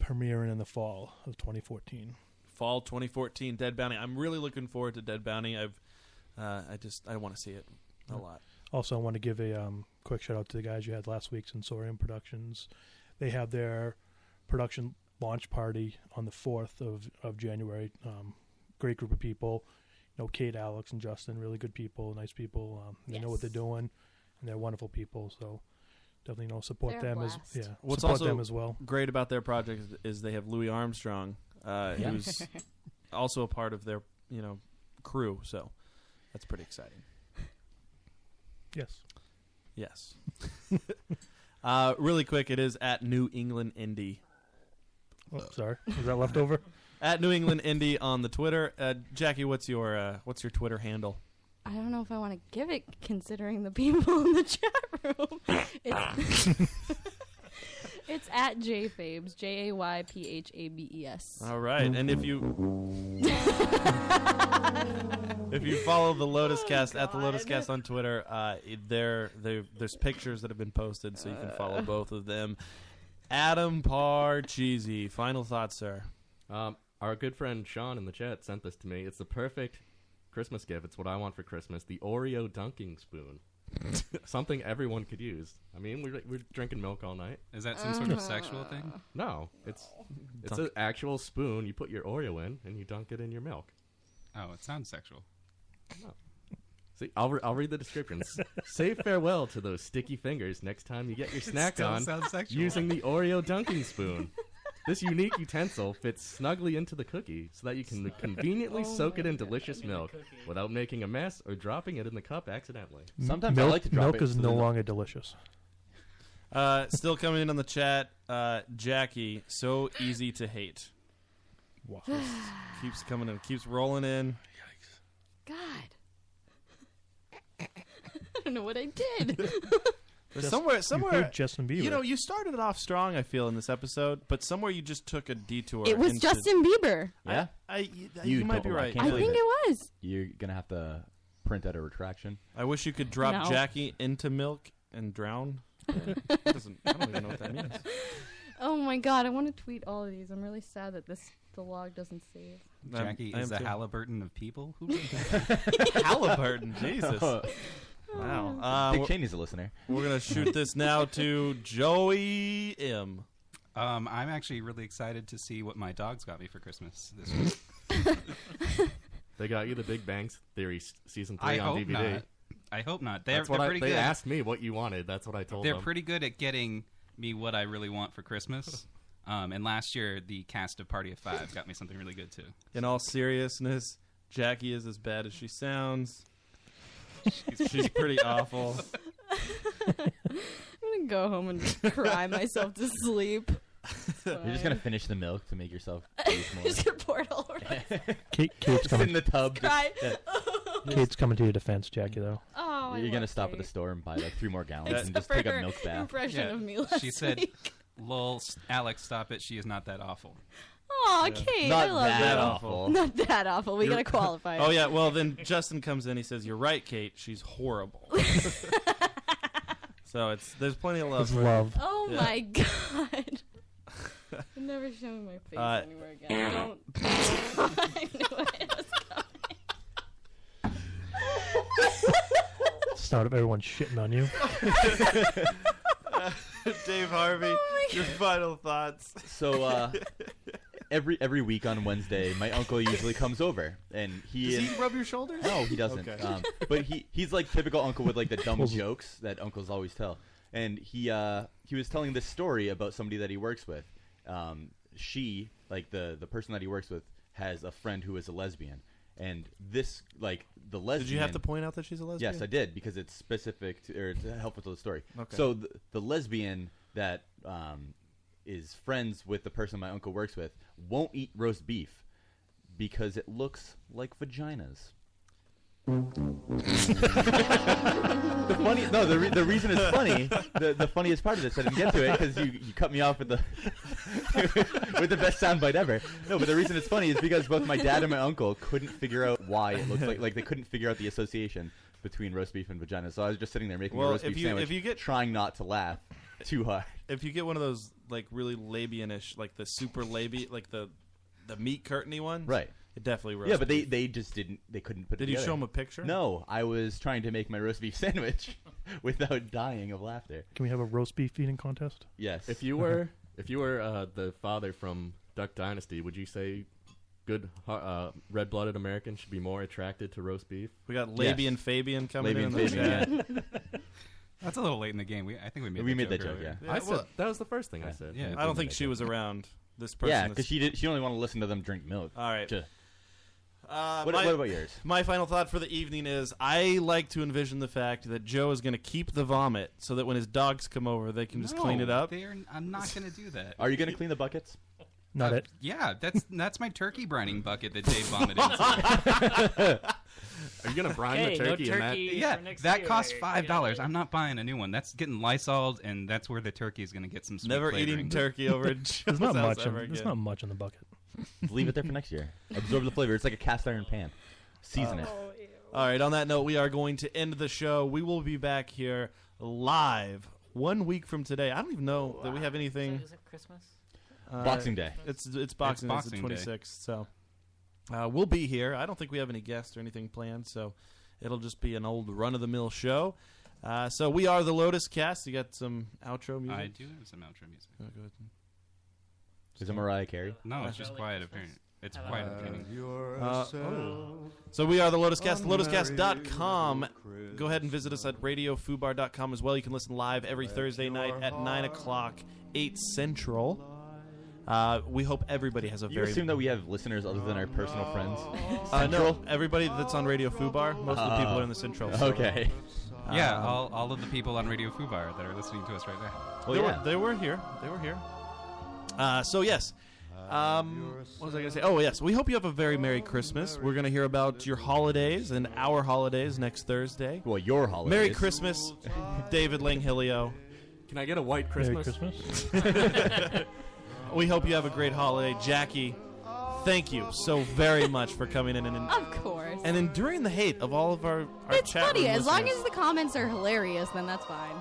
S8: premiering in the fall of 2014.
S4: Fall 2014, Dead Bounty. I'm really looking forward to Dead Bounty. I've, uh, I just, I want to see it a lot.
S8: Also, I want to give a um, quick shout out to the guys you had last week, Sensorium Productions. They have their production launch party on the fourth of of January. Um, great group of people. You know, Kate, Alex, and Justin, really good people, nice people. Um, they know what they're
S20: Yes.
S8: doing, and they're wonderful people. So definitely, you know, support
S20: They're a
S8: them as
S20: blast.
S8: yeah,
S4: What's
S8: support
S4: also
S8: them as well.
S4: great about their project is- is they have Louis Armstrong, uh,
S8: Yeah.
S4: who's also a part of their, you know, crew. So that's pretty exciting.
S8: Yes.
S4: Yes. uh, really quick, it is at New England Indie.
S8: Oh, sorry, was that left over?
S4: At New England Indie on the Twitter. Uh, Jackie, what's your uh, what's your Twitter handle?
S16: I don't know if I want to give it, considering the people in the chat room. It's, it's at jfabes, J A Y P H A B E S.
S4: All right, and if you if you follow the Lotus Cast at the Lotus Cast on Twitter, uh, it- there there there's pictures that have been posted, so you can follow
S10: Uh.
S4: both of them. Adam Parr Cheesy, final thoughts, sir.
S10: Um, our good friend Sean in the chat sent this to me. It's the perfect Christmas gift. It's what I want for Christmas: the Oreo dunking spoon. Something everyone could use. I mean, we're, we're drinking milk all night. Uh.
S7: Is that some sort of sexual thing?
S10: No, it's it's
S7: Dunk.
S10: an actual spoon. You put your Oreo in and you dunk it in your milk.
S7: Oh, it sounds sexual.
S10: See, I'll, re- I'll read the descriptions. Say farewell to those sticky fingers next time you get your
S7: It
S10: snack
S7: still
S10: on
S7: sounds sexual.
S10: using the Oreo dunking spoon. this unique utensil fits snugly into the cookie so that you can conveniently
S5: Oh
S10: soak it
S5: my
S10: in
S5: God.
S10: delicious milk without making a mess or dropping it in the cup accidentally.
S5: Sometimes
S8: milk,
S5: I like to drop
S8: milk
S5: it
S8: is
S5: to
S8: no
S5: the-
S8: longer delicious.
S4: Uh, still coming in on the chat, uh, Jackie. So easy to hate.
S8: Wow.
S4: keeps coming in, keeps rolling in.
S16: God. I don't know what I did.
S4: There's somewhere, somewhere,
S8: heard Justin Bieber.
S4: You know, you started it off strong. I feel in this episode, but somewhere you just took a detour.
S16: it was
S4: into-
S16: Justin Bieber.
S5: Yeah,
S4: I, you, you might be
S5: don't-
S4: right.
S5: can't
S16: I
S5: believe
S16: think it was.
S5: You're gonna have to print out a retraction.
S4: I wish you could drop
S16: No.
S4: Jackie into milk and drown. That doesn't- I don't even know what that means.
S16: Oh my god, I want to tweet all of these. I'm really sad that this the log doesn't save.
S4: I'm-
S7: Jackie
S4: I
S7: is
S4: am
S7: the
S4: too.
S7: Halliburton of people. Who wrote that?
S4: Halliburton, Jesus.
S7: Oh,
S4: Wow. Uh,
S5: Dick
S4: we're-
S5: Cheney's a listener.
S4: We're gonna shoot this now to Joey M.
S7: Um, I'm actually really excited to see what my dogs got me for Christmas this year.
S10: They got you the Big Bang Theory s- season
S7: I
S10: three on
S7: hope
S10: DVD.
S7: not. I hope not. They're,
S10: That's what
S7: they're
S10: I-
S7: pretty
S10: they
S7: good.
S10: asked me what you wanted. That's what I told
S7: they're
S10: them.
S7: pretty good at getting me what I really want for Christmas. Um, and last year, the cast of Party of Five got me something really good too.
S4: In all seriousness, Jackie is as bad as she sounds. She's pretty awful.
S16: I'm gonna go home and just cry myself to sleep.
S5: You're just gonna finish the milk to make yourself. taste more.
S16: just gonna pour it all over.
S8: Kate, Kate's
S5: Just
S8: coming.
S5: in the tub.
S16: Cry.
S5: yeah.
S8: Kate's coming to your defense, Jackie. Though.
S16: Oh, I
S5: You're gonna
S16: love
S5: stop at the store and buy like three more gallons and
S16: Except
S5: just take
S16: for
S5: a
S16: her
S5: milk bath.
S16: impression
S7: Yeah.
S16: of me last
S7: she said,
S16: week.
S7: "Lol, s- Alex, stop it. She is not that awful."
S16: Aw,
S7: Yeah.
S16: Kate,
S7: Not
S16: I love
S7: that
S16: you.
S7: awful.
S16: Not that awful. We
S4: You're-
S16: gotta qualify.
S4: Oh
S16: it.
S4: yeah. Well, then Justin comes in. He says, "You're right, Kate. She's horrible." so it's there's plenty of love.
S8: It's
S4: for-
S8: love.
S16: Oh
S4: Yeah.
S16: my god. I'm never showing my face
S4: Uh,
S16: anywhere again. Don't. I knew it was
S8: Start up everyone shitting on you.
S16: Oh
S4: Dave Harvey, your final thoughts.
S5: So uh, every every week on Wednesday, my uncle usually comes over, and he
S4: Does
S5: and-
S4: he rub your shoulders?
S5: No, he doesn't.
S4: Okay.
S5: Um, but he he's like typical uncle with like the dumb
S4: Pulls-
S5: jokes that uncles always tell. And he uh, he was telling this story about somebody that he works with. Um, she like the the person that he works with has a friend who is a lesbian, and this like the lesbian.
S4: Did you have to point out that she's a lesbian?
S5: Yes, I did because it's specific to, or it's helpful to the story.
S4: Okay.
S5: So the, the lesbian that um, is friends with the person my uncle works with won't eat roast beef because it looks like vaginas. the funny no the, re- the reason it's funny the, the funniest part of this I didn't get to it because you, you cut me off with the with the best soundbite ever no but the reason it's funny is because both my dad and my uncle couldn't figure out why it looks like like they couldn't figure out the association between roast beef and vagina so I was just sitting there making
S4: Well,
S5: a roast
S4: if
S5: beef
S4: you-
S5: sandwich
S4: if you get-
S5: trying not to laugh too hard
S4: If you get one of those like really labianish, like the super labia, like the the meat curtainy ones,
S5: Right.
S4: It definitely roast
S5: yeah but they
S4: beef.
S5: they just didn't they couldn't put it
S4: Did you
S5: together.
S4: show 'em a picture?
S5: no I was trying to make my roast beef sandwich without dying of laughter
S8: Can we have a roast beef eating contest?
S5: Yes.
S10: If you were if you were uh, the father from Duck Dynasty, would you say good uh, red-blooded Americans should be more attracted to roast beef?
S4: We got Yes. Labian Fabian coming Labian in the Fabian,
S7: That's a little late in the game. We, I think we made
S5: We
S7: that
S5: made
S7: joke
S5: that joke,
S7: earlier.
S5: yeah. I
S10: said- that was the first thing I said.
S7: Yeah,
S4: I don't think she was around this person.
S5: Yeah,
S4: that's-
S5: because she did. She only want to listen to them drink milk.
S4: All right.
S5: To-
S4: Uh,
S5: What- what about yours?
S4: My final thought for the evening is I like to envision the fact that Joe is going to keep the vomit so that when his dogs come over, they can just clean
S7: No,
S4: it up.
S7: they are- I'm not going to do that.
S5: Are you going to clean the buckets?
S8: Not it.
S7: Yeah, that's that's my turkey brining bucket that Dave vomited. into.
S10: Are you gonna brine the Okay, no turkey in that? turkey for
S7: Yeah,
S10: next
S7: that
S10: year.
S7: costs five dollars. I'm not buying a new one. That's getting Lysol, and that's where the turkey is going to get some. Sweet
S4: Never eating
S7: flavoring.
S4: turkey over at
S8: There's not much. In, there's not much in the bucket.
S5: Leave it there for next year. Absorb the flavor. It's like a cast iron pan. Season it.
S4: All right, on that note, we are going to end the show. We will be back here live one week from today. I don't even know that we have anything.
S6: Is it Christmas?
S4: Uh,
S5: Boxing Day.
S4: It's it's Boxing,
S7: It's
S4: Day, it's
S7: Boxing Day.
S4: the 26th. So uh, we'll be here. I don't think we have any guests or anything planned, so it'll just be an old run of the mill show. Uh, so we are the Lotus Cast. You got some outro music?
S7: I do have some outro music.
S4: go ahead.
S5: Is it Mariah Carey?
S7: No, it's just quiet. Apparent. It's quiet. appearing.
S4: Uh, oh. So we are the Lotus Cast, lotuscast.com. Go ahead and visit us at radiofubar.com as well. You can listen live every Thursday night at 9 o'clock, 8 Central. Uh, we hope everybody has a
S5: You
S4: very
S5: assume that we have listeners other than our personal friends.
S4: uh, no, everybody that's on Radio Fubar, most of the people
S5: Uh,
S4: are in the Central. so-
S5: okay.
S7: yeah,
S4: Um,
S7: all, all of the people on Radio Fubar that are listening to us right now.
S5: Oh,
S4: they, were, they were here. They were here. Uh, so yes. Um, what was I going to say? Oh yes. We hope you have a very merry Christmas. We're going to hear about your holidays and our holidays next Thursday.
S5: Well, your holidays.
S4: Merry Christmas, David Langhillio.
S10: Can I get a white Christmas?
S4: Christmas. we hope you have a great holiday, Jackie. Thank you so very much for coming in and
S16: Of course.
S4: and enduring the hate of all of our, our
S16: it's
S4: chat
S16: funny.
S4: room
S16: As long
S4: listeners.
S16: as the comments are hilarious, then that's fine.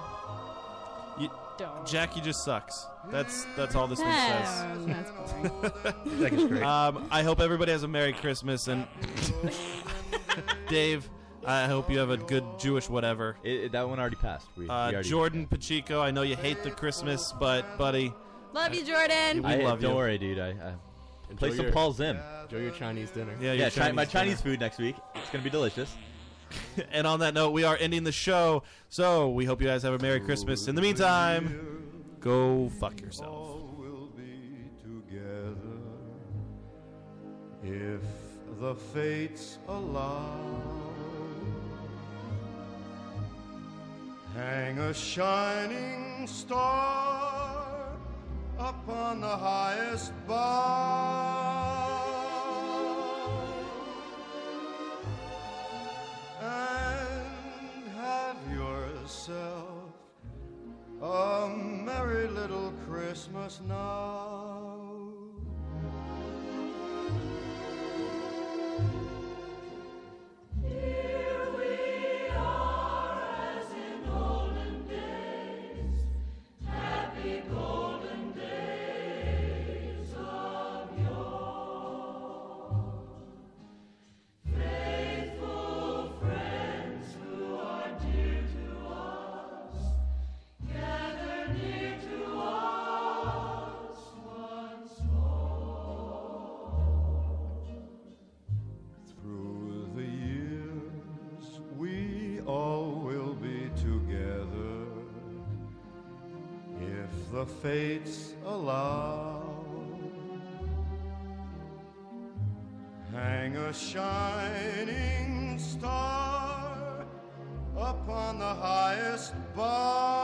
S4: You,
S16: Don't.
S4: Jackie just sucks. That's that's all this one says.
S16: Um, that's boring.
S8: That is great.
S4: Um, I hope everybody has a Merry Christmas and Dave. I hope you have a good Jewish whatever.
S5: that one already passed. We,
S4: uh,
S5: we already-
S4: Jordan Pacheco. I know you hate the Christmas, but buddy,
S16: Love you, Jordan.
S4: we
S5: I-
S4: love
S5: don't
S4: you.
S5: worry, dude. I, I play
S10: Enjoy
S5: some
S10: your-
S5: Paul Zim.
S10: Enjoy your Chinese dinner.
S4: Yeah,
S5: yeah.
S4: your
S5: Chi- my
S4: Chinese
S5: Chinese food next week. It's gonna be delicious.
S4: and on that note, we are ending the show. So we hope you guys have a Merry Christmas. In the meantime, go fuck yourself.
S26: together if the fates allow. Hang a shining star upon the highest bough and have yourself a merry little Christmas now.
S2: Happy golden days of
S26: the fates allow. Hang a shining star upon the highest bar.